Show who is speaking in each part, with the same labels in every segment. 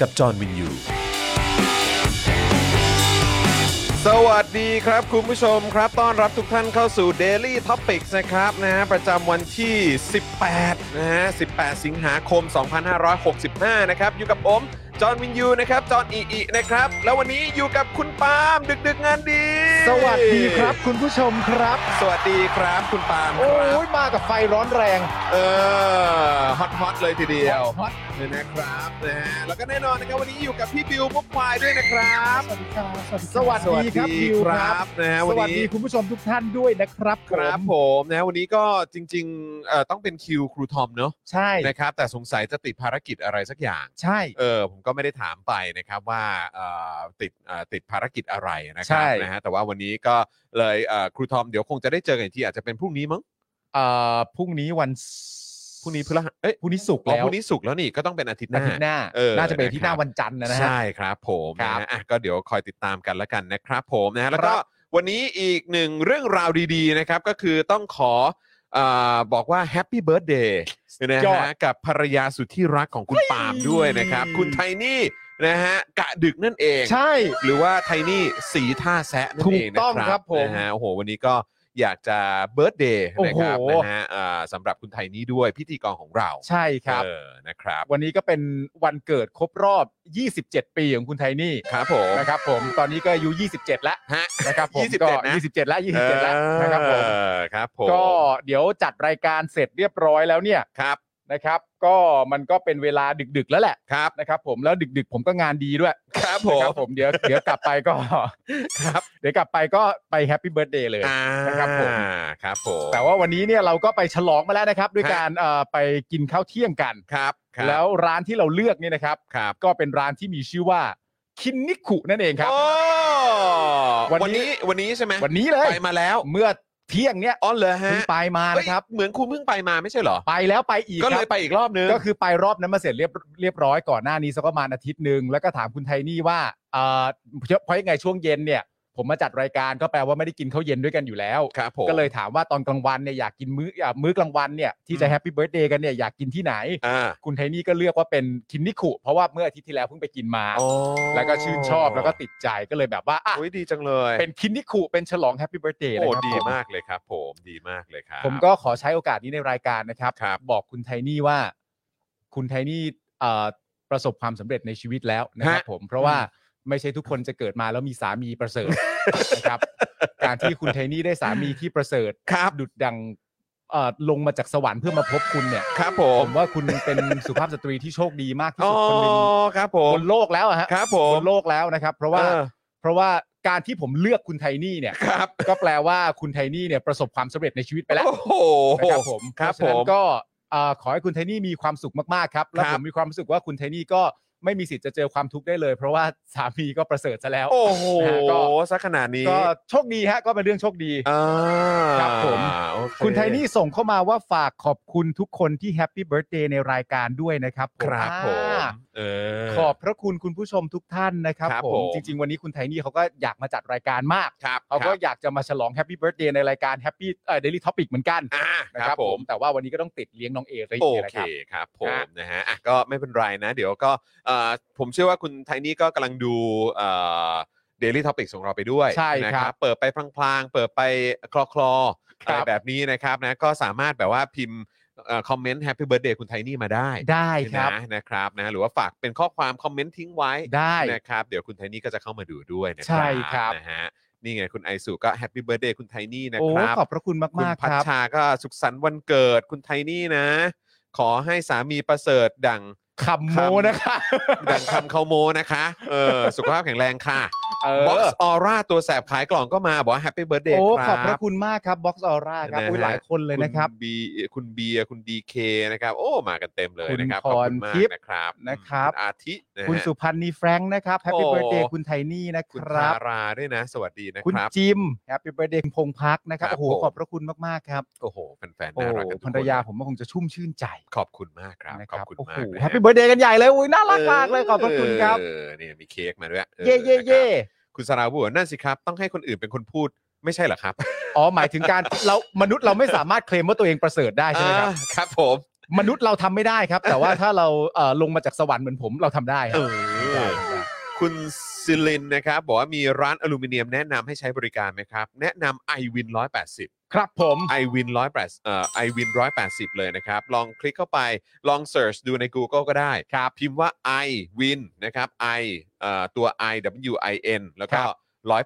Speaker 1: กับจอห์นวินยู
Speaker 2: สวัสดีครับ คุณผู้ชมครับ ต้อนรับทุกท่านเข้าสู่ Daily Topics นะครับนะฮะประจำวันที่ 18 นะฮะ 18 สิงหาคม 2565 นะครับ อยู่กับผม จอห์นวินยูนะครับ จอห์นอีอีนะครับ แล้ววันนี้อยู่กับคุณปาล์มดึกดึกๆงานดี
Speaker 3: สวัสดีครับคุณผู้ชมครับ
Speaker 2: สวัสดีครับคุณปาล์มค
Speaker 3: โอ้
Speaker 2: รับ
Speaker 3: ยมากับไฟร้อนแรง
Speaker 2: เออฮอตฮอตเลยทีเดียว
Speaker 3: ฮอต
Speaker 2: เนี่ยนะครับนะฮะแล้วก็แน่นอนนะครับวันนี้อยู่กับพี่บิวมุกควายด้วยนะครับ
Speaker 3: สวัสดีครับสวัสดีครับ
Speaker 2: สวัสดี
Speaker 3: บิวครับ
Speaker 2: นะฮะ
Speaker 3: ส
Speaker 2: วัน
Speaker 3: วัสดี
Speaker 2: นี้
Speaker 3: คุณผู้ชมทุกท่านด้วยนะครับ
Speaker 2: ครับ
Speaker 3: ผม
Speaker 2: ผมนะวันนี้ก็จริงๆเอ่อต้องเป็นคิวครูทอมเนอะ
Speaker 3: ใช่
Speaker 2: นะครับแต่สงสัยจะติดภารกิจอะไรสักอย่าง
Speaker 3: ใช่
Speaker 2: เออผมก็ไม่ได้ถามไปนะครับว่าเอ่อติดเอ่อติดภารกิจอะไรนะครั
Speaker 4: ใช่
Speaker 2: นะฮะแต่ว่าวันนี้ก็เลยเอ่อครูทอมเดี๋ยวคงจะได้เจอกันอีกทีอาจจะเป็นพรุ่งนี้มั้ง
Speaker 4: เอ่อพรุ่งนี้วัน
Speaker 2: พรุ่งนี้พฤหัสเอ้ย
Speaker 4: พรุ่งนี้ศุกร์
Speaker 2: อ๋อ
Speaker 4: แล้
Speaker 2: พ
Speaker 4: ว
Speaker 2: รุ่งนี้ศุกร์แล้วนี่ก็ต้องเป็นอาทิตย์ห
Speaker 4: อา
Speaker 2: น้า
Speaker 4: ทิตย์หน้า
Speaker 2: เออ
Speaker 4: น่าจะเป็นอาทิตย์หน้า
Speaker 2: นะครับ
Speaker 4: วันจันทร์นะฮะ
Speaker 2: ใช่ครับผม
Speaker 4: ครับ
Speaker 2: นะฮะอ่ะก็เดี๋ยวคอยติดตามกันแล้วกันนะครับผมนะฮะแล้วก็วันนี้อีกหนึ่งเรื่องราวดีๆนะครับ ก็คือต้องขอเออบอกว่าแฮปปี้เบิร์ดเดย์นะ
Speaker 3: ยอด
Speaker 2: ฮะกับภรรยาสุดที่รักของคุณปาล์มด้วยนะครับ คุณไทนี่นะฮะกะดึกนั่นเอง
Speaker 3: ใช่
Speaker 2: หรือว่าไทนี่สีท่าแซะนั่นเอง
Speaker 3: ถูกต้อ
Speaker 2: นะ
Speaker 3: ง
Speaker 2: ค
Speaker 3: ครั
Speaker 2: รับบ
Speaker 3: ผม
Speaker 2: นะฮะโอ้โหวันนี้ก็อยากจะเบิร์ดเดย์นะครับ
Speaker 3: โอ้โห
Speaker 2: นะฮะอ่าสำหรับคุณไทนี่ด้วยพิธีกรของเรา
Speaker 4: ใช่ครับ
Speaker 2: เออนะครับ
Speaker 4: วันนี้ก็เป็นวันเกิดครบรอบ 27 ปีของคุณไทนี่
Speaker 2: ครับผม
Speaker 4: นะครับผมตอนนี้ก็อายุ 27 แล้ว
Speaker 2: ฮะ
Speaker 4: นะครับผม
Speaker 2: 27
Speaker 4: ก็
Speaker 2: นะ
Speaker 4: 27 แล้ว 27 แล้วนะครับผม
Speaker 2: เออครับผม
Speaker 4: ก็เดี๋ยวจัดรายการเสร็จเรียบร้อยแล้วเนี่ย
Speaker 2: ครับ
Speaker 4: นะครับ ก็มันก็เป็นเวลาดึกๆแล้วแหละ
Speaker 2: ครับ
Speaker 4: นะครับผมแล้วดึกๆ ผมก็งานดีด้วย
Speaker 2: ครับผ
Speaker 4: นะค
Speaker 2: ม
Speaker 4: รับผมเดี๋ยวเดี๋ยวกลับไปก็
Speaker 2: ครับ
Speaker 4: เดี๋ยวกลับไปก็ไปแฮปปี้เบิร์ดเดย์เลย
Speaker 2: อ่า
Speaker 4: นะครับผม
Speaker 2: ครับผม
Speaker 4: แต่ว่าวันนี้เนี่ยเราก็ไปฉลองมาแล้วนะครับ ด้วย
Speaker 2: ฮะ
Speaker 4: การเอ่อไปกินข้าวเที่ยงกัน
Speaker 2: ครับครับ
Speaker 4: แล้วร้านที่เราเลือกเนี่ยนะครับ
Speaker 2: ครับ
Speaker 4: ก็เป็นร้านที่มีชื่อว่าคินนิคุนั่นเองครับ
Speaker 2: โอ้
Speaker 4: วั
Speaker 2: วัน
Speaker 4: นนี้
Speaker 2: นี้ วันนี้ใช่ไหม
Speaker 4: วันนี้เลย
Speaker 2: ไปมาแล้ว
Speaker 4: เมื่อเที่ยงเนี่ย
Speaker 2: อ๋อเหรอฮะ
Speaker 4: เพิ่งไปมานะครับ
Speaker 2: เฮ้ยเหมือนคุณเพิ่งไปมาไม่ใช่เหรอ
Speaker 4: ไปแล้วไปอีก
Speaker 2: ก็
Speaker 4: ค
Speaker 2: เล
Speaker 4: รั
Speaker 2: ย
Speaker 4: บ
Speaker 2: ไปอีกรอบนึง
Speaker 4: ก็คือไปรอบนั้นมาเสร็จเรียบเรียบร้อยก่อนหน้านี้สักประมาณอาทิตย์หนึ่งแล้วก็ถามคุณไทนี่ว่าเอ่อเพราะยังไงช่วงเย็นเนี่ย ผมมาจัดรายการก็แปลว่าไม่ได้กินข้าวเย็นด้วยกันอยู่แล้ว
Speaker 2: ครับผม
Speaker 4: ก็เลยถามว่าตอนกลางวันเนี่ยอยากกินมื้ออ่ามื้อกลางวันเนี่ยที่จะแฮปปี้เบิร์ดเดย์กันเนี่ยอยากกินที่ไหน
Speaker 2: อ่า
Speaker 4: คุณไทนี่ก็เลือกว่าเป็นคินนิคุเพราะว่าเมื่ออาทิตย์ที่แล้วเพิ่งไปกินมา
Speaker 2: อ๋อ
Speaker 4: แล้วก็ชื่นชอบแล้วก็ติดใจก็เลยแบบว่าอ่ะ
Speaker 2: โอ้ยดีจังเลย
Speaker 4: เป็นคินนิคุเป็นฉลองแฮปปี้เบิร์ดเดย์
Speaker 2: โอ้
Speaker 4: นะครับ
Speaker 2: ดี
Speaker 4: ผม
Speaker 2: มากเลยครับ ผม ดีมากเลยครับ
Speaker 4: ผมก็ขอใช้โอกาสนี้ในรายการนะครับ
Speaker 2: ครับ
Speaker 4: บอกคุณไทนี่ว่า คุณไทนี่เอ่อประสบความสำเร็จในชีวิตแล้วนะครับผมเพราะว่าไม่ใช่ทุกคนจะเกิดมาแล้วมีสามีประเสริฐ นะครับ การที่คุณไทนี่ได้สามีที่ประเสริฐ
Speaker 2: ครับ
Speaker 4: ดุดดังเอ่อลงมาจากสวรรค์เพื่อมาพบคุณเนี่ย
Speaker 2: ครับผ
Speaker 4: ผม มว่าคุณเป็นสุภาพสตรีที่โชคดีมากที่
Speaker 2: อ๋อ
Speaker 4: สุดคนหนึ่ง
Speaker 2: ครับผ
Speaker 4: บ
Speaker 2: ม
Speaker 4: นโลกแล้วอะฮะ
Speaker 2: ครับผ
Speaker 4: บ
Speaker 2: ม
Speaker 4: นโลกแล้วนะครับ เพราะว่า
Speaker 2: เออ
Speaker 4: เพราะว่าการที่ผมเลือกคุณไทนี่เนี่ย
Speaker 2: ครับ
Speaker 4: ก็แปลว่าคุณไทนี่เนี่ยประสบความสำเร็จในชีวิตไปแล้ว
Speaker 2: โอ้โห
Speaker 4: นะครับผม
Speaker 2: ครับ
Speaker 4: เพาะฉะ
Speaker 2: ผ
Speaker 4: นั้น
Speaker 2: ม
Speaker 4: ก็เอ่อขอให้คุณไทนี่มีความสุขมากๆครับและ
Speaker 2: ครับ
Speaker 4: ผมมีความรู้สึกว่าคุณไทนี่ก็ไม่มีสิทธิ์จะเจอความทุกข์ได้เลย เพราะว่าสามีก็ประเสริฐซะแล้ว
Speaker 2: โอ้โห
Speaker 4: นะฮะก็
Speaker 2: ซะขนาดนี้
Speaker 4: ก็โชคดีฮะก็เป็นเรื่องโชคดี
Speaker 2: อ่า
Speaker 4: ครับผม
Speaker 2: โอเ
Speaker 4: คุณไทนี่ส่งเข้ามาว่าฝากขอบคุณทุกคนที่แฮปปี้เบิร์ a เดย์ในรายการด้วยนะครับผม
Speaker 2: ครับผม
Speaker 4: อ่า
Speaker 2: เออ
Speaker 4: ขอบพระคุณคุณผู้ชมทุกท่านนะครับ
Speaker 2: ครับ
Speaker 4: ผ
Speaker 2: ผม ม
Speaker 4: จริง ๆ วันนี้คุณไทนี่เขาก็อยากมาจัดรายการมาก
Speaker 2: ครับ
Speaker 4: เขา
Speaker 2: ค
Speaker 4: ก็
Speaker 2: รับ
Speaker 4: อยากจะมาฉลองแฮปปี้เบิร์ a เดย์ในรายการแฮปปี้เอ่อเดลี่ท็อปิกเหมือนกัน
Speaker 2: อ่า
Speaker 4: นะ
Speaker 2: ค
Speaker 4: ค
Speaker 2: รั
Speaker 4: รั
Speaker 2: บบ ผ
Speaker 4: ผม ม แต่ว่าวันนี้ก็ต้องติดเลี้ยงน้องเอซะอี
Speaker 2: โอก
Speaker 4: นะ
Speaker 2: เค
Speaker 4: ครั
Speaker 2: ครั
Speaker 4: บ
Speaker 2: บผมนะฮะอ่ะก็ไม่เป็นไรนะ เดี๋ยวก็เอ่อผมเชื่อว่าคุณไทนี่ก็กำลังดูเอ่อเดลี่ท็อปิกของเราไปด้วย
Speaker 4: ใช่
Speaker 2: นะครับ เปิดไปพลางๆ เปิดไปคลอคลอๆ
Speaker 4: ค
Speaker 2: อะ
Speaker 4: รั
Speaker 2: ไร
Speaker 4: บ
Speaker 2: แบบนี้นะครับนะก็สามารถแบบว่าพิมพ์ คอมเมนต์แฮปปี้เบิร์ดเดย์คุณไทนี่มาได้
Speaker 4: ได้ครับ
Speaker 2: นะนะครับนะหรือว่าฝากเป็นข้อความคอมเมนต์ทิ้งไว้
Speaker 4: ได้
Speaker 2: นะครับเดี๋ยวคุณไทนี่ก็จะเข้ามาดูด้วยนะ
Speaker 4: ใช่ครับ
Speaker 2: นะฮะนี่ไงคุณไอสุก็แฮปปี้เบิร์ดเดย์คุณไทนี่นะ
Speaker 4: โอ้
Speaker 2: ครับ
Speaker 4: ขอบพระคุณ
Speaker 2: คุณ
Speaker 4: มากๆ
Speaker 2: พัช
Speaker 4: ครับ
Speaker 2: ชาก็สุขสันต์วันเกิดคุณไทนี่นะ ขอให้สามีประเสริฐดัง
Speaker 4: คำโม
Speaker 2: คำ
Speaker 4: นะคะ
Speaker 2: ดังคำเขาโมนะคะ เออ สุขภาพแข็งแรงค่ะ
Speaker 4: เอ
Speaker 2: บ็อก
Speaker 4: อ
Speaker 2: ซ์ออร่าตัวแสบขายกล่องก็มาบอกแฮปปี้เบิร์ดเดย์
Speaker 4: โอ้
Speaker 2: ครับ
Speaker 4: ขอบพระคุณมากครับบ็อกซ์ออร่าครับ
Speaker 2: นะฮะ
Speaker 4: อุ้ยหลายคนเลยนะครับ
Speaker 2: ณบีคุณเบียร์คุณดีเคนะครับ โอ้ มากันเต็มเลยนะครับข
Speaker 4: คุณ
Speaker 2: อบ
Speaker 4: พร
Speaker 2: คุณมาก
Speaker 4: ทิพย์
Speaker 2: นะครับ
Speaker 4: นะครับ
Speaker 2: ณอาทินะฮะ
Speaker 4: คุณสุพันธ์นีแฟรงค์นะครับแฮปปี้
Speaker 2: โอ้
Speaker 4: เบิร์ดเดย์คุณไทนี่นะค
Speaker 2: คุณ
Speaker 4: รั
Speaker 2: ทา
Speaker 4: บ
Speaker 2: ราด้วยนะ สวัสดีนะ
Speaker 4: คุณ
Speaker 2: ครับ
Speaker 4: จิมแฮปปี้เบิร์ดเดย์พงษ์พักนะครับ
Speaker 2: ครับ
Speaker 4: โอ้โห
Speaker 2: ผม
Speaker 4: ขอบพระคุณมากๆครับ
Speaker 2: โอ้โหแฟนๆ
Speaker 4: โอ้
Speaker 2: น่ารักกันทุก
Speaker 4: ภ
Speaker 2: ค
Speaker 4: ร
Speaker 2: น
Speaker 4: รยาผมก็คงจะชุ่มชื่นใจ
Speaker 2: ขอบคุณมากครับ
Speaker 4: นะ
Speaker 2: ขอบคุณ
Speaker 4: โอ้โห
Speaker 2: มากนะ
Speaker 4: แฮปปี้เบิร์ดเดย์กันใหญ่เลยอุ้ยน่ารักมากเลยขอบพระคุณครับ
Speaker 2: เออเนี่ยมีเค้กมาด้วยออ
Speaker 4: เย่เย่
Speaker 2: นะครับ
Speaker 4: เย่
Speaker 2: คุณสราวุฒินั่นสิครับ ต้องให้คนอื่นเป็นคนพูดไม่ใช่เหรอครับ
Speaker 4: อ๋อหมายถึงการ เรามนุษย์เราไม่สามารถเคลมว่าตัวเองประเสริฐได้ใช่ไหมครับ
Speaker 2: อ่าครับผม
Speaker 4: มนุษย์เราทำไม่ได้ครับ แต่ว่าถ้าเราเอ่อลงมาจากสวรรค์เหมือนผมเราทำได้ค
Speaker 2: เอ
Speaker 4: รับ
Speaker 2: อคุณซิลินนะครับ บอกว่ามีร้านอลูมิเนียมแนะนำให้ใช้บริการไหมครับ แนะนำ iWin 180
Speaker 4: ครับผม
Speaker 2: ไอวิน180เอ่อ iWin 180 เลยนะครับ ลองคลิกเข้าไปลองเ e ิร์ชดูใน Google ก็ได้ครับพิมพ์ว่า iWin นะครับ i เอ่อตัว i w i n แล้วก็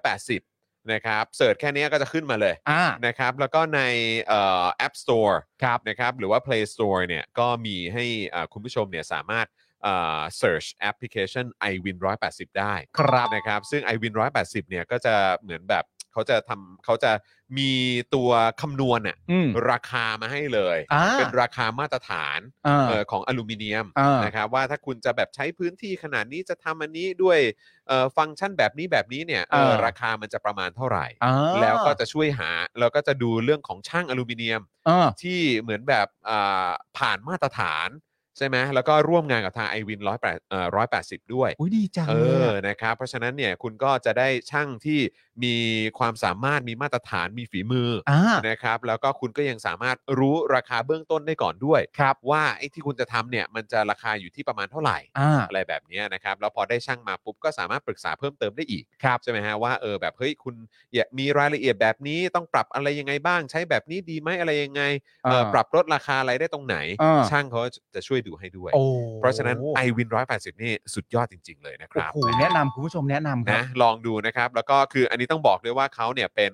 Speaker 2: 180 นะครับเสิร์ชแค่เนี้ยก็จะขึ้นมาเลย
Speaker 4: อ่า
Speaker 2: นะครับ แล้วก็ในเอ่อ App Store
Speaker 4: ครับ
Speaker 2: นะครับหรือว่า Play Store เนี่ยก็มีให้อ่าคุณผู้ชมเนี่ยสามารถอ่า search แอปพลิเคชัน iWin 180 ได้
Speaker 4: ครับ
Speaker 2: นะครับซึ่ง iWin 180 เนี่ยก็จะเหมือนแบบเขาจะทำเขาจะมีตัวคำนวณน่ะ
Speaker 4: อืม
Speaker 2: ราคามาให้เลย
Speaker 4: อ่า
Speaker 2: เป็นราคามาตรฐาน
Speaker 4: อ่า
Speaker 2: เอ่อของอลูมิเนียม
Speaker 4: อ่าน
Speaker 2: นะครับว่าถ้าคุณจะแบบใช้พื้นที่ขนาดนี้จะทำอันนี้ด้วยเอ่อฟังก์ชันแบบนี้แบบนี้เนี่ยเอ่อราคามันจะประมาณเท่าไหร่
Speaker 4: อ่า
Speaker 2: แล้วก็จะช่วยหาแล้วก็จะดูเรื่องของช่างอลูมิเนียม
Speaker 4: อ่า
Speaker 2: ที่เหมือนแบบอ่าผ่านมาตรฐานใช่ไหมแล้วก็ร่วมงานกับทาง i w วินร้อยแปดร้อยแปดสิบด้วย
Speaker 4: อุ้ยดีจัง
Speaker 2: เอ
Speaker 4: เลย
Speaker 2: อ
Speaker 4: อะ
Speaker 2: นะครับเพราะฉะนั้นเนี่ยคุณก็จะได้ช่างที่มีความสามารถมีมาตรฐานมีฝีมืออ
Speaker 4: อ่า
Speaker 2: นะครับแล้วก็คุณก็ยังสามารถรู้ราคาเบื้องต้นได้ก่อนด้วย
Speaker 4: ครับ
Speaker 2: ว่าไอ้ที่คุณจะทำเนี่ยมันจะราคาอยู่ที่ประมาณเท่าไหร่
Speaker 4: อ่า
Speaker 2: อะไรแบบเนี้ยนะครับแล้วพอได้ช่างมาปุ๊บก็สามารถปรึกษาเพิ่มเติมได้อีก
Speaker 4: ครับ
Speaker 2: ใช่ไหมฮะว่าเออแบบเฮ้ยคุณอยากมีรายละเอียดแบบนี้ต้องปรับอะไรยังไงบ้าง ใช้แบบนี้ดีไหมอะไรยังไงเออปรับลดราคาอะไรได้ตรงไหน
Speaker 4: อ่า
Speaker 2: ช่างเขาจะช่วยดูให้ด้วย
Speaker 4: โอ้
Speaker 2: เพราะฉะนั้น i w วิน180 นี่สุดยอดจริง ๆ เลยนะค
Speaker 4: โอ้
Speaker 2: รับ
Speaker 4: โหแนะนำคุณผู้ชมแนะนำครับ
Speaker 2: นะลองดูนะครับ แล้วก็คืออันนี้ต้องบอกด้วยว่าเขาเนี่ยเป็น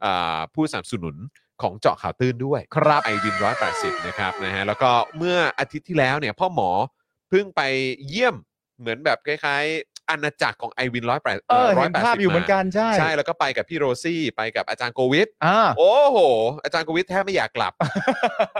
Speaker 2: เอ่อผู้สนับสนุนของเจาะข่าวตื้นด้วยครับไอวิน180 นะครับนะฮะแล้วก็เมื่ออาทิตย์ที่แล้วเนี่ยพ่อหมอเพิ่งไปเยี่ยมเหมือนแบบคล้ายๆอาณาจักรของไอวิน180
Speaker 4: เออเห็นภาพอยู่เหมือนกันใช่
Speaker 2: ใช่แล้วก็ไปกับพี่โรซี่ไปกับอาจารย์โก วิท
Speaker 4: อ่า
Speaker 2: โอ้โห อาจารย์กวิทแทบไม่อยากกลับ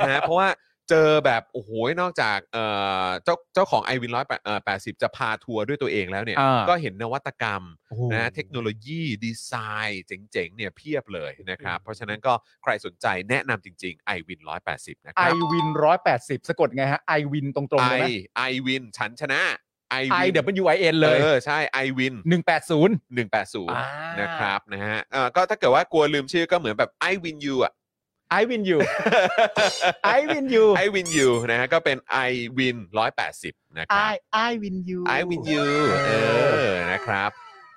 Speaker 2: นะฮะเพราะว่าเจอแบบโอ้โหนอกจากเอ่อเจ้าเจ้าของไอวินร้อยแปดสิบจะพาทัวร์ด้วยตัวเองแล้วเนี่ย
Speaker 4: อ่า
Speaker 2: ก็เห็นนวัตกรรม
Speaker 4: โอ้โห
Speaker 2: นะเทคโนโลยีดีไซน์เจ๋งๆเนี่ยเพียบเลยนะครับ เพราะฉะนั้นก็ใครสนใจแนะนำจริงๆ i w วิน180 นะค
Speaker 4: ไอ
Speaker 2: รับ
Speaker 4: วินร้อยแปดสิบสะกดไงฮะไอวินตรงๆเล
Speaker 2: i
Speaker 4: ยนะ
Speaker 2: i w วินฉันชนะ i
Speaker 4: ไอ
Speaker 2: w
Speaker 4: เด
Speaker 2: i
Speaker 4: ยูไอเอ็นเลย
Speaker 2: เออใช่ i w วิน
Speaker 4: หนึ่งแปดศูนย์
Speaker 2: 180
Speaker 4: อ่าน
Speaker 2: นะครับนะฮะเอ่อก็ถ้าเกิดว่ากลัวลืมชื่อก็เหมือนแบบ i win you อ่ะ
Speaker 4: ไอวินยูไอวินยู
Speaker 2: ไอวินยูนะฮะก็เป็น i win 180 นะค
Speaker 4: ไอ
Speaker 2: รับ
Speaker 4: ไอวินยู
Speaker 2: i win you เออนะครับ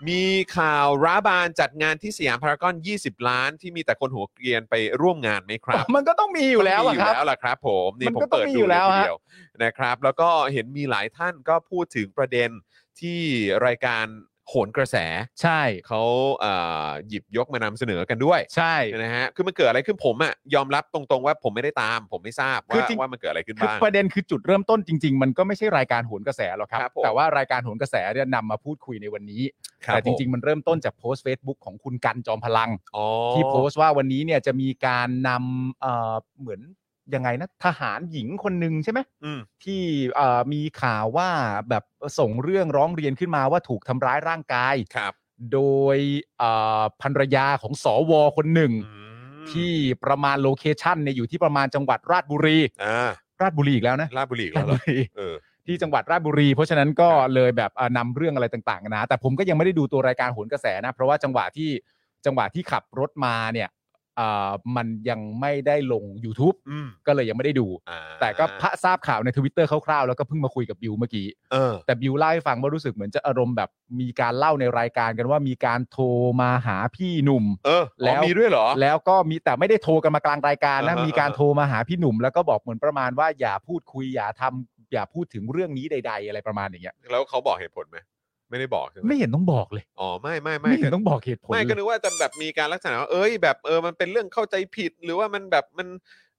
Speaker 2: มีข่าวร้าบานจัดงานที่สยามพารากอน 20 ล้านที่มีแต่คนหัวเกรียนไปร่วมงานไหมครับ
Speaker 4: มันก็ต้องมีอยู่แล้ว
Speaker 2: มีอ
Speaker 4: อะค
Speaker 2: ยู่
Speaker 4: รับ
Speaker 2: แล้วล่ะครับผมนี่
Speaker 4: มัน
Speaker 2: ผม
Speaker 4: ก็ต้อง
Speaker 2: เปิด
Speaker 4: มี
Speaker 2: ดู
Speaker 4: อยู่
Speaker 2: เล
Speaker 4: แล้
Speaker 2: ยวที
Speaker 4: ฮะ
Speaker 2: เดียวนะครับ แล้วก็เห็นมีหลายท่านก็พูดถึงประเด็นที่รายการโหนกระแส
Speaker 4: ใช่
Speaker 2: เขาเอ่อหยิบยกมานำเสนอกันด้วย
Speaker 4: ใช่
Speaker 2: นะฮะ คือมันเกิดอะไรขึ้นผมอะยอมรับตรงๆว่าผมไม่ได้ตาม ผมไม่ทราบ
Speaker 4: คือ
Speaker 2: ว่า
Speaker 4: จริง
Speaker 2: ว่ามันเกิดอะไรขึ้น
Speaker 4: คือ
Speaker 2: บ้าง
Speaker 4: ประเด็นคือจุดเริ่มต้นจริง ๆ มันก็ไม่ใช่รายการโหนกระแสหรอกครับ
Speaker 2: ครับผม
Speaker 4: แต่ว่ารายการโหนกระแสเนี่ยนำมาพูดคุยในวันนี้
Speaker 2: คบ
Speaker 4: แต่จริ
Speaker 2: ผม
Speaker 4: ง ๆ มันเริ่มต้นจากโพสต์ Facebook ของคุณกันจอมพลัง
Speaker 2: อ๋อ
Speaker 4: ที่โพสต์ว่าวันนี้เนี่ยจะมีการนำเอ่อเหมือนยังไงนะทหารหญิงคนหนึ่งใช่ไหม
Speaker 2: อืม
Speaker 4: ที่เอ่อมีข่าวว่าแบบส่งเรื่องร้องเรียนขึ้นมาว่าถูกทำร้ายร่างกาย
Speaker 2: ครับ
Speaker 4: โดยเอ่อภรรยาของสวคนหนึ่ง
Speaker 2: อืม
Speaker 4: ที่ประมาณโลเคชันเนี่ยอยู่ที่ประมาณจังหวัดราชบุรี
Speaker 2: อ่า
Speaker 4: ราชบุรีอีกแล้วนะ
Speaker 2: ลาดบุรีอีกแล้วเหรอ
Speaker 4: ราชบุรี
Speaker 2: เออ
Speaker 4: ที่จังหวัดราชบุรี เพราะฉะนั้นก็เลยแบบเอ่อนำเรื่องอะไรต่างๆนะแต่ผมก็ยังไม่ได้ดูตัวรายการโหนกระแสนะ เพราะว่าจังหวะที่จังหวะที่ขับรถมาเนี่ย เอ่อมันยังไม่ได้ลง YouTube
Speaker 2: อืม
Speaker 4: ก็เลยยังไม่ได้ดู
Speaker 2: อ่า
Speaker 4: แต่ก็พระทราบข่าวในทวิตเตอร์คร่าวๆแล้วก็เพิ่งมาคุยกับบิวเมื่อกี้
Speaker 2: เออ
Speaker 4: แต่บิวเล่าให้ฟังว่ารู้สึกเหมือนจะอารมณ์แบบมีการเล่าในรายการกันว่ามีการโทรมาหาพี่หนุ่ม
Speaker 2: เออ
Speaker 4: แล้
Speaker 2: แล้ว วมีด้วยเหรอ
Speaker 4: แล้วก็มีแต่ไม่ได้โทรกันมากลางรายการนะ
Speaker 2: อ่าฮะ
Speaker 4: มีการโทรมาหาพี่หนุ่ม แล้วก็บอกเหมือนประมาณว่าอย่าพูดคุยอย่าทำอย่าพูดถึงเรื่องนี้ใด ๆ อะไรประมาณอย่างเงี้ย
Speaker 2: แล้วเขาบอกเหตุผลไหมไม่ได้บอกใช่ไหม
Speaker 4: ไม่เห็นต้องบอกเลย
Speaker 2: อ๋อไม่ไม่
Speaker 4: ไม่
Speaker 2: ไม่
Speaker 4: เห็นต้องบอกเหตุผล
Speaker 2: ไม่ก็
Speaker 4: เล
Speaker 2: นึ
Speaker 4: ย
Speaker 2: กว่าจะแบบมีการลักษณะว่าเอ้ยแบบเออมันเป็นเรื่องเข้าใจผิด หรือว่ามันแบบมัน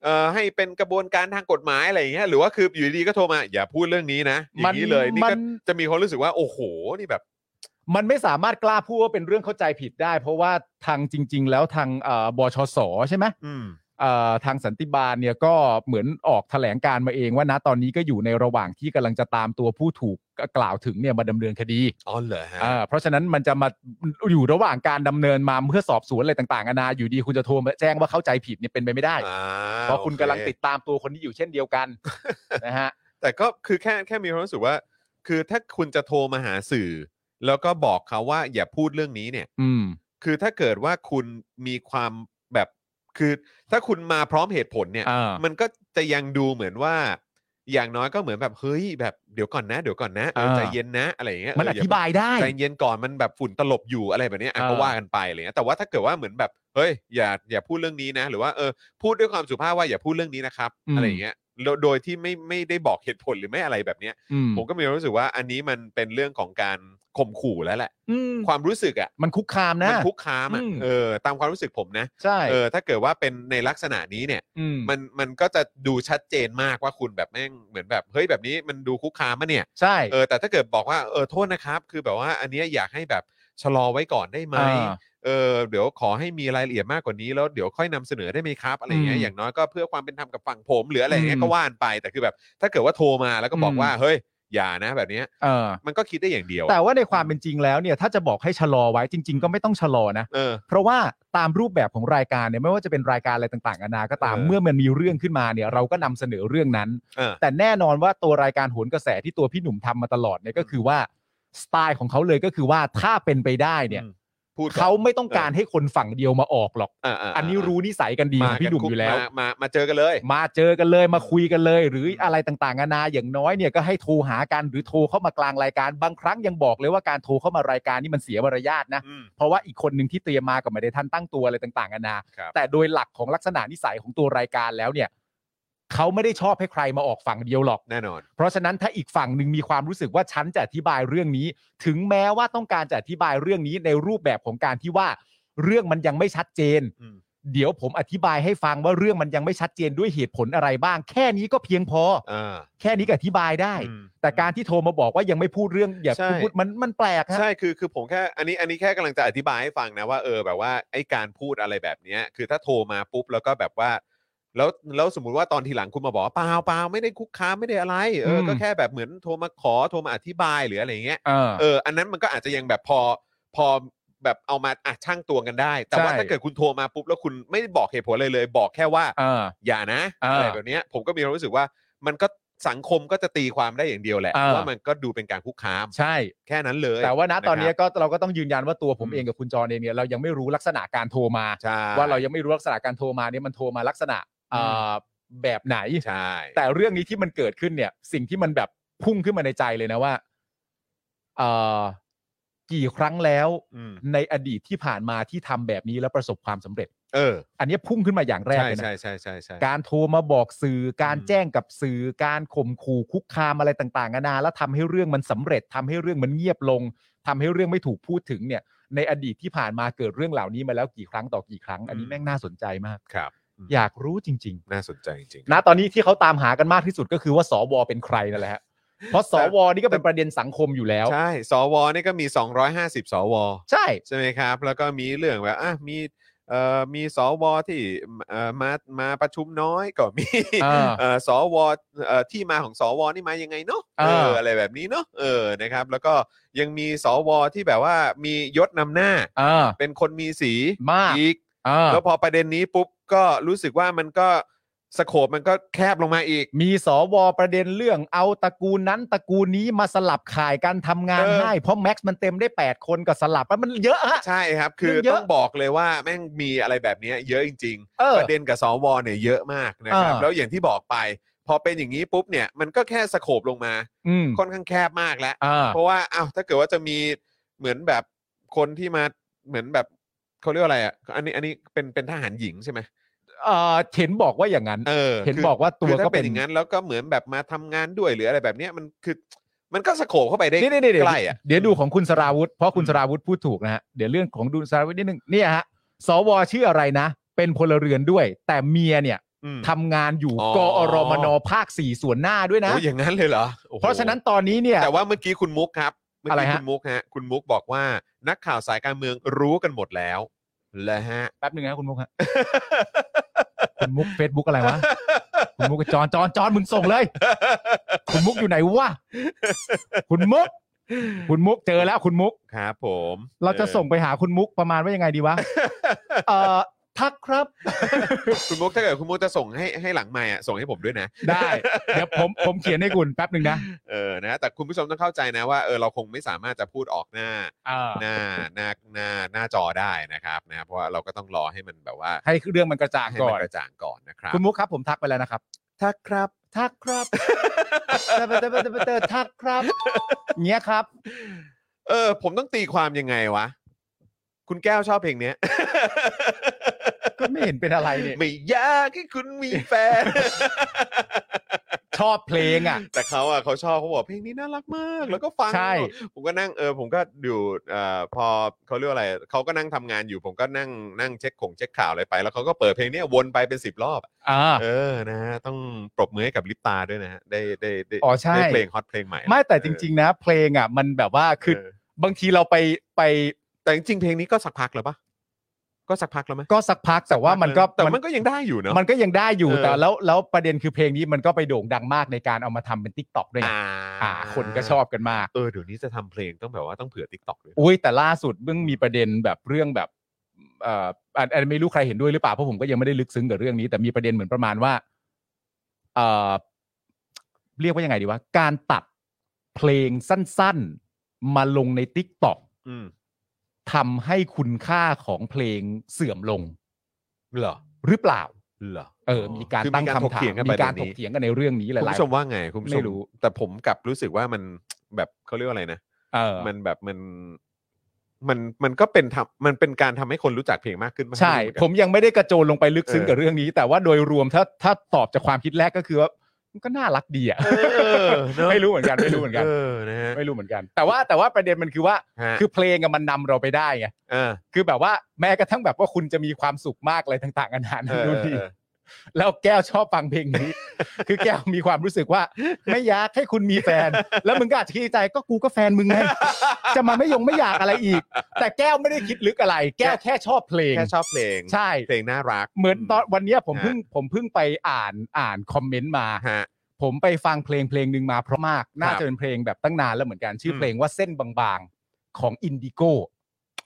Speaker 2: เอ่อให้เป็นกระบวนการทางกฎหมายอะไรอย่างเงี้ยหรือว่าคืออยู่ดีๆก็โทรมาอย่าพูดเรื่องนี้นะอย่า
Speaker 4: มั
Speaker 2: งนี้เลยนี่
Speaker 4: มั
Speaker 2: ก็จะมีคนรู้สึกว่าโอ้โหนี่แบบ
Speaker 4: มันไม่สามารถกล้าพูดว่าเป็นเรื่องเข้าใจผิดได้ เพราะว่าทางจริง ๆ แล้วทางเอ่อบชสใช่ไหม
Speaker 2: อืม
Speaker 4: เอ่อทางสันติบาลเนี่ยก็เหมือนออกแถลงการณ์มาเองว่านะตอนนี้ก็อยู่ในระหว่างที่กำลังจะตามตัวผู้ถูกกล่าวถึงเนี่ยมาดำเนินคดี
Speaker 2: อ๋อเหรอฮะ
Speaker 4: อ่าเพราะฉะนั้นมันจะมาอยู่ระหว่างการดำเนินมาเพื่อสอบสวนอะไรต่างๆนานาอยู่ดีคุณจะโทรมาแจ้งว่าเข้าใจผิดเนี่ยเป็นไปไม่ได้
Speaker 2: อ่
Speaker 4: เพราะคุณกำลังติด
Speaker 2: โอเ
Speaker 4: ตามตัวคนที่อยู่เช่นเดียวกัน นะฮะ
Speaker 2: คแต่ก็คือแค่แค่มีความรู้สึกว่า คือถ้าคุณจะโทรมาหาสื่อ แล้วก็บอกเขาว่าอย่าพูดเรื่องนี้เนี่ย
Speaker 4: อืม
Speaker 2: คือถ้าเกิดว่าคุณมีความแบบคือถ้าคุณมาพร้อมเหตุผลเนี่ย
Speaker 4: อ่ามั
Speaker 2: มันก็จะยังดูเหมือนว่า อย่างน้อยก็เหมือนแบบเฮ้ยแบบเดี๋ยวก่อนนะเดี๋ยวก่อนนะเออ
Speaker 4: อ่า
Speaker 2: ใจเย็นนะอะไรอย่างเงี้ย
Speaker 4: มันอ
Speaker 2: เเดี๋ว
Speaker 4: ธิบายได้
Speaker 2: ใจเย็นก่อนมันแบบฝุ่นตลบอยู่อะไรแบบเนี้ยอ่ะ
Speaker 4: อ่า
Speaker 2: ก็ว่ากันไปอะไรเลยแต่ว่าถ้าเกิดว่าเหมือนแบบเฮ้ยอย่าอย่าพูดเรื่องนี้นะ หรือว่าเออพูดด้วยความสุภาพว่าอย่าพูดเรื่องนี้นะครับอะไรอย่างเงี้ยโดยโดยที่ไม่ไม่ได้บอกเหตุผลหรือไม่อะไรแบบเนี้ย
Speaker 4: อืม
Speaker 2: ผมก็มีความรู้สึกว่าอันนี้มันเป็นเรื่องของการข่มขู่แล้วแหละ
Speaker 4: อืม
Speaker 2: ความรู้สึกอ่ะ
Speaker 4: มันคุกคาม
Speaker 2: มั
Speaker 4: นะ
Speaker 2: นคุกคามอ่ะ
Speaker 4: อืม
Speaker 2: เออตามความรู้สึกผมนะ
Speaker 4: ใช่
Speaker 2: เออถ้าเกิดว่าเป็นในลักษณะนี้เนี่ย
Speaker 4: ม
Speaker 2: มันมันก็จะดูชัดเจนมากว่าคุณแบบแม่งเหมือนแบบเฮ้ยแบบนี้มันดูคุกคามมะเนี่ย
Speaker 4: ใช่
Speaker 2: เออแต่ถ้าเกิดบอกว่าเออโทษนะครับ คือแบบว่าอันเนี้ยอยากให้แบบชะลอไว้ก่อนได้ไหมเออเดี๋ยวขอให้มีรายละเอียดมากกว่านี้แล้วเดี๋ยวค่อยนำเสนอได้ไหมครับอะไรอย่างเงี้ย
Speaker 4: อืม
Speaker 2: อย่างน้อยก็เพื่อความเป็นธรรมกับฝั่งผมหรืออะไรอย่างเงี้ย
Speaker 4: อืม
Speaker 2: ก็ว่านไปแต่คือแบบ ถ้าเกิดว่าโทรมาแล้วก็บอก
Speaker 4: อืม
Speaker 2: ว่าเฮ้ยอย่านะแบบเนี้ย
Speaker 4: เออ
Speaker 2: มันก็คิดได้อย่างเดียวอะ
Speaker 4: แต่ว่าในความเป็นจริงแล้วเนี่ยถ้าจะบอกให้ชะลอไว้จริง ๆ ก็ไม่ต้องชะลอนะ
Speaker 2: เออ
Speaker 4: เพราะว่าตามรูปแบบของรายการเนี่ยไม่ว่าจะเป็นรายการอะไรต่างๆนานาก็ตาม
Speaker 2: เออ
Speaker 4: เมื่อมันมีเรื่องขึ้นมาเนี่ยเราก็นำเสนอเรื่องนั้น
Speaker 2: เออ
Speaker 4: แต่แน่นอนว่าตัวรายการโหนกระแสที่ตัวพี่หนุ่มทำมาตลอดเนี่ยก็คือว่าสไตล์ของเขาเลยก็คือว่าถ้าเป็นไปได้เนี่ย
Speaker 2: อืม พูดก่อน
Speaker 4: เขาไม่ต้องการให้คนฝั่งเดียวมาออกหรอก
Speaker 2: าาา
Speaker 4: อันนี้รู้นิสัยกันดีของ
Speaker 2: า
Speaker 4: พี่หนุ่ม
Speaker 2: กั
Speaker 4: อน ยู่แล้ว
Speaker 2: มามามาเจอกันเลย
Speaker 4: มาเจอกันเลยมาคุยกันเลย หรืออะไรต่างๆนานาอย่างน้อยเนี่ยก็ให้โทรหากันหรือโทรเข้ามากลางรายการบางครั้งยังบอกเลยว่าการโทรเข้ามารายการนี่มันเสียมารยาทนะ
Speaker 2: อืม
Speaker 4: เพราะว่าอีกคนหนึ่งที่เตรียมมาก็ไม่ได้ทันตั้งตัวอะไรต่างๆนานา
Speaker 2: ครับ
Speaker 4: แต่โดยหลักของลักษณะนิสัยของตัวรายการแล้วเนี่ยเขาไม่ได้ชอบให้ใครมาออกฝั่งเดียวหรอก
Speaker 2: แน่นอน
Speaker 4: เพราะฉะนั้นถ้าอีกฝั่งหนึ่งมีความรู้สึกว่าฉันจะอธิบายเรื่องนี้ ถึงแม้ว่าต้องการจะอธิบายเรื่องนี้ในรูปแบบของการที่ว่า เรื่องมันยังไม่ชัดเจน
Speaker 2: อืม
Speaker 4: เดี๋ยวผมอธิบายให้ฟังว่าเรื่องมันยังไม่ชัดเจนด้วยเหตุผลอะไรบ้าง แค่นี้ก็เพียงพอ
Speaker 2: อ่า
Speaker 4: แค่นี้ก็อธิบายได้
Speaker 2: อืม
Speaker 4: แต่การที่โทรมาบอกว่ายังไม่พูดเรื่องอย่า
Speaker 2: ใช่
Speaker 4: พูดมันมันแปลกฮะ
Speaker 2: ใช่คือคือผมแค่อันนี้อันนี้แค่กำลังจะอธิบายให้ฟังนะว่าเออแบบว่าไอ้การพูดอะไรแบบเนี้ยคือถ้าโทรมาปุ๊บแล้วก็แบบว่า แล้วแล้วสมมุติว่าตอนทีหลังคุณมาบอกว่าเปล่าเปล่าไม่ได้คุกคามไม่ได้อะไรเอออ
Speaker 4: ม
Speaker 2: ก็แค่แบบเหมือนโทรมาขอโทรมาอธิบายหรืออะไรอย่างเงี้ย
Speaker 4: เออ
Speaker 2: เอออันนั้นมันก็อาจจะยังแบบพอพอแบบเอามาอ่ะช่างตัวกันได้ แต่ว่า
Speaker 4: ใช่
Speaker 2: ถ้าเกิดคุณโทรมาปุ๊บแล้วคุณไม่ได้บอกเหตุผลเลยเลย บอกแค่ว่า
Speaker 4: เออ
Speaker 2: อย่านะ
Speaker 4: เอออ
Speaker 2: อะไรแบบเนี้ยผมก็มีความรู้สึกว่ามันก็สังคมก็จะตีความได้อย่างเดียวแหละ
Speaker 4: เออ
Speaker 2: ว่ามันก็ดูเป็นการคุกคาม
Speaker 4: ใช่
Speaker 2: แค่นั้นเลย
Speaker 4: แต่ว่าณ
Speaker 2: ะครับ
Speaker 4: ตอนนี้ก็เราก็ต้องยืนยันว่าตัวผมเองกับคุณจรเองเนี่ยเรายังไม่รู้ลักษณะการโทรมา
Speaker 2: ใช่
Speaker 4: ว่าเรายังไม่รู้ลักษณะการโทรมาเนี่ยมันโทรมาลักษณะเอ่อแบบไหน
Speaker 2: ใช่
Speaker 4: แต่เรื่องนี้ที่มันเกิดขึ้นเนี่ย สิ่งที่มันแบบพุ่งขึ้นมาในใจเลยนะว่าเอ่อกี่ครั้งแล้ว
Speaker 2: อืม
Speaker 4: ในอดีตที่ผ่านมาที่ทำแบบนี้แล้วประสบความสำเร็จ
Speaker 2: เออ
Speaker 4: อันเนี้ยพุ่งขึ้นมาอย่างแรก
Speaker 2: ใช่
Speaker 4: เลยนะ
Speaker 2: ใช่ใช่ใช่ใช่
Speaker 4: การโทรมาบอกสื่อการ
Speaker 2: อืม
Speaker 4: แจ้งกับสื่อการข่มขู่คุกคามอะไรต่างๆนานาแล้วทำให้เรื่องมันสำเร็จทำให้เรื่องมันเงียบลงทำให้เรื่องไม่ถูกพูดถึงเนี่ย ในอดีตที่ผ่านมาเกิดเรื่องเหล่านี้มาแล้วกี่ครั้งต่อกี่ครั้ง อันนี้แม่งน่าสนใจมาก
Speaker 2: ครับ
Speaker 4: อยากรู้จริง
Speaker 2: น่าสนใจจริง
Speaker 4: ๆ นะตอนนี้ที่เขาตามหากันมากที่สุดก็คือว่าสวเป็นใครนั่นแหละฮะเพราะสวนี่ก็เป็นประเด็นสังคมอยู่แล้ว
Speaker 2: ใช่สวนี่ก็มี 250 สว
Speaker 4: ใช่
Speaker 2: ใช่ไหมครับ แล้วก็มีเรื่องแบบอ่ะมีเอ่อมีสวที่เอ่อมามาประชุมน้อยก็มี
Speaker 4: เออ
Speaker 2: เออสวเอ่อที่มาของสวนี่มายังไงเนาะ
Speaker 4: อ่า
Speaker 2: เอออะไรแบบนี้เนาะเออนะครับ แล้วก็ยังมีสวที่แบบว่ามียศนำหน้า
Speaker 4: เออ
Speaker 2: เป็นคนมีสี
Speaker 4: มาก
Speaker 2: อีก
Speaker 4: เออ
Speaker 2: แล้วพอประเด็นนี้ปุ๊บก็รู้สึกว่ามันก็ สโคปมันก็แคบลงมาอีก
Speaker 4: มีสวประเด็นเรื่องเอาตระกูลนั้นตระกูลนี้มาสลับข่ายการทำงาน
Speaker 2: เออ
Speaker 4: ให้ เพราะแม็กซ์มันเต็มได้ 8 คนก็สลับมันเยอะฮะ
Speaker 2: ใช่ครับ คือ
Speaker 4: มันเยอะ
Speaker 2: ต้องบอกเลยว่าแม่งมีอะไรแบบเนี้ยเยอะจริง ๆ
Speaker 4: เออ
Speaker 2: ประเด็นกับสวเนี่ยเยอะมากนะครับ
Speaker 4: เออ
Speaker 2: แล้วอย่างที่บอกไป พอเป็นอย่างนี้ปุ๊บเนี่ยมันก็แค่สโคบลงมา
Speaker 4: อืม
Speaker 2: ค่อนข้างแคบมากแล้ว
Speaker 4: อ่า
Speaker 2: เพราะว่าอ้าวถ้าเกิดว่าจะมีเหมือนแบบคนที่มาเหมือนแบบเขาเรียกว่าอะไรอ่ะอันนี้อันนี้เป็นเป็นทหารหญิงใช่ไหม
Speaker 4: เอ่อเห็นบอกว่าอย่างนั้น
Speaker 2: เออ
Speaker 4: เห็น
Speaker 2: คื
Speaker 4: บอกว่าตัว
Speaker 2: คือ
Speaker 4: ก็
Speaker 2: ถ้าเป็
Speaker 4: เป็น น
Speaker 2: อย่างนั้น แล้วก็เหมือนแบบมาทำงานด้วยหรืออะไรแบบเนี้ยมันคือมันก็สโคบเข้าไปได้
Speaker 4: นี่นี่นี่เดี๋ยว
Speaker 2: ใกล้อ่ะ
Speaker 4: เดี๋ยวดูของคุณสราวุธ เพราะคุณสราวุธพูดถูกนะฮะ เดี๋ยวเรื่องของดูสราวุธนิดนึงเนี่ยฮะ สวชื่ออะไรนะ เป็นพลเรือนด้วย แต่เมียเนี่ย
Speaker 2: อืม
Speaker 4: ทำงานอยู่
Speaker 2: อ๋อ
Speaker 4: กอรมนภาคสี่ส่วนหน้าด้วยนะ
Speaker 2: โอ้ยอย่างนั้นเลยเหรอโอ้โห
Speaker 4: เพราะฉะนั้นตอนนี้เนี่ย
Speaker 2: แต่ว่าเมื่อกี้คุณมุกครับ เมื่อ
Speaker 4: อะไร
Speaker 2: กี้
Speaker 4: ฮะ
Speaker 2: คุณมุกฮะ คุณมุกบอกว่านักข่าวสายการเมืองรู้กันหมดแล้วแหละฮะ
Speaker 4: แป๊บนึงนะคุณมุกฮะ คุณมุกเฟซบุ๊กอะไรวะ คุณมุกกับจอนจอนจอนมึงส่งเลย คุณมุกอยู่ไหนวะ คุณมุก คุณมุกเจอแล้วคุณมุก
Speaker 2: ครับผม
Speaker 4: เราจะ
Speaker 2: ออ
Speaker 4: ส่งไปหาคุณมุกประมาณว่ายังไงดีวะ เอ่อทักครับ
Speaker 2: คุณมุกถ้าเกิดคุณมุกจะส่งให้ให้หลังไม่อะส่งให้ผมด้วยนะ
Speaker 4: ได้ เดี๋ยวผมผมเขียนให้คุณแป๊บหนึ่งนะ
Speaker 2: เออนะแต่คุณผู้ชมต้องเข้าใจนะว่าเออเราคงไม่สามารถจะพูดออกหน้า
Speaker 4: เออ
Speaker 2: หน้าหน้าหน้าหน้าจอได้นะครับนะเพราะว่าเราก็ต้องรอให้มันแบบว่า
Speaker 4: ให้เรื่องมันกระจ่าง
Speaker 2: ให้
Speaker 4: ก่
Speaker 2: มั
Speaker 4: อน
Speaker 2: นกระจ่างก่อนนะครับ
Speaker 4: คุณมุกครับผมทักไปแล้วนะครับ
Speaker 2: ทักครับ
Speaker 4: ทักครับทักครับเงี้ยครับ
Speaker 2: เออ ผมต้องตีความยังไงวะ คุณแก้วชอบเพลงเนี้ย
Speaker 4: ก็ไม่เห็นเป็นอะไรเนี่ย
Speaker 2: ไม่อยากให้คุณมีแฟน
Speaker 4: ชอบเพลงอ่ะ
Speaker 2: แต่เขาอ่ะเขาชอบเขาบอกเพลงนี้น่ารักมาก แล้วก็ฟัง
Speaker 4: ใช่
Speaker 2: ผมก็นั่งเออผมก็อยู่เอ่อพอเขาเรียกว่าอะไรเขาก็นั่งทำงานอยู่ ผมก็นั่งนั่งเช็คของเช็คข่าวอะไรไป แล้วเขาก็เปิดเพลงเนี้ยวนไปเป็นสิบรอบ
Speaker 4: อ่า
Speaker 2: เออนะฮะต้องปรบมือให้กับลิปตาด้วยนะฮะได้ได้ได้
Speaker 4: อ๋อใช่
Speaker 2: ได้เพลงฮอตเพลงใหม่
Speaker 4: ไม่แต่จริง ๆ นะ เพลงอ่ะ มันแบบว่า
Speaker 2: ๆ
Speaker 4: คือ บางทีเราไปไป
Speaker 2: แต่จริงๆเพลงนี้ก็สักพักแล้วปะก็สักพักแล้วไหม
Speaker 4: ก็สักพักแต่ว่ามันก็
Speaker 2: แต่มันก็ยังได้อยู่เนอะ
Speaker 4: มันก็ยังได้อยู่
Speaker 2: เออ
Speaker 4: แต่แล้วแล้วประเด็นคือเพลงนี้มันก็ไปโด่งดังมากในการเอามาทำเป็นทิกตอกด้วยไง
Speaker 2: อ่า
Speaker 4: อ่า คนก็ชอบกันมาก
Speaker 2: เออเดี๋ยวนี้จะทำเพลงต้องแบบว่าต้องเผื่อทิกตอกด้วยนะ
Speaker 4: อุ้ยแต่ล่าสุดเพิ่งมีประเด็นแบบเรื่องแบบเอ่ออันอันไม่รู้ใครเห็นด้วยหรือเปล่าเพราะผมก็ยังไม่ได้ลึกซึ้งกับเรื่องนี้ แต่มีประเด็นเหมือนประมาณว่าเอ่อเรียกว่ายังไงดีวะการตัดเพลงสั้น ๆ มาลงในทิกตอก
Speaker 2: อืม
Speaker 4: ทำให้คุณค่าของเพลงเสื่อมลง
Speaker 2: เหรอ
Speaker 4: หรือเปล่า
Speaker 2: เหรอ
Speaker 4: เออ มีการ
Speaker 2: คือ
Speaker 4: ตั้ง
Speaker 2: ร
Speaker 4: คำถา
Speaker 2: เถีย
Speaker 4: ม
Speaker 2: งกัน
Speaker 4: มี
Speaker 2: ไป
Speaker 4: การถกเถียงกันในเรื่องนี้ห
Speaker 2: คุณ
Speaker 4: ลาย
Speaker 2: ผู้
Speaker 4: ๆ
Speaker 2: ชมว่าไงคุณผู้ช
Speaker 4: ไม่
Speaker 2: ม
Speaker 4: รู้
Speaker 2: แต่ผมกลับรู้สึกว่ามันแบบเขาเรียกว่าอะไรนะ
Speaker 4: เออ
Speaker 2: มันแบบมันมันมันก็เป็นทำมันเป็นการทำให้คนรู้จักเพลงมากขึ้นมาก
Speaker 4: ใช่
Speaker 2: ขึ้นเหอนกัน
Speaker 4: ผมยังไม่ได้กระโจนลงไปลึกซึ้ง
Speaker 2: เออ
Speaker 4: กับเรื่องนี้ แต่ว่าโดยรวมถ้าถ้าตอบจากความคิดแรกก็คือว่ามันก็น่ารักดีอ่ะ
Speaker 2: เออเนอะ
Speaker 4: ไม่รู้เหมือนกันไม่รู้เหมือนกัน
Speaker 2: เออนะฮะ
Speaker 4: ไม่รู้เหมือนกัน แต่ว่าแต่ว่าประเด็นมันคือว่า
Speaker 2: ฮะ
Speaker 4: คือเพลงอะมันนำเราไปได้ไง
Speaker 2: เออ
Speaker 4: คือแบบว่าแม้กระทั่งแบบว่าคุณจะมีความสุขมากอะไรต่างๆกันา
Speaker 2: เอ
Speaker 4: นา
Speaker 2: อ
Speaker 4: นู่นนี่
Speaker 2: เออ
Speaker 4: แล้วแก้วชอบฟังเพลงนี้ คือแก้วมีความรู้สึกว่า ไม่อยากให้คุณมีแฟน แล้วมึงก็อาจจะคิดในใจก็กูก็แฟนมึงไง จะมาไม่ยงไม่อยากอะไรอีก แต่แก้วไม่ได้คิดลึกอะไร แก้วแค่ชอบเพลง
Speaker 2: แค่ชอบเพลง
Speaker 4: ใช่
Speaker 2: เพลงน่ารัก
Speaker 4: เหมือนตอนวันเนี้ยผม
Speaker 2: ฮะ
Speaker 4: เพิ่งผมเพิ่งไปอ่านอ่านคอมเมนต์มา
Speaker 2: ฮะ
Speaker 4: ผมไปฟังเพลงเพลงหนึ่งมาเพราะมาก น่า
Speaker 2: ครับ
Speaker 4: จะเป็นเพลงแบบตั้งนานแล้วเหมือนกัน ชื่ออ
Speaker 2: ม
Speaker 4: เพลงว่าเส้นบางๆของอินดิโก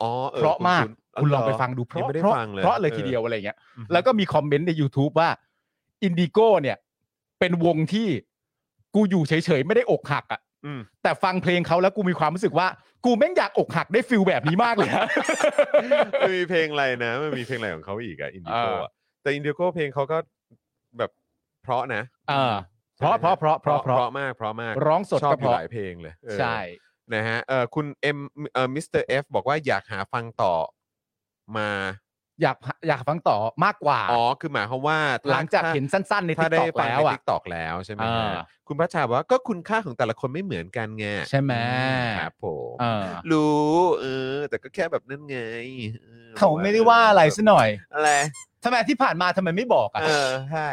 Speaker 2: อ๋อออ
Speaker 4: เพราะมาก
Speaker 2: น
Speaker 4: คุณลองไป
Speaker 2: เหร
Speaker 4: ฟังดูเพ
Speaker 2: ยัง
Speaker 4: ราะ
Speaker 2: ไม่ได้
Speaker 4: เพราะ
Speaker 2: ฟังเลย
Speaker 4: เพราะเลย
Speaker 2: เออ
Speaker 4: ทีเดียวอะไรอย่างเงี้ย
Speaker 2: อืม
Speaker 4: แล้วก็มีคอมเมนต์ใน YouTube ว่าอินดิโกเนี่ย เป็นวงที่กูอยู่เฉยๆ ไม่ได้อกหักอ่ะ
Speaker 2: อืม
Speaker 4: แต่ฟังเพลงเขาแล้วกูมีความรู้สึกว่า กูแม่งอยากอกหักได้ฟิลแบบนี้มากเลยนะ
Speaker 2: มันมีเพลงอะไรนะมันมีเพลงอะไรของเขาอีกอะอินดิโก
Speaker 4: อ่า
Speaker 2: อะแต่อินดิโกเพลงเขาก็แบบเพราะนะ
Speaker 4: เออเพราะเพราะเพราะเพราะเพราะ
Speaker 2: มากเพราะมาก
Speaker 4: ร้องสด
Speaker 2: ชอบอยู่
Speaker 4: ก็เพราะ
Speaker 2: หลายเพลงเลยเออ
Speaker 4: ใช่
Speaker 2: นะฮะเออคุณเอ็มเอ่อมิสเตอร์เอฟบอกว่าอยากหาฟังต่อมา
Speaker 4: อยากอยากฟังต่อมากกว่า
Speaker 2: อ๋อคือหมายความว่าถ้
Speaker 4: หลังจาก
Speaker 2: ถ้
Speaker 4: เห็นสั้นๆในทิ
Speaker 2: ถ้าก
Speaker 4: ต
Speaker 2: ได้
Speaker 4: อก
Speaker 2: ฟัง
Speaker 4: แล้ว
Speaker 2: ใน
Speaker 4: อ่ะ
Speaker 2: ทิกตอกแล้วใช่ไหมฮะ
Speaker 4: อ่า
Speaker 2: คุณพัชชาบอกว่าก็คุณค่าของแต่ละคนไม่เหมือนกันไง
Speaker 4: ใช่ไหม
Speaker 2: ครับผม
Speaker 4: เออ
Speaker 2: รู้เออแต่ก็แค่แบบนั้นไงออ
Speaker 4: เขาไม่ได้ว่าอะไรซะหน่อย
Speaker 2: อะไร
Speaker 4: ทำไมที่ผ่านมาทำไมไม่บอกอ่ะ
Speaker 2: เออใช่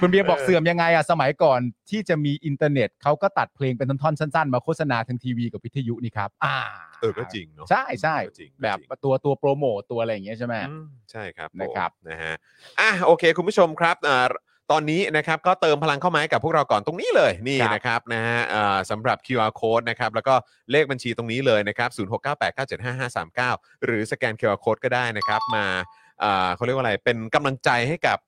Speaker 4: คุณเบียร์บอก
Speaker 2: เออ
Speaker 4: เสื่อมยังไงอ่ะสมัยก่อนที่จะมีอินเทอร์เน็ตเขาก็ตัดเพลงเป็นท่อนๆสั้นๆ มาโฆษณาทางทีวีกับวิทยุนี่ครับ อ่า
Speaker 2: เออก็จริงเนาะ
Speaker 4: ใช่ใช่
Speaker 2: ก็จริงก็จริง
Speaker 4: แบบตัวตัวโปรโมตตัวอะไรอย่างเงี้ยใช่ไหม
Speaker 2: อืมใช่ครับผม
Speaker 4: นะครับ
Speaker 2: นะฮะอ่ะโอเค คุณผู้ชมครับอ่าตอนนี้นะครับก็เติมพลังเข้ามาให้กับพวกเราก่อนตรงนี้เลยนี่นะครับนะฮะอ่าสำหรับ QR code นะครับแล้วก็เลขบัญชีตรงนี้เลยนะครับ 0698975539 หรือสแกน QR code ก็ได้นะครับมา อ่าเขาเรียกว่าอะไรเป็นกำลังใจให้กับ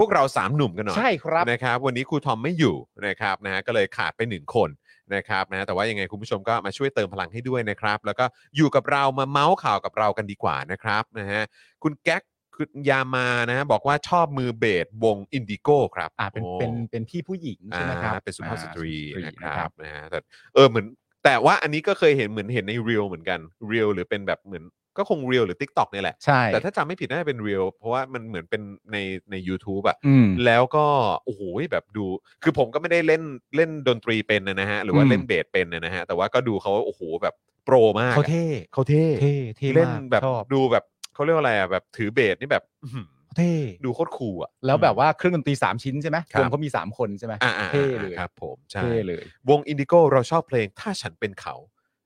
Speaker 2: พวกเราสามหนุ่มกันหน่อย
Speaker 3: ใช่ครับ
Speaker 2: นะครับวันนี้ครูทอมไม่อยู่นะครับนะฮะก็เลยขาดไปหนึ่งคนนะครับนะฮะแต่ว่ายังไงคุณผู้ชมก็มาช่วยเติมพลังให้ด้วยนะครับ แล้วก็อยู่กับเรามาเมาส์ข่าวกับเรากันดีกว่านะครับนะฮะคุณแก๊กคุณยามานะฮะบอกว่าชอบมือเบสวงอินดิโก้ครับ
Speaker 4: อ่าเป็น
Speaker 2: โ
Speaker 4: เป็นเป็นพี่ผู้หญิงใช่ไหมครับ
Speaker 2: อ่าเป็นสุภาพสตรี
Speaker 4: อ่า
Speaker 2: นะ
Speaker 4: สุ
Speaker 2: ค
Speaker 4: ภาพสต
Speaker 2: รับนะฮะแต่เออเหมือนแต่ว่าอันนี้ก็เคยเห็นเหมือนเห็นในเรียลเหมือนกันเรียลหรือเป็นแบบเหมือนก็คงเรียลหรือ Tik t o อกนี่ยแหละ
Speaker 4: ใช่
Speaker 2: แต่ถ้าจำไม่ผิดน่าจะเป็นเรียลเพราะว่ามันเหมือนเป็นในใน u t u b e อะ
Speaker 4: อืม
Speaker 2: แล้วก็โอ้โหแบบดู คือผมก็ไม่ได้เล่นเล่นดนตรีเป็นนะฮะหรือว่า
Speaker 4: อืม
Speaker 2: เล่นเบสเป็นนะฮะแต่ว่าก็ดูเขาโอ้โหแบบโปรมาก
Speaker 4: เขา
Speaker 2: อะ
Speaker 4: เท่
Speaker 2: เขาเท่
Speaker 4: เท่เท่
Speaker 2: เล่น
Speaker 4: มาก
Speaker 2: แบบ
Speaker 4: ชอบ
Speaker 2: ดูแบบเขาเรียกว่าอะไรอ่ะแบบถือเบสนี่แบบอื้อหือ
Speaker 4: เท่
Speaker 2: ดูโคตรคูลอ่ะ
Speaker 4: แล้วแบบว่าเครื่องดนตรีสามชิ้นใช่ไหม
Speaker 2: ครับ
Speaker 4: รวมเขามีสามคนใช่ไหม
Speaker 2: อ่าอ่า
Speaker 4: เท่เลย
Speaker 2: ครับผมใช่
Speaker 4: เท่เลยว
Speaker 2: งอินดิโก้เราชอบเพลงถ้าฉันเป็นเขา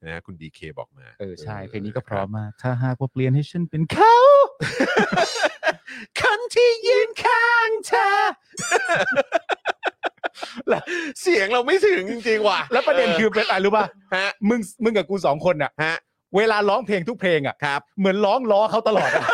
Speaker 2: นะฮะคุณดีเคบอกมา
Speaker 4: เออใช่เพลงนี้ก็
Speaker 2: คบ
Speaker 4: เพร้อมมากถ้าหากว่าเปลี่ยนให้ฉันเป็นเขา
Speaker 2: คนที่ยืนข้างเธอแล้วเสียงเราไม่ถึงจริงๆว่ะ
Speaker 4: แล้วประเด็นคือเป็นอะไรรู้ป่ะ
Speaker 2: ฮะ
Speaker 4: มึงมึงกับกูสองคนอ่ะ
Speaker 2: ฮะ
Speaker 4: เวลาร้องเพลงทุกเพลงอ่ะ
Speaker 2: ครับ
Speaker 4: เหมือนร้องล้อเขาตลอดอะ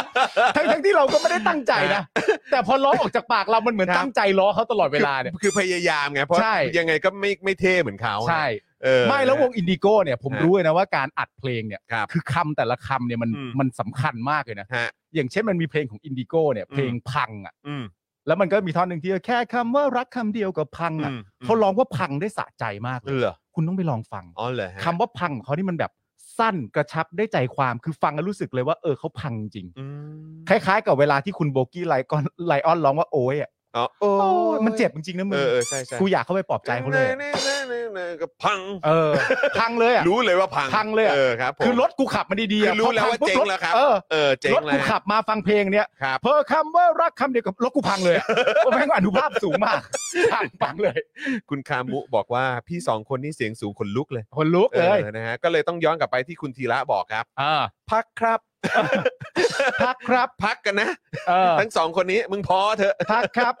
Speaker 4: ทั้งทั้งที่เราก็ไม่ได้ตั้งใจนะ แต่พอร้องออกจากปากเรา มันเหมือน
Speaker 2: ครับ
Speaker 4: ตั้งใจล้อเขาตลอดเวลาเนี่ย
Speaker 2: คือคือพยายามไง เพราะ
Speaker 4: ใช่
Speaker 2: ยังไงก็ไม่ไม่เท่เหมือนเขา
Speaker 4: ใช่
Speaker 2: เออ
Speaker 4: ไม่แล้ววงอินดิโก้เนี่ยผม
Speaker 2: ฮะ
Speaker 4: รู้เลยนะว่าการอัดเพลงเนี่ย
Speaker 2: ครับ
Speaker 4: อคำแต่ละคำเนี่ยมัน
Speaker 2: อืม
Speaker 4: มันสำคัญมากเลยนะ
Speaker 2: ฮะ
Speaker 4: อย่างเช่นมันมีเพลงของอินดิโก้เนี่ย
Speaker 2: อืม
Speaker 4: เพลงพังอ่ะ
Speaker 2: อืม
Speaker 4: แล้วมันก็มีท่อนหนึ่งที่แค่คำว่ารักคำเดียวกับพังอ่ะ
Speaker 2: อืม
Speaker 4: เขาร้องว่าพังได้สะใจมากเลย
Speaker 2: เหรอ
Speaker 4: คุณต้องไปลองฟัง
Speaker 2: อ๋อเหรอฮะ
Speaker 4: คำว่าพังของเขานี่มันแบบสั้นกระชับได้ใจความคือฟังแล้วรู้สึกเลยว่าเออเขาพังจริง
Speaker 2: อืม
Speaker 4: คล้ายๆ กับเวลาที่คุณโบกี้ไลออนไลออนร้องว่าโอ้ยอ่ะ
Speaker 2: อ๋อโอ้
Speaker 4: โอ้ย
Speaker 2: ย
Speaker 4: มันเจ็บจริงๆนะมึ
Speaker 2: เอง อเออใช่ใช่
Speaker 4: กูอยากเข้าไปปลอบใจเขาเลยอะ
Speaker 2: นี่นี่นี่นี่ก็พัง
Speaker 4: เออ พังเลยอ่ะ
Speaker 2: รู้เลยว่าพัง
Speaker 4: พังเลยอะ
Speaker 2: เออครับผม
Speaker 4: คือรถกูขับมาดีๆ
Speaker 2: คื
Speaker 4: อะ
Speaker 2: อรู้แล้วว่าเจ๊งแล้วครับ
Speaker 4: เออ
Speaker 2: เออเจ๋ง
Speaker 4: รถ
Speaker 2: เล
Speaker 4: กู
Speaker 2: ย
Speaker 4: ขับมาฟังเพลงเนี้ย
Speaker 2: ครับ
Speaker 4: เพอคำว่ารักคำเดียวกับรถกูพังเลยอะโอ้แม่งอนุภาพสูงมาก พังพังเลย
Speaker 2: คุณคามุบอกว่าพี่สองคนนี่เสียงสูงขนลุกเลย
Speaker 4: คนลุก
Speaker 2: เอ
Speaker 4: เลย
Speaker 2: อนะฮะ ก็เลยต้องย้อนกลับไปที่คุณธีระบอกครับ
Speaker 4: เออ
Speaker 2: พักครับ
Speaker 4: พักครับ
Speaker 2: พักกันนะ
Speaker 4: เออ
Speaker 2: ทั้งสองคนนี้มึงพอเถอะ
Speaker 4: พักครับ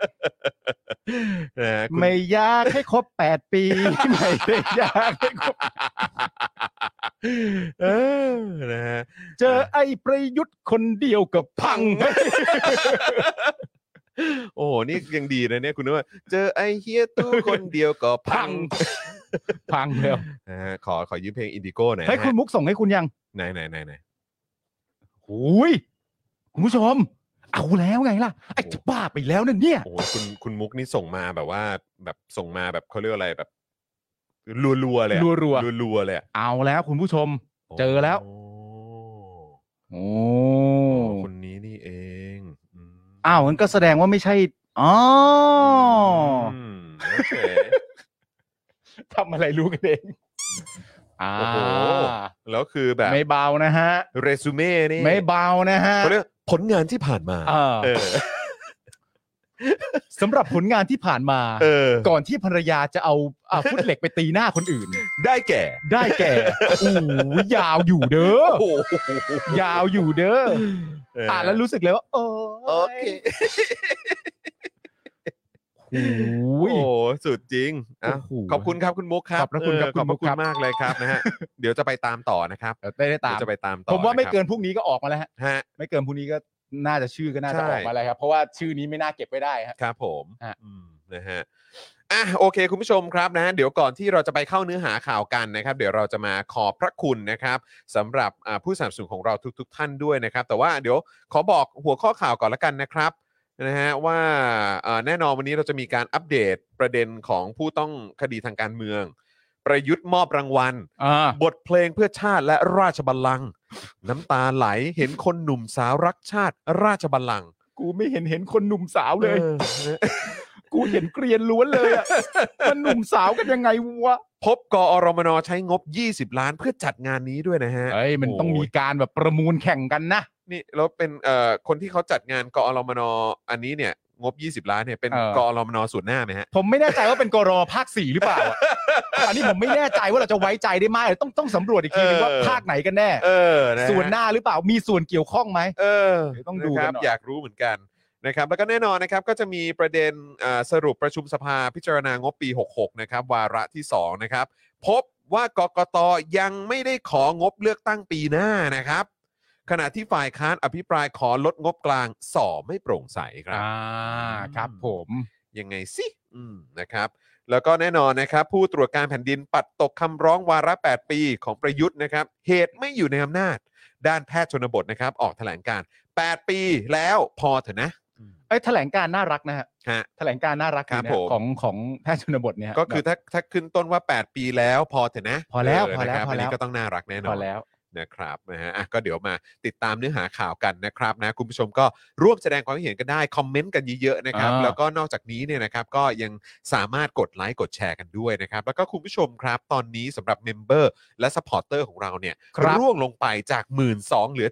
Speaker 2: นะฮะคุณ
Speaker 4: ไม่อยากให้ครบแปดปีไม่ได้อยากให้ครบ
Speaker 2: เออนะฮะ
Speaker 4: เจอไอ้ประยุทธ์คนเดียวกับพัง
Speaker 2: โอ้โห นี่ยังดีนะเนี่ยคุณนึกว่า เจอไอ้เฮียตู้คนเดียวก็พั
Speaker 4: พั
Speaker 2: ง
Speaker 4: ง พังแล้ว
Speaker 2: นะฮะขอขอยืมเพลงอินดิโก้หน่อยนะ
Speaker 4: ให้ย
Speaker 2: ฮะ
Speaker 4: คุณมุกส่งให้คุณยัง
Speaker 2: ไหนไหนไหนไหน
Speaker 4: หุยคุณผู้ชม เอาแล้วไงล่ะ ไอ้จะบ้าไปแล้วนะเนี่ย
Speaker 2: โอ้โหคุณคุณมุกนี่ส่งมาแบบว่าแบบส่งมาแบบเขาเรียกว่าอะไรแบบรัวๆเลยอะ
Speaker 4: รัว
Speaker 2: รัวๆเลยอะ
Speaker 4: ๆ เอาแล้วคุณผู้ชม เจอแล้ว
Speaker 2: โอ้
Speaker 4: โอ้
Speaker 2: โอ้คนนี้นี่เองม
Speaker 4: อ้าวงั้นก็แสดงว่าไม่ใช่ อ๋อ
Speaker 2: มโอเค
Speaker 4: ทำอะไรรู้กันเองอ่า
Speaker 2: โอ้โห แล้วคือแบบ
Speaker 4: ไม่เบานะฮะ
Speaker 2: เรซูเม่นี่
Speaker 4: ไม่เบานะฮะ
Speaker 2: เขาเรียกผลงานที่ผ่านมา
Speaker 4: เออ
Speaker 2: เออ
Speaker 4: สำหรับผลงานที่ผ่านมา
Speaker 2: เออ
Speaker 4: ก่อนที่ภรรยาจะเอาอ่าฟุตเหล็กไปตีหน้าคนอื่น
Speaker 2: ได้แก่
Speaker 4: ได้แก่โอ้ยยาวอยู่เด้อ
Speaker 2: โอ้โห
Speaker 4: ยาวอยู่เด้อ
Speaker 2: เ
Speaker 4: อ่านแล้วรู้สึกเลยว่า โอ้
Speaker 2: โอเค
Speaker 4: หู
Speaker 2: โอ้
Speaker 4: ย
Speaker 2: โหสุดจริงอ่ะ
Speaker 4: โอ้โห
Speaker 2: ขอบคุณครับคุณมุกครับ
Speaker 4: ขอบพระคุณครับ
Speaker 2: เออ
Speaker 4: คุ
Speaker 2: ขอบ
Speaker 4: ณ
Speaker 2: พ
Speaker 4: มุ
Speaker 2: ระ
Speaker 4: ก
Speaker 2: คุณ
Speaker 4: ครับ
Speaker 2: มากเลยครับนะฮะ เดี๋ยวจะไปตามต่อนะครับ
Speaker 4: เออได้ได้ตาม
Speaker 2: เดี๋ยวจะไปตามต่อ
Speaker 4: ผมว่าไม่เกิ
Speaker 2: ะ
Speaker 4: นพรุ่งนี้ก็ออกมาแล้วฮะ
Speaker 2: ครับฮะ
Speaker 4: ไม่เกินพรุ่งนี้ก็น่าจะชื่อก็น่าจะ
Speaker 2: ใช่
Speaker 4: ออกมาแล้วครับ เพราะว่าชื่อนี้ไม่น่าเก็บไว้ได้ฮะ
Speaker 2: ครับผม
Speaker 4: ฮะ
Speaker 2: อืมนะฮะอ่ะโอเค คุณผู้ชมครับนะเดี๋ยวก่อนที่เราจะไปเข้าเนื้อหาข่าวกันนะครับ เดี๋ยวเราจะมาขอบพระคุณนะครับสำหรับอ่าผู้สนับสนุนของเราทุก ๆ ท่านด้วยนะครับ แต่ว่าเดี๋ยวขอบอกหัวข้อข่าวก่อนละกันนะครับนะฮะว่าเอ่อแน่นอนวันนี้เราจะมีการอัปเดตประเด็นของผู้ต้องคดีทางการเมือง ประยุทธ์มอบรางวัล
Speaker 4: อ่า
Speaker 2: บทเพลงเพื่อชาติและราชบัลลังก์น้ำตาไหลเห็นคนหนุ่มสาวรักชาติราชบัลลังก์
Speaker 4: กูไม่เห็นเห็นคนหนุ่มสาวเลย
Speaker 2: เออ
Speaker 4: กูเห็นเกรียนล้วนเลย อะมันหนุ่มสาวกันยังไงวะ
Speaker 2: พบกอรมนใช้งบ 20 ล้านเพื่อจัดงานนี้ด้วยนะฮะ
Speaker 4: เอ้ยมันต้องมีการแบบประมูลแข่งกันนะ
Speaker 2: นี่แล้วเป็นเอ่อคนที่เขาจัดงานกอรมนอันนี้เนี่ย งบ 20 ล้านเนี่ยเป็น
Speaker 4: เออ
Speaker 2: กอรมนส่วนหน้าไหมฮะ
Speaker 4: ผมไม่แน่ใจว่าเป็นกรอภาคสี่หรือเป ล่าอะอันนี้ผมไม่แน่ใจว่าเราจะไว้ใจได้ไหมต้องต้องสำรวจอีกทีนึงว่า
Speaker 2: เออ
Speaker 4: ภาคไหนกันแน่
Speaker 2: เออนะฮะ
Speaker 4: ส่วนหน้าหรือเปล่ามีส่วนเกี่ยวข้องไหม
Speaker 2: เออ
Speaker 4: เดี๋ยวต้องดู
Speaker 2: ะค
Speaker 4: กัน
Speaker 2: รับ
Speaker 4: หน่อย
Speaker 2: อยากรู้เหมือนกันนะครับ แล้วก็แน่นอนนะครับก็จะมีประเด็นอ่าสรุปประชุมสภาพิจารณางบปี 66 นะครับ วาระที่ 2 นะครับ พบว่ากกตยังไม่ได้ของงบเลือกตั้งปีหน้านะครับ ขณะที่ฝ่ายค้านอภิปรายขอลดงบกลางสอไม่โปร่งใสครั
Speaker 4: อ่า
Speaker 2: บ
Speaker 4: ครับผม
Speaker 2: ยังไงสิอืมนะครับ แล้วก็แน่นอนนะครับ ผู้ตรวจการแผ่นดินปัดตกคำร้องวาระ 8 ปีของประยุทธ์นะครับ เหตุไม่อยู่ในอำนาจ ด้านแพทย์ชนบทนะครับ ออกแถลงการณ์8ปีแล้วพอเถอะนะ
Speaker 4: เอ้ยแถลงการน่ารักนะฮะ
Speaker 2: ฮะ
Speaker 4: แถลงการน่ารักดี
Speaker 2: ครับ
Speaker 4: นะ
Speaker 2: ผม
Speaker 4: ของของแพทย์ชนบทเนี่ยฮะ
Speaker 2: ก็คือ
Speaker 4: แบบ
Speaker 2: ถ้าถ้าขึ้นต้นว่า 8 ปีแล้วพอเถอะนะ
Speaker 4: พอแล้ว
Speaker 2: เ
Speaker 4: พอแล้
Speaker 2: นะค
Speaker 4: ว
Speaker 2: รับ
Speaker 4: พอแล้
Speaker 2: น
Speaker 4: ว
Speaker 2: นี้ก็ต้องน่ารักแน่น
Speaker 4: พ
Speaker 2: อ
Speaker 4: อน แล้ว
Speaker 2: นะครับนะฮะอ่ะก็เดี๋ยวมาติดตามเนื้อหาข่าวกันนะครับนะคุณผู้ชมก็ร่วมแสดงความคิดเห็นกันได้คอมเมนต์กันเยอะๆนะครับ
Speaker 4: อ่า
Speaker 2: แล้วก็นอกจากนี้เนี่ยนะครับก็ยังสามารถกดไลค์กดแชร์กันด้วยนะครับแล้วก็คุณผู้ชมครับ ตอนนี้สำหรับเมมเบอร์และสปอร์เตอร์ของเราเนี่ย
Speaker 4: ครับ
Speaker 2: ร่วงลงไปจาก 1 2ื่นเหลือ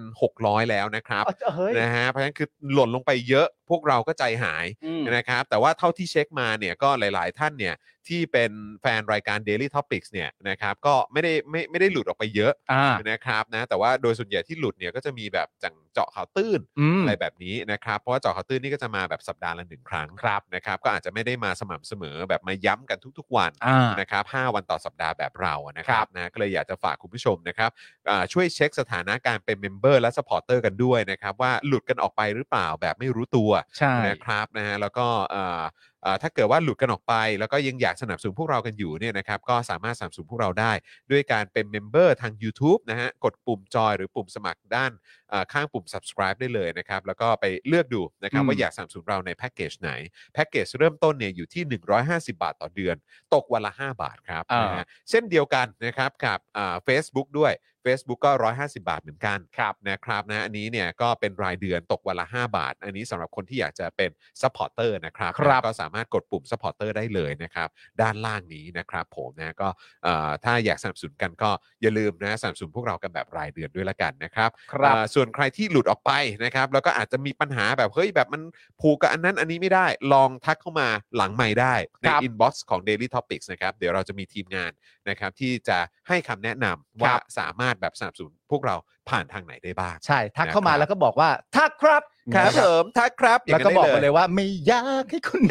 Speaker 2: 7,600 แล้วนะครับ
Speaker 4: เฮ้ย
Speaker 2: นะฮะเพราะฉะนั้นคือหล่นลงไปเยอะพวกเราก็ใจหาย
Speaker 4: อืม
Speaker 2: นะครับแต่ว่าเท่าที่เช็คมาเนี่ยก็หลาย ๆ ท่านเนี่ยที่เป็นแฟนรายการ Daily Topics เนี่ยนะครับก็ไม่ได้ไม่ไม่ได้หลุดออกไปเยอะ
Speaker 4: อ่า
Speaker 2: นะครับนะแต่ว่าโดยส่วนใหญ่ที่หลุดเนี่ยก็จะมีแบบจังเจาะข่าวตื้น
Speaker 4: อืม
Speaker 2: อะไรแบบนี้นะครับเพราะว่าเจาะข่าวตื้นนี่ก็จะมาแบบสัปดาห์ละหนึ่งครั้ง
Speaker 4: ครับ
Speaker 2: นะครับก็อาจจะไม่ได้มาสม่ำเสมอแบบมาย้ำกันทุก ๆ วัน
Speaker 4: อ่า
Speaker 2: นะครับห้าวันต่อสัปดาห์แบบเรานะค
Speaker 4: ค
Speaker 2: รั
Speaker 4: รั
Speaker 2: บบ นะก็เลยอยากจะฝากคุณผู้ชมนะครับอ่าช่วยเช็คสถานะการเป็นเมมเบอร์และสปอร์เตอร์กันด้วยนะครับว่าหลุดกันออกไปหรือเปล่าแบบไม่รู้ตัว
Speaker 4: ใช่
Speaker 2: นะครับนะฮะแล้วก็เอ่อเอ่อถ้าเกิดว่าหลุดกันออกไป แล้วก็ยังอยากสนับสนุนพวกเรากันอยู่เนี่ยนะครับก็สามารถสนับสนุนพวกเราได้ ด้วยการเป็นเมมเบอร์ทาง YouTube นะฮะกดปุ่มจอยหรือปุ่มสมัครด้านเอ่อข้างปุ่ม subscribe ได้เลยนะครับ แล้วก็ไปเลือกดูนะครับว่าอยากสนับสนุนเราในแพ็กเกจไหน แพ็กเกจเริ่มต้นเนี่ยอยู่ที่ 150 บาทต่อเดือน ตกวันละ 5 บาทครับ
Speaker 4: อ่าน
Speaker 2: นะฮะเช่นเดียวกันนะครับกับเฟซบุ๊กด้วย Facebook ก็ 150 บาทเหมือนกัน
Speaker 4: ครับ
Speaker 2: นะครับนะอันนี้เนี่ยก็เป็นรายเดือนตกวันละ 5 บาท อันนี้สำหรับคนที่อยากจะเป็นซัพพอร์เตอร์นะครับ
Speaker 4: ครับ
Speaker 2: นะก็สามารถกดปุ่มซัพพอร์เตอร์ได้เลยนะครับ ด้านล่างนี้นะครับผมนะก็เอ่อถ้าอยากสนับสนุนกันก็อย่าลืมนะสนับสนุนพวกเรากันแบบรายเดือนด้วยละกันนะครับ
Speaker 4: ครับ
Speaker 2: เอ่อส่วนใครที่หลุดออกไปนะครับ แล้วก็อาจจะมีปัญหาแบบเฮ้ยแบบมันผูกกับอันนั้นอันนี้ไม่ได้ลองทักเข้ามาหลังไม่ได้ใน
Speaker 4: ครับ
Speaker 2: อินบ็อกซ์ของ Daily Topics นะครับเดี๋ยวเราจะมีทีมงาน นะครับที่จะให้คำแนะนำ
Speaker 4: ค
Speaker 2: ว่า
Speaker 4: รับ
Speaker 2: สามารถแบบสนับสนุนพวกเราผ่านทางไหนได้บ้าง
Speaker 4: ใช่ทักเข้ามา
Speaker 2: นะครับ
Speaker 4: แล้วก็บอกว่า ทักครับ
Speaker 2: ครับ
Speaker 4: นะ
Speaker 2: ผมทักครับ
Speaker 4: แล้วก็บอก
Speaker 2: ไป
Speaker 4: มาเลยว่าไม่อยากให้คุณ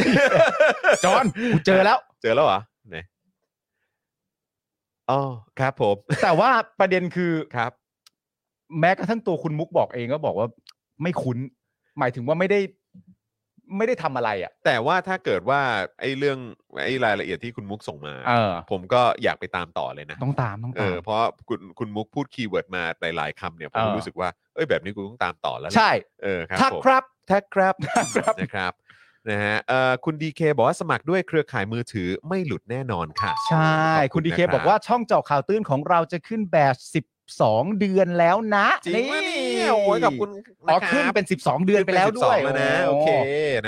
Speaker 4: จอห์นกูเจอแล้ว
Speaker 2: เจอแล้วเหรอไหนอ๋อครับผม
Speaker 4: แต่ว่าประเด็นคือ
Speaker 2: ครับ
Speaker 4: แม้กระทั่งตัวคุณมุกบอกเองก็บอกว่าไม่คุ้น หมายถึงว่าไม่ได้ ไม่ได้ทำอะไรอ่ะ
Speaker 2: แต่ว่าถ้าเกิดว่าไอ้เรื่องไอ้รายละเอียดที่คุณมุกส่งมา
Speaker 4: เออ
Speaker 2: ผมก็อยากไปตามต่อเลยนะ
Speaker 4: ต้องตามต้อง
Speaker 2: เอ
Speaker 4: ตาม
Speaker 2: อเพราะคุณคุณมุกพูดคีย์เวิร์ดมาหลายๆคำเนี่ยผม
Speaker 4: เออ
Speaker 2: รู้สึกว่าเอ้ยแบบนี้กูต้องตามต่อแล้วแหละ
Speaker 4: ใช่
Speaker 2: เออครับ
Speaker 4: ทัก
Speaker 2: ผม
Speaker 4: ครับ
Speaker 2: แท็กครับนะครับนะฮะเอ่อคุณดีเคบอกว่าสมัครด้วยเครือข่ายมือถือไม่หลุดแน่นอนค่ะ
Speaker 4: ใช่
Speaker 2: ข
Speaker 4: คุณดีเครับ บอกว่าช่องเจาะข่าวตื้นของเราจะขึ้นแบบ 12 เดือนแล้วนะ
Speaker 2: จริงว่าเนี่ยโอ้ยขอบคุณ
Speaker 4: อ๋อะ
Speaker 2: รับ
Speaker 4: ขึ้นเป็น 12 เดือนไปแล้ว
Speaker 2: ขึ้
Speaker 4: ด้วย
Speaker 2: 12แล้วนะโอเค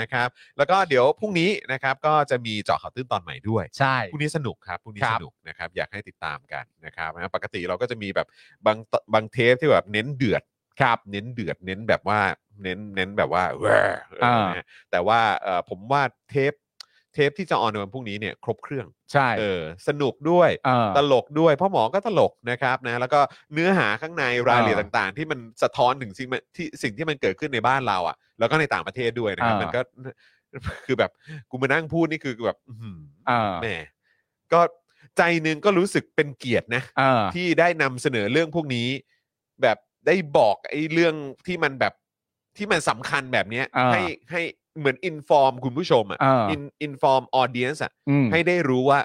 Speaker 2: นะครับ แล้วก็เดี๋ยวพรุ่งนี้นะครับก็จะมีเจาะข่าวตื้นตอนใหม่ด้วย
Speaker 4: ใช่
Speaker 2: พรุ่งนี้สนุกครับพรุ่งนี้
Speaker 4: ครั
Speaker 2: ส
Speaker 4: บ
Speaker 2: นุกนะครับอยากให้ติดตามกันนะครับนะปกติเราก็จะมีแบบบางตบางเทปที่แบบเน้นเดือดครับ เน้นเดือดเน้นแบบว่าเน้นเน้นแบบว่าแหวะเออนะฮะแต่ว่าเอ่อผมว่าเทปเทปที่จะออนในวันพรุ่งนี้เนี่ยครบเครื่อง
Speaker 4: ใช่
Speaker 2: เออสนุกด้วย
Speaker 4: เออ
Speaker 2: ตลกด้วยพ่อหมอก็ตลกนะครับนะแล้วก็เนื้อหาข้างในรายละเอียดต่างๆ ที่มันสะท้อนถึงสิ่งมันที่สิ่งที่มันเกิดขึ้นในบ้านเราอ่ะ แล้วก็ในต่างประเทศด้วยนะครับ
Speaker 4: อ่ามั
Speaker 2: มันก็ คือแบบกูมานั่งพูดนี่คือแบบอื้อหืออา แหมก็ใจหนึงก็รู้สึกเป็นเกียรตินะ
Speaker 4: เออ
Speaker 2: ที่ได้นำเสนอเรื่องพวกนี้ แบบได้บอกไอ้เรื่องที่มันแบบที่มันสำคัญแบบเนี้ย
Speaker 4: อ่า
Speaker 2: ให้ให้เหมือนอินฟอร์มคุณผู้ชมอ่ะ
Speaker 4: อ่า
Speaker 2: อินอินฟอร์มออเดียนส์อ่ะ
Speaker 4: อืม
Speaker 2: ให้ได้รู้ว่า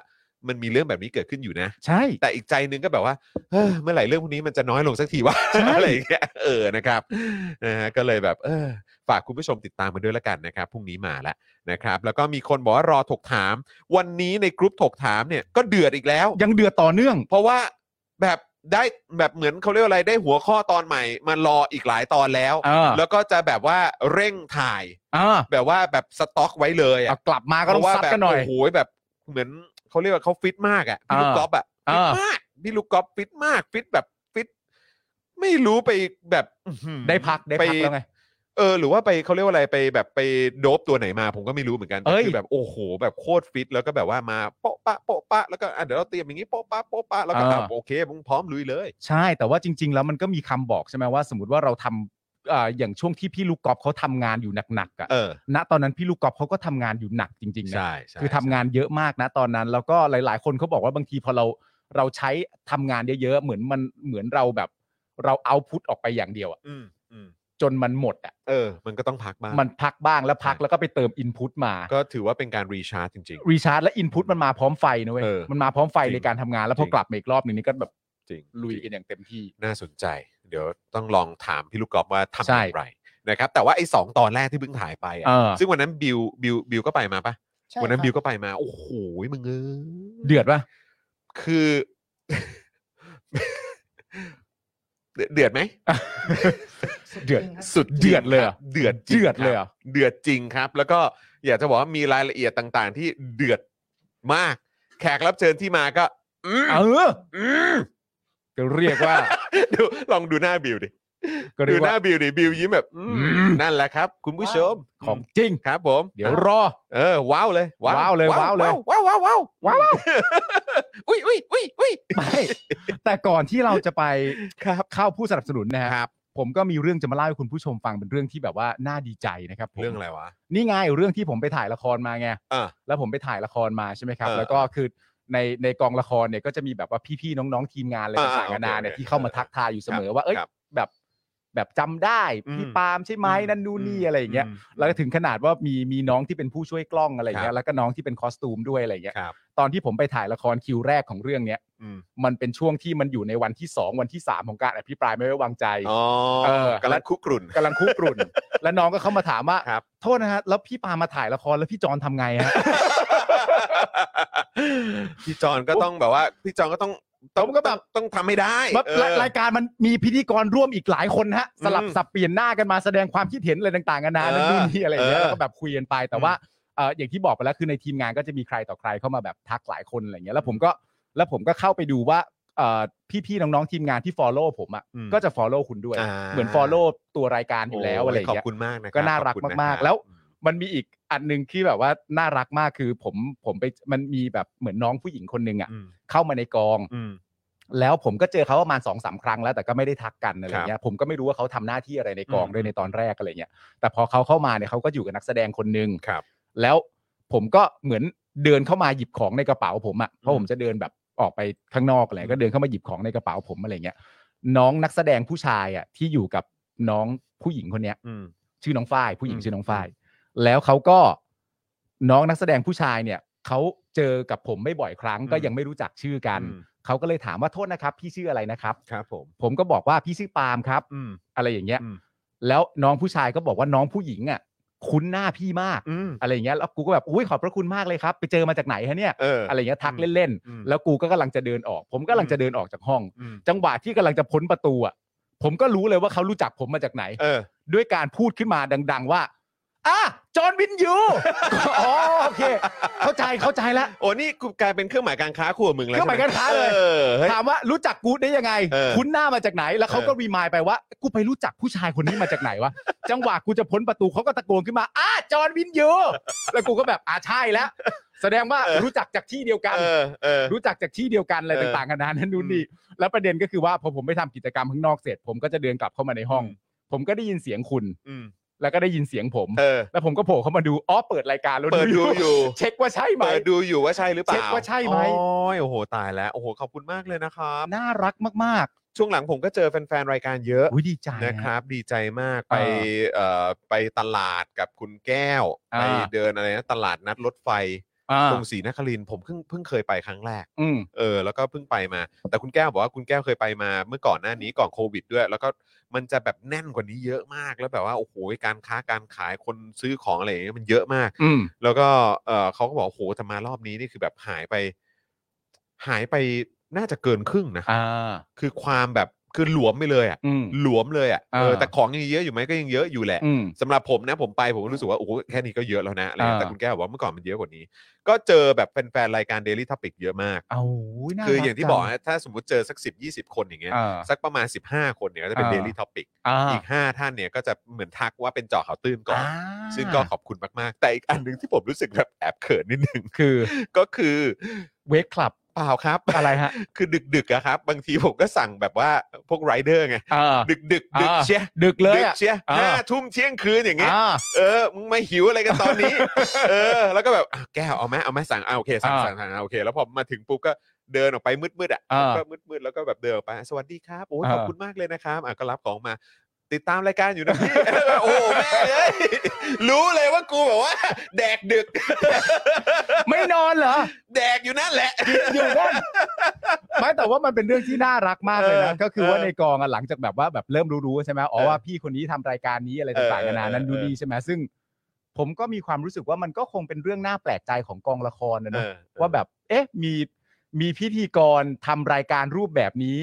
Speaker 2: มันมีเรื่องแบบนี้เกิดขึ้นอยู่นะ
Speaker 4: ใช่
Speaker 2: แต่อีกใจนึงก็แบบว่าเฮ้อเมื่อไหร่เรื่องพวกนี้มันจะน้อยลงสักทีวะ อะไรอย่างเงี้ยเออนะครับนะฮะก็เลยแบบเออฝากคุณผู้ชมติดตามกันด้วยละกันนะครับพรุ่งนี้มาละนะครับ แล้วก็มีคนบอกว่ารอถกถาม วันนี้ในกรุ๊ปถกถามเนี่ยก็เดือดอีกแล้ว
Speaker 4: ยังเดือดต่อเนื่อง
Speaker 2: เพราะว่าแบบได้แบบเหมือนเขาเรียกว่าอะไรได้หัวข้อตอนใหม่ มารออีกหลายตอนแล้ว
Speaker 4: เออ
Speaker 2: แล้วก็จะแบบว่าเร่งถ่าย
Speaker 4: เอ่า
Speaker 2: แบบว่าแบบสต็อกไว้เลยอะ
Speaker 4: เอากลับมาก็ต้องซัดกันหน่อย
Speaker 2: เพราะว่าแบบโอ้โหแบบเหมือนเขาเรียกว่าเขาฟิตมากอ่ะพี่ลูก
Speaker 4: อ่า
Speaker 2: ก๊อฟอ่ะฟิต
Speaker 4: อ่าม
Speaker 2: มากพี่ลูกก๊อฟฟิตมากฟิตแบบฟิตไม่รู้ไปแบบอื้อหือ
Speaker 4: ได้พักได้
Speaker 2: ป
Speaker 4: พักแล้วไง
Speaker 2: เออหรือว่าไปเขาเรียกว่าอะไรไปแบบไปโดบตัวไหนมา ผมก็ไม่รู้เหมือนกันแต่
Speaker 4: เอ้ย
Speaker 2: คือแบบโอ้โห แบบโคตรฟิตแล้วก็แบบว่ามาโป๊ะปะโป๊ะปะแล้วก็อ่ะเดี๋ยวเราเตรียมอย่างนี้โป๊ะปะโป๊ะปะแล้วก็อ่ะโอเคมึงพร้อมลุยเลย
Speaker 4: ใช่แต่ว่าจริง ๆ แล้วมันก็มีคำบอกใช่ไหมว่า สมมติว่าเราทำเอ่ออย่างช่วงที่พี่ลูกกอล์ฟเขาทำงานอยู่หนักๆอ่ะ
Speaker 2: เออ
Speaker 4: ณตอนนั้นพี่ลูกกอล์ฟเขาก็ทำงานอยู่หนักจริงๆนะ
Speaker 2: ใช่ใช่
Speaker 4: คือทำงานเยอะมากนะตอนนั้น แล้วก็หลาย ๆ คนเขาบอกว่าบางทีพอเราเราใช้ทำงานเยอะๆเหมือนมันเหมือนเราแบบ เราเอาพุทออกไปอย่างเดียวอะ
Speaker 2: อืมอืม
Speaker 4: จนมันหมดอะ
Speaker 2: เออ มันก็ต้องพักบ้าง
Speaker 4: มันพักบ้างแล้วพักแล้วก็ไปเติมอินพุตมา
Speaker 2: ก็ถือว่าเป็นการรีชาร์จจริง
Speaker 4: รีชาร์จและอินพุตมันมาพร้อมไฟนะเว้ย
Speaker 2: เออ
Speaker 4: มันมาพร้อมไฟ
Speaker 2: จริง
Speaker 4: ในการทำงาน แล้ว
Speaker 2: จ
Speaker 4: พอ
Speaker 2: ริง
Speaker 4: กลับมาอีกรอบหนึ่งนี่ก็แบบ
Speaker 2: ๆ จริง
Speaker 4: ลุยกันอย่างเต็มที่
Speaker 2: น่าสนใจ เดี๋ยวต้องลองถามพี่ลูกกอล์ฟว่าทำ
Speaker 4: ใช่
Speaker 2: อย่างไรนะครับแต่ว่าไอ้สองตอนแรกที่เพิ่งถ่ายไปอะ
Speaker 4: เออ
Speaker 2: ซึ่งวันนั้นบิวบิวบิวก็ไปมาปะ
Speaker 3: ใช่
Speaker 2: วันนั้
Speaker 3: ครับ
Speaker 2: นิวก็ไปมาโอ้โหมึงเอ้ย
Speaker 4: เดือดปะ
Speaker 2: คือ เดือดเดือดไหม
Speaker 4: เดือด
Speaker 2: สุด
Speaker 4: เดือดเลยเหรอ
Speaker 2: เดือดจริง
Speaker 4: เดือดเลยเหร
Speaker 2: ครั
Speaker 4: อ
Speaker 2: บเดือดจริงครับ แล้วก็อยากจะบอกว่ามีรายละเอียดต่างๆ ที่เดือดมาก แขกรับเชิญที่มาก็ อืม
Speaker 4: เออ
Speaker 2: อืม
Speaker 4: ก็เรียกว่า
Speaker 2: ดูลองดูหน้าบิวดิ
Speaker 4: ก็เรี
Speaker 2: ดู
Speaker 4: ยก
Speaker 2: ห
Speaker 4: ว่า
Speaker 2: น้าบิวดิบิวยิ้มแบบอืม
Speaker 4: อืม
Speaker 2: นั่นแหละครับ คุณผู้ชม
Speaker 4: ของจริง
Speaker 2: ครับ ผม
Speaker 4: เดี๋ยวรอ
Speaker 2: เออ ว้าวเลย
Speaker 4: ว้าวเลยว้าวเลย
Speaker 2: ว้าวว้าวว้าวว้าวอุ้ยอุ้ยอุ้ยอุ้ย
Speaker 4: ไม่แต่ก่อนที่เราจะไป
Speaker 2: ครับ
Speaker 4: เข้าผู้สนับสนุนนะฮะ
Speaker 2: ครับ
Speaker 4: ผมก็มีเรื่องจะมาเล่าให้คุณผู้ชมฟังเป็นเรื่องที่แบบว่าน่าดีใจนะครับผม
Speaker 2: เรื่องอะไรวะ
Speaker 4: นี่ไงเรื่องที่ผมไปถ่ายละครมาไง
Speaker 2: อ่า
Speaker 4: แล้วผมไปถ่ายละครมาใช่ไหมครับ
Speaker 2: เออ
Speaker 4: แล้วก็คือในในกองละครเนี่ยก็จะมีแบบว่าพี่ๆน้องๆทีมงานอะไร
Speaker 2: อ่า
Speaker 4: ต่างๆนานา
Speaker 2: โอเค
Speaker 4: เนี่ย
Speaker 2: โอเค
Speaker 4: ที่เข้ามาทักทายอยู่เสมอว่าเอ้ย
Speaker 2: ครับ
Speaker 4: แบบแบบจำได้พี่
Speaker 2: อืม
Speaker 4: ปาล์มใช่ไหมนั่นนู่นนี่อะไรอย่างเงี้ย
Speaker 2: ม
Speaker 4: แล้วก็ถึงขนาดว่ามีมีน้องที่เป็นผู้ช่วยกล้องอะไรอย่างเงี้
Speaker 2: ครั
Speaker 4: ย
Speaker 2: บ
Speaker 4: แล้วก็น้องที่เป็นคอสตูมด้วยอะไรอย่างเงี้ย
Speaker 2: ครับ
Speaker 4: ตอนที่ผมไปถ่ายละครคิวแรกของเรื่องเนี้ย
Speaker 2: อืม
Speaker 4: มันเป็นช่วงที่มันอยู่ในวันที่ 2 วันที่ 3 ของการอภิปรายไม่ไว้วางใจ
Speaker 2: อ๋อ
Speaker 4: เออ
Speaker 2: กำลังคุกรุ่น
Speaker 4: กำลังคุก รุ่น และน้องก็เข้ามาถามว่า
Speaker 2: ครับ
Speaker 4: โทษนะฮะแล้วพี่ปามาถ่ายละครแล้วพี่จอนทำไงฮะ
Speaker 2: พี่จอนก็ต้องแบบว่า พี่จอนก็ต้องต้อง
Speaker 4: ผมก็แบบ
Speaker 2: ต้องทำให้ได้
Speaker 4: แบบ
Speaker 2: เอ
Speaker 4: รา
Speaker 2: อ
Speaker 4: ยรายการมันมีพิธีกรร่วมอีกหลายคนฮะสลับ
Speaker 2: อืม
Speaker 4: สับเปลี่ยนหน้ากันมาแสดงความคิดเห็นอะไรต่างๆกันานา
Speaker 2: เออ
Speaker 4: นู่นนี่อะไรอย่างเงี้ย
Speaker 2: เออ
Speaker 4: แล้วก็แบบคุยกันไปแต่ว่าเอ่ออย่างที่บอกไปแล้วคือในทีมงานก็จะมีใครต่อใครเข้ามาแบบทักหลายคนอะไรอย่างเงี้ยแล้วผมก็แล้วผมก็เข้าไปดูว่าเอ่อพี่ๆน้องๆทีมงานที่ follow ผมอ่ะ
Speaker 2: อืม
Speaker 4: ก็จะ follow คุณด้วย
Speaker 2: อ่า
Speaker 4: เหมือน follow ตัวรายการอยู่แล้ว
Speaker 2: โ
Speaker 4: อะไรอย่าง
Speaker 2: ขอ
Speaker 4: เงี้
Speaker 2: บ
Speaker 4: ย
Speaker 2: คุณมากนะคบ
Speaker 4: ก็น่ารัก
Speaker 2: ขอบคุณ
Speaker 4: มาก
Speaker 2: นะค
Speaker 4: ๆ
Speaker 2: บ
Speaker 4: แล้วมันมีอีกอันหนึงที่แบบว่าน่ารักมากคือผมผมไปมันมีแบบเหมือนน้องผู้หญิงคนหนึ่งอ่ะ
Speaker 2: อืม
Speaker 4: เข้ามาในกอง
Speaker 2: อืม
Speaker 4: แล้วผมก็เจอเขาประมาณสองสามครั้งแล้วแต่ก็ไม่ได้ทักกันอะไรเงี้ยผมก็ไม่รู้ว่าเขาทำหน้าที่อะไรในกอง
Speaker 2: อืม
Speaker 4: ด้วยในตอนแรกอะไรเงี้ยแต่พอเขาเข้ามาเนี่ยเขาก็อยู่กับนักแสดงคนหนึ่ง
Speaker 2: ครับ
Speaker 4: แล้วผมก็เหมือนเดินเข้ามาหยิบของในกระเป๋าผมอะ่ะเพราะผมจะเดินแบบออกไปข้างนอกอะไรก็เดินเข้ามาหยิบของในกระเป๋าผมอะไรเงี้ยน้องนักแสดงผู้ชายอะ่ะที่อยู่กับน้องผู้หญิงคนเนี้ย
Speaker 2: อืม
Speaker 4: ชื่อน้องฝ้ายผู้หญิง
Speaker 2: อืม
Speaker 4: ชื่อน้องฝ้ายแล้วเขาก็น้องนักแสดงผู้ชายเนี่ยเขาเจอกับผมไม่บ่อยครั้งก็ยังไม่รู้จักชื่อกัน
Speaker 2: อืม
Speaker 4: เขาก็เลยถามว่าโทษนะครับ พี่ชื่ออะไรนะครับ
Speaker 2: ครับผม
Speaker 4: ผมก็บอกว่าพี่ชื่อปาล์มครับ
Speaker 2: อืม
Speaker 4: อะไรอย่างเงี้ย
Speaker 2: อืม
Speaker 4: แล้วน้องผู้ชายก็บอกว่าน้องผู้หญิงอ่ะคุ้นหน้าพี่มาก
Speaker 2: อืม
Speaker 4: อะไรอย่างเงี้ยแล้วกูก็แบบอุ้ยขอบพระคุณมากเลยครับ ไปเจอมาจากไหนฮะเนี่ย
Speaker 2: เอออ
Speaker 4: อะไรอย่างเงี้ยทัก
Speaker 2: อืม
Speaker 4: เล่น
Speaker 2: อืม
Speaker 4: ๆแล้วกูก็กำลังจะเดินออก ผมก็กำลังจะเดินออกจากห้อง
Speaker 2: อืม
Speaker 4: จังหวะที่กำลังจะพ้นประตูอ่ะผมก็รู้เลยว่าเขารู้จักผมมาจากไหน
Speaker 2: เออ
Speaker 4: ด้วยการพูดขึ้นมาดัง ๆ ว่าอ่ะจอห์นวินยู อ๋อโอเค เข้าใจเข้าใจแล้ว
Speaker 2: โอ้นี่กูกลายเป็นเครื่องหมายการค้าคู่กับมึงแล้ว
Speaker 4: เครื่องหมาย
Speaker 2: ใช่ไ
Speaker 4: การค้าเลย
Speaker 2: เออเฮ้ย
Speaker 4: ถามว่ารู้จักกูดได้ยังไง
Speaker 2: เออ
Speaker 4: คุ้นหน้ามาจากไหน แล้วเขาก็
Speaker 2: เออ
Speaker 4: รีมายด์ไปว่า กูไปรู้จักผู้ชายคนนี้มาจากไหนวะ จังหวะกูจะพ้นประตูเขาก็ตะโกนขึ้นมาอ่าจอห์นวินยู แล้วกูก็แบบอ่าใช่แล้ว แสดงว่ารู้จักจากที่เดียวกัน
Speaker 2: เออเออ
Speaker 4: รู้จักจากที่เดียวกันอะไร
Speaker 2: เออ
Speaker 4: ต่างๆกันานานั่นนู่นนี่แล้วประเด็นก็คือว่าพอผมไปทำกิจกรรมข้างนอกเสร็จ ผมก็จะเดินกลับเข้ามาในห้อง
Speaker 2: อืม
Speaker 4: ผมก็ได้ยินเสียงคุณ
Speaker 2: อืม
Speaker 4: แล้วก็ได้ยินเสียงผม
Speaker 2: เออ
Speaker 4: แล้วผมก็โผล่เข้ามาดูอ๋อเปิดรายการแล้ว
Speaker 2: เปิดดูอยู่
Speaker 4: เช็คว่าใช่ไหม
Speaker 2: เปิดดูอยู่ว่าใช่หรือเปล่า
Speaker 4: เช็คว่าใช่ไหม
Speaker 2: โอ้ยโอ้โหตายแล้วโอ้โหขอบคุณมากเลยนะครับ
Speaker 4: น่ารักมาก
Speaker 2: ช่วงหลังผมก็เจอแฟนๆรายการเยอะ
Speaker 4: ๆอุ้ยดีใจ
Speaker 2: นะครับดีใจมากไป
Speaker 4: เออ
Speaker 2: เอ่อไปตลาดกับคุณแก้ว
Speaker 4: อ่า
Speaker 2: ไปเดินอะไรนะตลาดนัดรถไฟ
Speaker 4: อ่า
Speaker 2: ตรงศรีนครินทร์ผมเพิ่งเพิ่งเคยไปครั้งแรก
Speaker 4: อืม
Speaker 2: เออแล้วก็เพิ่งไปมา แต่คุณแก้วบอกว่าคุณแก้วเคยไปมา เมื่อก่อนหน้านี้ก่อนโควิดด้วย แล้วก็มันจะแบบแน่นกว่านี้เยอะมากแล้วแบบว่าโอ้โหการค้าการขายคนซื้อของอะไรอย่างเงี้ยมันเยอะมาก
Speaker 4: อืม
Speaker 2: แล้วก็เออเขาก็บอกโอ้โหแต่มารอบนี้นี่คือแบบหายไป หายไปน่าจะเกินครึ่งนะ
Speaker 4: อ่า
Speaker 2: คือความแบบคือหลวมไปเลยอ่ะ
Speaker 4: อืม
Speaker 2: หลวมเลยอ่ะเออ
Speaker 4: เออ
Speaker 2: แต่ของยังเยอะอยู่ไหมก็ยังเยอะอยู่แหละ
Speaker 4: อืม
Speaker 2: สำหรับผมนะผมไปผมก็รู้สึกว่าโอ้โหแค่นี้ก็เยอะแล้วนะอะไรเงี้ย
Speaker 4: อ่า
Speaker 2: แต่คุณแก้วบอกว่าเมื่อก่อนมันเยอะกว่านี้ ก็เจอแบบแฟนๆรายการ Daily Topic เยอะมาก
Speaker 4: เอาโยน่
Speaker 2: คืออย่างที่
Speaker 4: รั
Speaker 2: บอก
Speaker 4: จั
Speaker 2: นะถ้าสมมติเจอสัก 10 20 คนอย่างเงี้ย
Speaker 4: อ่า
Speaker 2: สักประมาณ 15 คนเนี่ยก็จะเป็น
Speaker 4: อ่า
Speaker 2: Daily Topic
Speaker 4: อ่า
Speaker 2: อีก 5 ท่านเนี่ยก็จะเหมือนทักว่าเป็นเจาะข่าวตื้นก่อน
Speaker 4: า
Speaker 2: ซึ่งก็ขอบคุณ มากๆ แต่อีกอันหนึ่งที่ผมรู้สึกแบบแอบเขินนิดนึง
Speaker 4: คือ
Speaker 2: ก็คือ
Speaker 4: เวกคลับ
Speaker 2: ไป ปล่าครับ
Speaker 4: อะไรฮะ
Speaker 2: คือดึกดึกๆอะครับ บางทีผมก็สั่งแบบว่าพวกไรเดอร์ไง
Speaker 4: เออ
Speaker 2: ดึกดึกดึก
Speaker 4: อ่า
Speaker 2: เชีย
Speaker 4: ดึกเลย
Speaker 2: ดึก
Speaker 4: อ่ะ
Speaker 2: เชีย
Speaker 4: อ่า
Speaker 2: ห้าทุ่มเที่ยงคืนอย่างเงี้ย
Speaker 4: อ่า
Speaker 2: เออมึงไม่หิวอะไรกันตอนนี้ เออ แล้วก็แบบอ่ะแก้วเอาไหมเอาไหมสั่งเอาโอเคสั่ง
Speaker 4: อ่า
Speaker 2: สั่งสั่งเอาโอเค แล้วพอมาถึงปุ๊บก็เดินออกไปมืดๆอ่ะ
Speaker 4: อ่า
Speaker 2: ก็มืดๆแล้วก็แบบเดินออกไปสวัสดีครับโอ้ย
Speaker 4: อ่า
Speaker 2: ขอบคุณมากเลยนะครับอ่ะก็รับของมา ติดตามรายการอยู่นะพี่ โอ้โหแม่เอ้ยรู้เลยว่ากูแบบว่า แดกดึก
Speaker 4: ไม่นอนเหรอ
Speaker 2: แดกอยู่นั่นแหละ
Speaker 4: อยู่นั่น
Speaker 3: ไม่แต่ว่ามันเป็นเรื่องที่น่ารักมากเลยนะ
Speaker 2: เออ
Speaker 4: ก็คือว่า
Speaker 2: เออ
Speaker 4: ในกองอะหลังจากแบบว่าแบบเริ่มรู้ๆใช่ไหมอ๋อ
Speaker 2: เออ
Speaker 4: ว่าพี่คนนี้ทำรายการนี้อะไรต่าง
Speaker 2: เออ
Speaker 4: ๆ
Speaker 2: เออ
Speaker 4: นานานั้น
Speaker 2: เออ
Speaker 4: ดูดีใช่ไหมซึ่ง ผมก็มีความรู้สึกว่ามันก็คงเป็นเรื่องน่าแปลกใจของกองละครนะเนอะ ว่าแบบ เอ๊ะ มี มีพิธีกรทำรายการรูปแบบนี้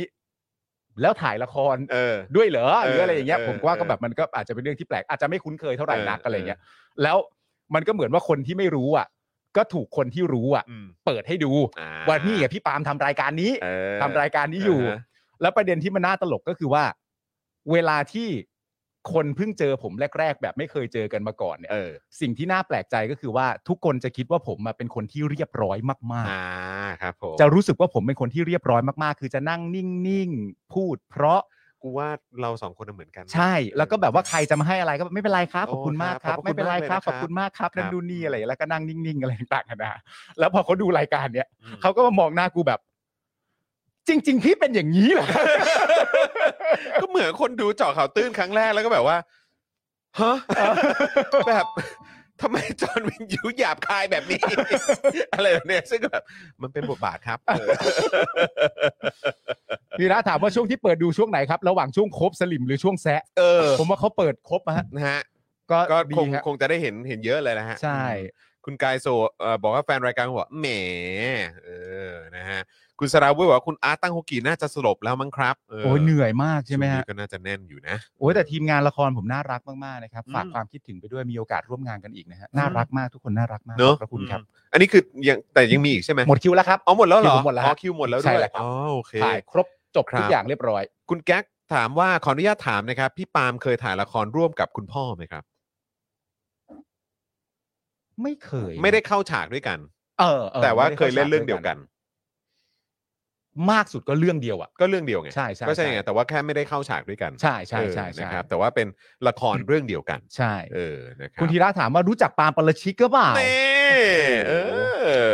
Speaker 4: แล้วถ่ายละคร
Speaker 2: เออ
Speaker 4: ด้วยเหรอ หรือ
Speaker 2: เออ
Speaker 4: อะไรอย่างเงี้ย
Speaker 2: เออ
Speaker 4: ผมว่าก็
Speaker 2: เออ
Speaker 4: แบบมันก็อาจจะเป็นเรื่องที่แปลก อาจจะไม่คุ้นเคยเท่าไหร่นัก
Speaker 2: เอออ
Speaker 4: อะไรเงี้ย แล้วมันก็เหมือนว่าคนที่ไม่รู้อ่ะ ก็ถูกคนที่รู้อ่ะ
Speaker 2: อืม
Speaker 4: เปิดให้ดู
Speaker 2: อ่
Speaker 4: ว่านี่ไงพี่ปาล์มทำรายการนี้
Speaker 2: เออ
Speaker 4: ทำรายการนี้อยู่
Speaker 2: าฮะ
Speaker 4: แล้วประเด็นที่มันน่าตลกก็คือว่า เวลาที่คนเพิ่งเจอผมแรก ๆ แบบไม่เคยเจอกันมาก่อนเนี่ย
Speaker 2: เออ
Speaker 4: สิ่งที่น่าแปลกใจก็คือว่าทุกคนจะคิดว่าผมมาเป็นคนที่เรียบร้อยมาก ๆ
Speaker 2: อ่าครับผม
Speaker 4: จะรู้สึกว่าผมเป็นคนที่เรียบร้อยมากๆ คือจะนั่งนิ่งๆ พูด เพราะ
Speaker 2: กูว่าเราสองคนน่ะเหมือนกันนะ
Speaker 4: ใช่ แล้วก็แบบว่าใครจะมาให้อะไรก็ไม่เป็นไรครับ
Speaker 2: โอ้
Speaker 4: ขอบคุณมาก
Speaker 2: ค
Speaker 4: ค
Speaker 2: รั
Speaker 4: รั
Speaker 2: บบ ขอบคุณ
Speaker 4: ไม่เป็นไรครับ
Speaker 2: มากเลยนะครับ
Speaker 4: ขอบคุณมากครับ
Speaker 2: ค
Speaker 4: นั่
Speaker 2: รั
Speaker 4: น
Speaker 2: บ
Speaker 4: ดูนี่อะไร แล้วก็นั่งนิ่งๆ อะไรต่างๆนะแล้วพอเขาดูรายการเนี้ย
Speaker 2: อืม
Speaker 4: เขาก็มามองหน้ากูแบบ จริง ๆ พี่เป็นอย่างนี้เหรอ
Speaker 2: ก็เหมือนคนดูเจาะข่าวตื้นครั้งแรกแล้วก็แบบว่าฮะแบบ ทำไมจอห์นวินยูหยาบคายแบบนี้ อะไรแบบเนี้ยซึ่งก็แบบมันเป็นบทบาทครับเออ
Speaker 4: นี่นะถามว่าช่วงที่เปิดดูช่วงไหนครับ ระหว่างช่วงครบสลิมหรือช่วงแซะ
Speaker 2: เออ
Speaker 4: ผมว่าเขาเปิดครบนะฮะ
Speaker 2: นะฮะ
Speaker 4: ก็
Speaker 2: ก็
Speaker 4: ดี
Speaker 2: คง
Speaker 4: ครับ
Speaker 2: คงจะได้เห็นเห็นเยอะเลยนะฮะ
Speaker 4: ใช่
Speaker 2: คุณกายโซเอ่อบอกว่าแฟนรายการบอกว่าแหมเออนะฮะคุณสราวุฒิบอกว่าคุณอาร์ตตั้งโฮกีน่าจะสลบแล้วมั้งครับ
Speaker 4: โอ้ยเหนื่อยมากใช่ไหม
Speaker 2: ช่วง
Speaker 4: ฮะ
Speaker 2: นี้ก็น่าจะแน่นอยู่นะ
Speaker 4: โอ้ยแต่ทีมงานละครผมน่ารักมากๆนะครับ
Speaker 2: อืม
Speaker 4: ฝากความคิดถึงไปด้วยมีโอกาสร่วมงานกันอีกนะฮะน่ารักมากทุกคนน่ารักมาก
Speaker 2: เนอะ
Speaker 4: ขอบพระคุณครับ
Speaker 2: อันนี้คือยังแต่ยังมีอีกใช่ไหม
Speaker 4: หมดคิวแล้วครับ
Speaker 2: อ๋อหมดแล้วเหรอ
Speaker 4: คิวผมหมดแล้ว
Speaker 2: อ๋อคิวหมดแล้วด้
Speaker 4: ใช่
Speaker 2: วย
Speaker 4: แล้วครับ
Speaker 2: อ๋อโอเค
Speaker 4: ถ่ายครบจบ
Speaker 2: ครับ
Speaker 4: ทุกอย่างเรียบร้อย
Speaker 2: คุณแก๊กถามว่าขออนุญาตถามนะครับ พี่ปาล์มเคยถ่ายละครร่วมกับคุณพ่อไหมครับ
Speaker 4: ไม่เคย
Speaker 2: ไม่ได้เข้าฉากด้วยกัน
Speaker 4: เออออ
Speaker 2: แต่ว่า
Speaker 4: ไม่ได้
Speaker 2: เคยเล่นเรื่องเดียวกัน
Speaker 4: มากสุดก็เรื่องเดียวอ่ะ
Speaker 2: ก็เรื่องเดียวไง
Speaker 4: ใช่ใช่
Speaker 2: ก็ใช่ไง
Speaker 4: ใช่
Speaker 2: แต่ว่าแค่ไม่ได้เข้าฉากด้วยกัน
Speaker 4: ใช่ใช่ใช่
Speaker 2: เออ
Speaker 4: ใช่
Speaker 2: นะครับ แต่ว่าเป็นละครเรื่องเดียวกัน
Speaker 4: ใช่
Speaker 2: เออนะครับ
Speaker 4: คุณธีระถามว่ารู้จักปาล์มปรชิกก็เปล่า
Speaker 2: นี่เอ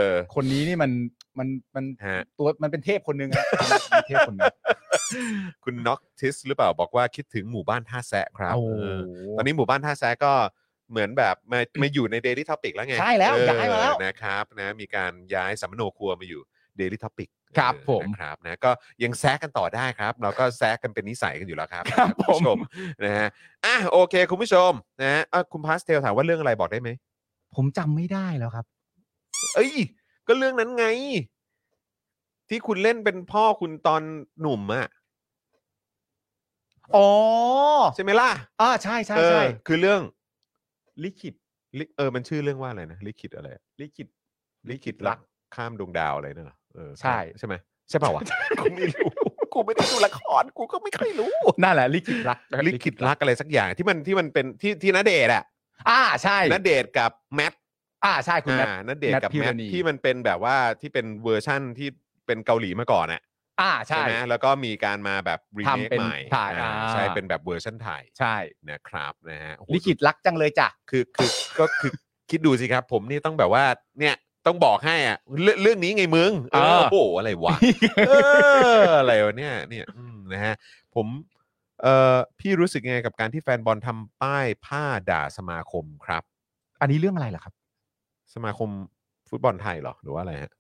Speaker 2: อ
Speaker 4: คนนี้นี่มันมันมัน
Speaker 2: ฮะ
Speaker 4: ตัวมันเป็นเทพคนหนึง อะเป็นเทพคนหนึง
Speaker 2: คุณน็อกทิสหรือเปล่าบอกว่าคิดถึงหมู่บ้านท่าแซะครับ
Speaker 4: โอ้โห
Speaker 2: เออตอนนี้หมู่บ้านท่าแซะก็เหมือนแบบมามาอยู่ ใน Daily Topic แล้วไง
Speaker 4: ใช่แล้ว
Speaker 2: เออ
Speaker 4: ย้ายมาแล้ว
Speaker 2: นะครับนะมีการย้ายสัมมโนครัวมาอยู่ Daily Topic
Speaker 4: ครับ
Speaker 2: เออ
Speaker 4: ผม
Speaker 2: นะครับนะก็ยังแซะกันต่อได้ครับ เราก็แซะกันเป็นนิสัยกันอยู่แล้วครับ
Speaker 4: ครับ
Speaker 2: ณผู้ช
Speaker 4: ผม ม
Speaker 2: นะฮะอ่ะโอเค คุณผู้ชมนะฮะอ่ะคุณพาสเทลถามว่าเรื่องอะไรบอกได้ไหม
Speaker 4: ผมจำไม่ได้แล้วครับ
Speaker 2: เอ้ย ก็เรื่องนั้นไง ที่คุณเล่นเป็นพ่อคุณตอนหนุ่มอะ
Speaker 4: อ๋อ
Speaker 2: ใช่ไหมล่ะ
Speaker 4: อ่าใช่ใช่
Speaker 2: เออ
Speaker 4: ใช่
Speaker 2: คือเรื่อง
Speaker 4: ลิขิต
Speaker 2: ลิเออมันชื่อเรื่องว่าอะไรนะลิขิตอะไรอะ
Speaker 4: ลิขิต
Speaker 2: ลิขิตรักข้ามดวงดาวอะไรเนอะเออ
Speaker 4: ใช่
Speaker 2: ใช่ไหมใช่เปล่าวะกูไม่รู้ กูไม่ได้ดูละครกูก็ไม่ค่อยรู้
Speaker 4: นั่นแหละลิขิตรัก
Speaker 2: ลิขิตรักอะไรสักอย่างที่มันที่มันเป็นที่ที่นเดชน์อะ
Speaker 4: อ่าใช่
Speaker 2: นเดชน์กับแมท
Speaker 4: อ่าใช่คุณแมท
Speaker 2: อ่านเดชน์กับ
Speaker 4: แมทพิ
Speaker 2: แม
Speaker 4: ร
Speaker 2: ท
Speaker 4: ณี
Speaker 2: ที่มันเป็นแบบว่าที่เป็นเวอร์ชั่นที่เป็นเกาหลีมาก่อนอะ
Speaker 4: อ่าใช่
Speaker 2: ไหมแล้วก็มีการมาแบบรีเมค
Speaker 4: ทำเป็น
Speaker 2: ใหม่
Speaker 4: ถ่าย
Speaker 2: อ่า
Speaker 4: อ่า
Speaker 2: ใช่เป็นแบบเวอร์ชันไทย
Speaker 4: ใช่
Speaker 2: นะครับนะฮะโอ้โห
Speaker 4: ลิขิตรักจังเลยจ้ะ
Speaker 2: คือคือก็คือคิดดูสิครับผมนี่ต้องแบบว่าเนี่ยต้องบอกให้อ่ะเรื่องเรื่องนี้ไงมึงเออ
Speaker 4: เออ
Speaker 2: โอ้โหอะไร วะเอออะไรวะเนี่ยเนี่ยอืมนะฮะผมเอ่อพี่รู้สึกยังไงกับการที่แฟนบอลทำป้ายผ้าด่าสมาคมครับ
Speaker 4: อันนี้เรื่องอะไรเหรอครับ
Speaker 2: สมาคมฟุตบอลไทยเหรอหรือว่าอะไรฮะ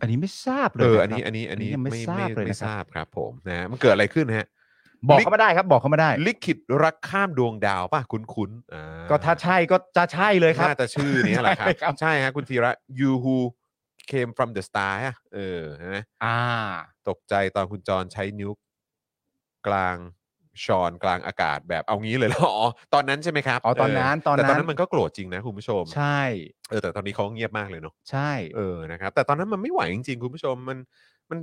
Speaker 4: อันนี้ไม่ทราบเลย
Speaker 2: เออ
Speaker 4: นะครับ
Speaker 2: อันนี้อันนี้อันนี้
Speaker 4: อันนี้ยังไม่
Speaker 2: ไม่
Speaker 4: ทรา
Speaker 2: ไม่
Speaker 4: บเลยนะครับ
Speaker 2: ไม่ทราบครับผมนะฮะมันเกิดอะไรขึ้นฮะ
Speaker 4: บอกเขามาได้ครับบอกเขามาได้
Speaker 2: ลิขิตรักข้ามดวงดาวป่ะคุ้นๆอ่า
Speaker 4: ก็ถ้าใช่ก็จะใช่เลยครับ
Speaker 2: น่าจะชื่อนี้แหละครับ
Speaker 4: ใช่ครับ
Speaker 2: ใช่ฮะคุณธีระ you who came from the star อ่ะเออเห็นไหม
Speaker 4: อ่า
Speaker 2: ตกใจตอนคุณจรใช้นิ้วกลางชอนกลางอากาศแบบเอางี้เลยเหรออ๋อตอนนั้นใช่ไหมครับ
Speaker 4: อ๋อตอนนั้น
Speaker 2: เ
Speaker 4: ตอนนั้น
Speaker 2: แต่ตอนนั้นมันก็โกรธจริงนะคุณผู้ชม
Speaker 4: ใช่
Speaker 2: เออแต่ตอนนี้เขาเงียบมากเลยเนาะ
Speaker 4: ใช่
Speaker 2: เออนะครับแต่ตอนนั้นมันไม่ไหวจริงๆคุณผู้ชมมันมัน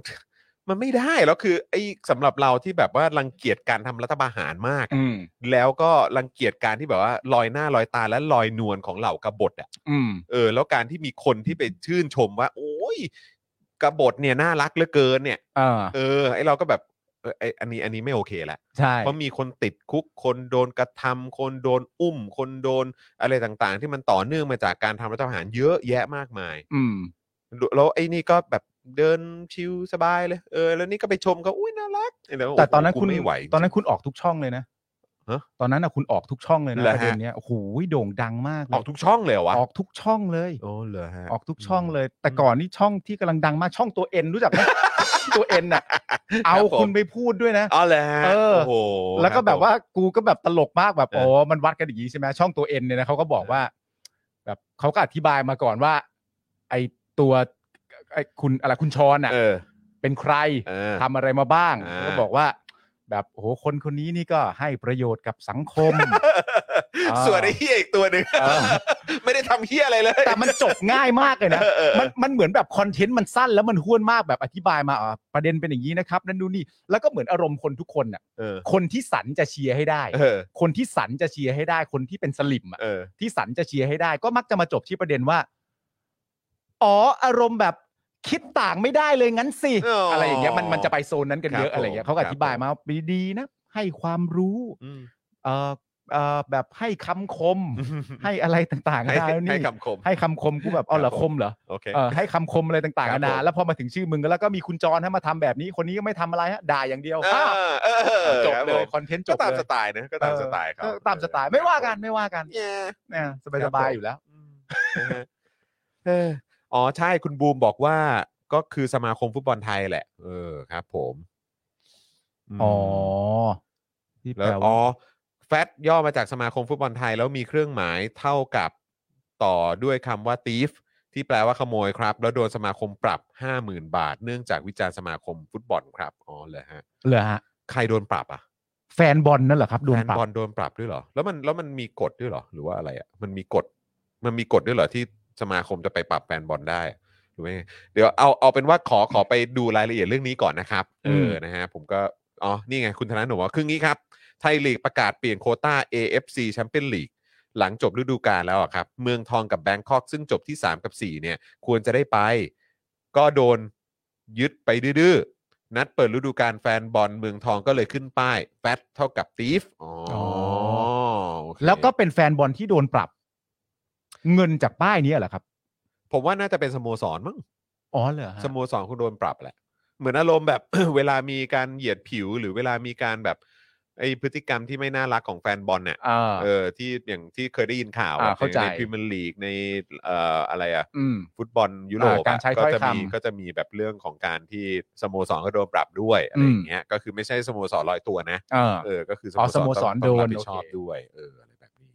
Speaker 2: มันไม่ได้แล้วคือไอ้สำหรับเราที่แบบว่ารังเกียจการทำรัฐประหารมาก
Speaker 4: อืม
Speaker 2: แล้วก็รังเกียจการที่แบบว่าลอยหน้าลอยตาและลอยนวลของเหล่ากบฏอ่ะ
Speaker 4: อืม
Speaker 2: เออแล้วการที่มีคนที่ไปชื่นชมว่า โอ้ย กบฏเนี่ยน่ารักเหลือเกินเนี่ย
Speaker 4: เออ
Speaker 2: เออไอเราก็แบบเออไออันนี้อันนี้ไม่โอเคละ
Speaker 4: ใช่
Speaker 2: เพราะมีคนติดคุกคนโดนกระทำคนโดนอุ้ม คนโดนอะไรต่างๆ ที่มันต่อเนื่องมาจากการทำรัฐประหารเยอะแยะมากมาย
Speaker 4: อืม
Speaker 2: แล้วไอ้นี่ก็แบบเดินชิลสบายเลยเออแล้วนี่ก็ไปชมเขาอุ้ยน่ารักแล้วโโห
Speaker 4: แต่ตอนนั้น
Speaker 2: กู
Speaker 4: คุณ
Speaker 2: ไม่ไหว
Speaker 4: ตอนนั้นคุณออกทุกช่องเลยนะ
Speaker 2: ฮะ
Speaker 4: ตอนนั้นนะคุณออกทุกช่องเลยนะ
Speaker 2: เหรอฮะ
Speaker 4: ประเด็นเนี้ยโอ้โหโด่งดังมากเลย
Speaker 2: ออกทุกช่องเลยเหรอวะ
Speaker 4: ออกทุกช่องเลย
Speaker 2: โอ้เหรอฮะ
Speaker 4: ออกทุกช่องเลย แต่ก่อนนี่ช่องที่กำลังดังมากช่องตัวเอ็น รู้จักไหม ตัวเอ็นอ่ะ เอา
Speaker 2: ครับผม
Speaker 4: คุณไปพูดด้วยนะ
Speaker 2: อ๋อเหรอฮะ
Speaker 4: เออ
Speaker 2: โอ้โห
Speaker 4: แล้วก็
Speaker 2: ครั
Speaker 4: แบบ
Speaker 2: ผม
Speaker 4: ว่ากูก็แบบตลกมากแบบ
Speaker 2: เออ
Speaker 4: โอ้มันวัดกันอย่างนี้ใช่ไหมช่องตัวเอ็นเนี่ยนะเขาก็บอกว่า แบบเขาก็อธิบายมาก่อนว่า ไอตัวไอคุณอะไรคุณชอนอ่ะ
Speaker 2: เออ
Speaker 4: เป็นใคร
Speaker 2: เออ
Speaker 4: ทำอะไรมาบ้าง
Speaker 2: อ่า
Speaker 4: แล้วก็บอกว่า แบบโอ้โหคนคนนี้นี่ก็ให้ประโยชน์กับสังคม อ่า
Speaker 2: ส่วนไอ้เฮียอีกตัวหนึ่ง
Speaker 4: เออ
Speaker 2: ไม่ได้ทำเฮียอะไรเลย
Speaker 4: แต่มันจบง่ายมากเลยนะ
Speaker 2: เออเออ
Speaker 4: มันมันเหมือนแบบคอนเทนต์มันสั้นแล้วมันห้วนมากแบบอธิบายมาอ่าประเด็นเป็นอย่างนี้นะครับ นั่นนู่นนี่แล้วก็เหมือนอารมณ์คนทุกคนน่ะ
Speaker 2: เออ
Speaker 4: คนที่สันจะเชียร์ให้ได้
Speaker 2: เออ
Speaker 4: คนที่สันจะเชียร์ให้ได้ คนที่เป็นสลิมอ่ะ
Speaker 2: เออ
Speaker 4: ที่สันจะเชียร์ให้ได้ ก็มักจะมาจบที่ประเด็นว่าอ๋ออารมณ์แบบคิดต่างไม่ได้เลยงั้นสิ
Speaker 2: อ๋ออ
Speaker 4: อะไรอย่างเงี้ยมันมันจะไปโซนนั้นกันเย
Speaker 2: ค
Speaker 4: อะ
Speaker 2: รับ
Speaker 4: อะไรอย่างเงี้
Speaker 2: ผ
Speaker 4: ย
Speaker 2: ม
Speaker 4: เขา
Speaker 2: ค
Speaker 4: ก็
Speaker 2: รั
Speaker 4: อบ ธิบายมาดีๆนะ ให้ความรู้
Speaker 2: อ
Speaker 4: เอ่อเอ่อแบบให้คำคม ให้อะไรต่างๆ
Speaker 2: ให้
Speaker 4: นานาแล้วนี่
Speaker 2: ให้คำคม
Speaker 4: ให้คำคมกูแบบเอาเหรอ
Speaker 2: ครับ
Speaker 4: ค
Speaker 2: ผม
Speaker 4: มเหรอ
Speaker 2: โอเค
Speaker 4: เออให้คำคมอะไรต่างๆ
Speaker 2: ครับ
Speaker 4: นานา
Speaker 2: ผม
Speaker 4: แล้วพอมาถึงชื่อมึงแล้วก็มีคุณจรให้มาทำแบบนี้ คนนี้ก็ไม่ทำอะไรฮะด่าอย่างเดียว
Speaker 2: เออเออ
Speaker 4: อ้าวจบ
Speaker 2: ครั
Speaker 4: เล
Speaker 2: ผ
Speaker 4: ย
Speaker 2: ม
Speaker 4: คอนเทนต์จ
Speaker 2: ก็
Speaker 4: บ
Speaker 2: ตาม
Speaker 4: เล
Speaker 2: ส
Speaker 4: ย
Speaker 2: ไตล์นะก็ตามสไตล์เขา
Speaker 4: ก็ตามสไตล์ไม่ว่ากันไม่ว่ากัน
Speaker 2: เย้
Speaker 4: เนี่ยสบายๆอยู่แล้ว
Speaker 2: อืมนะฮะเอออ๋อใช่คุณบูมบอกว่าก็คือสมาคมฟุตบอลไทยแหละ เออครับ ผมม
Speaker 4: อ๋อ
Speaker 2: แล้วอ๋อแฟตย่อมาจากสมาคมฟุตบอลไทย แล้วมีเครื่องหมายเท่ากับต่อด้วยคำว่า thief ที่แปลว่าขโมยครับ แล้วโดนสมาคมปรับ 50,000 บาท เนื่องจากวิจารณ์สมาคมฟุตบอลครับอ๋อเหรอฮะ
Speaker 4: เหรอฮะ
Speaker 2: ใครโดนปรับอ่ะ
Speaker 4: แฟนบอลนั่นเหรอครับโดน
Speaker 2: แฟน
Speaker 4: ปรับ
Speaker 2: อบ ลโดนปรับด้วยเหรอ แล้วมันแล้วมันมีกฎด้วยเหรอ หรือว่าอะไรอ่ะมันมีกฎมันมีกฎด้วยเหรอที่สมาคมจะไปปรับแฟนบอลได้หรือไม่เดี๋ยวเอาเอาเป็นว่าขอขอไปดูรายละเอียดเรื่องนี้ก่อนนะครับเออนะฮะผมก็อ๋อนี่ไงคุณธนาหนูว่าคืองี้ครับ ไทยลีกประกาศเปลี่ยนโควต้า AFC แชมเปี้ยนลีกหลังจบฤดูกาลแล้วอะครับ เมืองทองกับแบงคอกซึ่งจบที่ 3 กับ 4 เนี่ย ควรจะได้ไป ก็โดนยึดไปดื้อๆ นัดเปิดฤดูกาลแฟนบอลเมืองทองก็เลยขึ้นป้ายแฟตเท่ากับตีฟอ๋อโอเค
Speaker 4: แล้วก็เป็นแฟนบอลที่โดนปรับ เงินจากป้ายนี้เหรอครับ
Speaker 2: ผมว่าน่าจะเป็นสโมสรมั้ง
Speaker 4: อ๋อเหรอฮะ
Speaker 2: สโมสรคุณโดนปรับแหละ เหมือนอารมณ์แบบ เวลามีการเหยียดผิวหรือเวลามีการแบบไอพฤติกรรมที่ไม่น่ารักของแฟนบอลเนี่ย เออที่อย่างที่เคยได้ยินข่าว
Speaker 4: อ่า
Speaker 2: อะ
Speaker 4: เข้าใจ
Speaker 2: ในพรีเมียร์ลีกในเอ่ออะไรอะ
Speaker 4: อืม
Speaker 2: ฟุตบอลยุโรปอะ
Speaker 4: อ่าการใช้
Speaker 2: ก็
Speaker 4: ถ้อย
Speaker 2: จะมี
Speaker 4: คำ
Speaker 2: ก็จะมีแบบเรื่องของการที่สโมสรก็โดนปรับด้วยอะไร
Speaker 4: อืม
Speaker 2: อย่างเงี้ยก็คือไม่ใช่สโมสรลอยตัวนะ
Speaker 4: เออ
Speaker 2: เออก็คือ
Speaker 4: อ๋อสโมสร
Speaker 2: ต้อง
Speaker 4: โดน
Speaker 2: รับผิดชอบ
Speaker 4: โอเค
Speaker 2: ด้วยเอออะไรแบบนี้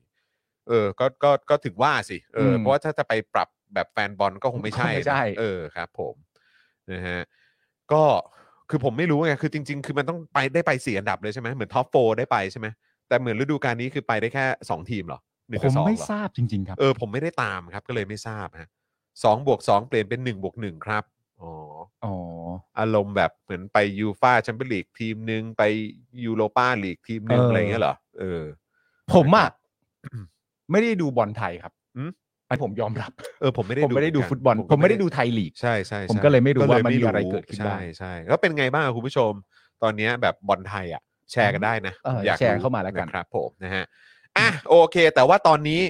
Speaker 2: เออก็ก็ก็ถึงว่าสิเอออ
Speaker 4: ม
Speaker 2: เพราะว่าถ้าจะไปปรับแบบแฟนบอลก็คงไม่ใช่
Speaker 4: คงไม่ใช่
Speaker 2: นะเออครับผมนะฮะก็คือผมไม่รู้ไงคือจริง ๆ คือมันต้องไปได้ไปสี่อันดับเลยใช่ไหมเหมือนท็อปโฟได้ไปใช่ไหมแต่เหมือนฤดูกาลนี้คือไปได้แค่สองทีมเหรอหนึ่ง
Speaker 4: ผ
Speaker 2: กับ
Speaker 4: ม
Speaker 2: สอง
Speaker 4: ไม่
Speaker 2: เหรอ
Speaker 4: ทราบจริง ๆ ครับ
Speaker 2: เออผมไม่ได้ตามครับก็เลยไม่ทราบฮะสองบวกสองเปลี่ยนเป็นหนึ่งบวกหนึ่งครับอ๋อ
Speaker 4: อ๋อ
Speaker 2: อารมณ์แบบเหมือนไปยูฟาแชมเปี้ยนลีกทีมหนึ่งไปยูโรปาลีกทีมหนึ่ง
Speaker 4: เอออ
Speaker 2: อะไรเงี้ยเหรอเออ
Speaker 4: ผมอ่ะ ไม่ได้ดูบอลไทยครับ
Speaker 2: อืม
Speaker 4: อันผมยอมรับ
Speaker 2: เออผมไม่ได้
Speaker 4: ผมไม่ได้ดู
Speaker 2: เหนกัน
Speaker 4: ฟุตบอล ผมไม่ได้ดูไทยลีก
Speaker 2: ใช่ใช่ใช่
Speaker 4: ผมก็เลยไม่รู้ว่ามันมี
Speaker 2: ก็ลย
Speaker 4: อะไรเกิดขึ้นบ้าง
Speaker 2: ใช่ใช่แล้วเป็นไงบ้างครับคุณผู้ชม ตอนเนี้ยแบบบอลไทยอ่ะ แชร์กันได้นะ
Speaker 4: เออแชร์เข้ามาแล้วกัน
Speaker 2: ะครับผมนะฮะอ่ะโอเค แต่ว่าตอนนี้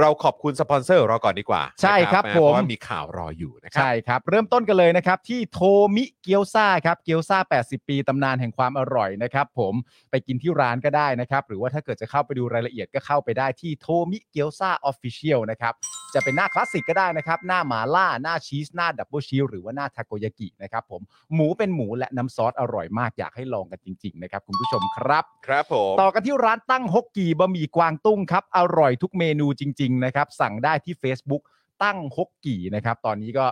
Speaker 2: เราขอบคุณสปอนเซอร์ของเราก่อนดีกว่า
Speaker 4: ใช่ครับ
Speaker 2: นะ
Speaker 4: ผม
Speaker 2: เพราะว่ามีข่าวรออยู่นะครั
Speaker 4: ใช่ครับ เริ่มต้นกันเลยนะครับ ที่โทมิเกียวซาครับเกียวซา80 ปีตำนานแห่งความอร่อยนะครับผมไปกินที่ร้านก็ได้นะครับ หรือว่าถ้าเกิดจะเข้าไปดูรายละเอียดก็เข้าไปได้ที่โทมิเกียวซาออฟฟิเชียลนะครับ จะเป็นหน้าคลาสสิกก็ได้นะครับ หน้าหมาล่า หน้าชีส หน้าดับเบิลชีสหรือว่าหน้าทาโกยากินะครับผมหมูเป็นหมูและน้ำซอสอร่อยมากอยากให้ลองกันจริง ๆ นะครับ คุณผู้ชมครับ
Speaker 2: ครับผม
Speaker 4: ต่อกันที่ร้านตั้งฮกกีบะหมี่กวางตุ้งครับ อร่อยทุกเมนูจริง ๆ นะครับ สั่งได้ที่ Facebook ตั้งฮกกีนะครับ ตอนนี้ก็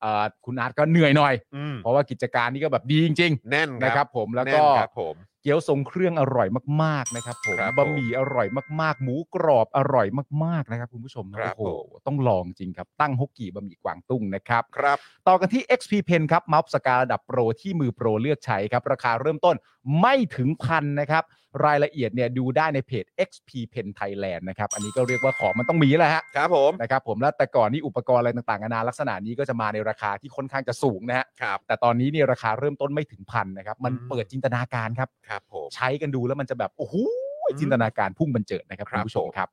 Speaker 4: เอ่อคุณอาร์ตก็เหนื่อยหน่อย
Speaker 2: อืม
Speaker 4: เพราะว่ากิจการนี้ก็แบบดีจริง
Speaker 2: แน่น
Speaker 4: ๆ นะครับผมแล้ว
Speaker 2: แน่
Speaker 4: ก็
Speaker 2: นครับผม
Speaker 4: เกี๊ยวทรงเครื่องอร่อยมากๆนะครับผม
Speaker 2: ครับผม
Speaker 4: บะหมี่อร่อยมากๆ หมูกรอบอร่อยมากๆนะครับคุณผู้ชม
Speaker 2: ครั
Speaker 4: โอ้
Speaker 2: บ
Speaker 4: โหต้องลองจริงครับตั้งฮกกี่บะหมี่กวางตุ้งนะครับ
Speaker 2: ครับ
Speaker 4: ต่อกันที่ XP Pen ครับเมาส์ปากการะดับโปรที่มือโปรเลือกใช้ครับ ราคาเริ่มต้นไม่ถึงพันนะครับ รายละเอียดเนี่ยดูได้ในเพจ XP Pen Thailand นะครับ อันนี้ก็เรียกว่าของมันต้องมีแล้วฮะ
Speaker 2: ครับผม
Speaker 4: นะครับผมแล้วแต่ก่อนนี่อุปกรณ์อะไรต่างๆนานาลักษณะนี้ก็จะมาในราคาที่ค่อนข้างจะสูงนะฮะ
Speaker 2: ครับ
Speaker 4: แต่ตอนนี้เนี่ยราคาเริ่มต้นไม่ถึงพันนะครับ มัน
Speaker 2: อืม
Speaker 4: เปิดจินตนาการครับ
Speaker 2: ครับผม
Speaker 4: ใช้กันดูแล้วมันจะแบบ โอ้โห
Speaker 2: อืม
Speaker 4: จินตนาการพุ่งบรรเจิดนะครับ
Speaker 2: ค
Speaker 4: คุ
Speaker 2: รั
Speaker 4: ณ
Speaker 2: บ
Speaker 4: ผู้ชมครับ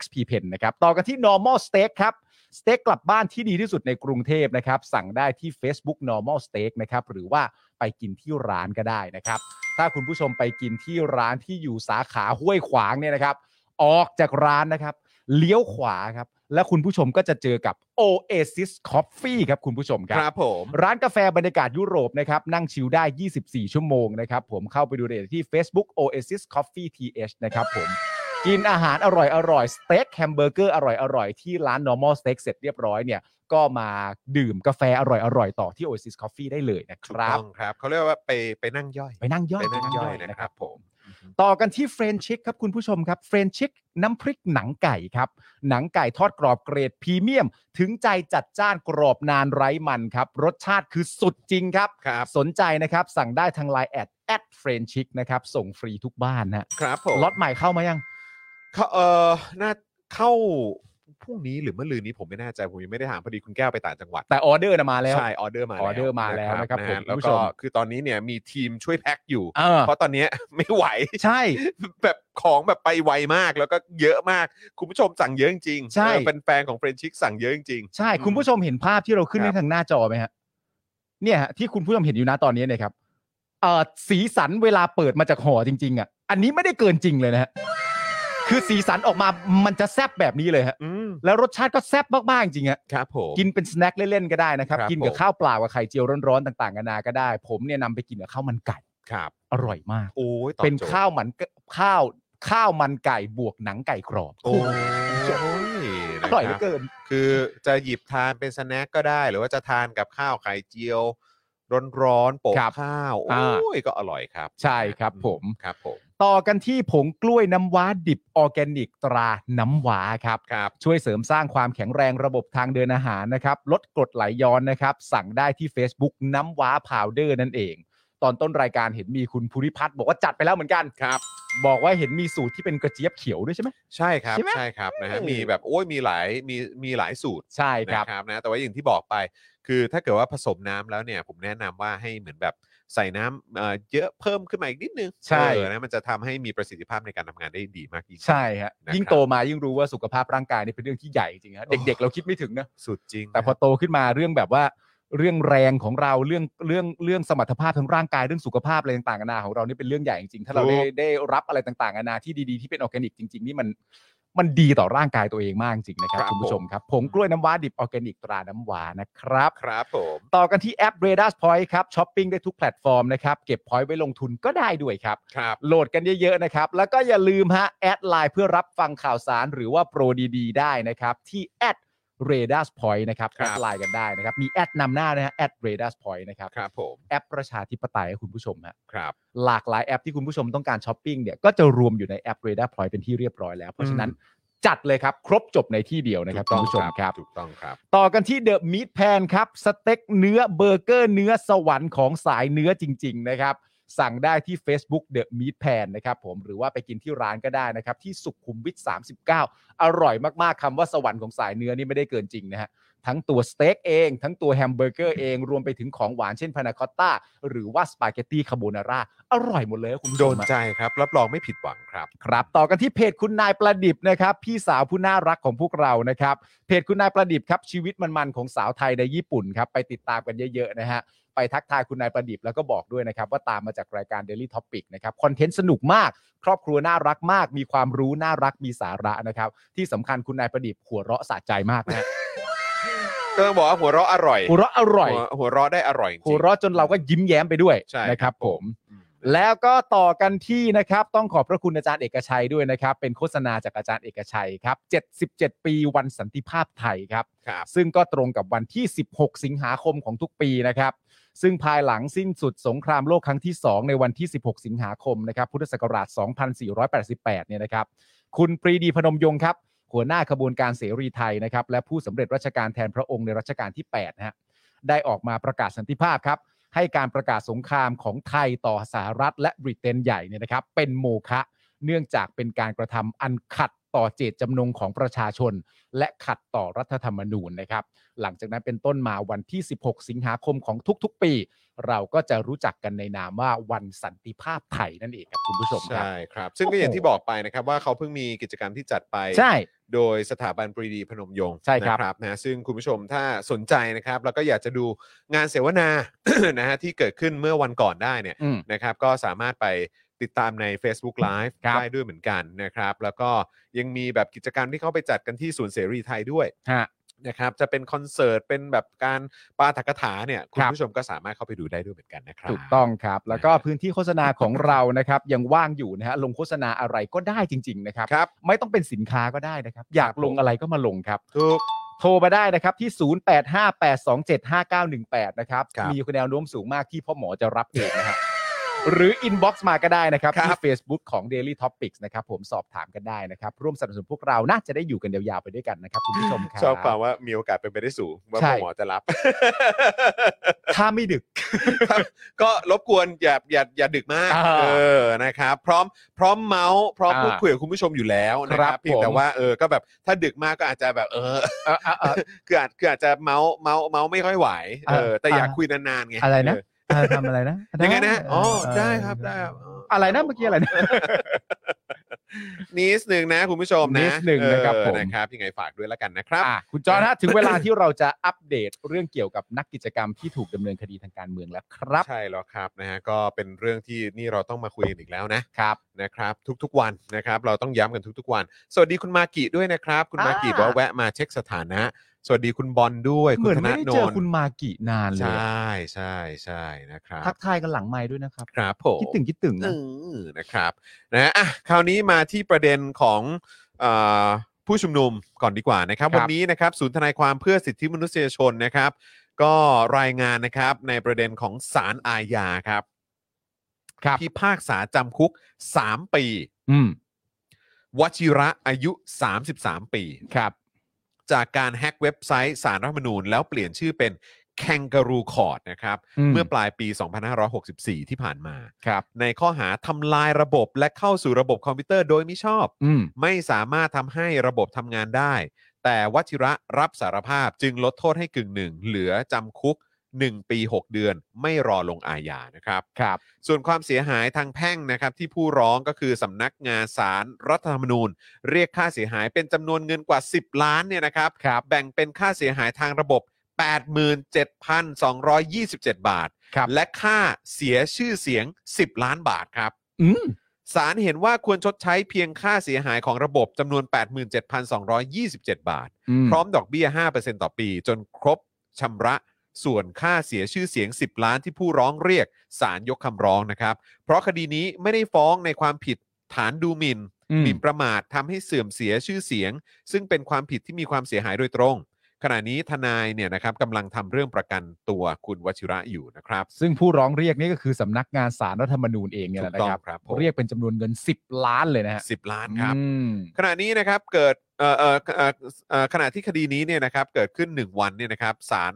Speaker 4: XP Pen นะครับ ต่อกันที่ normal steak ครับสเต็กกลับบ้านที่ดีที่สุดในกรุงเทพนะครับ สั่งได้ที่ Facebook normal steak นะครับ หรือว่าไปกินที่ร้านก็ได้นะครับ ถ้าคุณผู้ชมไปกินที่ร้านที่อยู่สาขาห้วยขวางเนี่ยนะครับ ออกจากร้านนะครับ เลี้ยวขวาครับ และคุณผู้ชมก็จะเจอกับ Oasis Coffee ครับคุณผู้ชมครั
Speaker 2: ครับผม
Speaker 4: ร้านกาแฟบรรยากาศยุโรปนะครับ นั่งชิลได้ 24 ชั่วโมงนะครับ ผมเข้าไปดูได้ที่ Facebook Oasis Coffee TH นะครับผม กินอาหารอร่อยอร่อยสเต็กแฮมเบอร์เกอร์อร่อยอร่อยที่ร้าน normal steak เสร็จเรียบร้อยเนี่ย ก็มาดื่มกาแฟอร่อยอร่อยต่อที่ Oasis Coffee ได้เลยนะค
Speaker 2: ถูก
Speaker 4: รับ
Speaker 2: ต้องครับเขาเรียกว่าไปไปนั่งย่อย
Speaker 4: ไปนั่งย่อย
Speaker 2: ไปนั่งย่อยนะครับผม
Speaker 4: ต่อกันที่เฟรนชิกครับคุณผู้ชมครับเฟรนชิกน้ำพริกหนังไก่ครับ หนังไก่ทอดกรอบเกรดพรีเมียม ถึงใจจัดจ้านกรอบนานไร้มันครับ รสชาติคือสุดจริงครับ
Speaker 2: ครับ
Speaker 4: สนใจนะครับ สั่งได้ทาง Line แอดแอดเฟรนชิกนะครับ ส่งฟรีทุกบ้านนะครับ
Speaker 2: ผม
Speaker 4: ล็อตใหม่เข้ามายัง
Speaker 2: เขาเออน่าเข้าพรุ่งนี้หรือเมื่อลืนนี้ผมไม่แน่ใจผมยังไม่ได้ถามพอดีคุณแก้วไปต่างจังหวัด
Speaker 4: แต่ออเดอร์นะมาแล้ว
Speaker 2: ใช่ออเดอร์มา
Speaker 4: ออเดอร์มาแล้วนะครับ
Speaker 2: ฮ
Speaker 4: ผม
Speaker 2: แล้ว
Speaker 4: คุณผู้ช
Speaker 2: ก็
Speaker 4: ม
Speaker 2: คือตอนนี้เนี่ยมีทีมช่วยแพ็คอยู่
Speaker 4: เออ
Speaker 2: เพราะตอนเนี้ย ไม่ไหว
Speaker 4: ใช่
Speaker 2: แบบของแบบไปไวมากแล้วก็เยอะมาก คุณผู้ชมสั่งเยอะจริงๆ
Speaker 4: ใช่
Speaker 2: เออเป็นแฟนของเฟรนชิกสั่งเยอะจริง
Speaker 4: ใช่ คุณผู้ชมเห็นภาพที่เราขึ้น
Speaker 2: ครับ
Speaker 4: ให้ทางหน้าจอไหมฮะเนี่ยฮะที่คุณผู้ชมเห็นอยู่นะตอนนี้เนี่ยครับเอ่อสีสันเวลาเปิดมาจากห่อจริง ๆ อ่ะ อันนี้ไม่ได้เกินจริงเลยนะฮะคือสีสันออกมามันจะแซบแบบนี้เลยฮะ
Speaker 2: ๆอืม
Speaker 4: แล้วรสชาติก็แซบมากๆจริงๆฮะ
Speaker 2: ครับผม
Speaker 4: กินเป็นสแน็คเล่น ๆ ก็ได้นะครับ
Speaker 2: ครับ
Speaker 4: กินกับ
Speaker 2: ผม
Speaker 4: ข้าวเปล่ากับไข่เจียวร้อนๆต่างๆกันานาก็ได้ ผมเนี่ยนำไปกินกับข้าวมันไก่
Speaker 2: ครับ
Speaker 4: อร่อยมาก
Speaker 2: โอ้ยตอบ
Speaker 4: เป็น
Speaker 2: โจทย์
Speaker 4: ข้าวมันกข้าวข้าวมันไก่บวกหนังไก่กรอบ
Speaker 2: โอ้ยนะค
Speaker 4: อบ ร่อยเหลือเกิน
Speaker 2: คือจะหยิบทานเป็นสแน็คก็ได้ หรือว่าจะทานกับข้าวไข่เจียว ร้อนๆโปะ
Speaker 4: ครับ
Speaker 2: ข้าว
Speaker 4: อ่า
Speaker 2: โอ้ย ก็อร่อยครับ
Speaker 4: ใช่ครับผม
Speaker 2: ครับผม
Speaker 4: ต่อกันที่ผงกล้วยน้ำว้าดิบออร์แกนิกตราน้ำว้าครับ
Speaker 2: ครับ
Speaker 4: ช่วยเสริมสร้างความแข็งแรงระบบทางเดินอาหารนะครับ ลดกรดไหลย้อนนะครับ สั่งได้ที่ Facebook น้ำว้าพาวเดอร์นั่นเอง ตอนต้นรายการเห็นมีคุณภูริพัฒน์บอกว่าจัดไปแล้วเหมือนกัน
Speaker 2: ครับ
Speaker 4: บอกว่าเห็นมีสูตรที่เป็นกระเจี๊ยบเขียวด้วยใช่ไหม
Speaker 2: ใช่ครับ
Speaker 4: ใช่ไหม
Speaker 2: ใช่ครับนะฮะมีแบบโอ้ยมีหลายมีมีหลายสูตร
Speaker 4: ใช่ครับ
Speaker 2: นะครับนะแต่ว่าอย่างที่บอกไป คือถ้าเกิดว่าผสมน้ำแล้วเนี่ย ผมแนะนำว่าให้เหมือนแบบใส่น้ำเอ่อเยอะเพิ่มขึ้นมาอีกนิดนึง
Speaker 4: ใช่
Speaker 2: เออนะมันจะทำให้มีประสิทธิภาพในการทำงานได้ดีมากยิ่งขึ้น
Speaker 4: ใช่ฮะ
Speaker 2: นะครับ
Speaker 4: ยิ่งโตมายิ่งรู้ว่าสุขภาพร่างกายนี่เป็นเรื่องที่ใหญ่จริงฮะเด็กๆ เราคิดไม่ถึงนะ
Speaker 2: สุดจริง
Speaker 4: แต่พอโตขึ้นมาเรื่องแบบว่า เรื่องแรงของเราเรื่องเรื่องเรื่องสมรรถภาพทางร่างกายเรื่องสุขภาพอะไรต่างๆนานาของเรานี่เป็นเรื่องใหญ่จริงๆถ้าเราได้ได้รับอะไรต่างๆนานาที่ดีๆที่เป็นออร์แกนิกจริง ๆ นี่มันมันดีต่อร่างกายตัวเองมากจริงนะครับคุณผู้ชมครับผงกล้วยน้ำว้าดิบออร์แกนิกตราน้ำว้านะครับ
Speaker 2: ครับผม
Speaker 4: ต่อกันที่แอป r a d a r Point ครับช้อปปิ้งได้ทุกแพลตฟอร์มนะครับเก็บ point ไว้ลงทุนก็ได้ด้วยครับ
Speaker 2: ครับ
Speaker 4: โหลดกันเยอะ ๆ นะครับ แล้วก็อย่าลืมฮะ แอดไลน์เพื่อรับฟังข่าวสารหรือว่าโปรดี ๆ ได้นะครับ ที่แอด r a d a r Point นะครับ
Speaker 2: ครั
Speaker 4: แอบ ดไลน์กันได้นะครับ มีแอดนำหน้านะฮะแอด r a d a r Point นะครับ
Speaker 2: ครับผม
Speaker 4: แอปประชาธิปไตยให้คุณผู้ชมฮะ
Speaker 2: ครับ
Speaker 4: หลากหลายแอปที่คุณผู้ชมต้องการช้อปปิ้งเนี่ยก็จะรวมอยู่ในแอป r a d a r Point เป็นที่เรียบร้อยแล้ว เพราะฉะนั้นจัดเลยครับ ครบจบในที่เดียวนะครับ
Speaker 2: ถูกต้อง
Speaker 4: คุณผู้ชมครับ
Speaker 2: ถูกต้องครับ
Speaker 4: ต่อกันที่เดอะมิตแพนครับ สเต็กเนื้อเบอร์เกอร์เนื้อสวรรค์ของสายเนื้อจริง ๆ นะครับ สั่งได้ที่ Facebook The Meat Pan นะครับผมหรือว่าไปกินที่ร้านก็ได้นะครับ ที่สุขุมวิท 39 อร่อยมาก ๆคำว่าสวรรค์ของสายเนื้อนี่ไม่ได้เกินจริงนะฮะ ทั้งตัวสเต็กเอง ทั้งตัวแฮมเบอร์เกอร์เอง รวมไปถึงของหวานเช่นพานาคอตต้า หรือว่าสปาเกตตีคาโบนาร่าอร่อยหมดเลยครับคุณผู้ช
Speaker 2: โด
Speaker 4: ม
Speaker 2: น
Speaker 4: อะ
Speaker 2: ใจครับ รับรองไม่ผิดหวังครับ
Speaker 4: ครับต่อกันที่เพจคุณนายประดิบนะครับ พี่สาวผู้น่ารักของพวกเรานะครับ เพจคุณนายประดิบครับ ชีวิตมันๆของสาวไทยในญี่ปุ่นครับ ไปติดตามกันเยอะๆนะฮะ ไปทักทายคุณนายประดิบแล้วก็บอกด้วยนะครับ ว่าตามมาจากรายการ Daily Topic นะครับ คอนเทนต์สนุกมาก ครอบครัวน่ารักมาก มีความรู้น่ารักมีสาระนะครับ ที่สำคัญคุณนายประดิบหัวเราะสะใจมากนะฮะ
Speaker 2: ก็ต้องบอกว่าหัวเราะอร่อย
Speaker 4: หัวเราะอร่อย
Speaker 2: หัวหัวเราะได้อร่อยจริง
Speaker 4: หัวเราะจนเราก็ยิ้มแย้มไปด้วย
Speaker 2: ใช่
Speaker 4: นะครับผม
Speaker 2: อืม
Speaker 4: แล้วก็ต่อกันที่นะครับ ต้องขอบพระคุณอาจารย์เอกชัยด้วยนะครับ เป็นโฆษณาจากอาจารย์เอกชัยครับ 77 ปีวันสันติภาพไทยครับ
Speaker 2: ครับ
Speaker 4: ซึ่งก็ตรงกับวันที่ 16 สิงหาคมของทุกปีนะครับ ซึ่งภายหลังสิ้นสุดสงครามโลกครั้งที่ 2 ในวันที่ 16 สิงหาคมนะครับพุทธศักราช 2488 เนี่ยนะครับ คุณปรีดีพนมยงค์ครับ หัวหน้าขบวนการเสรีไทยนะครับ และผู้สำเร็จราชการแทนพระองค์ในรัชกาลที่ 8 นะฮะ ได้ออกมาประกาศสันติภาพครับ ให้การประกาศสงครามของไทยต่อสหรัฐและบริเตนใหญ่เนี่ยนะครับ เป็นโมฆะเนื่องจากเป็นการกระทำอันขัดต่อเจตจำนงของประชาชน และขัดต่อรัฐธรรมนูญนะครับ หลังจากนั้นเป็นต้นมาวันที่ 16 สิงหาคมของทุกๆ ปี เราก็จะรู้จักกันในนามว่าวันสันติภาพไทยนั่นเองครับคุณผู้ชมครับ
Speaker 2: ใช่ครับ ซึ่งก็อย่างที่บอกไปนะครับว่าเขาเพิ่งมีกิจกรรมที่จัดไป
Speaker 4: ใช่
Speaker 2: โดยสถาบันปรีดีพนมยงค์
Speaker 4: ใช่ครับ
Speaker 2: นะนะซึ่งคุณผู้ชมถ้าสนใจนะครับ แล้วก็อยากจะดูงานเสวนา นะฮะที่เกิดขึ้นเมื่อวันก่อนได้เนี่ย
Speaker 4: อืม
Speaker 2: นะครับ ก็สามารถไปติดตามใน Facebook Live
Speaker 4: ครับ
Speaker 2: ได้ด้วยเหมือนกันนะครับ แล้วก็ยังมีแบบกิจกรรมที่เขาไปจัดกันที่ศูนย์เสรีไทยด้วย
Speaker 4: ฮะ
Speaker 2: นะครับจะเป็นคอนเสิร์ตเป็นแบบการปาฐกถาเนี่ยคุณ
Speaker 4: ครับ
Speaker 2: ผู้ชมก็สามารถเข้าไปดูได้ด้วยเหมือนกันนะครับ
Speaker 4: ถูกต้องครับ แล้วก็พื้นที่โฆษณาของเรานะครับ ยังว่างอยู่นะฮะลงโฆษณาอะไรก็ได้จริง ๆ นะครับ
Speaker 2: ครับ
Speaker 4: ไม่ต้องเป็นสินค้าก็ได้นะครับ อยากลงอะไรก็มาลงครับ
Speaker 2: ถูก
Speaker 4: โทรมาได้นะครับที่ 0858275918 นะครับ
Speaker 2: ครับ
Speaker 4: มีแนวโน้มสูงมากที่พ่อหมอจะรับเองนะครับ หรืออินบ็อกซ์มาก็ได้นะครับ ที่ Facebook ของ Daily Topics นะครับ ผมสอบถามกันได้นะครับ ร่วมสนับสนุนพวกเราน่าจะได้อยู่กันยาวๆไปด้วยกันนะครับคุณผู้ชมครับ
Speaker 2: ชอบความว่ามีโอกาสเป็นไปได้สูงว่า
Speaker 4: ใช่
Speaker 2: พ่อหมอจะรับ
Speaker 4: ถ้าไม่ดึก
Speaker 2: ครับก็รบกวนอย่าอย่าอย่าดึกมาก
Speaker 4: อ่า
Speaker 2: เออนะครับ พร้อมพร้อมเมาส์พร้อม
Speaker 4: อ่า
Speaker 2: พูดคุยกับคุณผู้ชมอยู่แล้วนะครั
Speaker 4: ครับ บ
Speaker 2: เพียงแต่
Speaker 4: ผม
Speaker 2: ว่าเออก็แบบถ้าดึกมากก็อาจจะแบบเออ
Speaker 4: เออเออเออ
Speaker 2: คืออาจคืออาจจะเมาส์เมาส์เมาส์ไม่ค่อยไหวเออแต่อยาก
Speaker 4: อ่า
Speaker 2: คุยนานๆไง
Speaker 4: อะไรนะ
Speaker 2: เ
Speaker 4: เออทำอะไรนะ
Speaker 2: ยังไง นะ
Speaker 4: เ
Speaker 2: อ๋อได้ครับได้ครับ
Speaker 4: อะไรนะเมื่อกี้อะไร
Speaker 2: นิ
Speaker 4: นะ
Speaker 2: ดหนึ่งนะคุณผู้ชมนะ
Speaker 4: นิดหนึ่งนะครับ
Speaker 2: เออ
Speaker 4: ผม
Speaker 2: นะครับยังไงฝากด้วยแล้วกันนะครับ
Speaker 4: อ่ะคุณจอห์นฮะถึงเวลาที่เราจะอัปเดตเรื่องเกี่ยวกับนักกิจกรรมที่ถูกดำเนินคดีทางการเมืองแล้วครับ
Speaker 2: ใช่แล้วครับนะฮะก็เป็นเรื่องที่นี่เราต้องมาคุยกันอีกแล้วนะ
Speaker 4: ครับ
Speaker 2: นะครับทุกๆวันนะครับเราต้องย้ำกันทุกๆวัน สวัสดีคุณมากิด้วยนะครับ คุณมากิ
Speaker 4: อ่า
Speaker 2: บอกว่าแวะมาเช็คสถานะ สวัสดีคุณบอลด้วย
Speaker 4: เห
Speaker 2: คุ
Speaker 4: มื
Speaker 2: ณ
Speaker 4: อน
Speaker 2: ธ
Speaker 4: ไม่
Speaker 2: นา
Speaker 4: ได้
Speaker 2: โน
Speaker 4: เจอน คุณมากี่นานเล
Speaker 2: ใช
Speaker 4: ยอะ
Speaker 2: ่ใช่ใช่นะครับ
Speaker 4: ทักทายกันหลังไม้ด้วยนะครับ
Speaker 2: ครับผม
Speaker 4: คิดถึงคิดถึง
Speaker 2: เอ
Speaker 4: นะ
Speaker 2: อนะครับนะอ่ะคราวนี้มาที่ประเด็นของเอ่อผู้ชุมนุมก่อนดีกว่านะครับ
Speaker 4: ครับ
Speaker 2: วันนี้นะครับศูนย์ทนายความเพื่อสิทธิมนุษยชนนะครับ ก็รายงานนะครับในประเด็นของศาลอาญาครับ
Speaker 4: ครับ
Speaker 2: พิพากษาจำคุก 3 ปี
Speaker 4: อืม
Speaker 2: วชิระอายุ 33 ปี
Speaker 4: ครับ
Speaker 2: จากการแฮ็กเว็บไซต์สารรัฐธรรมนูญแล้วเปลี่ยนชื่อเป็นแคนการูคอร์ดนะครับ เมื่อปลายปี 2564 ที่ผ่านมา
Speaker 4: ครับ
Speaker 2: ในข้อหาทำลายระบบและเข้าสู่ระบบคอมพิวเตอร์โดยมิชอบ
Speaker 4: อืม
Speaker 2: ไม่สามารถทำให้ระบบทำงานได้ แต่วชิระรับสารภาพจึงลดโทษให้กึ่งหนึ่ง เหลือจำคุก 1 ปี 6 เดือน ไม่รอลงอาญานะครับ
Speaker 4: ครับ
Speaker 2: ส่วนความเสียหายทางแพ่งนะครับที่ผู้ร้องก็คือสำนักงานสารรัฐธรรมนูญ เรียกค่าเสียหายเป็นจำนวนเงินกว่า 10 ล้านเนี่ยนะครับ
Speaker 4: ครับ
Speaker 2: แบ่งเป็นค่าเสียหายทางระบบ 87,227 บาท
Speaker 4: ครับ
Speaker 2: และค่าเสียชื่อเสียง 10 ล้านบาทครับ
Speaker 4: อืม
Speaker 2: ศาลเห็นว่าควรชดใช้เพียงค่าเสียหายของระบบจำนวน 87,227 บาท พร้อมดอกเบี้ย 5%ต่อปี จนครบชำระส่วนค่าเสียชื่อเสียง 10 ล้านที่ผู้ร้องเรียกศาลยกคำร้องนะครับ เพราะคดีนี้ไม่ได้ฟ้องในความผิดฐานดูหมิ่น
Speaker 4: อื
Speaker 2: ห
Speaker 4: ม
Speaker 2: มิ่นประมาททำให้เสื่อมเสียชื่อเสียง ซึ่งเป็นความผิดที่มีความเสียหายโดยตรง ขณะนี้ทนายเนี่ยนะครับกำลังทำเรื่องประกันตัวคุณวชิระอยู่นะครับ
Speaker 4: ซึ่งผู้ร้องเรียกนี่ก็คือสำนักงานสารรัฐธรรมนูญเองเนี่ยแหละ
Speaker 2: ถูกต้อง
Speaker 4: นะครับ
Speaker 2: ครับผม
Speaker 4: เรียกเป็นจำนวนเงิน 10 ล้านเลยนะฮะ
Speaker 2: 10 ล้านครับ
Speaker 4: อืม
Speaker 2: ขณะนี้นะครับเกิดเอ่อเอ่อเอ่อเอ่อขณะที่คดีนี้เนี่ยนะครับเกิดขึ้น 1 วันเนี่ยนะครับศาล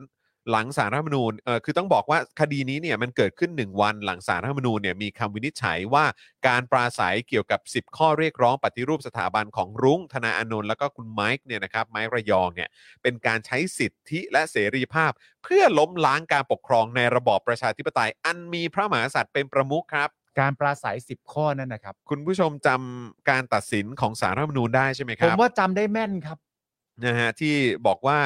Speaker 2: หลังสารรัฐธรรมนูญเอ่อคือต้องบอกว่าคดีนี้เนี่ยมันเกิดขึ้น 1 วันหลังสารรัฐธรรมนูญเนี่ยมีคำวินิจฉัยว่าการปราศัยเกี่ยวกับ 10 ข้อเรียกร้องปฏิรูปสถาบันของรุ้งธนาอานนท์แล้วก็คุณไมค์เนี่ยนะครับไมค์ระยองเนี่ยเป็นการใช้สิทธิและเสรีภาพ เพื่อล้มล้างการปกครองในระบอบประชาธิปไตย อันมีพระมหากษัตริย์เป็นประมุขครับ
Speaker 4: การปราศัย 10 ข้อนั่นนะครับ
Speaker 2: คุณผู้ชมจำการตัดสินของสารรัฐธรรมนูญได้ใช่ไหมค
Speaker 4: ผ
Speaker 2: รับ
Speaker 4: มว่าจำได้แม่นครับ
Speaker 2: นะฮะที่บอกว่า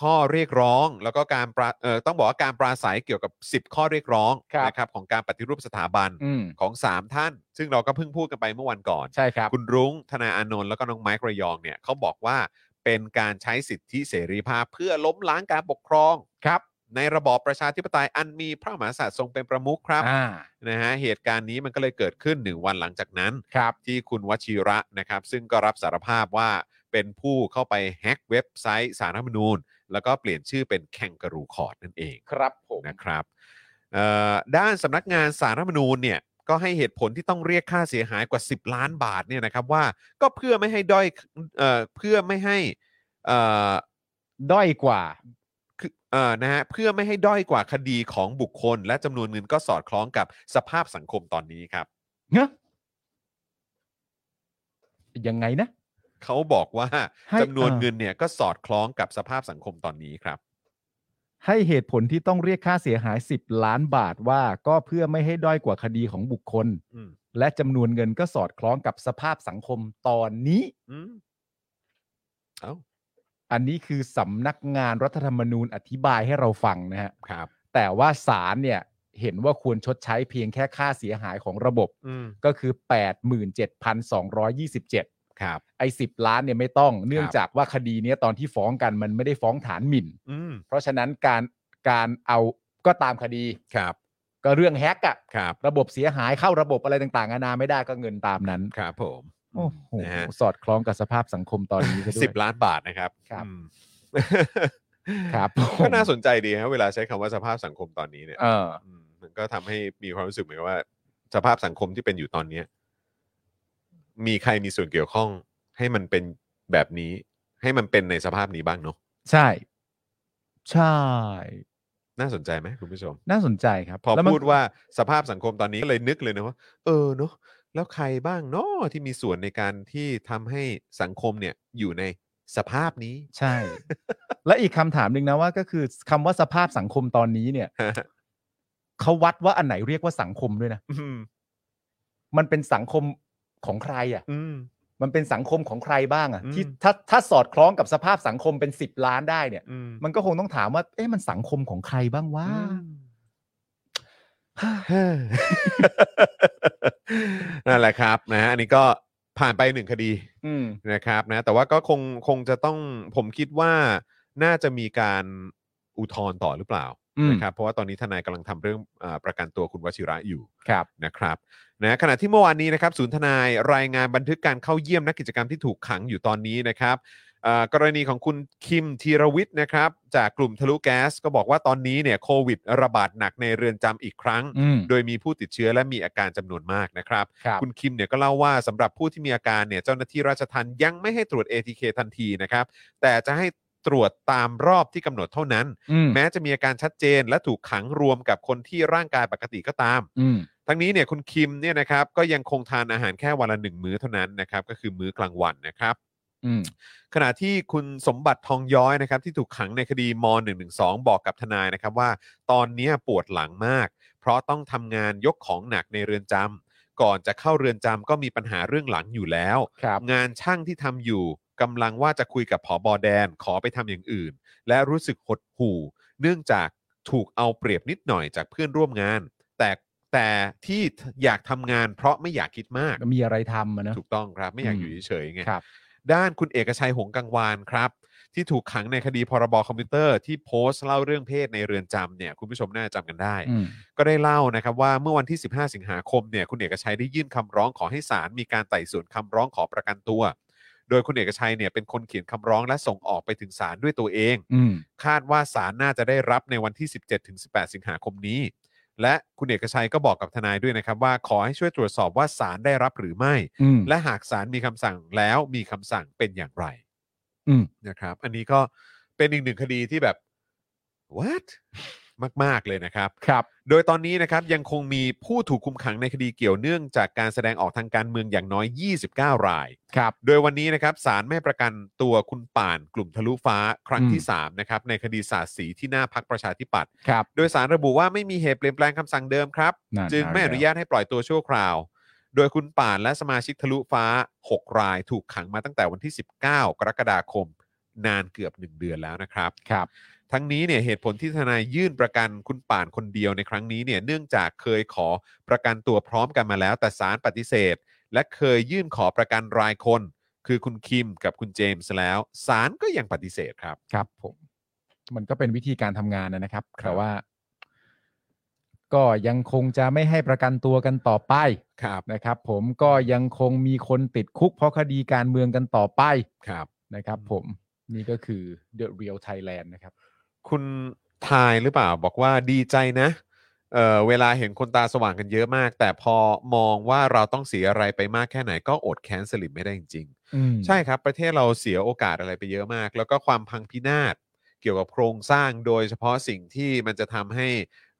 Speaker 2: ข้อเรียกร้องแล้วก็การปราเอ่อต้องบอกว่าการปราศัยเกี่ยวกับ 10 ข้อเรียกร้อง
Speaker 4: ครับ
Speaker 2: นะครับของการปฏิรูปสถาบัน
Speaker 4: อืม
Speaker 2: ของ 3 ท่าน ซึ่งเราก็เพิ่งพูดกันไปเมื่อวันก่อน
Speaker 4: ใช่ครับ
Speaker 2: คุณรุ้งธนาอานนท์แล้วก็น้องไมค์ระยองเนี่ยเขาบอกว่าเป็นการใช้สิทธิเสรีภาพ เพื่อล้มล้างการปกครอง
Speaker 4: ครับ
Speaker 2: ในระบอบประชาธิปไตยอันมีพระมหากษัตริย์ทรงเป็นประมุขครับ
Speaker 4: อ่า
Speaker 2: นะฮะเหตุการณ์นี้มันก็เลยเกิดขึ้นหนึ่งวันหลังจากนั้น
Speaker 4: ครับ
Speaker 2: ที่คุณวชิระนะครับ ซึ่งก็รับสารภาพว่าเป็นผู้เข้าไปแฮ็กเว็บไซต์สารรัฐธรรมนูญ แล้วก็เปลี่ยนชื่อเป็นแข่งกรูคอร์ดนั่นเอง
Speaker 4: ครับผม
Speaker 2: นะครับ เอ่อด้านสำนักงานสารรัฐธรรมนูญเนี่ยก็ให้เหตุผลที่ต้องเรียกค่าเสียหายกว่า 10 ล้านบาทเนี่ยนะครับว่าก็เพื่อไม่ให้ด้อยเอ่อเพื่อไม่ให้เอ่อ
Speaker 4: ด้อยกว่า
Speaker 2: คือเอ่อนะฮะเพื่อไม่ให้ด้อยกว่าคดีของบุคคล และจำนวนเงินก็สอดคล้องกับสภาพสังคมตอนนี้ครับ
Speaker 4: ยังไงนะ
Speaker 2: เขาบอกว่า
Speaker 4: ให้
Speaker 2: จำนวน
Speaker 4: เอ่อ
Speaker 2: เงินเนี่ยก็สอดคล้องกับสภาพสังคมตอนนี้ครับ
Speaker 4: ให้เหตุผลที่ต้องเรียกค่าเสียหาย 10 ล้านบาทว่าก็เพื่อไม่ให้ด้อยกว่าคดีของบุคคล
Speaker 2: อืม
Speaker 4: และจำนวนเงินก็สอดคล้องกับสภาพสังคมตอนนี้
Speaker 2: อืมเอ้า
Speaker 4: อันนี้คือสำนักงานรัฐธรรมนูญอธิบายให้เราฟังนะฮะ
Speaker 2: ครับ
Speaker 4: แต่ว่าศาลเนี่ยเห็นว่าควรชดใช้เพียงแค่ค่าเสียหายของระบบ
Speaker 2: อืม
Speaker 4: ก็คือ 87,227
Speaker 2: ครับ
Speaker 4: ไอ้10 ล้านเนี่ยไม่ต้อง เนื่องจากว่าคดีเนี้ยตอนที่ฟ้องกันมันไม่ได้ฟ้องฐานหมิ่น
Speaker 2: อืม
Speaker 4: เพราะฉะนั้นการการเอาก็ตามคดี
Speaker 2: ครับ
Speaker 4: ก็เรื่องแฮกอะ
Speaker 2: ครับ
Speaker 4: ระบบเสียหายเข้าระบบอะไรต่างๆนานาไม่ได้ก็เงินตามนั้น
Speaker 2: ครับผม
Speaker 4: โอ้โห
Speaker 2: นะฮะ
Speaker 4: สอดคล้องกับสภาพสังคมตอนนี้ซะด้วย
Speaker 2: สิบล้านบาทนะครับ
Speaker 4: ครับ
Speaker 2: อืม
Speaker 4: ครับ ผม
Speaker 2: ก็น่าสนใจดีฮะเวลาใช้คำว่าสภาพสังคมตอนนี้เนี่ย
Speaker 4: เออ
Speaker 2: อืมมันก็ทำให้มีความรู้สึกเหมือนกับว่า สภาพสังคมที่เป็นอยู่ตอนเนี้ยมีใครมีส่วนเกี่ยวข้อง ให้มันเป็นแบบนี้ ให้มันเป็นในสภาพนี้บ้างเนาะ
Speaker 4: ใช่ ใช่
Speaker 2: น่าสนใจไหมคุณผู้ชม
Speaker 4: น่าสนใจครับ
Speaker 2: พอ
Speaker 4: แล้วมัน
Speaker 2: พูดว่าสภาพสังคมตอนนี้ก็เลยนึกเลยนะว่า เออเนาะแล้วใครบ้างเนาะที่มีส่วนในการที่ทำให้สังคมเนี่ยอยู่ในสภาพนี้
Speaker 4: ใช่ และอีกคำถามหนึ่งนะว่าก็คือคำว่าสภาพสังคมตอนนี้เนี่ย
Speaker 2: ฮะ
Speaker 4: เขาวัดว่าอันไหนเรียกว่าสังคมด้วยนะ
Speaker 2: อืม
Speaker 4: มันเป็นสังคมของใครอ่ะ
Speaker 2: อืม
Speaker 4: มันเป็นสังคมของใครบ้างอ่ะ
Speaker 2: อืม
Speaker 4: ที่ถ้าถ้าสอดคล้องกับสภาพสังคมเป็นสิบล้านได้เนี่ย
Speaker 2: อืม
Speaker 4: มันก็คงต้องถามว่า เอ๊ะมันสังคมของใครบ้างวะ
Speaker 2: ฮ่า นั่นแหละครับนะฮะอันนี้ก็ผ่านไปหนึ่งคดี
Speaker 4: อืม
Speaker 2: นะครับนะ แต่ว่าก็คงคงจะต้องผมคิดว่าน่าจะมีการอุทธรณ์ต่อหรือเปล่า
Speaker 4: อืม
Speaker 2: นะครับเพราะว่าตอนนี้ทนายกำลังทำเรื่องอาประกันตัวคุณวชิระอยู่
Speaker 4: ครับ
Speaker 2: นะครับนะขณะที่เมื่อวานนี้นะครับศูนย์ทนายรายงานบันทึกการเข้าเยี่ยมนักกิจกรรมที่ถูกขังอยู่ตอนนี้นะครับเอ่อกรณีของคุณคิมธีรวิทย์นะครับจากกลุ่มทะลุแก๊ส ก็บอกว่าตอนนี้เนี่ยโควิดระบาดหนักในเรือนจำอีกครั้ง
Speaker 4: อืม
Speaker 2: โดยมีผู้ติดเชื้อและมีอาการจำนวนมากนะครับ
Speaker 4: ครับ
Speaker 2: คุณคิมเนี่ยก็เล่าว่าสำหรับผู้ที่มีอาการเนี่ยเจ้าหน้าที่ราชทัณฑ์ยังไม่ให้ตรวจ ATK ทันทีนะครับ แต่จะให้ตรวจตามรอบที่กำหนดเท่านั้น
Speaker 4: อืม
Speaker 2: แม้จะมีอาการชัดเจน และถูกขังรวมกับคนที่ร่างกายปกติก็ตาม
Speaker 4: อืม
Speaker 2: ทั้งนี้เนี่ยคุณคิมเนี่ยนะครับก็ยังคงทานอาหารแค่วันละหนึ่งมื้อเท่านั้นนะครับก็คือมื้อกลางวันนะครับ
Speaker 4: อืม
Speaker 2: ขณะที่คุณสมบัติทองย้อยนะครับที่ถูกขังในคดีม .112 บอกกับทนายนะครับว่า ตอนเนี้ยปวดหลังมาก เพราะต้องทำงานยกของหนักในเรือนจำก่อนจะเข้าเรือนจำก็มีปัญหาเรื่องหลังอยู่แล้ว
Speaker 4: ครับ
Speaker 2: งานช่างที่ทำอยู่กำลังว่าจะคุยกับผอบอแดนขอไปทำอย่างอื่น และรู้สึกหดหู่ เนื่องจากถูกเอาเปรียบนิดหน่อยจากเพื่อนร่วมงาน แต่แต่ที่อยากทำงานเพราะไม่อยากคิดมาก
Speaker 4: มีอะไรทำอะนะ
Speaker 2: ถูกต้องครับไม่อยาก
Speaker 4: อืม
Speaker 2: อยู่เฉยๆไง
Speaker 4: ครับ
Speaker 2: ด้านคุณเอกชัยหงส์กังวานครับ ที่ถูกขังในคดีพรบคอมพิวเตอร์ที่โพสต์เล่าเรื่องเพศในเรือนจำเนี่ยคุณผู้ชมน่าจะจำกันได้
Speaker 4: อืม
Speaker 2: ก็ได้เล่านะครับว่าเมื่อวันที่ 15 สิงหาคมเนี่ยคุณเอกชัยได้ยื่นคำร้องขอให้ศาลมีการไต่สวนคำร้องขอประกันตัว โดยคุณเอกชัยเนี่ยเป็นคนเขียนคำร้องและส่งออกไปถึงศาลด้วยตัวเอง
Speaker 4: อืม
Speaker 2: คาดว่าศาลน่าจะได้รับในวันที่ 17-18 สิงหาคมนี้ และคุณเอกชัยก็บอกกับทนายด้วยนะครับว่าขอให้ช่วยตรวจสอบว่าศาลได้รับหรือไม่
Speaker 4: อืม
Speaker 2: และหากศาลมีคำสั่งแล้วมีคำสั่งเป็นอย่างไร
Speaker 4: อืม
Speaker 2: นะครับ อันนี้ก็เป็นอีกหนึ่งคดีที่แบบ what มาก ๆ เลยนะครับ
Speaker 4: ครับ
Speaker 2: โดยตอนนี้นะครับยังคงมีผู้ถูกคุมขังในคดีเกี่ยวเนื่องจากการแสดงออกทางการเมืองอย่างน้อย 29 ราย
Speaker 4: ครับ
Speaker 2: โดยวันนี้นะครับศาลไม่ประกันตัวคุณป่านกลุ่มทะลุฟ้าครั้งที่
Speaker 4: อืม
Speaker 2: 3 นะครับ ในคดีสาดสีที่หน้าพักประชาธิปัตย์
Speaker 4: ครับ
Speaker 2: โดยสารระบุว่าไม่มีเหตุเปลี่ยนแปลงคำสั่งเดิมครับ
Speaker 4: นั่น
Speaker 2: จึงไม่อนุญาตให้ปล่อยตัวชั่วคราว โดยคุณป่านและสมาชิกทะลุฟ้า 6 รายถูกขังมาตั้งแต่วันที่ 19 กรกฎาคม นานเกือบ 1 เดือนแล้วนะครับ
Speaker 4: ครับ
Speaker 2: ทั้งนี้เนี่ยเหตุผลที่ทนายยื่นประกันคุณป่านคนเดียวในครั้งนี้เนี่ยเนื่องจากเคยขอประกันตัวพร้อมกันมาแล้วแต่ศาลปฏิเสธ และเคยยื่นขอประกันรายคน คือคุณคิมกับคุณเจมส์แล้วศาลก็ยังปฏิเสธครับ
Speaker 4: ครับผม มันก็เป็นวิธีการทำงานนะนะครับ
Speaker 2: ครับ
Speaker 4: แต่ว่า ก็ยังคงจะไม่ให้ประกันตัวกันต่อไป
Speaker 2: ครับ
Speaker 4: นะครับ ผมก็ยังคงมีคนติดคุกเพราะคดีการเมืองกันต่อไป
Speaker 2: ครับ
Speaker 4: นะครับ ผม นี่ก็คือ The Real Thailand นะครับ
Speaker 2: คุณทายหรือเปล่าบอกว่าดีใจนะ เอ่อเวลาเห็นคนตาสว่างกันเยอะมาก แต่พอมองว่าเราต้องเสียอะไรไปมากแค่ไหนก็อดแค้นสลิมไม่ได้จริงๆ ใช่ครับ ประเทศเราเสียโอกาสอะไรไปเยอะมาก แล้วก็ความพังพินาศเกี่ยวกับโครงสร้างโดยเฉพาะสิ่งที่มันจะทำให้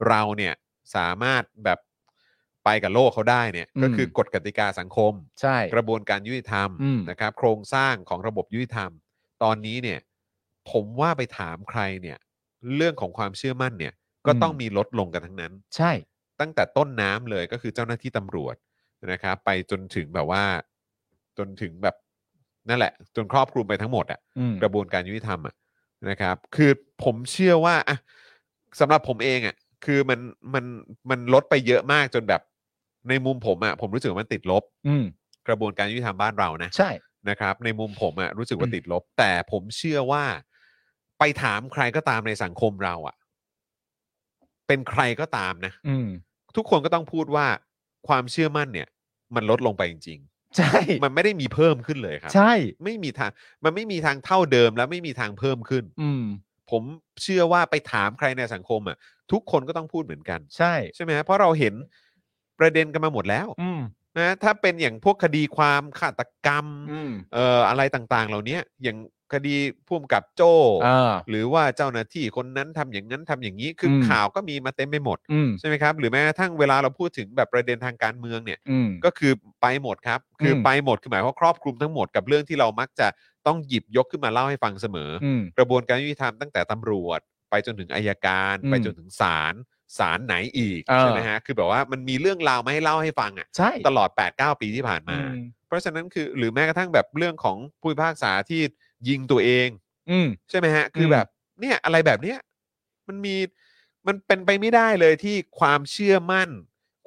Speaker 2: เราเนี่ยสามารถแบบไปกับโลกเขาได้เนี่ย
Speaker 4: อืม
Speaker 2: ก็คือกฎกติกาสังคม
Speaker 4: ใช่
Speaker 2: กระบวนการยุติธรรม
Speaker 4: อืม
Speaker 2: นะครับ โครงสร้างของระบบยุติธรรม ตอนนี้เนี่ย ผมว่าไปถามใครเนี่ย เรื่องของความเชื่อมั่นเนี่ย ก็ต้องมีลดลงกันทั้งนั้น
Speaker 4: ใช่
Speaker 2: ตั้งแต่ต้นน้ำเลยก็คือเจ้าหน้าที่ตำรวจนะครับ ไปจนถึงแบบว่า จนถึงแบบนั่นแหละ จนครอบคลุมไปทั้งหมดอะ
Speaker 4: อืม
Speaker 2: กระบวนการยุติธรรมอะนะครับ คือผมเชื่อว่าอะสำหรับผมเองอะคือมันมันมันลดไปเยอะมากจนแบบในมุมผมอะผมรู้สึกว่ามันติดลบ
Speaker 4: อืม
Speaker 2: กระบวนการยุติธรรมบ้านเรานะ
Speaker 4: ใช่
Speaker 2: นะครับในมุมผมอะรู้สึกว่า
Speaker 4: อืม
Speaker 2: ติดลบ แต่ผมเชื่อว่าไปถามใครก็ตามในสังคมเราอะเป็นใครก็ตามนะ
Speaker 4: อืม
Speaker 2: ทุกคนก็ต้องพูดว่าความเชื่อมั่นเนี่ย มันลดลงไปจริง
Speaker 4: ใช่
Speaker 2: ๆ มันไม่ได้มีเพิ่มขึ้นเลยครับ
Speaker 4: ใช่
Speaker 2: ไม่มีทางมันไม่มีทางเท่าเดิมและไม่มีทางเพิ่มขึ้น
Speaker 4: อืม
Speaker 2: ผมเชื่อว่าไปถามใครในสังคมอะทุกคนก็ต้องพูดเหมือนกัน
Speaker 4: ใช่
Speaker 2: ใช่ไหมฮะเพราะเราเห็นประเด็นกันมาหมดแล้ว
Speaker 4: อืม
Speaker 2: นะถ้าเป็นอย่างพวกคดีความฆาตกรรม
Speaker 4: อืม
Speaker 2: เอ่ออะไรต่างๆ เหล่านี้อย่างคดีพ่วมกับโจ้
Speaker 4: เออ
Speaker 2: หรือว่าเจ้าหน้าที่คนนั้นทำอย่างนั้นทำอย่างนี้คืออ
Speaker 4: ม
Speaker 2: ข่าวก็มีมาเต็มไปหมด
Speaker 4: อืม
Speaker 2: ใช่ไหมครับ หรือแม้กระทั่งเวลาเราพูดถึงแบบประเด็นทางการเมืองเนี่ย
Speaker 4: อืม
Speaker 2: ก็คือไปหมดครับ คืออ
Speaker 4: ม
Speaker 2: ไปหมดคือหมายความว่าครอบคลุมทั้งหมดกับเรื่องที่เรามักจะต้องหยิบยกขึ้นมาเล่าให้ฟังเสมออ
Speaker 4: อืม
Speaker 2: กระบวนการยุติธรรมตั้งแต่ตำรวจ ไปจนถึงอายการ
Speaker 4: อืม
Speaker 2: ไปจนถึงศาลศาลไหนอีก
Speaker 4: เออ
Speaker 2: ใช่ไหมฮะคือแบบว่ามันมีเรื่องราวมาให้เล่าให้ฟังอะ
Speaker 4: ใช่
Speaker 2: ตลอด8ปดเก้าปีที่ผ่าน
Speaker 4: อื
Speaker 2: มา
Speaker 4: ม
Speaker 2: เพราะฉะนั้นคือหรือแม้กระทั่งแบบเรื่องของผู้พิพากษาที่ยิงตัวเอง
Speaker 4: อืม
Speaker 2: ใช่ไหมฮะ คืออ
Speaker 4: ม
Speaker 2: แบบเนี่ยอะไรแบบเนี้ยมันมีมันเป็นไปไม่ได้เลยที่ความเชื่อมั่น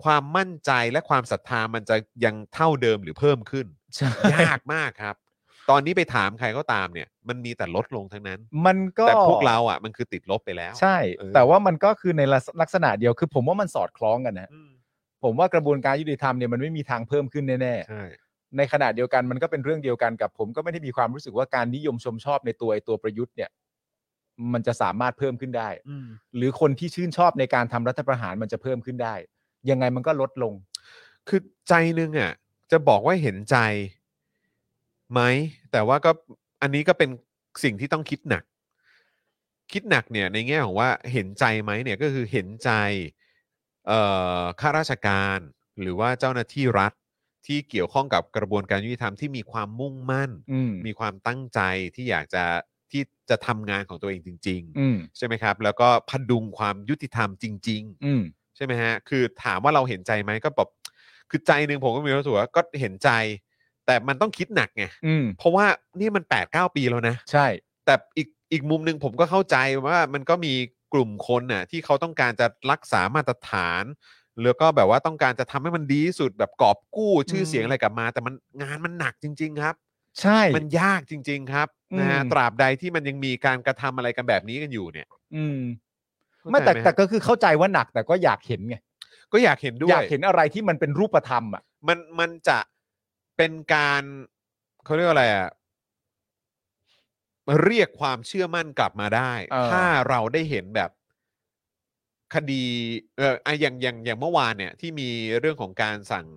Speaker 2: ความมั่นใจและความศรัทธามันจะยังเท่าเดิมหรือเพิ่มขึ้น
Speaker 4: ใช่
Speaker 2: ยากมากครับ ตอนนี้ไปถามใครก็ตามเนี่ย มันมีแต่ลดลงทั้งนั้น
Speaker 4: มันก็
Speaker 2: แต่พวกเราอ่ะมันคือติดลบไปแล้ว
Speaker 4: ใช่
Speaker 2: เออ
Speaker 4: แต่ว่ามันก็คือในลักษณะเดียวคือผมว่ามันสอดคล้องกันนะฮะ
Speaker 2: อืม
Speaker 4: ผมว่ากระบวนการยุติธรรมเนี่ยมันไม่มีทางเพิ่มขึ้นแน่
Speaker 2: ใช่
Speaker 4: ๆในขณะเดียวกันมันก็เป็นเรื่องเดียวกันกับ ผมก็ไม่ได้มีความรู้สึกว่าการนิยมชมชอบในตัวไอ้ตัวประยุทธ์เนี่ย มันจะสามารถเพิ่มขึ้นได้
Speaker 2: อืม
Speaker 4: หรือคนที่ชื่นชอบในการทำรัฐประหารมันจะเพิ่มขึ้นได้ ยังไงมันก็ลดลง
Speaker 2: คือใจหนึงอ่ะจะบอกว่าเห็นใจไหม แต่ว่าก็อันนี้ก็เป็นสิ่งที่ต้องคิดหนัก คิดหนักเนี่ยในแง่ของว่าเห็นใจไหมเนี่ยก็คือเห็นใจเอ่อข้าราชการหรือว่าเจ้าหน้าที่รัฐที่เกี่ยวข้องกับกระบวนการยุติธรรมที่มีความมุ่งมั่น
Speaker 4: อืม
Speaker 2: มีความตั้งใจที่อยากจะที่จะทำงานของตัวเองจริง
Speaker 4: อืม
Speaker 2: ๆ ใช่ไหมครับ แล้วก็พดุงความยุติธรรมจริง ๆ
Speaker 4: อืม
Speaker 2: ใช่ไหมฮะ คือถามว่าเราเห็นใจไหมก็แบบ คือใจหนึ่งผมก็มีความรู้สึกว่าก็เห็นใจ แต่มันต้องคิดหนักไง
Speaker 4: อืม
Speaker 2: เพราะว่านี่มัน8ปดเปีแล้วนะ
Speaker 4: ใช่
Speaker 2: แต่อีกอีกมุมหนึ่งผมก็เข้าใจว่ามันก็มีกลุ่มคนน่ะที่เขาต้องการจะรักษามาตรฐาน แล้วก็แบบว่าต้องการจะทำให้มันดีที่สุดแบบกอบกู้ชื่อเสียงอะไรกลับมา แต่มันงานมันหนักจริง ๆ ครับ
Speaker 4: ใช่
Speaker 2: มันยากจริง ๆ ครับ
Speaker 4: อืม
Speaker 2: นะฮะตราบใดที่มันยังมีการกระทำอะไรกันแบบนี้กันอยู่เนี่ย
Speaker 4: อืมไม่แต่
Speaker 2: เข้าใจหฮะ
Speaker 4: แต่ก็คือเข้าใจว่าหนักแต่ก็อยากเห็นไง
Speaker 2: ก็อยากเห็นด้วย
Speaker 4: อยากเห็นอะไรที่มันเป็นรูปธรรมอ่ะ
Speaker 2: มันมันจะเป็นการเขาเรียกว่าอะไรอะเรียกความเชื่อมั่นกลับมาได้
Speaker 4: เออ
Speaker 2: ถ้าเราได้เห็นแบบคดีเอออะอย่างอย่างอย่างเมื่อวานเนี่ย ที่มีเรื่องของการสั่ง